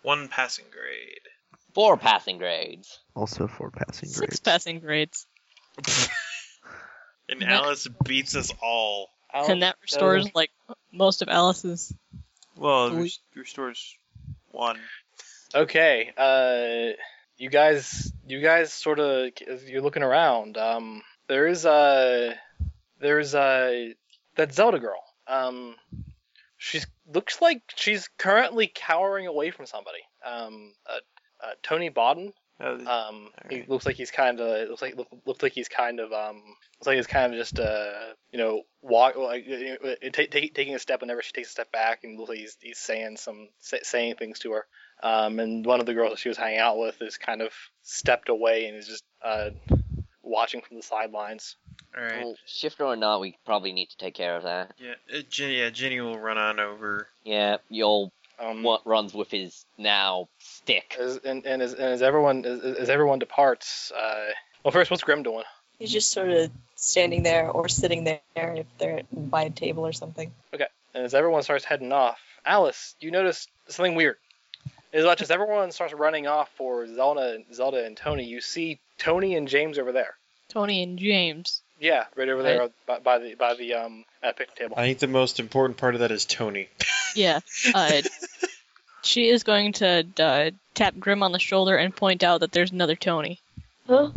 [SPEAKER 6] One passing grade.
[SPEAKER 2] Four passing grades.
[SPEAKER 4] Also, for passing
[SPEAKER 7] Six
[SPEAKER 4] grades.
[SPEAKER 7] passing grades,
[SPEAKER 6] And
[SPEAKER 7] Yeah.
[SPEAKER 6] Alice beats us all.
[SPEAKER 7] and that restores like most of Alice's.
[SPEAKER 6] Well,
[SPEAKER 7] Well, we-
[SPEAKER 6] res- restores one.
[SPEAKER 1] Okay. Uh, you guys, you guys sort of you're looking around. Um, there is a there's a that Zelda girl. Um, she's looks like she's currently cowering away from somebody. Um, uh, uh, Tony Bodden.
[SPEAKER 6] Uh,
[SPEAKER 1] Um, he
[SPEAKER 6] Alright.
[SPEAKER 1] looks like he's kind of looks like look, looks like he's kind of um looks like he's kind of just uh you know walk like, uh, uh, ta- ta- taking a step whenever she takes a step back and looks like he's, he's saying some say, saying things to her. Um, and one of the girls that she was hanging out with is kind of stepped away and is just uh watching from the sidelines.
[SPEAKER 6] all right.
[SPEAKER 2] Well, shifter or not, we probably need to take care of that.
[SPEAKER 6] Yeah, uh, Jenny. Yeah, Jenny will run on over.
[SPEAKER 2] Yeah, you'll
[SPEAKER 1] Um,
[SPEAKER 2] what runs with his now stick.
[SPEAKER 1] as, and and as, and as everyone as, as everyone departs, uh, well first what's Grim doing?
[SPEAKER 5] He's just sort of standing there or sitting there if they're by a table or something.
[SPEAKER 1] And as everyone starts heading off, Alice, you notice something weird. As much as everyone starts running off for Zelda, Zelda and Tony, you see Tony and James over there.
[SPEAKER 7] Tony and James.
[SPEAKER 1] Yeah, right over there by, by the by the um uh, picnic table.
[SPEAKER 6] I think the most important part of that is Tony.
[SPEAKER 7] Yeah. <laughs> Uh, she is going to uh, tap Grim on the shoulder and point out that there's another Tony.
[SPEAKER 5] Huh?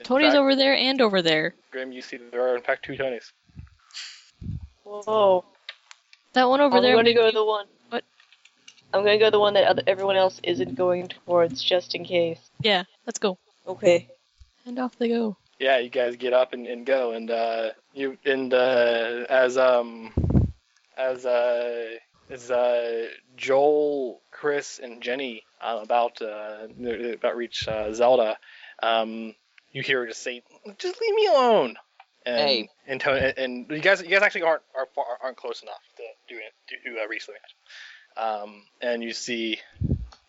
[SPEAKER 1] In
[SPEAKER 7] Tony's
[SPEAKER 1] fact,
[SPEAKER 7] over there and over there.
[SPEAKER 1] Grim, you see that there are in fact two Tonys.
[SPEAKER 5] Whoa.
[SPEAKER 7] That one over
[SPEAKER 5] Oh, I'm
[SPEAKER 7] there.
[SPEAKER 5] gonna go the one.
[SPEAKER 7] What?
[SPEAKER 5] I'm gonna go the one that other, everyone else isn't going towards, just in case.
[SPEAKER 7] Yeah, let's go.
[SPEAKER 5] Okay.
[SPEAKER 7] And off they go.
[SPEAKER 1] Yeah, you guys get up and, and go, and uh, you and uh, as um as uh as uh Joel, Chris, and Jenny uh, about uh they're about reach uh, Zelda, um you hear her just say, "Just leave me alone." And,
[SPEAKER 2] Hey.
[SPEAKER 1] and, Tony, and you guys you guys actually aren't are, far- aren't close enough to do it to uh, reach the match. Um, and you see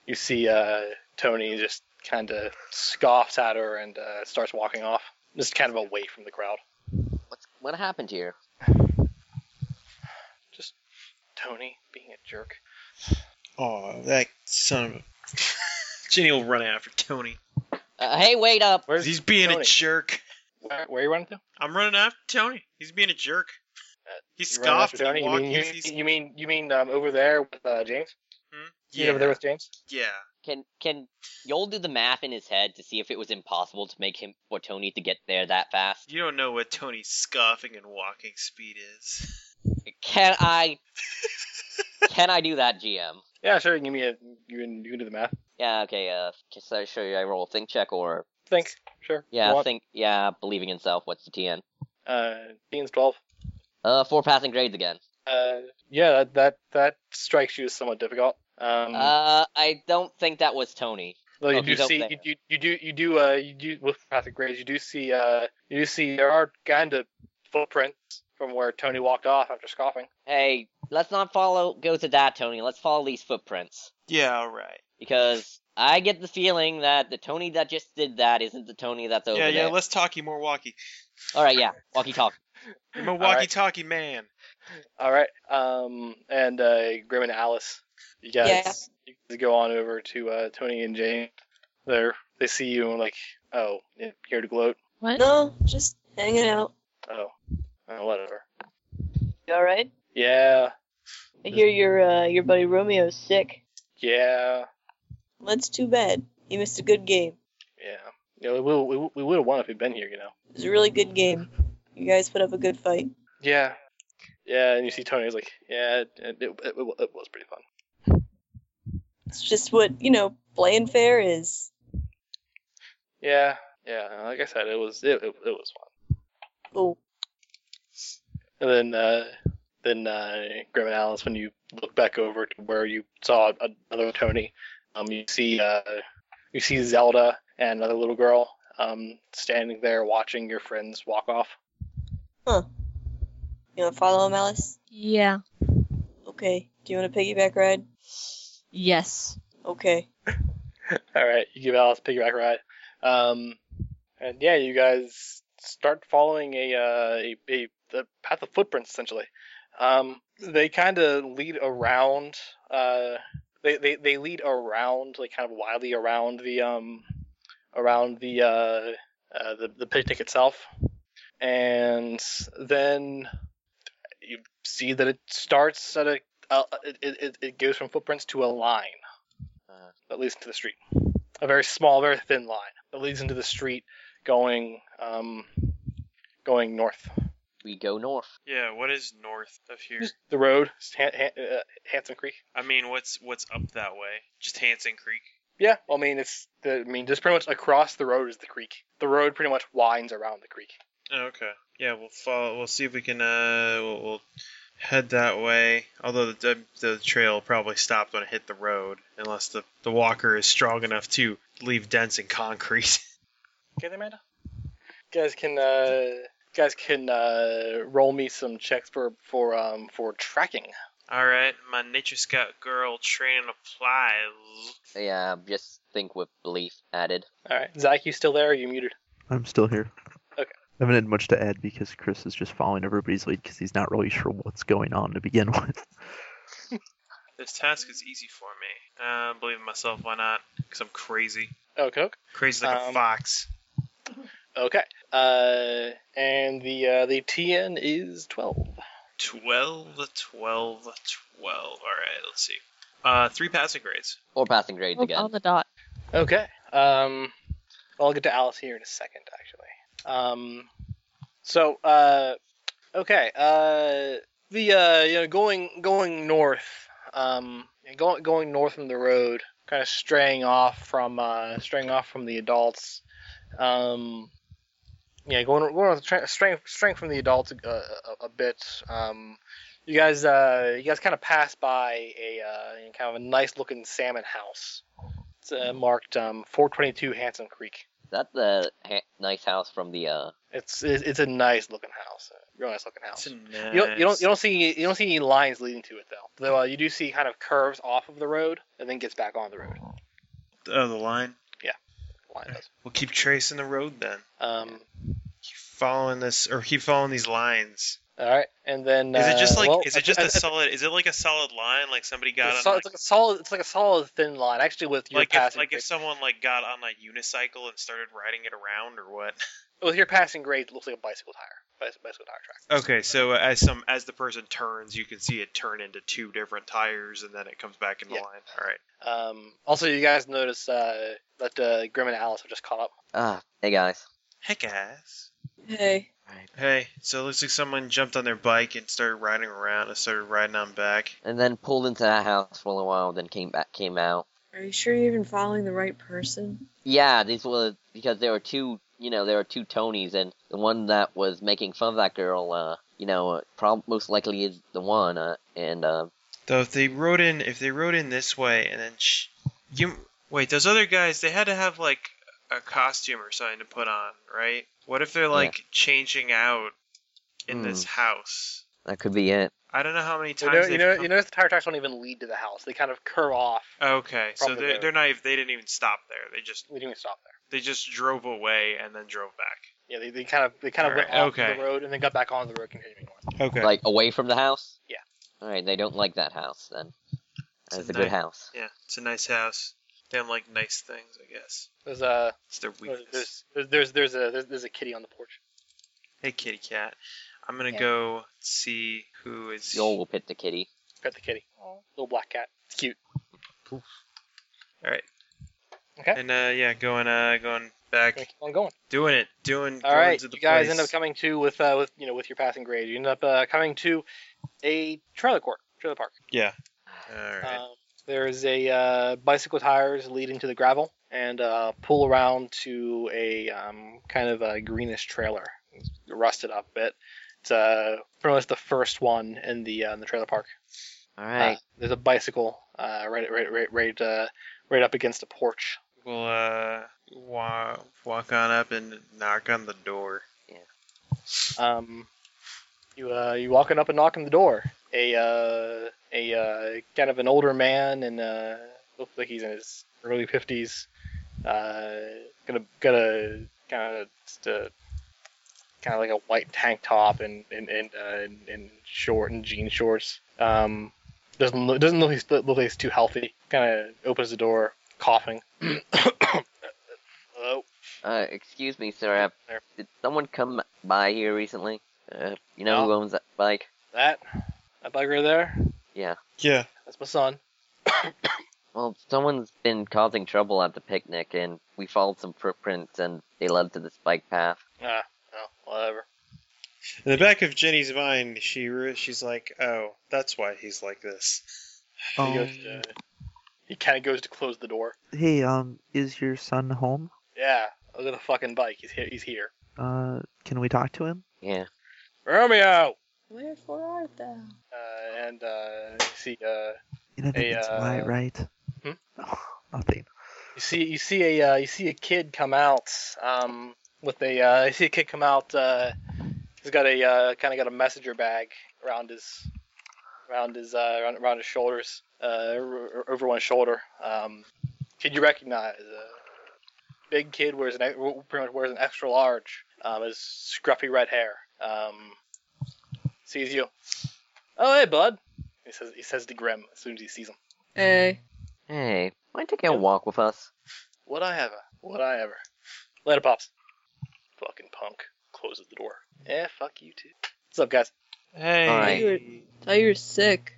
[SPEAKER 1] you see uh Tony just kind of scoffs at her and uh, starts walking off, just kind of away from the crowd.
[SPEAKER 2] What's what happened here?
[SPEAKER 1] Just Tony being a jerk.
[SPEAKER 6] Oh, that son of a. <laughs> Jenny will run after Tony.
[SPEAKER 2] Uh, hey, wait up!
[SPEAKER 1] Where's
[SPEAKER 6] He's being
[SPEAKER 1] Tony?
[SPEAKER 6] a jerk.
[SPEAKER 1] Where, where are you running to?
[SPEAKER 6] I'm running after Tony. He's being a jerk.
[SPEAKER 1] Uh,
[SPEAKER 6] He
[SPEAKER 1] You running after
[SPEAKER 6] scoffed.
[SPEAKER 1] Tony?
[SPEAKER 6] He
[SPEAKER 1] You
[SPEAKER 6] walked.
[SPEAKER 1] mean you,
[SPEAKER 6] he's- he's-
[SPEAKER 1] you mean you mean um, over there with uh, James?
[SPEAKER 6] hmm?
[SPEAKER 1] You over there
[SPEAKER 6] Yeah.
[SPEAKER 1] with James?
[SPEAKER 6] Yeah.
[SPEAKER 2] Can can Yol do the math in his head to see if it was impossible to make him for Tony to get there that fast?
[SPEAKER 6] You don't know what Tony's scoffing and walking speed is.
[SPEAKER 2] It
[SPEAKER 3] Can
[SPEAKER 2] <laughs>
[SPEAKER 3] I? can I do that, GM?
[SPEAKER 1] Yeah, sure. Give me a. You can you can do the math.
[SPEAKER 3] Yeah. Okay. Uh, just I show you. I roll a think check or
[SPEAKER 1] Thanks. Sure.
[SPEAKER 3] yeah,
[SPEAKER 1] Go on.
[SPEAKER 3] think yeah, believing in self. What's the TN?
[SPEAKER 1] Uh, Dean's twelve.
[SPEAKER 3] Uh, four passing grades again.
[SPEAKER 1] Uh, yeah, that that, that strikes you as somewhat difficult.
[SPEAKER 2] Mm.
[SPEAKER 1] Um,
[SPEAKER 3] Uh, I don't think that was Tony.
[SPEAKER 1] though you
[SPEAKER 3] oh,
[SPEAKER 1] do
[SPEAKER 3] he's out
[SPEAKER 1] see
[SPEAKER 3] there.
[SPEAKER 1] you, you, you do you do uh you do with Patrick Graves you do see uh you do see there are kind of footprints from where Tony walked off after scoffing.
[SPEAKER 3] Hey, let's not follow go to that Tony. Let's follow these footprints
[SPEAKER 6] Yeah, all right.
[SPEAKER 3] because I get the feeling that the Tony that just did that isn't the Tony that's over
[SPEAKER 6] yeah, yeah.
[SPEAKER 3] there.
[SPEAKER 6] Let's talkie more walkie.
[SPEAKER 3] All right, yeah. Walkie talk.
[SPEAKER 6] I'm a
[SPEAKER 1] All right.
[SPEAKER 6] walkie-talkie man.
[SPEAKER 1] All right. Um, and uh, Grim and Alice, you guys you guys go on over to uh, Tony and Jane. They're they see you and like, oh, yeah, here to gloat.
[SPEAKER 7] What?
[SPEAKER 5] No, just hanging out.
[SPEAKER 1] Oh, oh whatever.
[SPEAKER 5] You all right?
[SPEAKER 1] Yeah,
[SPEAKER 5] I hear your uh, your buddy Romeo's sick.
[SPEAKER 1] yeah,
[SPEAKER 5] That's too bad. He missed a good game.
[SPEAKER 1] yeah. You know, we we, we would have won if we'd been here, you know.
[SPEAKER 5] It was a really good game. You guys put up a good fight.
[SPEAKER 1] Yeah, yeah. And you see Tony's like, yeah, it, it, it, it wa- it was pretty fun.
[SPEAKER 5] It's just what you know playing fair is.
[SPEAKER 1] Yeah, yeah. Like I said, it was it, it, it was fun.
[SPEAKER 5] Cool.
[SPEAKER 1] And then uh, then uh, Grim and Alice, when you look back over to where you saw another Tony, um, you see uh, you see Zelda and another little girl um standing there watching your friends walk off.
[SPEAKER 5] You want to follow him, Alice?
[SPEAKER 7] Yeah.
[SPEAKER 5] Okay. Do you want a piggyback ride?
[SPEAKER 7] Yes.
[SPEAKER 5] Okay.
[SPEAKER 1] All right, you give Alice a piggyback ride. Um, and yeah, you guys start following a uh, a, a the path of footprints essentially. Um, they kind of lead around. Uh, they, they they lead around, like kind of widely around the um around the uh, uh the the picnic itself, and then you see that it starts at a uh, it, it it goes from footprints to a line that leads into the street. A very small, very thin line that leads into the street, going um, going north.
[SPEAKER 3] We go north.
[SPEAKER 6] Yeah, what is north of here?
[SPEAKER 1] The road, Han- Han- uh, Hanson Creek.
[SPEAKER 6] I mean, what's what's up that way? Just Hanson Creek.
[SPEAKER 1] Yeah, well, I mean it's the, I mean just pretty much across the road is the creek. The road pretty much winds around the creek.
[SPEAKER 6] Oh, okay. Yeah, we'll follow. We'll see if we can. Uh, we'll, we'll head that way. Although the the trail probably stopped when it hit the road, unless the the walker is strong enough to leave dents in concrete. <laughs>
[SPEAKER 1] Okay, Amanda. You guys can uh, you guys can uh, roll me some checks for for um for tracking.
[SPEAKER 6] All right, my nature scout girl train applies.
[SPEAKER 3] Yeah, just think with belief added.
[SPEAKER 1] All right, Zach, you still there? Are you muted?
[SPEAKER 4] I'm still here.
[SPEAKER 1] Okay.
[SPEAKER 4] I haven't had much to add because Chris is just following everybody's lead because he's not really sure what's going on to begin <laughs> with.
[SPEAKER 6] This task is easy for me. Uh, I believe in myself. Why not? Because I'm crazy.
[SPEAKER 1] Okay. okay.
[SPEAKER 6] Crazy like
[SPEAKER 1] Um,
[SPEAKER 6] a fox.
[SPEAKER 1] Okay. Uh, and the uh, the TN is twelve.
[SPEAKER 6] 12, 12, 12. All right, let's see. Uh, three passing grades.
[SPEAKER 3] Or passing grades
[SPEAKER 7] Oh,
[SPEAKER 3] again.
[SPEAKER 7] on the dot.
[SPEAKER 1] Okay. Um, I'll get to Alice here in a second, actually. Um, so, uh, okay. Uh, the uh, you know, going going north, um, going going north from the road, kind of straying off from uh, straying off from the adults. Um, yeah, going going on tra- straying straying from the adults a, a, a bit. Um, you guys, uh, you guys kind of pass by a uh, kind of a nice looking salmon house. It's uh, marked um, 422 Handsome Creek.
[SPEAKER 3] Is that the ha- nice house from the uh?
[SPEAKER 1] It's it- it's a nice looking house, a real nice looking house.
[SPEAKER 6] That's nice.
[SPEAKER 1] You don't, you don't you don't see you don't see any lines leading to it though. Though uh, you do see kind of curves off of the road and then gets back on the road.
[SPEAKER 6] Oh, the line.
[SPEAKER 1] Line does.
[SPEAKER 6] We'll keep tracing the road then.
[SPEAKER 1] Um,
[SPEAKER 6] Keep following this, or keep following these lines.
[SPEAKER 1] all right, and then
[SPEAKER 6] Is it just
[SPEAKER 1] uh,
[SPEAKER 6] like?
[SPEAKER 1] well,
[SPEAKER 6] is it
[SPEAKER 1] at-
[SPEAKER 6] just
[SPEAKER 1] at-
[SPEAKER 6] a
[SPEAKER 1] at-
[SPEAKER 6] solid? Is it like a solid line? Like somebody got
[SPEAKER 1] it's,
[SPEAKER 6] on,
[SPEAKER 1] sol- it's like a solid it's like a solid thin line actually with your
[SPEAKER 6] like, like if,
[SPEAKER 1] passing
[SPEAKER 6] like if
[SPEAKER 1] grade,
[SPEAKER 6] someone like got on a unicycle and started riding it around, or what? <laughs>
[SPEAKER 1] with your passing grade it looks like a bicycle tire bicycle, bicycle tire track.
[SPEAKER 6] Okay, so uh, as some as the person turns, you can see it turn into two different tires, and then it comes back into
[SPEAKER 1] Yeah.
[SPEAKER 6] line. All right.
[SPEAKER 1] Um, also, you guys notice uh, that uh, Grim and Alice have just caught up.
[SPEAKER 3] Ah, hey guys.
[SPEAKER 6] Heck ass.
[SPEAKER 5] Hey.
[SPEAKER 6] Hey, so it looks like someone jumped on their bike and started riding around and started riding on back.
[SPEAKER 2] And then pulled into that house for a little while, then came back, came out.
[SPEAKER 5] Are you sure you're even following the right person?
[SPEAKER 2] Yeah, these were because there were two. You know, there were two Tonys, and the one that was making fun of that girl, uh, you know, prob- most likely is the one. Uh, and uh,
[SPEAKER 6] Though if they rode in, if they rode in this way and then sh- you wait, those other guys they had to have like a costume or something to put on, right? What if they're like changing out in this house?
[SPEAKER 2] that could be it.
[SPEAKER 6] I don't know how many
[SPEAKER 1] Hmm. You
[SPEAKER 6] times
[SPEAKER 1] know,
[SPEAKER 6] they've
[SPEAKER 1] you know,
[SPEAKER 6] come-
[SPEAKER 1] you notice the tire tracks don't even lead to the house. They kind of curve off,
[SPEAKER 6] Okay, so
[SPEAKER 1] From the
[SPEAKER 6] they
[SPEAKER 1] road.
[SPEAKER 6] they're not. even- They didn't even stop there. They just
[SPEAKER 1] leading to stop there.
[SPEAKER 6] they just drove away and then drove back.
[SPEAKER 1] Yeah, they, they kind of they kind of went
[SPEAKER 6] Alright,
[SPEAKER 1] off
[SPEAKER 6] okay.
[SPEAKER 1] the road and then got back on the road continuing north.
[SPEAKER 11] Okay.
[SPEAKER 2] Like away from the house.
[SPEAKER 1] Yeah.
[SPEAKER 2] All right, they don't like that house then. That's a
[SPEAKER 6] It's a
[SPEAKER 2] good
[SPEAKER 6] nice-
[SPEAKER 2] house.
[SPEAKER 6] Yeah, it's a nice house. They don't like nice things, I guess.
[SPEAKER 1] There's a
[SPEAKER 6] It's their weakness.
[SPEAKER 1] there's there's there's there's a there's, there's a kitty on the porch.
[SPEAKER 6] Hey, kitty cat. I'm gonna
[SPEAKER 5] Yeah.
[SPEAKER 6] go see who is.
[SPEAKER 2] Joel will pit the kitty.
[SPEAKER 1] Pet the kitty. Little black cat. It's cute.
[SPEAKER 6] All right.
[SPEAKER 1] Okay.
[SPEAKER 6] And uh, yeah, going uh, going back,
[SPEAKER 1] Gonna keep on going.
[SPEAKER 6] doing it, doing.
[SPEAKER 1] All
[SPEAKER 6] going
[SPEAKER 1] right,
[SPEAKER 6] to the
[SPEAKER 1] you guys
[SPEAKER 6] place.
[SPEAKER 1] end up coming to with uh, with you know with your passing grade, you end up uh, coming to a trailer court, trailer park.
[SPEAKER 6] Yeah. All right.
[SPEAKER 1] Um, there's a uh, bicycle tires leading to the gravel and uh, pull around to a um, kind of a greenish trailer, it's rusted up a bit. It's uh, pretty much the first one in the uh, in the trailer park.
[SPEAKER 2] All
[SPEAKER 1] Uh,
[SPEAKER 2] right.
[SPEAKER 1] there's a bicycle uh, right right right right uh, right up against a porch.
[SPEAKER 6] we'll uh, wa- walk on up and knock on the door.
[SPEAKER 1] Um, you uh, you walking up and knocking the door. A uh, a uh, kind of an older man, and uh, looks like he's in his early fifties. Uh, gonna gonna kind of just a kind of like a white tank top and and and, uh, and, and short and jean shorts. Um, doesn't look doesn't look, he's- look like he's too healthy. Kind of opens the door, coughing. <coughs> Oh, Hello.
[SPEAKER 2] Uh, excuse me, sir. Uh,
[SPEAKER 1] There.
[SPEAKER 2] did someone come by here recently? Uh, you know
[SPEAKER 1] No.
[SPEAKER 2] who owns that bike?
[SPEAKER 1] That that bugger there.
[SPEAKER 2] Yeah.
[SPEAKER 11] Yeah.
[SPEAKER 1] That's my son.
[SPEAKER 2] Well, someone's been causing trouble at the picnic, and we followed some footprints, and they led to this bike path.
[SPEAKER 1] Ah, oh, whatever.
[SPEAKER 11] In the back of Jenny's mind, she re- she's like, "Oh, that's why he's like this."
[SPEAKER 1] He,
[SPEAKER 4] Um,
[SPEAKER 1] goes to, he kind of goes to close the door.
[SPEAKER 4] hey, um, is your son home?
[SPEAKER 1] Yeah, look at the fucking bike. He's here. He's here.
[SPEAKER 4] Uh, can we talk to him?
[SPEAKER 2] Yeah.
[SPEAKER 1] Romeo.
[SPEAKER 5] Wherefore art thou?
[SPEAKER 1] Uh, and uh, you see, uh,
[SPEAKER 4] You know,
[SPEAKER 1] Hey,
[SPEAKER 4] that's why,
[SPEAKER 1] uh,
[SPEAKER 4] right?
[SPEAKER 1] hmm?
[SPEAKER 4] <laughs> Nothing.
[SPEAKER 1] you see, you see a, uh, you see a kid come out. Um, with a, uh, you see a kid come out. Uh, he's got a, uh, kind of got a messenger bag around his, around his, uh, around, around his shoulders, uh, over over one shoulder. Um, kid you recognize. Uh, big kid wears an, ex- pretty much wears an extra large. Um, his scruffy red hair. Um, sees you. Oh hey bud. He says he says to Grim as soon as he sees him.
[SPEAKER 12] Hey.
[SPEAKER 2] Hey, why don't you take a walk with us?
[SPEAKER 1] Would I ever? Would I ever? Later, pops. Fucking punk closes the door. Yeah, fuck you too. What's up, guys?
[SPEAKER 6] Hey.
[SPEAKER 2] All
[SPEAKER 5] Tell
[SPEAKER 2] right.
[SPEAKER 5] you were- Tell you you're sick.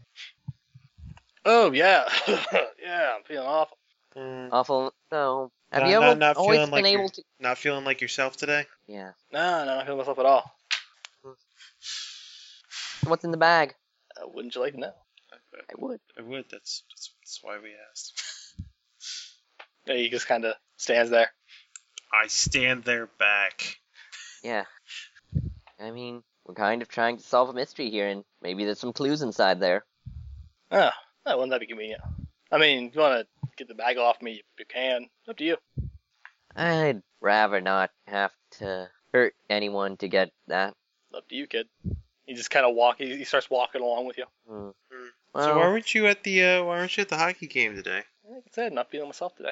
[SPEAKER 1] Oh yeah, <laughs> yeah. I'm feeling awful.
[SPEAKER 11] Mm,
[SPEAKER 2] Awful. No. Have
[SPEAKER 11] Not-
[SPEAKER 2] you
[SPEAKER 11] not-
[SPEAKER 2] ever
[SPEAKER 11] not
[SPEAKER 2] always
[SPEAKER 11] feeling
[SPEAKER 2] been
[SPEAKER 11] like
[SPEAKER 2] able
[SPEAKER 11] you're-
[SPEAKER 2] to?
[SPEAKER 11] not feeling like yourself today.
[SPEAKER 2] Yeah.
[SPEAKER 1] No, no, I'm not feeling myself at all.
[SPEAKER 2] What's in the bag?
[SPEAKER 1] Uh, wouldn't you like to know?
[SPEAKER 2] I would.
[SPEAKER 11] I would. That's that's, that's why we asked.
[SPEAKER 1] Yeah, he just kind of stands there.
[SPEAKER 6] I stand there back.
[SPEAKER 2] Yeah. I mean, we're kind of trying to solve a mystery here, and maybe there's some clues inside there.
[SPEAKER 1] Oh, oh wouldn't that be convenient? I mean, if you want to get the bag off me, you can. It's up to you.
[SPEAKER 2] I'd rather not have to hurt anyone to get that.
[SPEAKER 1] It's up to you, kid. He just kind of walk. He, he starts walking along with you.
[SPEAKER 2] Hmm.
[SPEAKER 11] Hmm. so
[SPEAKER 2] Well,
[SPEAKER 11] why weren't you at the uh, why weren't you at the hockey game today?
[SPEAKER 1] Like I said, not feeling myself today.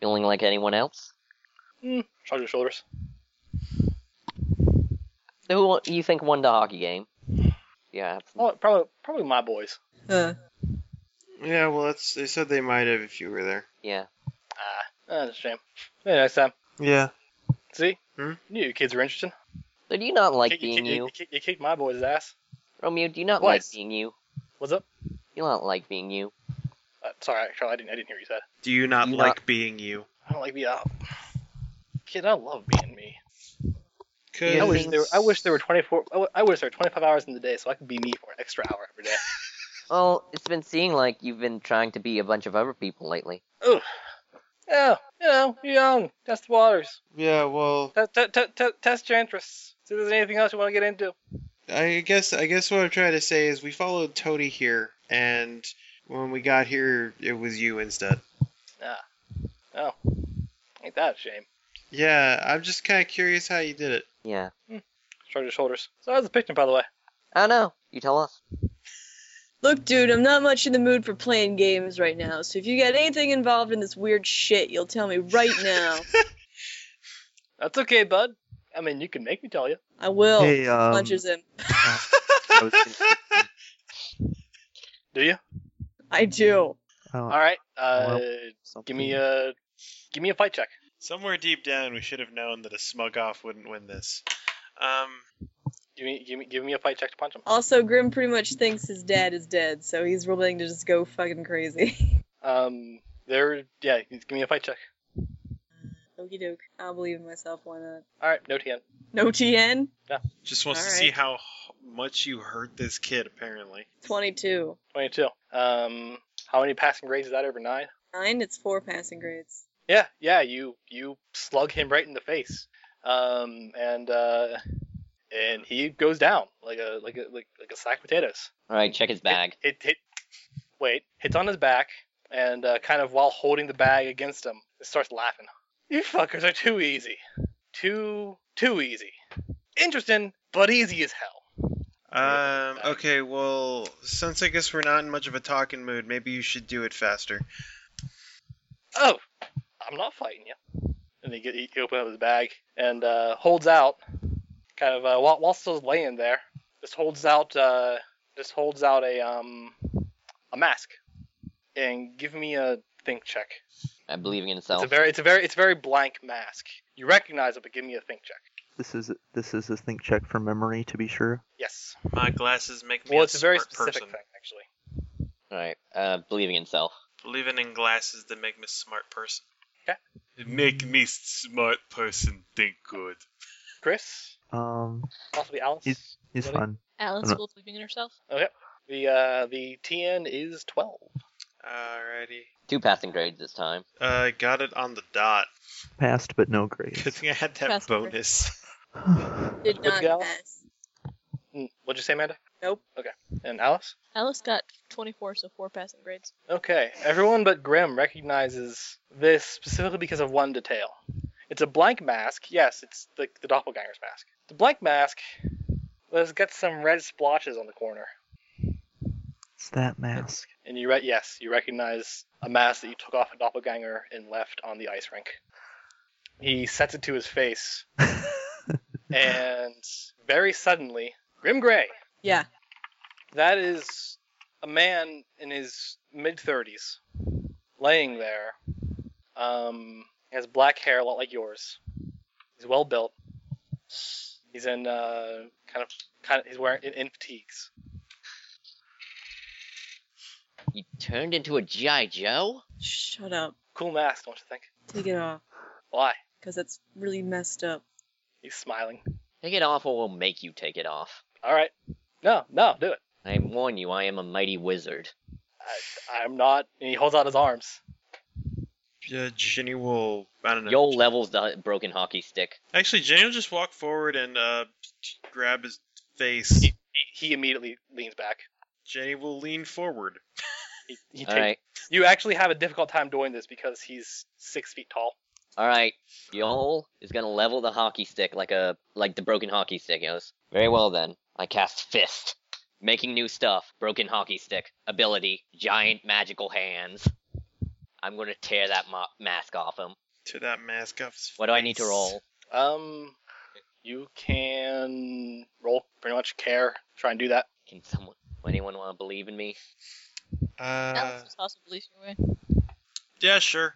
[SPEAKER 2] feeling like anyone else?
[SPEAKER 1] Shrug your shoulders.
[SPEAKER 2] Who wa- you think won the
[SPEAKER 11] <sighs>
[SPEAKER 2] hockey game? Yeah. it's-
[SPEAKER 1] Oh, probably, probably my boys.
[SPEAKER 12] Huh.
[SPEAKER 11] Yeah, well, that's they said they might have if you were there.
[SPEAKER 2] Yeah.
[SPEAKER 1] Ah, that's a shame. Maybe next time.
[SPEAKER 11] Yeah.
[SPEAKER 1] See?
[SPEAKER 11] Hmm?
[SPEAKER 1] Knew you kids were interesting.
[SPEAKER 2] So do you not like
[SPEAKER 1] Kick-
[SPEAKER 2] being
[SPEAKER 1] kick-
[SPEAKER 2] you,
[SPEAKER 1] kick- you kicked my boy's ass.
[SPEAKER 2] Romeo? Do you not
[SPEAKER 1] Twice.
[SPEAKER 2] like being you?
[SPEAKER 1] What's up?
[SPEAKER 2] You don't like being you.
[SPEAKER 1] Uh, sorry, Charlie, I didn't, I didn't hear what you said.
[SPEAKER 6] Do you not
[SPEAKER 2] You
[SPEAKER 6] like being you?
[SPEAKER 1] I don't like being up. Kid, I love being me.
[SPEAKER 2] Could
[SPEAKER 1] I
[SPEAKER 3] Yeah,
[SPEAKER 1] wish
[SPEAKER 3] things-
[SPEAKER 1] there I wish there were 24 I w- I wish there were 25 hours in the day so I could be me for an extra hour every day.
[SPEAKER 3] Well, it's been seeing like you've been trying to be a bunch of other people lately.
[SPEAKER 1] Ugh. <laughs> Yeah, you know, you're young. Test the waters.
[SPEAKER 2] yeah, well,
[SPEAKER 1] T- t- t- t- test your interests. See if there's anything else you want to get into.
[SPEAKER 2] I guess I guess what I'm trying to say is we followed Tony here, and when we got here, it was you instead.
[SPEAKER 1] Ain't that a shame?
[SPEAKER 2] Yeah, I'm just kind of curious how you did it.
[SPEAKER 3] Yeah.
[SPEAKER 1] Shrugged his shoulders. So how's the picnic, by the way?
[SPEAKER 3] I don't know. You tell us.
[SPEAKER 5] Look, dude, I'm not much in the mood for playing games right now, so if you got anything involved in this weird shit, you'll tell me right now.
[SPEAKER 1] That's okay, bud. I mean, you can make me tell you.
[SPEAKER 5] I will.
[SPEAKER 4] hey, um,
[SPEAKER 5] Punches him.
[SPEAKER 4] I was
[SPEAKER 1] <laughs>
[SPEAKER 4] gonna-
[SPEAKER 1] Do you?
[SPEAKER 5] I do.
[SPEAKER 4] oh,
[SPEAKER 1] All right. Uh, give
[SPEAKER 4] something.
[SPEAKER 1] me a give me a fight check.
[SPEAKER 6] Somewhere deep down, we should have known that a smug off wouldn't win this. Um,
[SPEAKER 1] Give me give me give me a fight check to punch him.
[SPEAKER 5] Also, Grim pretty much thinks his dad is dead, so he's willing to just go fucking crazy. <laughs>
[SPEAKER 1] Um, there. Yeah, give me a fight check.
[SPEAKER 5] Okie doke. I'll believe in myself, why not?
[SPEAKER 1] All right, no TN.
[SPEAKER 5] No TN?
[SPEAKER 6] just wants to
[SPEAKER 5] Alright.
[SPEAKER 6] see how h- much you hurt this kid, apparently.
[SPEAKER 5] 22.
[SPEAKER 1] 22. Um, how many passing grades is that over nine?
[SPEAKER 5] 9, it's 4 passing grades.
[SPEAKER 1] Yeah, yeah, you you slug him right in the face, um, and uh, and he goes down like a like a like, like a sack of potatoes.
[SPEAKER 3] All right, check his bag.
[SPEAKER 1] It hit, wait, hits on his back, and uh, kind of while holding the bag against him, it starts laughing. You fuckers are too easy, too too easy. Interesting, but easy as hell.
[SPEAKER 2] Um, okay, well, since I guess we're not in much of a talking mood, maybe you should do it faster.
[SPEAKER 1] oh, I'm not fighting you. And he, get- he opens up his bag and uh, holds out, kind of uh, while, while still laying there, just holds out, uh, just holds out a um, a mask, and give me a think check.
[SPEAKER 3] I'm believing in
[SPEAKER 1] It's
[SPEAKER 3] himself.
[SPEAKER 1] a very, it's a very, it's a very blank mask. You recognize it, but give me a think check.
[SPEAKER 4] This is this is a think check for memory to be sure.
[SPEAKER 1] Yes.
[SPEAKER 6] My glasses make me
[SPEAKER 1] Well,
[SPEAKER 6] a
[SPEAKER 1] it's a very
[SPEAKER 6] smart
[SPEAKER 1] specific
[SPEAKER 6] person.
[SPEAKER 1] thing, actually.
[SPEAKER 3] All right, uh, believing in self.
[SPEAKER 6] Living in glasses that make me a smart person.
[SPEAKER 1] Okay.
[SPEAKER 6] Make me smart person think good.
[SPEAKER 1] Chris,
[SPEAKER 4] Um,
[SPEAKER 1] possibly Alice.
[SPEAKER 4] He's- he's
[SPEAKER 1] Really?
[SPEAKER 4] fun.
[SPEAKER 7] Alice
[SPEAKER 4] I'm not-
[SPEAKER 7] will believe in herself.
[SPEAKER 1] The uh, the TN is twelve.
[SPEAKER 6] Alrighty.
[SPEAKER 3] Two passing grades this time.
[SPEAKER 2] Uh, got it on the dot. <laughs>
[SPEAKER 4] Passed but no
[SPEAKER 2] Good
[SPEAKER 4] grades.
[SPEAKER 2] thing I had that
[SPEAKER 7] Faster.
[SPEAKER 2] bonus. <laughs>
[SPEAKER 4] I
[SPEAKER 5] Did not
[SPEAKER 1] gal?
[SPEAKER 5] pass.
[SPEAKER 1] Mm, What'd you say, Amanda?
[SPEAKER 5] Nope.
[SPEAKER 1] Okay. And Alice.
[SPEAKER 7] Alice got 24, so four passing grades.
[SPEAKER 1] Okay, everyone but Grim recognizes this specifically because of one detail. It's a blank mask. Yes, it's the, the doppelganger's mask. The blank mask has got some red splotches on the corner.
[SPEAKER 4] <sighs> It's that mask. <laughs>
[SPEAKER 1] And you re- yes, you recognize a mask that you took off a doppelganger and left on the ice rink. He sets it to his face, and very suddenly, Grim Gray.
[SPEAKER 5] Yeah.
[SPEAKER 1] That is a man in his mid 30s, laying there. Um, he has black hair, a lot like yours. He's well built. He's in uh, kind of kind of he's wearing in, in fatigues.
[SPEAKER 3] You turned into a GI Joe.
[SPEAKER 5] Shut up.
[SPEAKER 1] Cool mask, don't you think?
[SPEAKER 5] Take it off,
[SPEAKER 1] Why?
[SPEAKER 5] because that's really messed up.
[SPEAKER 1] He's smiling.
[SPEAKER 3] Take it off, or we'll make you take it off.
[SPEAKER 1] All right. No, no, do it.
[SPEAKER 3] I warn you, I am a mighty wizard.
[SPEAKER 1] I'm not. And he holds out his arms.
[SPEAKER 6] Yeah, Ginny will. I don't know.
[SPEAKER 3] Yo levels the broken hockey stick.
[SPEAKER 6] Actually, Ginny will just walk forward and uh, grab his face.
[SPEAKER 1] He, he, he immediately leans back.
[SPEAKER 6] Ginny will lean forward.
[SPEAKER 1] He, he
[SPEAKER 3] All
[SPEAKER 1] take-
[SPEAKER 3] right,
[SPEAKER 1] You actually have a difficult time doing this because he's six feet tall.
[SPEAKER 3] all right. Yo is gonna level the hockey stick like a like the broken hockey stick goes. Very well then. I cast fist, making new stuff. Broken hockey stick ability. Giant magical hands. I'm gonna tear that mo- mask off him.
[SPEAKER 2] To that mask off. his
[SPEAKER 3] What do I need to
[SPEAKER 2] face.
[SPEAKER 3] roll?
[SPEAKER 1] Um, you can roll pretty much care. Try and do that.
[SPEAKER 3] Can someone, anyone want to believe in me?
[SPEAKER 2] Uh,
[SPEAKER 7] Alice was also believing your way.
[SPEAKER 6] Yeah, sure.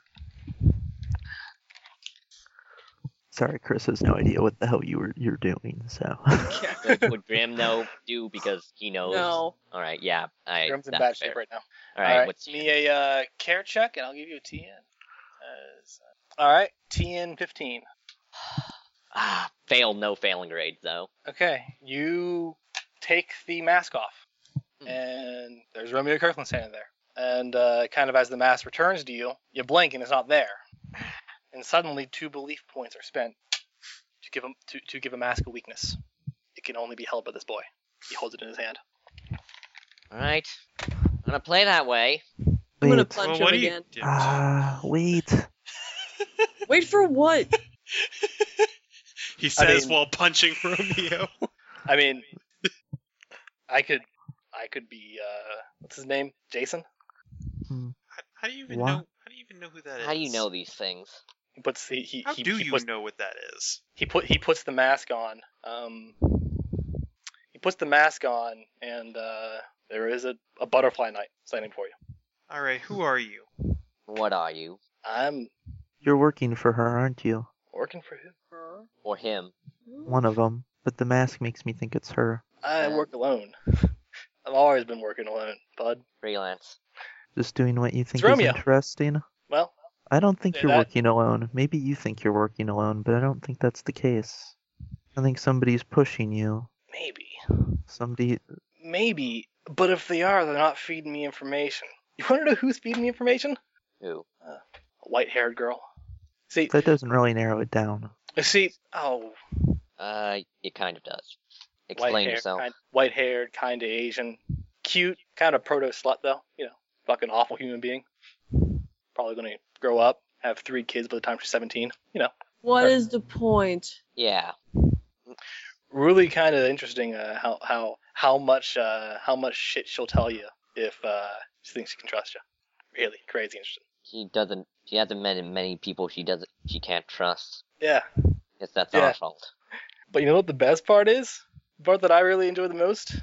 [SPEAKER 4] Sorry, Chris has no idea what the hell you were you're doing.
[SPEAKER 1] <laughs>
[SPEAKER 4] So
[SPEAKER 3] Would, would Graham know? Do because he knows.
[SPEAKER 5] No.
[SPEAKER 3] All right. Yeah. I.
[SPEAKER 1] Grim's in
[SPEAKER 3] that's
[SPEAKER 1] bad
[SPEAKER 3] fair.
[SPEAKER 1] shape right now.
[SPEAKER 3] All right. What's
[SPEAKER 1] give me a uh, care check, and I'll give you a uh, TN. As- all right, TN fifteen.
[SPEAKER 3] ah, fail no failing grades though.
[SPEAKER 1] Okay, you take the mask off, and there's Romeo Kirkland standing there. And uh, kind of as the mask returns to you, you blink and it's not there. And suddenly, two belief points are spent to give him to, to give a mask a weakness. It can only be held by this boy. He holds it in his hand.
[SPEAKER 3] All right, I'm gonna play that way.
[SPEAKER 5] I'm gonna
[SPEAKER 4] Wait.
[SPEAKER 5] punch
[SPEAKER 6] well, what
[SPEAKER 5] him
[SPEAKER 6] do you
[SPEAKER 5] again.
[SPEAKER 6] do?
[SPEAKER 4] Ah, wait.
[SPEAKER 5] Wait for what?
[SPEAKER 6] he says
[SPEAKER 1] mean-
[SPEAKER 6] while punching <laughs> Romeo.
[SPEAKER 1] I mean, I could, I could be uh, what's his name? Jason.
[SPEAKER 6] How do you even
[SPEAKER 4] Wha-
[SPEAKER 6] know? How do you even know who that is?
[SPEAKER 3] How do you know these things?
[SPEAKER 1] He puts the he
[SPEAKER 6] How
[SPEAKER 1] he,
[SPEAKER 6] do
[SPEAKER 1] he
[SPEAKER 6] you
[SPEAKER 1] puts,
[SPEAKER 6] know what that is?
[SPEAKER 1] he put he puts the mask on. Um, he puts the mask on, and uh, there is a, a butterfly knight standing for you.
[SPEAKER 6] All right, who are you?
[SPEAKER 3] What are you
[SPEAKER 1] I'm
[SPEAKER 4] You're working for her, aren't you?
[SPEAKER 1] working for him.
[SPEAKER 3] or him?
[SPEAKER 4] One of them. But the mask makes me think it's her.
[SPEAKER 1] I
[SPEAKER 3] Yeah.
[SPEAKER 1] work alone. <laughs> I've always been working alone, bud.
[SPEAKER 3] Freelance.
[SPEAKER 4] Just doing what you think is
[SPEAKER 1] Romeo.
[SPEAKER 4] interesting.
[SPEAKER 1] Well,
[SPEAKER 4] I don't think
[SPEAKER 1] Say
[SPEAKER 4] you're
[SPEAKER 1] that.
[SPEAKER 4] working alone. Maybe you think you're working alone, but I don't think that's the case. I think somebody's pushing you.
[SPEAKER 1] maybe,
[SPEAKER 4] Somebody.
[SPEAKER 1] maybe. But if they are, they're not feeding me information. You want to know who's feeding me information? Uh,
[SPEAKER 3] Who?
[SPEAKER 1] A white-haired girl. See,
[SPEAKER 4] That doesn't really narrow it down.
[SPEAKER 1] see. Oh,
[SPEAKER 3] Uh, it kind of does.
[SPEAKER 1] white
[SPEAKER 3] Explain
[SPEAKER 1] hair,
[SPEAKER 3] yourself.
[SPEAKER 1] Kind, white haired, kind of Asian, cute, kind of proto slut though. You know, fucking awful human being. Probably gonna grow up, have three kids by the time she's seventeen. You know,
[SPEAKER 5] What is the point?
[SPEAKER 3] Yeah.
[SPEAKER 1] really kind of interesting uh, how how how much uh, how much shit she'll tell you if uh, she thinks she can trust you. Really crazy interesting.
[SPEAKER 3] She doesn't. She hasn't met many people. She doesn't. She can't trust.
[SPEAKER 1] Yeah,
[SPEAKER 3] Guess that's
[SPEAKER 1] Yeah.
[SPEAKER 3] our fault.
[SPEAKER 1] but you know what the best part is? The part that I really enjoy the most?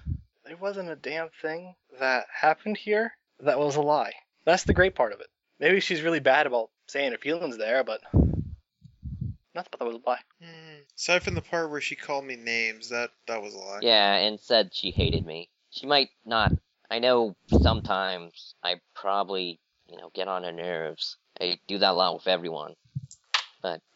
[SPEAKER 1] There wasn't a damn thing that happened here that was a lie. That's the great part of it. Maybe she's really bad about saying her feelings there, but nothing but that was a lie.
[SPEAKER 2] Aside from the part where she called me names, that that was a lie.
[SPEAKER 3] Yeah, and said she hated me. She might not. I know sometimes I probably, you know, get on her nerves. I do that a lot with everyone.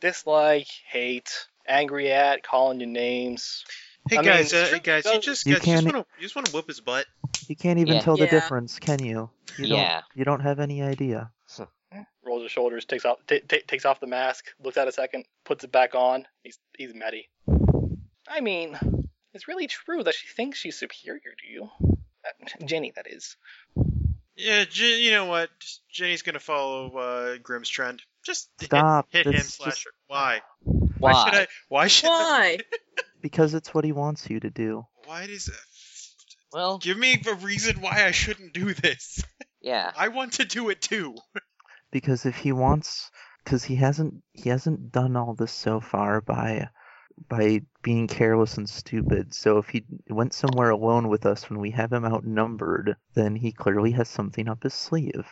[SPEAKER 1] Dislike, hate, angry at, calling you names.
[SPEAKER 2] Hey
[SPEAKER 1] I mean,
[SPEAKER 2] guys,
[SPEAKER 1] it's
[SPEAKER 2] uh,
[SPEAKER 1] true,
[SPEAKER 2] guys, you
[SPEAKER 1] doesn't-
[SPEAKER 2] just
[SPEAKER 4] You
[SPEAKER 2] guys, you just
[SPEAKER 4] can't-
[SPEAKER 2] want to you just want to whoop his butt.
[SPEAKER 4] You can't even
[SPEAKER 3] Yeah.
[SPEAKER 4] tell the
[SPEAKER 5] Yeah.
[SPEAKER 4] difference, can you? you
[SPEAKER 3] Yeah.
[SPEAKER 4] Don't, you don't have any idea.
[SPEAKER 1] Rolls his shoulders, takes off t- t- takes off the mask, looks at it a second, puts it back on. He's he's Maddie. I mean, it's really true that she thinks she's superior to you, Uh, Jenny. That is.
[SPEAKER 6] Yeah, J- you know what? Just- Jenny's gonna follow uh, Grimm's trend. Just hit-
[SPEAKER 4] Stop.
[SPEAKER 6] hit, him,
[SPEAKER 4] That's just-
[SPEAKER 6] slasher. Why?
[SPEAKER 3] Why?
[SPEAKER 6] Why should I? Why should?
[SPEAKER 5] Why?
[SPEAKER 4] Because it's what he wants you to do.
[SPEAKER 6] Why does?
[SPEAKER 3] Well,
[SPEAKER 6] Give me a reason why I shouldn't do this.
[SPEAKER 3] yeah.
[SPEAKER 6] I want to do it too.
[SPEAKER 4] because if he wants because he hasn't he hasn't done all this so far by by being careless and stupid so if he went somewhere alone with us when we have him outnumbered then he clearly has something up his sleeve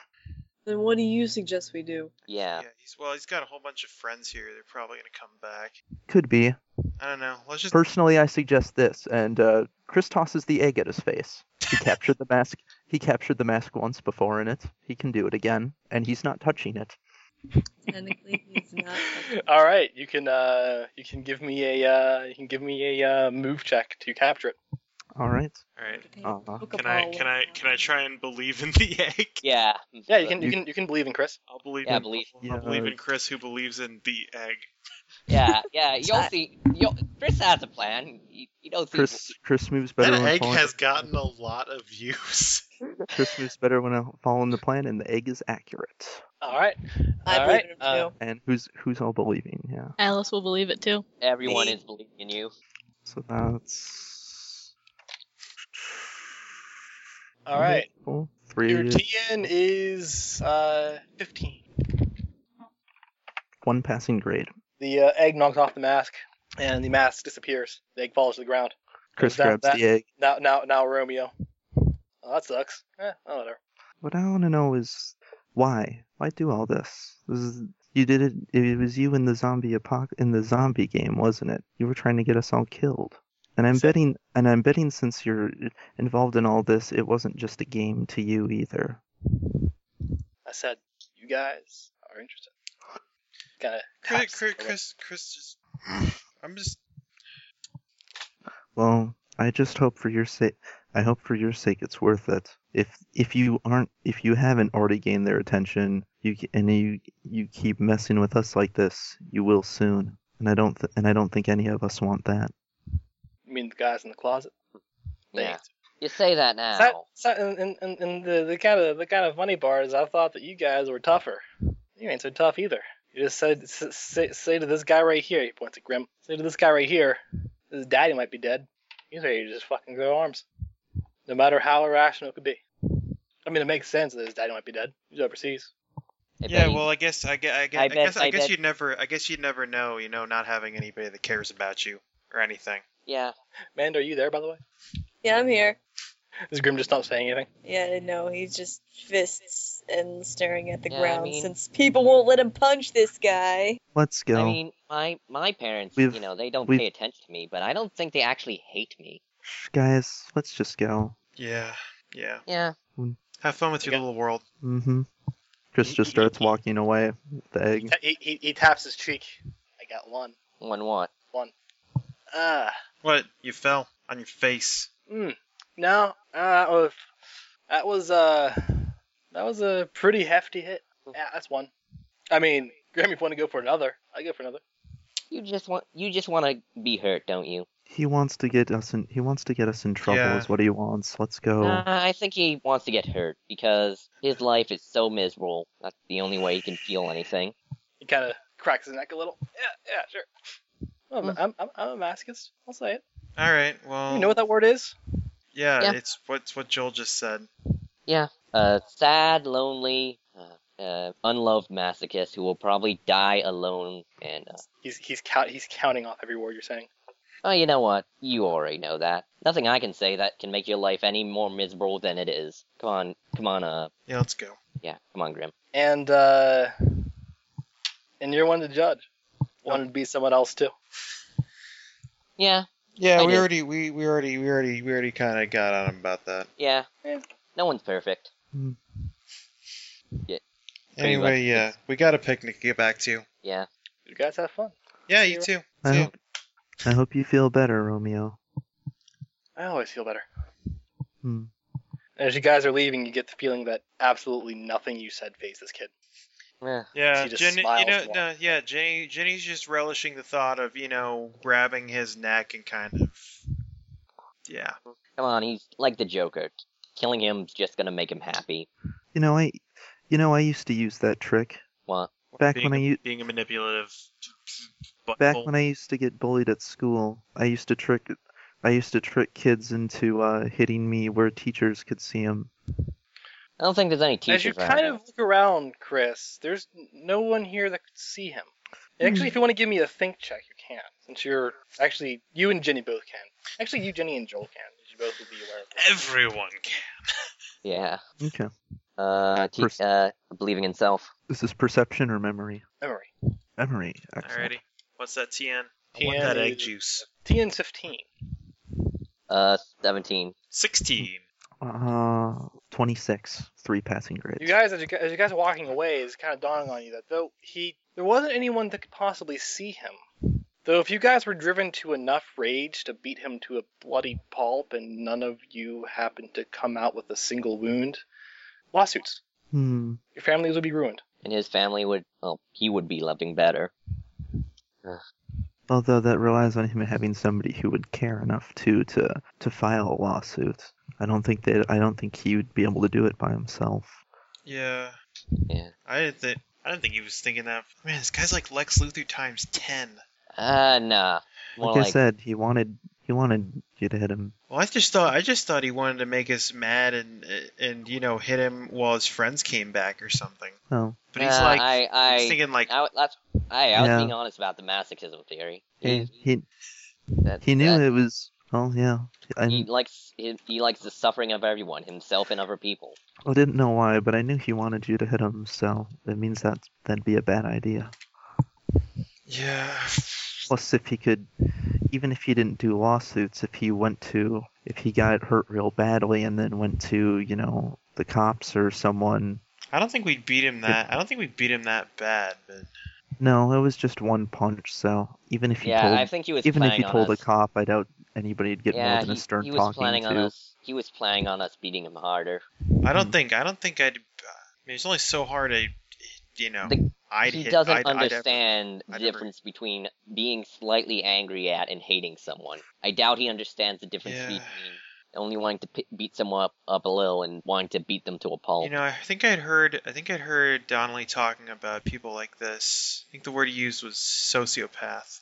[SPEAKER 5] Then what do you suggest we do?
[SPEAKER 3] Yeah.
[SPEAKER 6] Yeah, he's well. He's got a whole bunch of friends here. They're probably gonna come back.
[SPEAKER 4] could be
[SPEAKER 6] I don't know. Let's just.
[SPEAKER 4] personally i suggest this and uh, chris tosses the egg at his face he captured the mask he captured the mask once before in it he can do it again and he's not touching it
[SPEAKER 5] Technically, he's <laughs> not.
[SPEAKER 1] <laughs> All right, you can uh, you can give me a uh, you can give me a uh, move check to capture it.
[SPEAKER 4] all right
[SPEAKER 6] All right.
[SPEAKER 4] uh-huh.
[SPEAKER 6] Can I? Can I? Can I try and believe in the egg?
[SPEAKER 3] Yeah.
[SPEAKER 1] Yeah, you can you
[SPEAKER 4] You-
[SPEAKER 1] can you can believe in Chris.
[SPEAKER 6] I'll believe.
[SPEAKER 3] Yeah,
[SPEAKER 6] in,
[SPEAKER 3] believe-
[SPEAKER 6] I'll believe
[SPEAKER 4] Yeah.
[SPEAKER 6] in Chris, who believes in the egg.
[SPEAKER 3] Yeah. Yeah. You'll see. You'll, Chris has a plan. You, you know, see-
[SPEAKER 4] chris chris moves better
[SPEAKER 6] that
[SPEAKER 4] when
[SPEAKER 6] egg
[SPEAKER 4] falling-
[SPEAKER 6] has gotten a lot of <laughs> use.
[SPEAKER 4] <laughs> Chris moves better when I follow in the plan, and the egg is accurate.
[SPEAKER 1] All right,
[SPEAKER 5] I
[SPEAKER 1] All
[SPEAKER 5] believe
[SPEAKER 1] right,
[SPEAKER 5] in him too.
[SPEAKER 1] uh,
[SPEAKER 4] And who's who's all believing? Yeah.
[SPEAKER 7] Alice will believe it too.
[SPEAKER 3] everyone is believing in you.
[SPEAKER 4] So that's
[SPEAKER 1] all right.
[SPEAKER 4] cool.
[SPEAKER 1] Your
[SPEAKER 4] Three,
[SPEAKER 1] TN is uh, 15.
[SPEAKER 4] one passing grade.
[SPEAKER 1] The uh, egg knocks off the mask, and the mask disappears. The egg falls to the ground.
[SPEAKER 4] Chris
[SPEAKER 1] that-
[SPEAKER 4] grabs
[SPEAKER 1] that-
[SPEAKER 4] the egg.
[SPEAKER 1] Now, now, now Romeo. Oh, that sucks. Eh, oh, whatever.
[SPEAKER 4] What I want to know is why? Why do all this? This is you did it. It was you in the zombie apoc in the zombie game, wasn't it? You were trying to get us all killed. And I'm
[SPEAKER 1] So-
[SPEAKER 4] betting, and I'm betting since you're involved in all this, it wasn't just a game to you either.
[SPEAKER 1] I said, you guys are interested. Kind of.
[SPEAKER 6] <sighs> Chris, Chris, Chris, Chris just. I'm just
[SPEAKER 4] Well, I just hope for your sake. I hope for your sake it's worth it. If if you aren't, if you haven't already gained their attention, you ke- and you you keep messing with us like this, you will soon. And I don't th- and I don't think any of us want that.
[SPEAKER 1] You mean the guys in the closet? They-
[SPEAKER 2] Yeah. You say that now.
[SPEAKER 1] So, so, and and, and- and the, the kind of the kind of funny part is I thought that you guys were tougher. You ain't so tough either. You just said s- say, say to this guy right here. He points at Grim. Say to this guy right here, his daddy might be dead. You say you just fucking grow arms, no matter how irrational it could be. I mean, it makes sense that his daddy might be dead. He's overseas.
[SPEAKER 2] I bet
[SPEAKER 6] yeah,
[SPEAKER 2] he-
[SPEAKER 6] well, I guess I, gue- I, gue-
[SPEAKER 2] I
[SPEAKER 6] I
[SPEAKER 2] bet-
[SPEAKER 6] guess I,
[SPEAKER 2] I
[SPEAKER 6] guess
[SPEAKER 2] bet-
[SPEAKER 6] you'd never I guess you'd never know, you know, not having anybody that cares about you or anything.
[SPEAKER 2] yeah.
[SPEAKER 1] Manda, are you there by the way?
[SPEAKER 5] Yeah, I'm here.
[SPEAKER 1] Does Grim just not saying anything?
[SPEAKER 5] Yeah, no, he's just fists and staring at the
[SPEAKER 2] Yeah, I
[SPEAKER 5] ground
[SPEAKER 2] mean-
[SPEAKER 5] since people won't let him punch this guy.
[SPEAKER 4] Let's go.
[SPEAKER 2] I mean, my my parents,
[SPEAKER 4] We've-
[SPEAKER 2] you know, they don't
[SPEAKER 4] we've-
[SPEAKER 2] pay attention to me, but I don't think they actually hate me.
[SPEAKER 4] Shh, guys, let's just go.
[SPEAKER 6] Yeah, yeah.
[SPEAKER 2] Yeah.
[SPEAKER 6] Have fun with your
[SPEAKER 1] Okay.
[SPEAKER 6] little world.
[SPEAKER 4] Mm-hmm. Just just starts
[SPEAKER 2] Mm-hmm.
[SPEAKER 4] walking away. with The
[SPEAKER 1] He,
[SPEAKER 4] egg.
[SPEAKER 1] ta- he, he, he taps his cheek. I got one.
[SPEAKER 2] One what?
[SPEAKER 1] Ah.
[SPEAKER 6] What? You fell on your face.
[SPEAKER 1] Mm. No, uh, that was that was uh that was a pretty hefty hit. Yeah, that's one. I mean, Grammy, if you want to go for another, I go for another.
[SPEAKER 2] You just want you just want to be hurt, don't you?
[SPEAKER 4] He wants to get us in. He wants to get us in trouble.
[SPEAKER 6] Yeah.
[SPEAKER 4] Is what he wants. Let's go.
[SPEAKER 2] Nah, Uh, I think he wants to get hurt because his life is so miserable. That's the only way he can feel anything.
[SPEAKER 1] He kind of cracks his neck a little. Yeah, yeah, sure. I'm, I'm, I'm, I'm a masochist. I'll say it.
[SPEAKER 6] All right. Well,
[SPEAKER 1] You know what that word is?
[SPEAKER 6] yeah,
[SPEAKER 2] Yeah.
[SPEAKER 6] it's what's what Joel just said.
[SPEAKER 2] A sad, lonely, uh, uh, unloved masochist who will probably die alone. And uh,
[SPEAKER 1] He's he's count he's counting off every word you're saying.
[SPEAKER 2] oh, you know what? You already know that. Nothing I can say that can make your life any more miserable than it is. Come on, come on, uh,
[SPEAKER 6] Yeah, let's go.
[SPEAKER 2] yeah, come on, Grim.
[SPEAKER 1] And uh, and you're one to judge. One to be someone else too.
[SPEAKER 2] Yeah,
[SPEAKER 6] Yeah,
[SPEAKER 2] I
[SPEAKER 6] we
[SPEAKER 2] did.
[SPEAKER 6] already we, we already we already we already kind of got on him about that.
[SPEAKER 2] yeah.
[SPEAKER 1] Yeah.
[SPEAKER 2] No one's perfect. Pretty much.
[SPEAKER 6] Anyway, yeah, we got a picnic to get back to.
[SPEAKER 2] Yeah.
[SPEAKER 1] You guys have fun.
[SPEAKER 6] Yeah, you too.
[SPEAKER 4] I
[SPEAKER 6] See ya.
[SPEAKER 4] hope. I hope you feel better, Romeo.
[SPEAKER 1] I always feel better.
[SPEAKER 4] Hmm.
[SPEAKER 1] As you guys are leaving, you get the feeling that absolutely nothing you said phased this kid.
[SPEAKER 2] Eh,
[SPEAKER 6] Yeah,
[SPEAKER 1] She just
[SPEAKER 6] Jenny, you
[SPEAKER 1] smiles
[SPEAKER 6] know,
[SPEAKER 1] more.
[SPEAKER 6] no, yeah, Jenny, Jenny's just relishing the thought of you know grabbing his neck and kind of, yeah,
[SPEAKER 2] come on, he's like the Joker. Killing him's just gonna make him happy.
[SPEAKER 4] You know I. You know I used to use that trick
[SPEAKER 2] What?
[SPEAKER 4] back
[SPEAKER 6] being,
[SPEAKER 4] when I used.
[SPEAKER 6] being a manipulative. Butthole.
[SPEAKER 4] back when I used to get bullied at school, I used to trick I used to trick kids into uh, hitting me where teachers could see them.
[SPEAKER 2] I don't think there's any
[SPEAKER 1] As
[SPEAKER 2] teachers
[SPEAKER 1] you
[SPEAKER 2] around
[SPEAKER 1] kind
[SPEAKER 2] here.
[SPEAKER 1] of look around, Chris, there's n- no one here that could see him. And actually, if you want to give me a think check, you can, since you're actually you and Jenny both can. Actually, you, Jenny, and Joel can. 'cause You both will be aware of this.
[SPEAKER 6] everyone can.
[SPEAKER 2] Yeah.
[SPEAKER 4] Okay.
[SPEAKER 2] Uh, te-
[SPEAKER 4] Pers-
[SPEAKER 2] uh, believing in self.
[SPEAKER 4] This is perception or memory?
[SPEAKER 1] Memory.
[SPEAKER 4] Memory. Excellent.
[SPEAKER 6] Alrighty, what's that TN? I want
[SPEAKER 1] TN
[SPEAKER 6] that egg
[SPEAKER 1] is-
[SPEAKER 6] juice.
[SPEAKER 1] TN fifteen.
[SPEAKER 2] Uh, 17.
[SPEAKER 6] Sixteen.
[SPEAKER 4] Uh, 26. Three passing grades.
[SPEAKER 1] You guys, as you, gu- as you guys are walking away, it's kind of dawning on you that though he, there wasn't anyone that could possibly see him. Though if you guys were driven to enough rage to beat him to a bloody pulp, and none of you happened to come out with a single wound, lawsuits.
[SPEAKER 4] Hmm.
[SPEAKER 1] Your families would be ruined.
[SPEAKER 2] And his family would, well, he would be loving better.
[SPEAKER 4] Although that relies on him having somebody who would care enough to to to file a lawsuit. I don't think that I don't think he would be able to do it by himself.
[SPEAKER 6] Yeah.
[SPEAKER 2] Yeah.
[SPEAKER 6] I didn't think I didn't think he was thinking that. Man, this guy's like Lex Luthor times ten.
[SPEAKER 2] Uh, nah. More
[SPEAKER 4] Like, I
[SPEAKER 2] like,
[SPEAKER 4] said, he wanted he wanted you to hit him.
[SPEAKER 6] Well, I just thought I just thought he wanted to make us mad and and you know hit him while his friends came back or something.
[SPEAKER 4] Oh,
[SPEAKER 6] But he's
[SPEAKER 2] nah,
[SPEAKER 6] like
[SPEAKER 2] Uh, I, I,
[SPEAKER 6] he's thinking like
[SPEAKER 2] I, that's, I, I was
[SPEAKER 4] Yeah.
[SPEAKER 2] being honest about the masochism theory.
[SPEAKER 4] he
[SPEAKER 2] He-
[SPEAKER 4] he,
[SPEAKER 2] that-
[SPEAKER 4] he knew
[SPEAKER 2] that-
[SPEAKER 4] it was. Oh yeah. And-
[SPEAKER 2] He likes he, he likes the suffering of everyone, himself and other people.
[SPEAKER 4] I didn't know why, but I knew he wanted you to hit him, so it means that that'd be a bad idea.
[SPEAKER 6] yeah.
[SPEAKER 4] Plus, if he could, even if he didn't do lawsuits, if he went to, if he got hurt real badly and then went to, you know, the cops or someone.
[SPEAKER 6] I don't think we beat him that. I don't think we beat him that bad. But
[SPEAKER 4] No, it was just one punch, so even if he
[SPEAKER 2] Yeah,
[SPEAKER 4] told,
[SPEAKER 2] I think he was
[SPEAKER 4] even if
[SPEAKER 2] playing
[SPEAKER 4] he
[SPEAKER 2] on
[SPEAKER 4] told
[SPEAKER 2] us.
[SPEAKER 4] a cop, I doubt anybody would get
[SPEAKER 2] yeah,
[SPEAKER 4] more than
[SPEAKER 2] he,
[SPEAKER 4] a stern
[SPEAKER 2] he was
[SPEAKER 4] talking
[SPEAKER 2] planning
[SPEAKER 4] to.
[SPEAKER 2] on us. He was planning on us beating him harder.
[SPEAKER 6] I
[SPEAKER 2] Hmm.
[SPEAKER 6] don't
[SPEAKER 4] Mhm.
[SPEAKER 6] think. I don't think I'd. I mean, it's only so hard. I, you know,
[SPEAKER 2] The-
[SPEAKER 6] I'd
[SPEAKER 2] he
[SPEAKER 6] hit.
[SPEAKER 2] doesn't
[SPEAKER 6] I'd, I'd have-
[SPEAKER 2] understand
[SPEAKER 6] I'd
[SPEAKER 2] the
[SPEAKER 6] ever-
[SPEAKER 2] difference between being slightly angry at and hating someone. I doubt he understands the difference
[SPEAKER 6] Yeah.
[SPEAKER 2] between only wanting to p- beat someone up, up a little and wanting to beat them to a pulp.
[SPEAKER 6] You know, I think I'd heard. I think I'd heard Donnelly talking about people like this. I think the word he used was sociopath.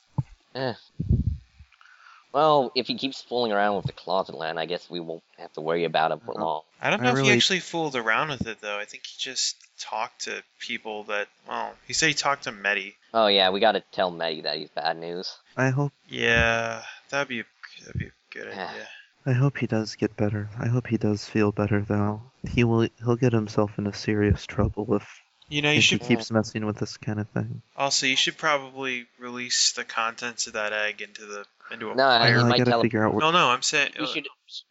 [SPEAKER 2] well, if he keeps fooling around with the closet land, I guess we won't have to worry about him for
[SPEAKER 4] Uh-huh.
[SPEAKER 2] long.
[SPEAKER 6] I don't
[SPEAKER 4] I
[SPEAKER 6] know if
[SPEAKER 4] really-
[SPEAKER 6] he actually fooled around with it though. I think he just talked to people that. Well, he said he talked to Medi.
[SPEAKER 2] Oh yeah, we gotta tell Meddy that he's bad news.
[SPEAKER 4] I hope
[SPEAKER 6] Yeah, that'd be a, that'd be a good
[SPEAKER 2] Eh.
[SPEAKER 6] idea.
[SPEAKER 4] I hope he does get better. I hope he does feel better though. He will he'll get himself into serious trouble if,
[SPEAKER 6] You know, you
[SPEAKER 4] if he
[SPEAKER 6] should
[SPEAKER 4] keeps messing with this kind of thing.
[SPEAKER 6] also you should probably release the contents of that egg into the into a
[SPEAKER 2] No, I-
[SPEAKER 4] I,
[SPEAKER 2] he
[SPEAKER 6] fire.
[SPEAKER 4] really
[SPEAKER 2] might
[SPEAKER 4] gotta
[SPEAKER 2] tell-
[SPEAKER 4] figure out where
[SPEAKER 6] No, no, I'm saying
[SPEAKER 2] We should,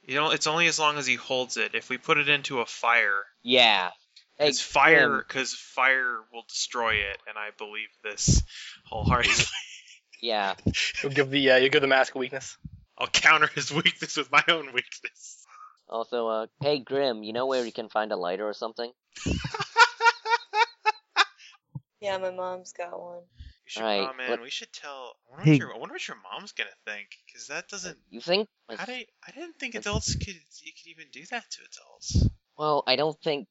[SPEAKER 6] you know it's only as long as he holds it. If we put it into a fire,
[SPEAKER 2] yeah. Hey,
[SPEAKER 6] it's fire
[SPEAKER 2] Grim,
[SPEAKER 6] because fire will destroy it, and I believe this wholeheartedly. <laughs>
[SPEAKER 2] Yeah,
[SPEAKER 1] You'll give the uh, you'll give the mask a weakness.
[SPEAKER 6] I'll counter his weakness with my own weakness.
[SPEAKER 2] Also, uh, hey Grim, you know where we can find a lighter or something?
[SPEAKER 5] Yeah, my mom's got one.
[SPEAKER 6] We should,
[SPEAKER 2] Right,
[SPEAKER 6] oh man,
[SPEAKER 2] let-
[SPEAKER 6] we should tell. I wonder,
[SPEAKER 4] Hey.
[SPEAKER 6] what your, I wonder what your mom's gonna think, because that doesn't.
[SPEAKER 2] You think?
[SPEAKER 6] How do you- I didn't think
[SPEAKER 2] let's-
[SPEAKER 6] adults could you could even do that to adults.
[SPEAKER 2] Well, I don't think.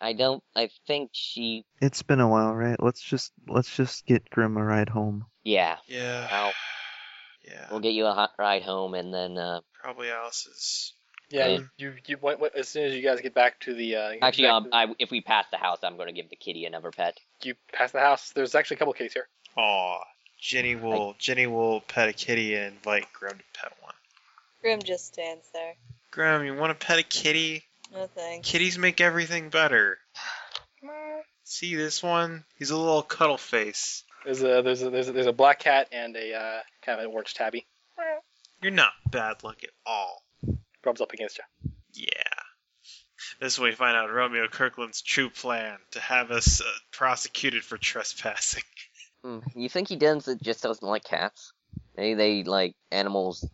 [SPEAKER 2] I don't. I think she.
[SPEAKER 4] it's been a while, right? Let's just let's just get Grim a ride home.
[SPEAKER 2] Yeah.
[SPEAKER 6] Yeah.
[SPEAKER 2] I'll,
[SPEAKER 6] <sighs> Yeah.
[SPEAKER 2] we'll get you a hot ride home, and then uh,
[SPEAKER 6] probably Alice's.
[SPEAKER 1] Yeah,
[SPEAKER 2] Okay.
[SPEAKER 1] you you, you went, went- as soon as you guys get back to the uh, you get
[SPEAKER 2] Mm. actually,
[SPEAKER 1] back
[SPEAKER 2] um,
[SPEAKER 1] to-
[SPEAKER 2] I, if we pass the house, I'm gonna give the kitty another pet.
[SPEAKER 1] you pass the house. There's actually a couple kitties here.
[SPEAKER 6] Aw. Jenny will Jenny will pet a kitty and invite Graham to pet one.
[SPEAKER 5] Grim just stands there.
[SPEAKER 6] Graham, you want to pet a kitty?
[SPEAKER 5] No thanks.
[SPEAKER 6] Kitties make everything better. See this one? He's a little cuddle face.
[SPEAKER 1] There's a there's a there's a, there's a black cat and a uh, kind of an orange tabby
[SPEAKER 6] You're not bad luck at all.
[SPEAKER 1] rubs up against you.
[SPEAKER 6] Yeah. This is when we find out Romeo Kirkland's true plan to have us uh, prosecuted for trespassing. <laughs>
[SPEAKER 2] Hmm. You think he does it just doesn't like cats? Maybe they like animals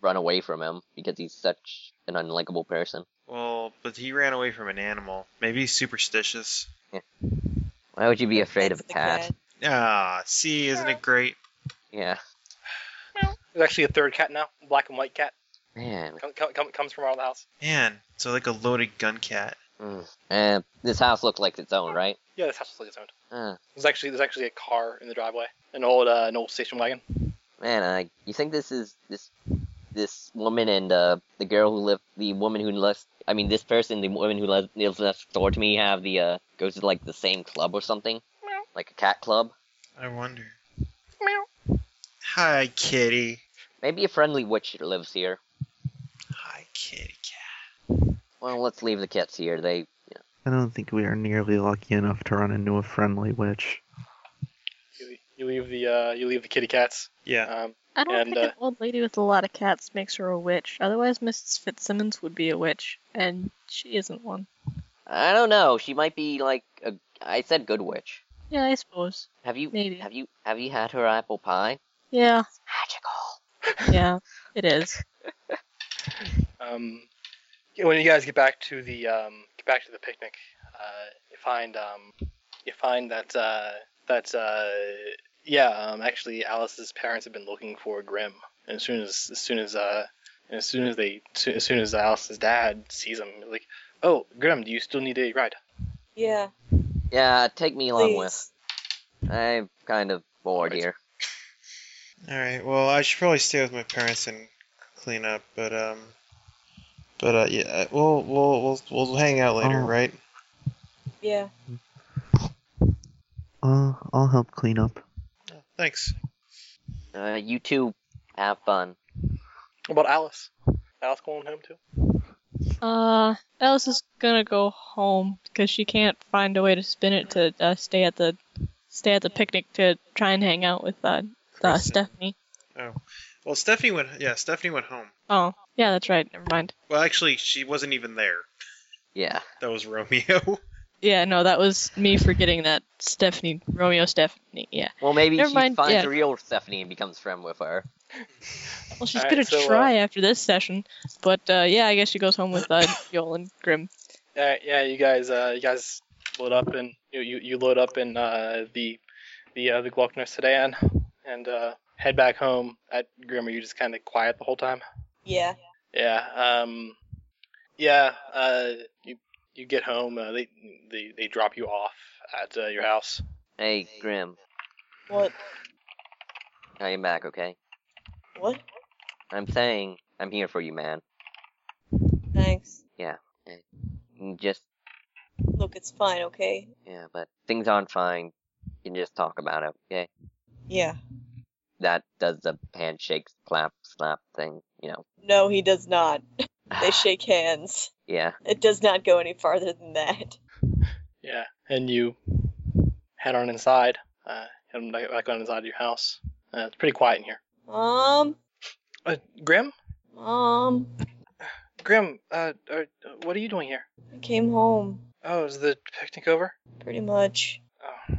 [SPEAKER 2] run away from him because he's such an unlikable person.
[SPEAKER 6] Well, but he ran away from an animal. Maybe he's superstitious.
[SPEAKER 2] Why would you be afraid of a
[SPEAKER 5] That's the
[SPEAKER 2] cat?
[SPEAKER 6] Ah, see, isn't it great?
[SPEAKER 2] Yeah,
[SPEAKER 1] There's actually a third cat now, black and white cat.
[SPEAKER 2] man.
[SPEAKER 1] Come, come, come, comes from around the house.
[SPEAKER 6] Man, so like a loaded gun cat.
[SPEAKER 2] Mm. Uh, this house looks like its own, right?
[SPEAKER 1] Yeah, this house is like its own.
[SPEAKER 2] Uh,
[SPEAKER 1] There's actually there's actually a car in the driveway, an old uh, an old station wagon.
[SPEAKER 2] man, I you think this is this this woman and uh, the girl who lived the woman who lives I mean this person the woman who lives, lives next door to me have the uh goes to like the same club or something like a cat club
[SPEAKER 6] I wonder. Hi, kitty.
[SPEAKER 2] maybe a friendly witch lives here.
[SPEAKER 6] Hi, kitty cat.
[SPEAKER 2] Well, let's leave the cats here. They
[SPEAKER 4] I don't think we are nearly lucky enough to run into a friendly witch.
[SPEAKER 1] You, you leave the uh, you leave the kitty cats.
[SPEAKER 6] Yeah.
[SPEAKER 1] Um,
[SPEAKER 7] I don't
[SPEAKER 1] And,
[SPEAKER 7] think
[SPEAKER 5] uh,
[SPEAKER 7] an old lady with a lot of cats makes her a witch. Otherwise, Mrs. Fitzsimmons would be a witch, and she isn't one.
[SPEAKER 2] I don't know. She might be like a I said good witch.
[SPEAKER 7] Yeah, I suppose.
[SPEAKER 2] Have you
[SPEAKER 7] Maybe.
[SPEAKER 2] have you have you had her apple pie?
[SPEAKER 7] Yeah,
[SPEAKER 2] Magical.
[SPEAKER 7] yeah, it is.
[SPEAKER 1] Um, yeah, when you guys get back to the um, get back to the picnic, uh, you find um, you find that uh, that uh, yeah, um, actually Alice's parents have been looking for Grim, and as soon as as soon as uh, and as soon as they so- as soon as Alice's dad sees him, he's like, oh Grim, do you still need a ride?
[SPEAKER 5] Yeah,
[SPEAKER 2] Yeah, take me along with.
[SPEAKER 5] please.
[SPEAKER 2] I'm kind of bored
[SPEAKER 1] Right.
[SPEAKER 2] here.
[SPEAKER 6] All right. Well, I should probably stay with my parents and clean up, but um, but uh, yeah, uh, we'll we'll we'll we'll hang out later,
[SPEAKER 4] Oh.
[SPEAKER 6] right?
[SPEAKER 5] Yeah.
[SPEAKER 4] Uh, I'll help clean up.
[SPEAKER 6] Thanks.
[SPEAKER 2] Uh, you two have fun.
[SPEAKER 1] What about Alice? Alice going home too?
[SPEAKER 7] Uh, Alice is gonna go home because she can't find a way to spin it to uh, stay at the stay at the picnic to try and hang out with uh, uh
[SPEAKER 6] Kristen.
[SPEAKER 7] Stephanie.
[SPEAKER 6] Well, Stephanie went. Yeah, Stephanie went home.
[SPEAKER 7] Oh, yeah, that's right. Never mind.
[SPEAKER 6] Well, actually, she wasn't even there.
[SPEAKER 2] Yeah.
[SPEAKER 6] That was Romeo. <laughs>
[SPEAKER 7] Yeah, no, that was me forgetting that Stephanie Romeo Stephanie. Yeah.
[SPEAKER 2] Well, maybe
[SPEAKER 7] Never
[SPEAKER 2] she
[SPEAKER 7] mind,
[SPEAKER 2] finds
[SPEAKER 7] yeah.
[SPEAKER 2] real Stephanie and becomes friend with her.
[SPEAKER 7] Well, she's
[SPEAKER 1] Alright,
[SPEAKER 7] gonna
[SPEAKER 1] so, uh,
[SPEAKER 7] try after this session, but uh, yeah, I guess she goes home with uh, Joel and Grim.
[SPEAKER 1] Uh, yeah, you guys, uh, you guys load up and you, you, you load up in uh, the the uh, the Glockner sedan and uh, head back home. At Grim, are you just kind of quiet the whole time?
[SPEAKER 5] Yeah.
[SPEAKER 1] Yeah. Um. Yeah. Uh. You you get home. Uh, they they they drop you off at uh, your house.
[SPEAKER 3] Hey, Grim,
[SPEAKER 5] What?
[SPEAKER 3] I am back, okay?
[SPEAKER 5] What?
[SPEAKER 3] I'm saying I'm here for you, man.
[SPEAKER 5] Thanks.
[SPEAKER 3] You Just
[SPEAKER 5] Look, it's fine, okay?
[SPEAKER 3] yeah, but things aren't fine. You can just talk about it, okay?
[SPEAKER 5] Yeah.
[SPEAKER 3] That does the handshake, clap, slap thing, you know.
[SPEAKER 5] No, he does
[SPEAKER 2] <sighs>
[SPEAKER 5] not. They shake hands.
[SPEAKER 3] yeah.
[SPEAKER 5] It does not go any farther than that.
[SPEAKER 1] Yeah. And you head on inside. Uh, head back back on inside your house. Uh, it's pretty quiet in here.
[SPEAKER 5] Um,
[SPEAKER 1] Uh, Grim.
[SPEAKER 5] um,
[SPEAKER 1] Grim. Uh, uh. What are you doing here?
[SPEAKER 5] I came home,
[SPEAKER 1] Oh, is the picnic over?
[SPEAKER 5] pretty much.
[SPEAKER 1] Oh.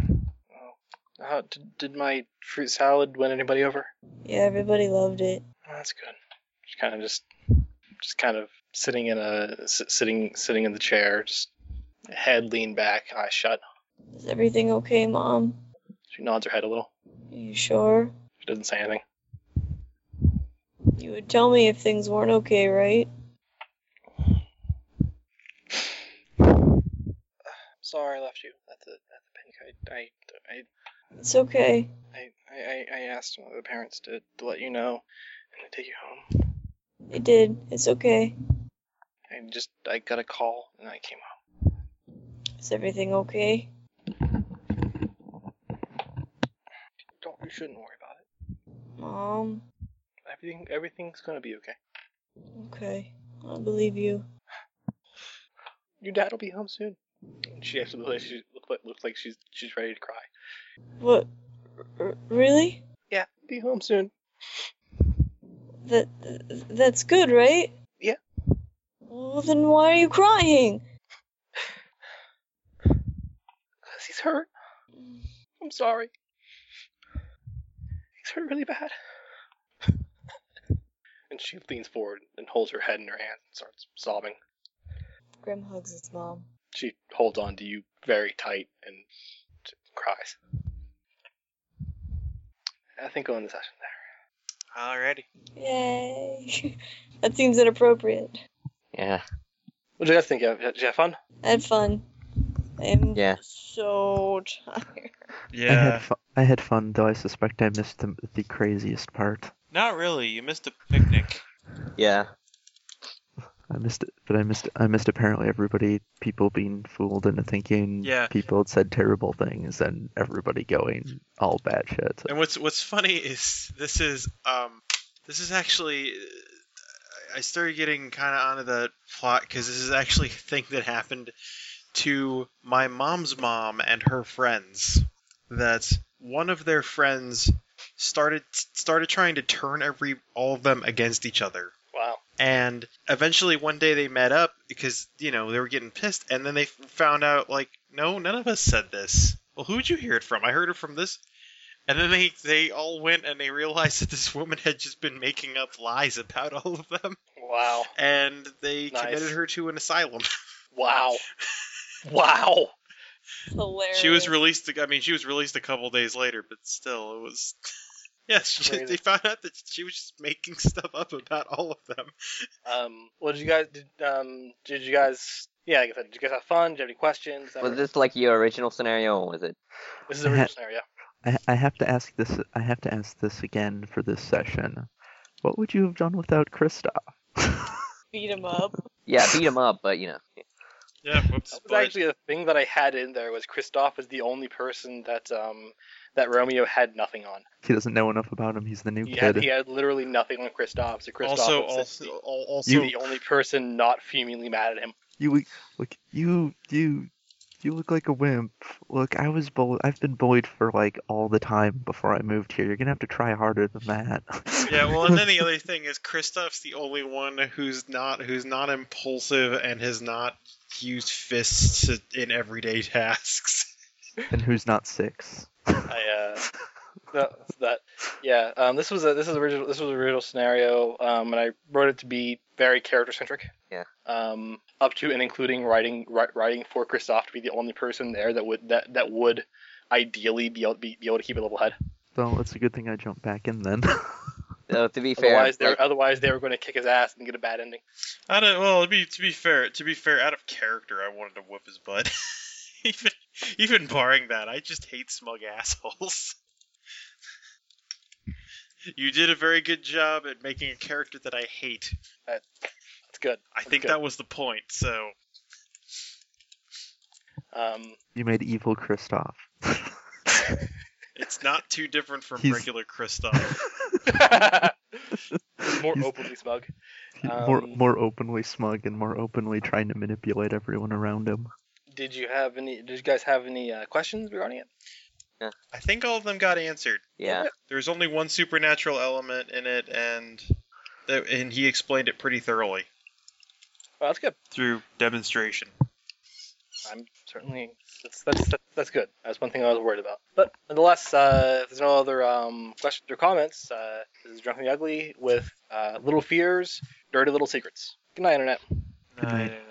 [SPEAKER 1] oh. How, did, did my fruit salad win anybody over?
[SPEAKER 5] Yeah, everybody loved it.
[SPEAKER 1] Oh, that's good. Just kind of just, just kind of sitting in a s- sitting sitting in the chair, just head leaned back, eyes shut.
[SPEAKER 5] Is everything okay, Mom?
[SPEAKER 1] She nods her head a little.
[SPEAKER 5] Are you sure?
[SPEAKER 1] She doesn't say anything.
[SPEAKER 5] You would tell me if things weren't okay, right?
[SPEAKER 1] Sorry, I left you at the at the picnic. I I
[SPEAKER 5] It's okay.
[SPEAKER 1] I I, I asked the parents to, to let you know and to take you home.
[SPEAKER 5] They did. It's okay.
[SPEAKER 1] I just I got a call and I came home.
[SPEAKER 5] Is everything okay?
[SPEAKER 1] Don't you shouldn't worry about it.
[SPEAKER 5] Mom?
[SPEAKER 1] Everything everything's gonna be okay.
[SPEAKER 5] Okay. I believe you.
[SPEAKER 1] Your dad will be home soon. She actually looks like she looks like, looks like she's she's ready to cry.
[SPEAKER 5] What? R- really?
[SPEAKER 1] Yeah, he'll be home soon.
[SPEAKER 5] That th- that's good, right?
[SPEAKER 1] Yeah.
[SPEAKER 5] Well, then why are you crying?
[SPEAKER 1] Cause he's hurt. I'm sorry. He's hurt really bad. <laughs> and she leans forward and holds her head in her hand and starts sobbing.
[SPEAKER 5] Grim hugs his mom.
[SPEAKER 1] She holds on to you very tight and t- cries. I think I'll end the session there.
[SPEAKER 6] Alrighty.
[SPEAKER 5] Yay! <laughs> that seems inappropriate.
[SPEAKER 3] Yeah.
[SPEAKER 1] What do you guys think? Did you have fun?
[SPEAKER 5] I had fun. I'm
[SPEAKER 3] Yeah.
[SPEAKER 5] so <laughs> tired.
[SPEAKER 4] I
[SPEAKER 6] Yeah.
[SPEAKER 4] had fun. I had fun, though I suspect I missed the, the craziest part.
[SPEAKER 6] <laughs> Not really. You missed the picnic.
[SPEAKER 3] Yeah.
[SPEAKER 4] I missed it, but I missed. I missed apparently everybody, people being fooled into thinking
[SPEAKER 6] Yeah.
[SPEAKER 4] people had said terrible things, and everybody going all bad shit.
[SPEAKER 6] And what's what's funny is this is um this is actually I- I started getting kind of onto the plot because this is actually a thing that happened to my mom's mom and her friends. That one of their friends started started trying to turn every all of them against each other.
[SPEAKER 1] Wow.
[SPEAKER 6] and eventually one day they met up because you know they were getting pissed and then they f- found out like no none of us said this well who'd you hear it from i heard it from this and then they they all went and they realized <laughs> that this woman had just been making up lies about all of them
[SPEAKER 1] Wow.
[SPEAKER 6] and they
[SPEAKER 1] Nice.
[SPEAKER 6] committed her to an asylum
[SPEAKER 1] Wow. <laughs> wow.
[SPEAKER 5] It's hilarious.
[SPEAKER 6] she was released i mean she was released a couple days later but still it was <laughs> yes she-
[SPEAKER 1] Crazy.
[SPEAKER 6] they found out that she was just making <laughs> stuff up about all of them
[SPEAKER 1] Um, what did you guys? Did, um, did you guys? Yeah, like I said, did you guys have fun? Did you have any questions?
[SPEAKER 3] Was this like your original scenario, or was it?
[SPEAKER 1] This is the original scenario.
[SPEAKER 4] I, I have to ask this. I have to ask this again for this session. What would you have done without Kristoff?
[SPEAKER 5] beat him up.
[SPEAKER 3] Yeah, beat him up, but you know.
[SPEAKER 6] yeah whoops
[SPEAKER 1] That was actually a thing that I had in there was Kristoff was the only person that um that Romeo had nothing on.
[SPEAKER 4] he doesn't know enough about him. He's the new
[SPEAKER 1] He had,
[SPEAKER 4] kid.
[SPEAKER 1] he had literally nothing on Kristoff, so Kristoff
[SPEAKER 6] also,
[SPEAKER 1] was
[SPEAKER 6] also,
[SPEAKER 1] the-
[SPEAKER 6] al- also,
[SPEAKER 1] the, only person not fumingly mad at him.
[SPEAKER 4] You look. You you you look like a wimp. Look, I was bullied. I've been bullied for like all the time before I moved here. You're gonna have to try harder than that.
[SPEAKER 6] yeah, well, and then the other thing is Kristoff's the only one who's not who's not impulsive and has not used fists to, in everyday <laughs> tasks.
[SPEAKER 4] <laughs> and who's not six?
[SPEAKER 1] <laughs> I uh that that Yeah, um, this was a this is original this was an original scenario, um, and I wrote it to be very character centric.
[SPEAKER 3] Yeah.
[SPEAKER 1] Um, up to and including writing ri- writing for Kristoff to be the only person there that would that that would ideally be able be, be able to keep a level head.
[SPEAKER 4] Well, it's a good thing I jumped back in then. <laughs>
[SPEAKER 3] So to be fair,
[SPEAKER 1] otherwise, they
[SPEAKER 3] like,
[SPEAKER 1] were otherwise they were going to kick his ass and get a bad ending.
[SPEAKER 6] I don't. Well, to be to be fair, to be fair, out of character, I wanted to whip his butt. <laughs> even even barring that, I just hate smug assholes. you did a very good job at making a character that I hate.
[SPEAKER 1] That's good.
[SPEAKER 6] I think
[SPEAKER 1] good.
[SPEAKER 6] that was the point. So
[SPEAKER 1] Um,
[SPEAKER 4] you made evil Kristoff.
[SPEAKER 6] it's not too different from
[SPEAKER 4] He's-
[SPEAKER 6] regular Kristoff.
[SPEAKER 4] <laughs>
[SPEAKER 1] more
[SPEAKER 4] He's-
[SPEAKER 1] openly smug.
[SPEAKER 4] he- more
[SPEAKER 1] um,
[SPEAKER 4] more openly smug and more openly trying to manipulate everyone around him.
[SPEAKER 1] Did you have any? Did you guys have any uh, questions regarding it?
[SPEAKER 6] I think all of them got answered.
[SPEAKER 3] yeah,
[SPEAKER 6] There's only one supernatural element in it, and that, and he explained it pretty thoroughly
[SPEAKER 1] Well, that's good.
[SPEAKER 6] through demonstration.
[SPEAKER 1] I'm certainly that's that's that's, that's good. That's one thing I was worried about. But nonetheless, uh, if there's no other um, questions or comments, uh, this is Drunk and the Ugly with uh, Little Fears, Dirty Little Secrets. Good night, Internet.
[SPEAKER 4] Good night.
[SPEAKER 6] I don't know.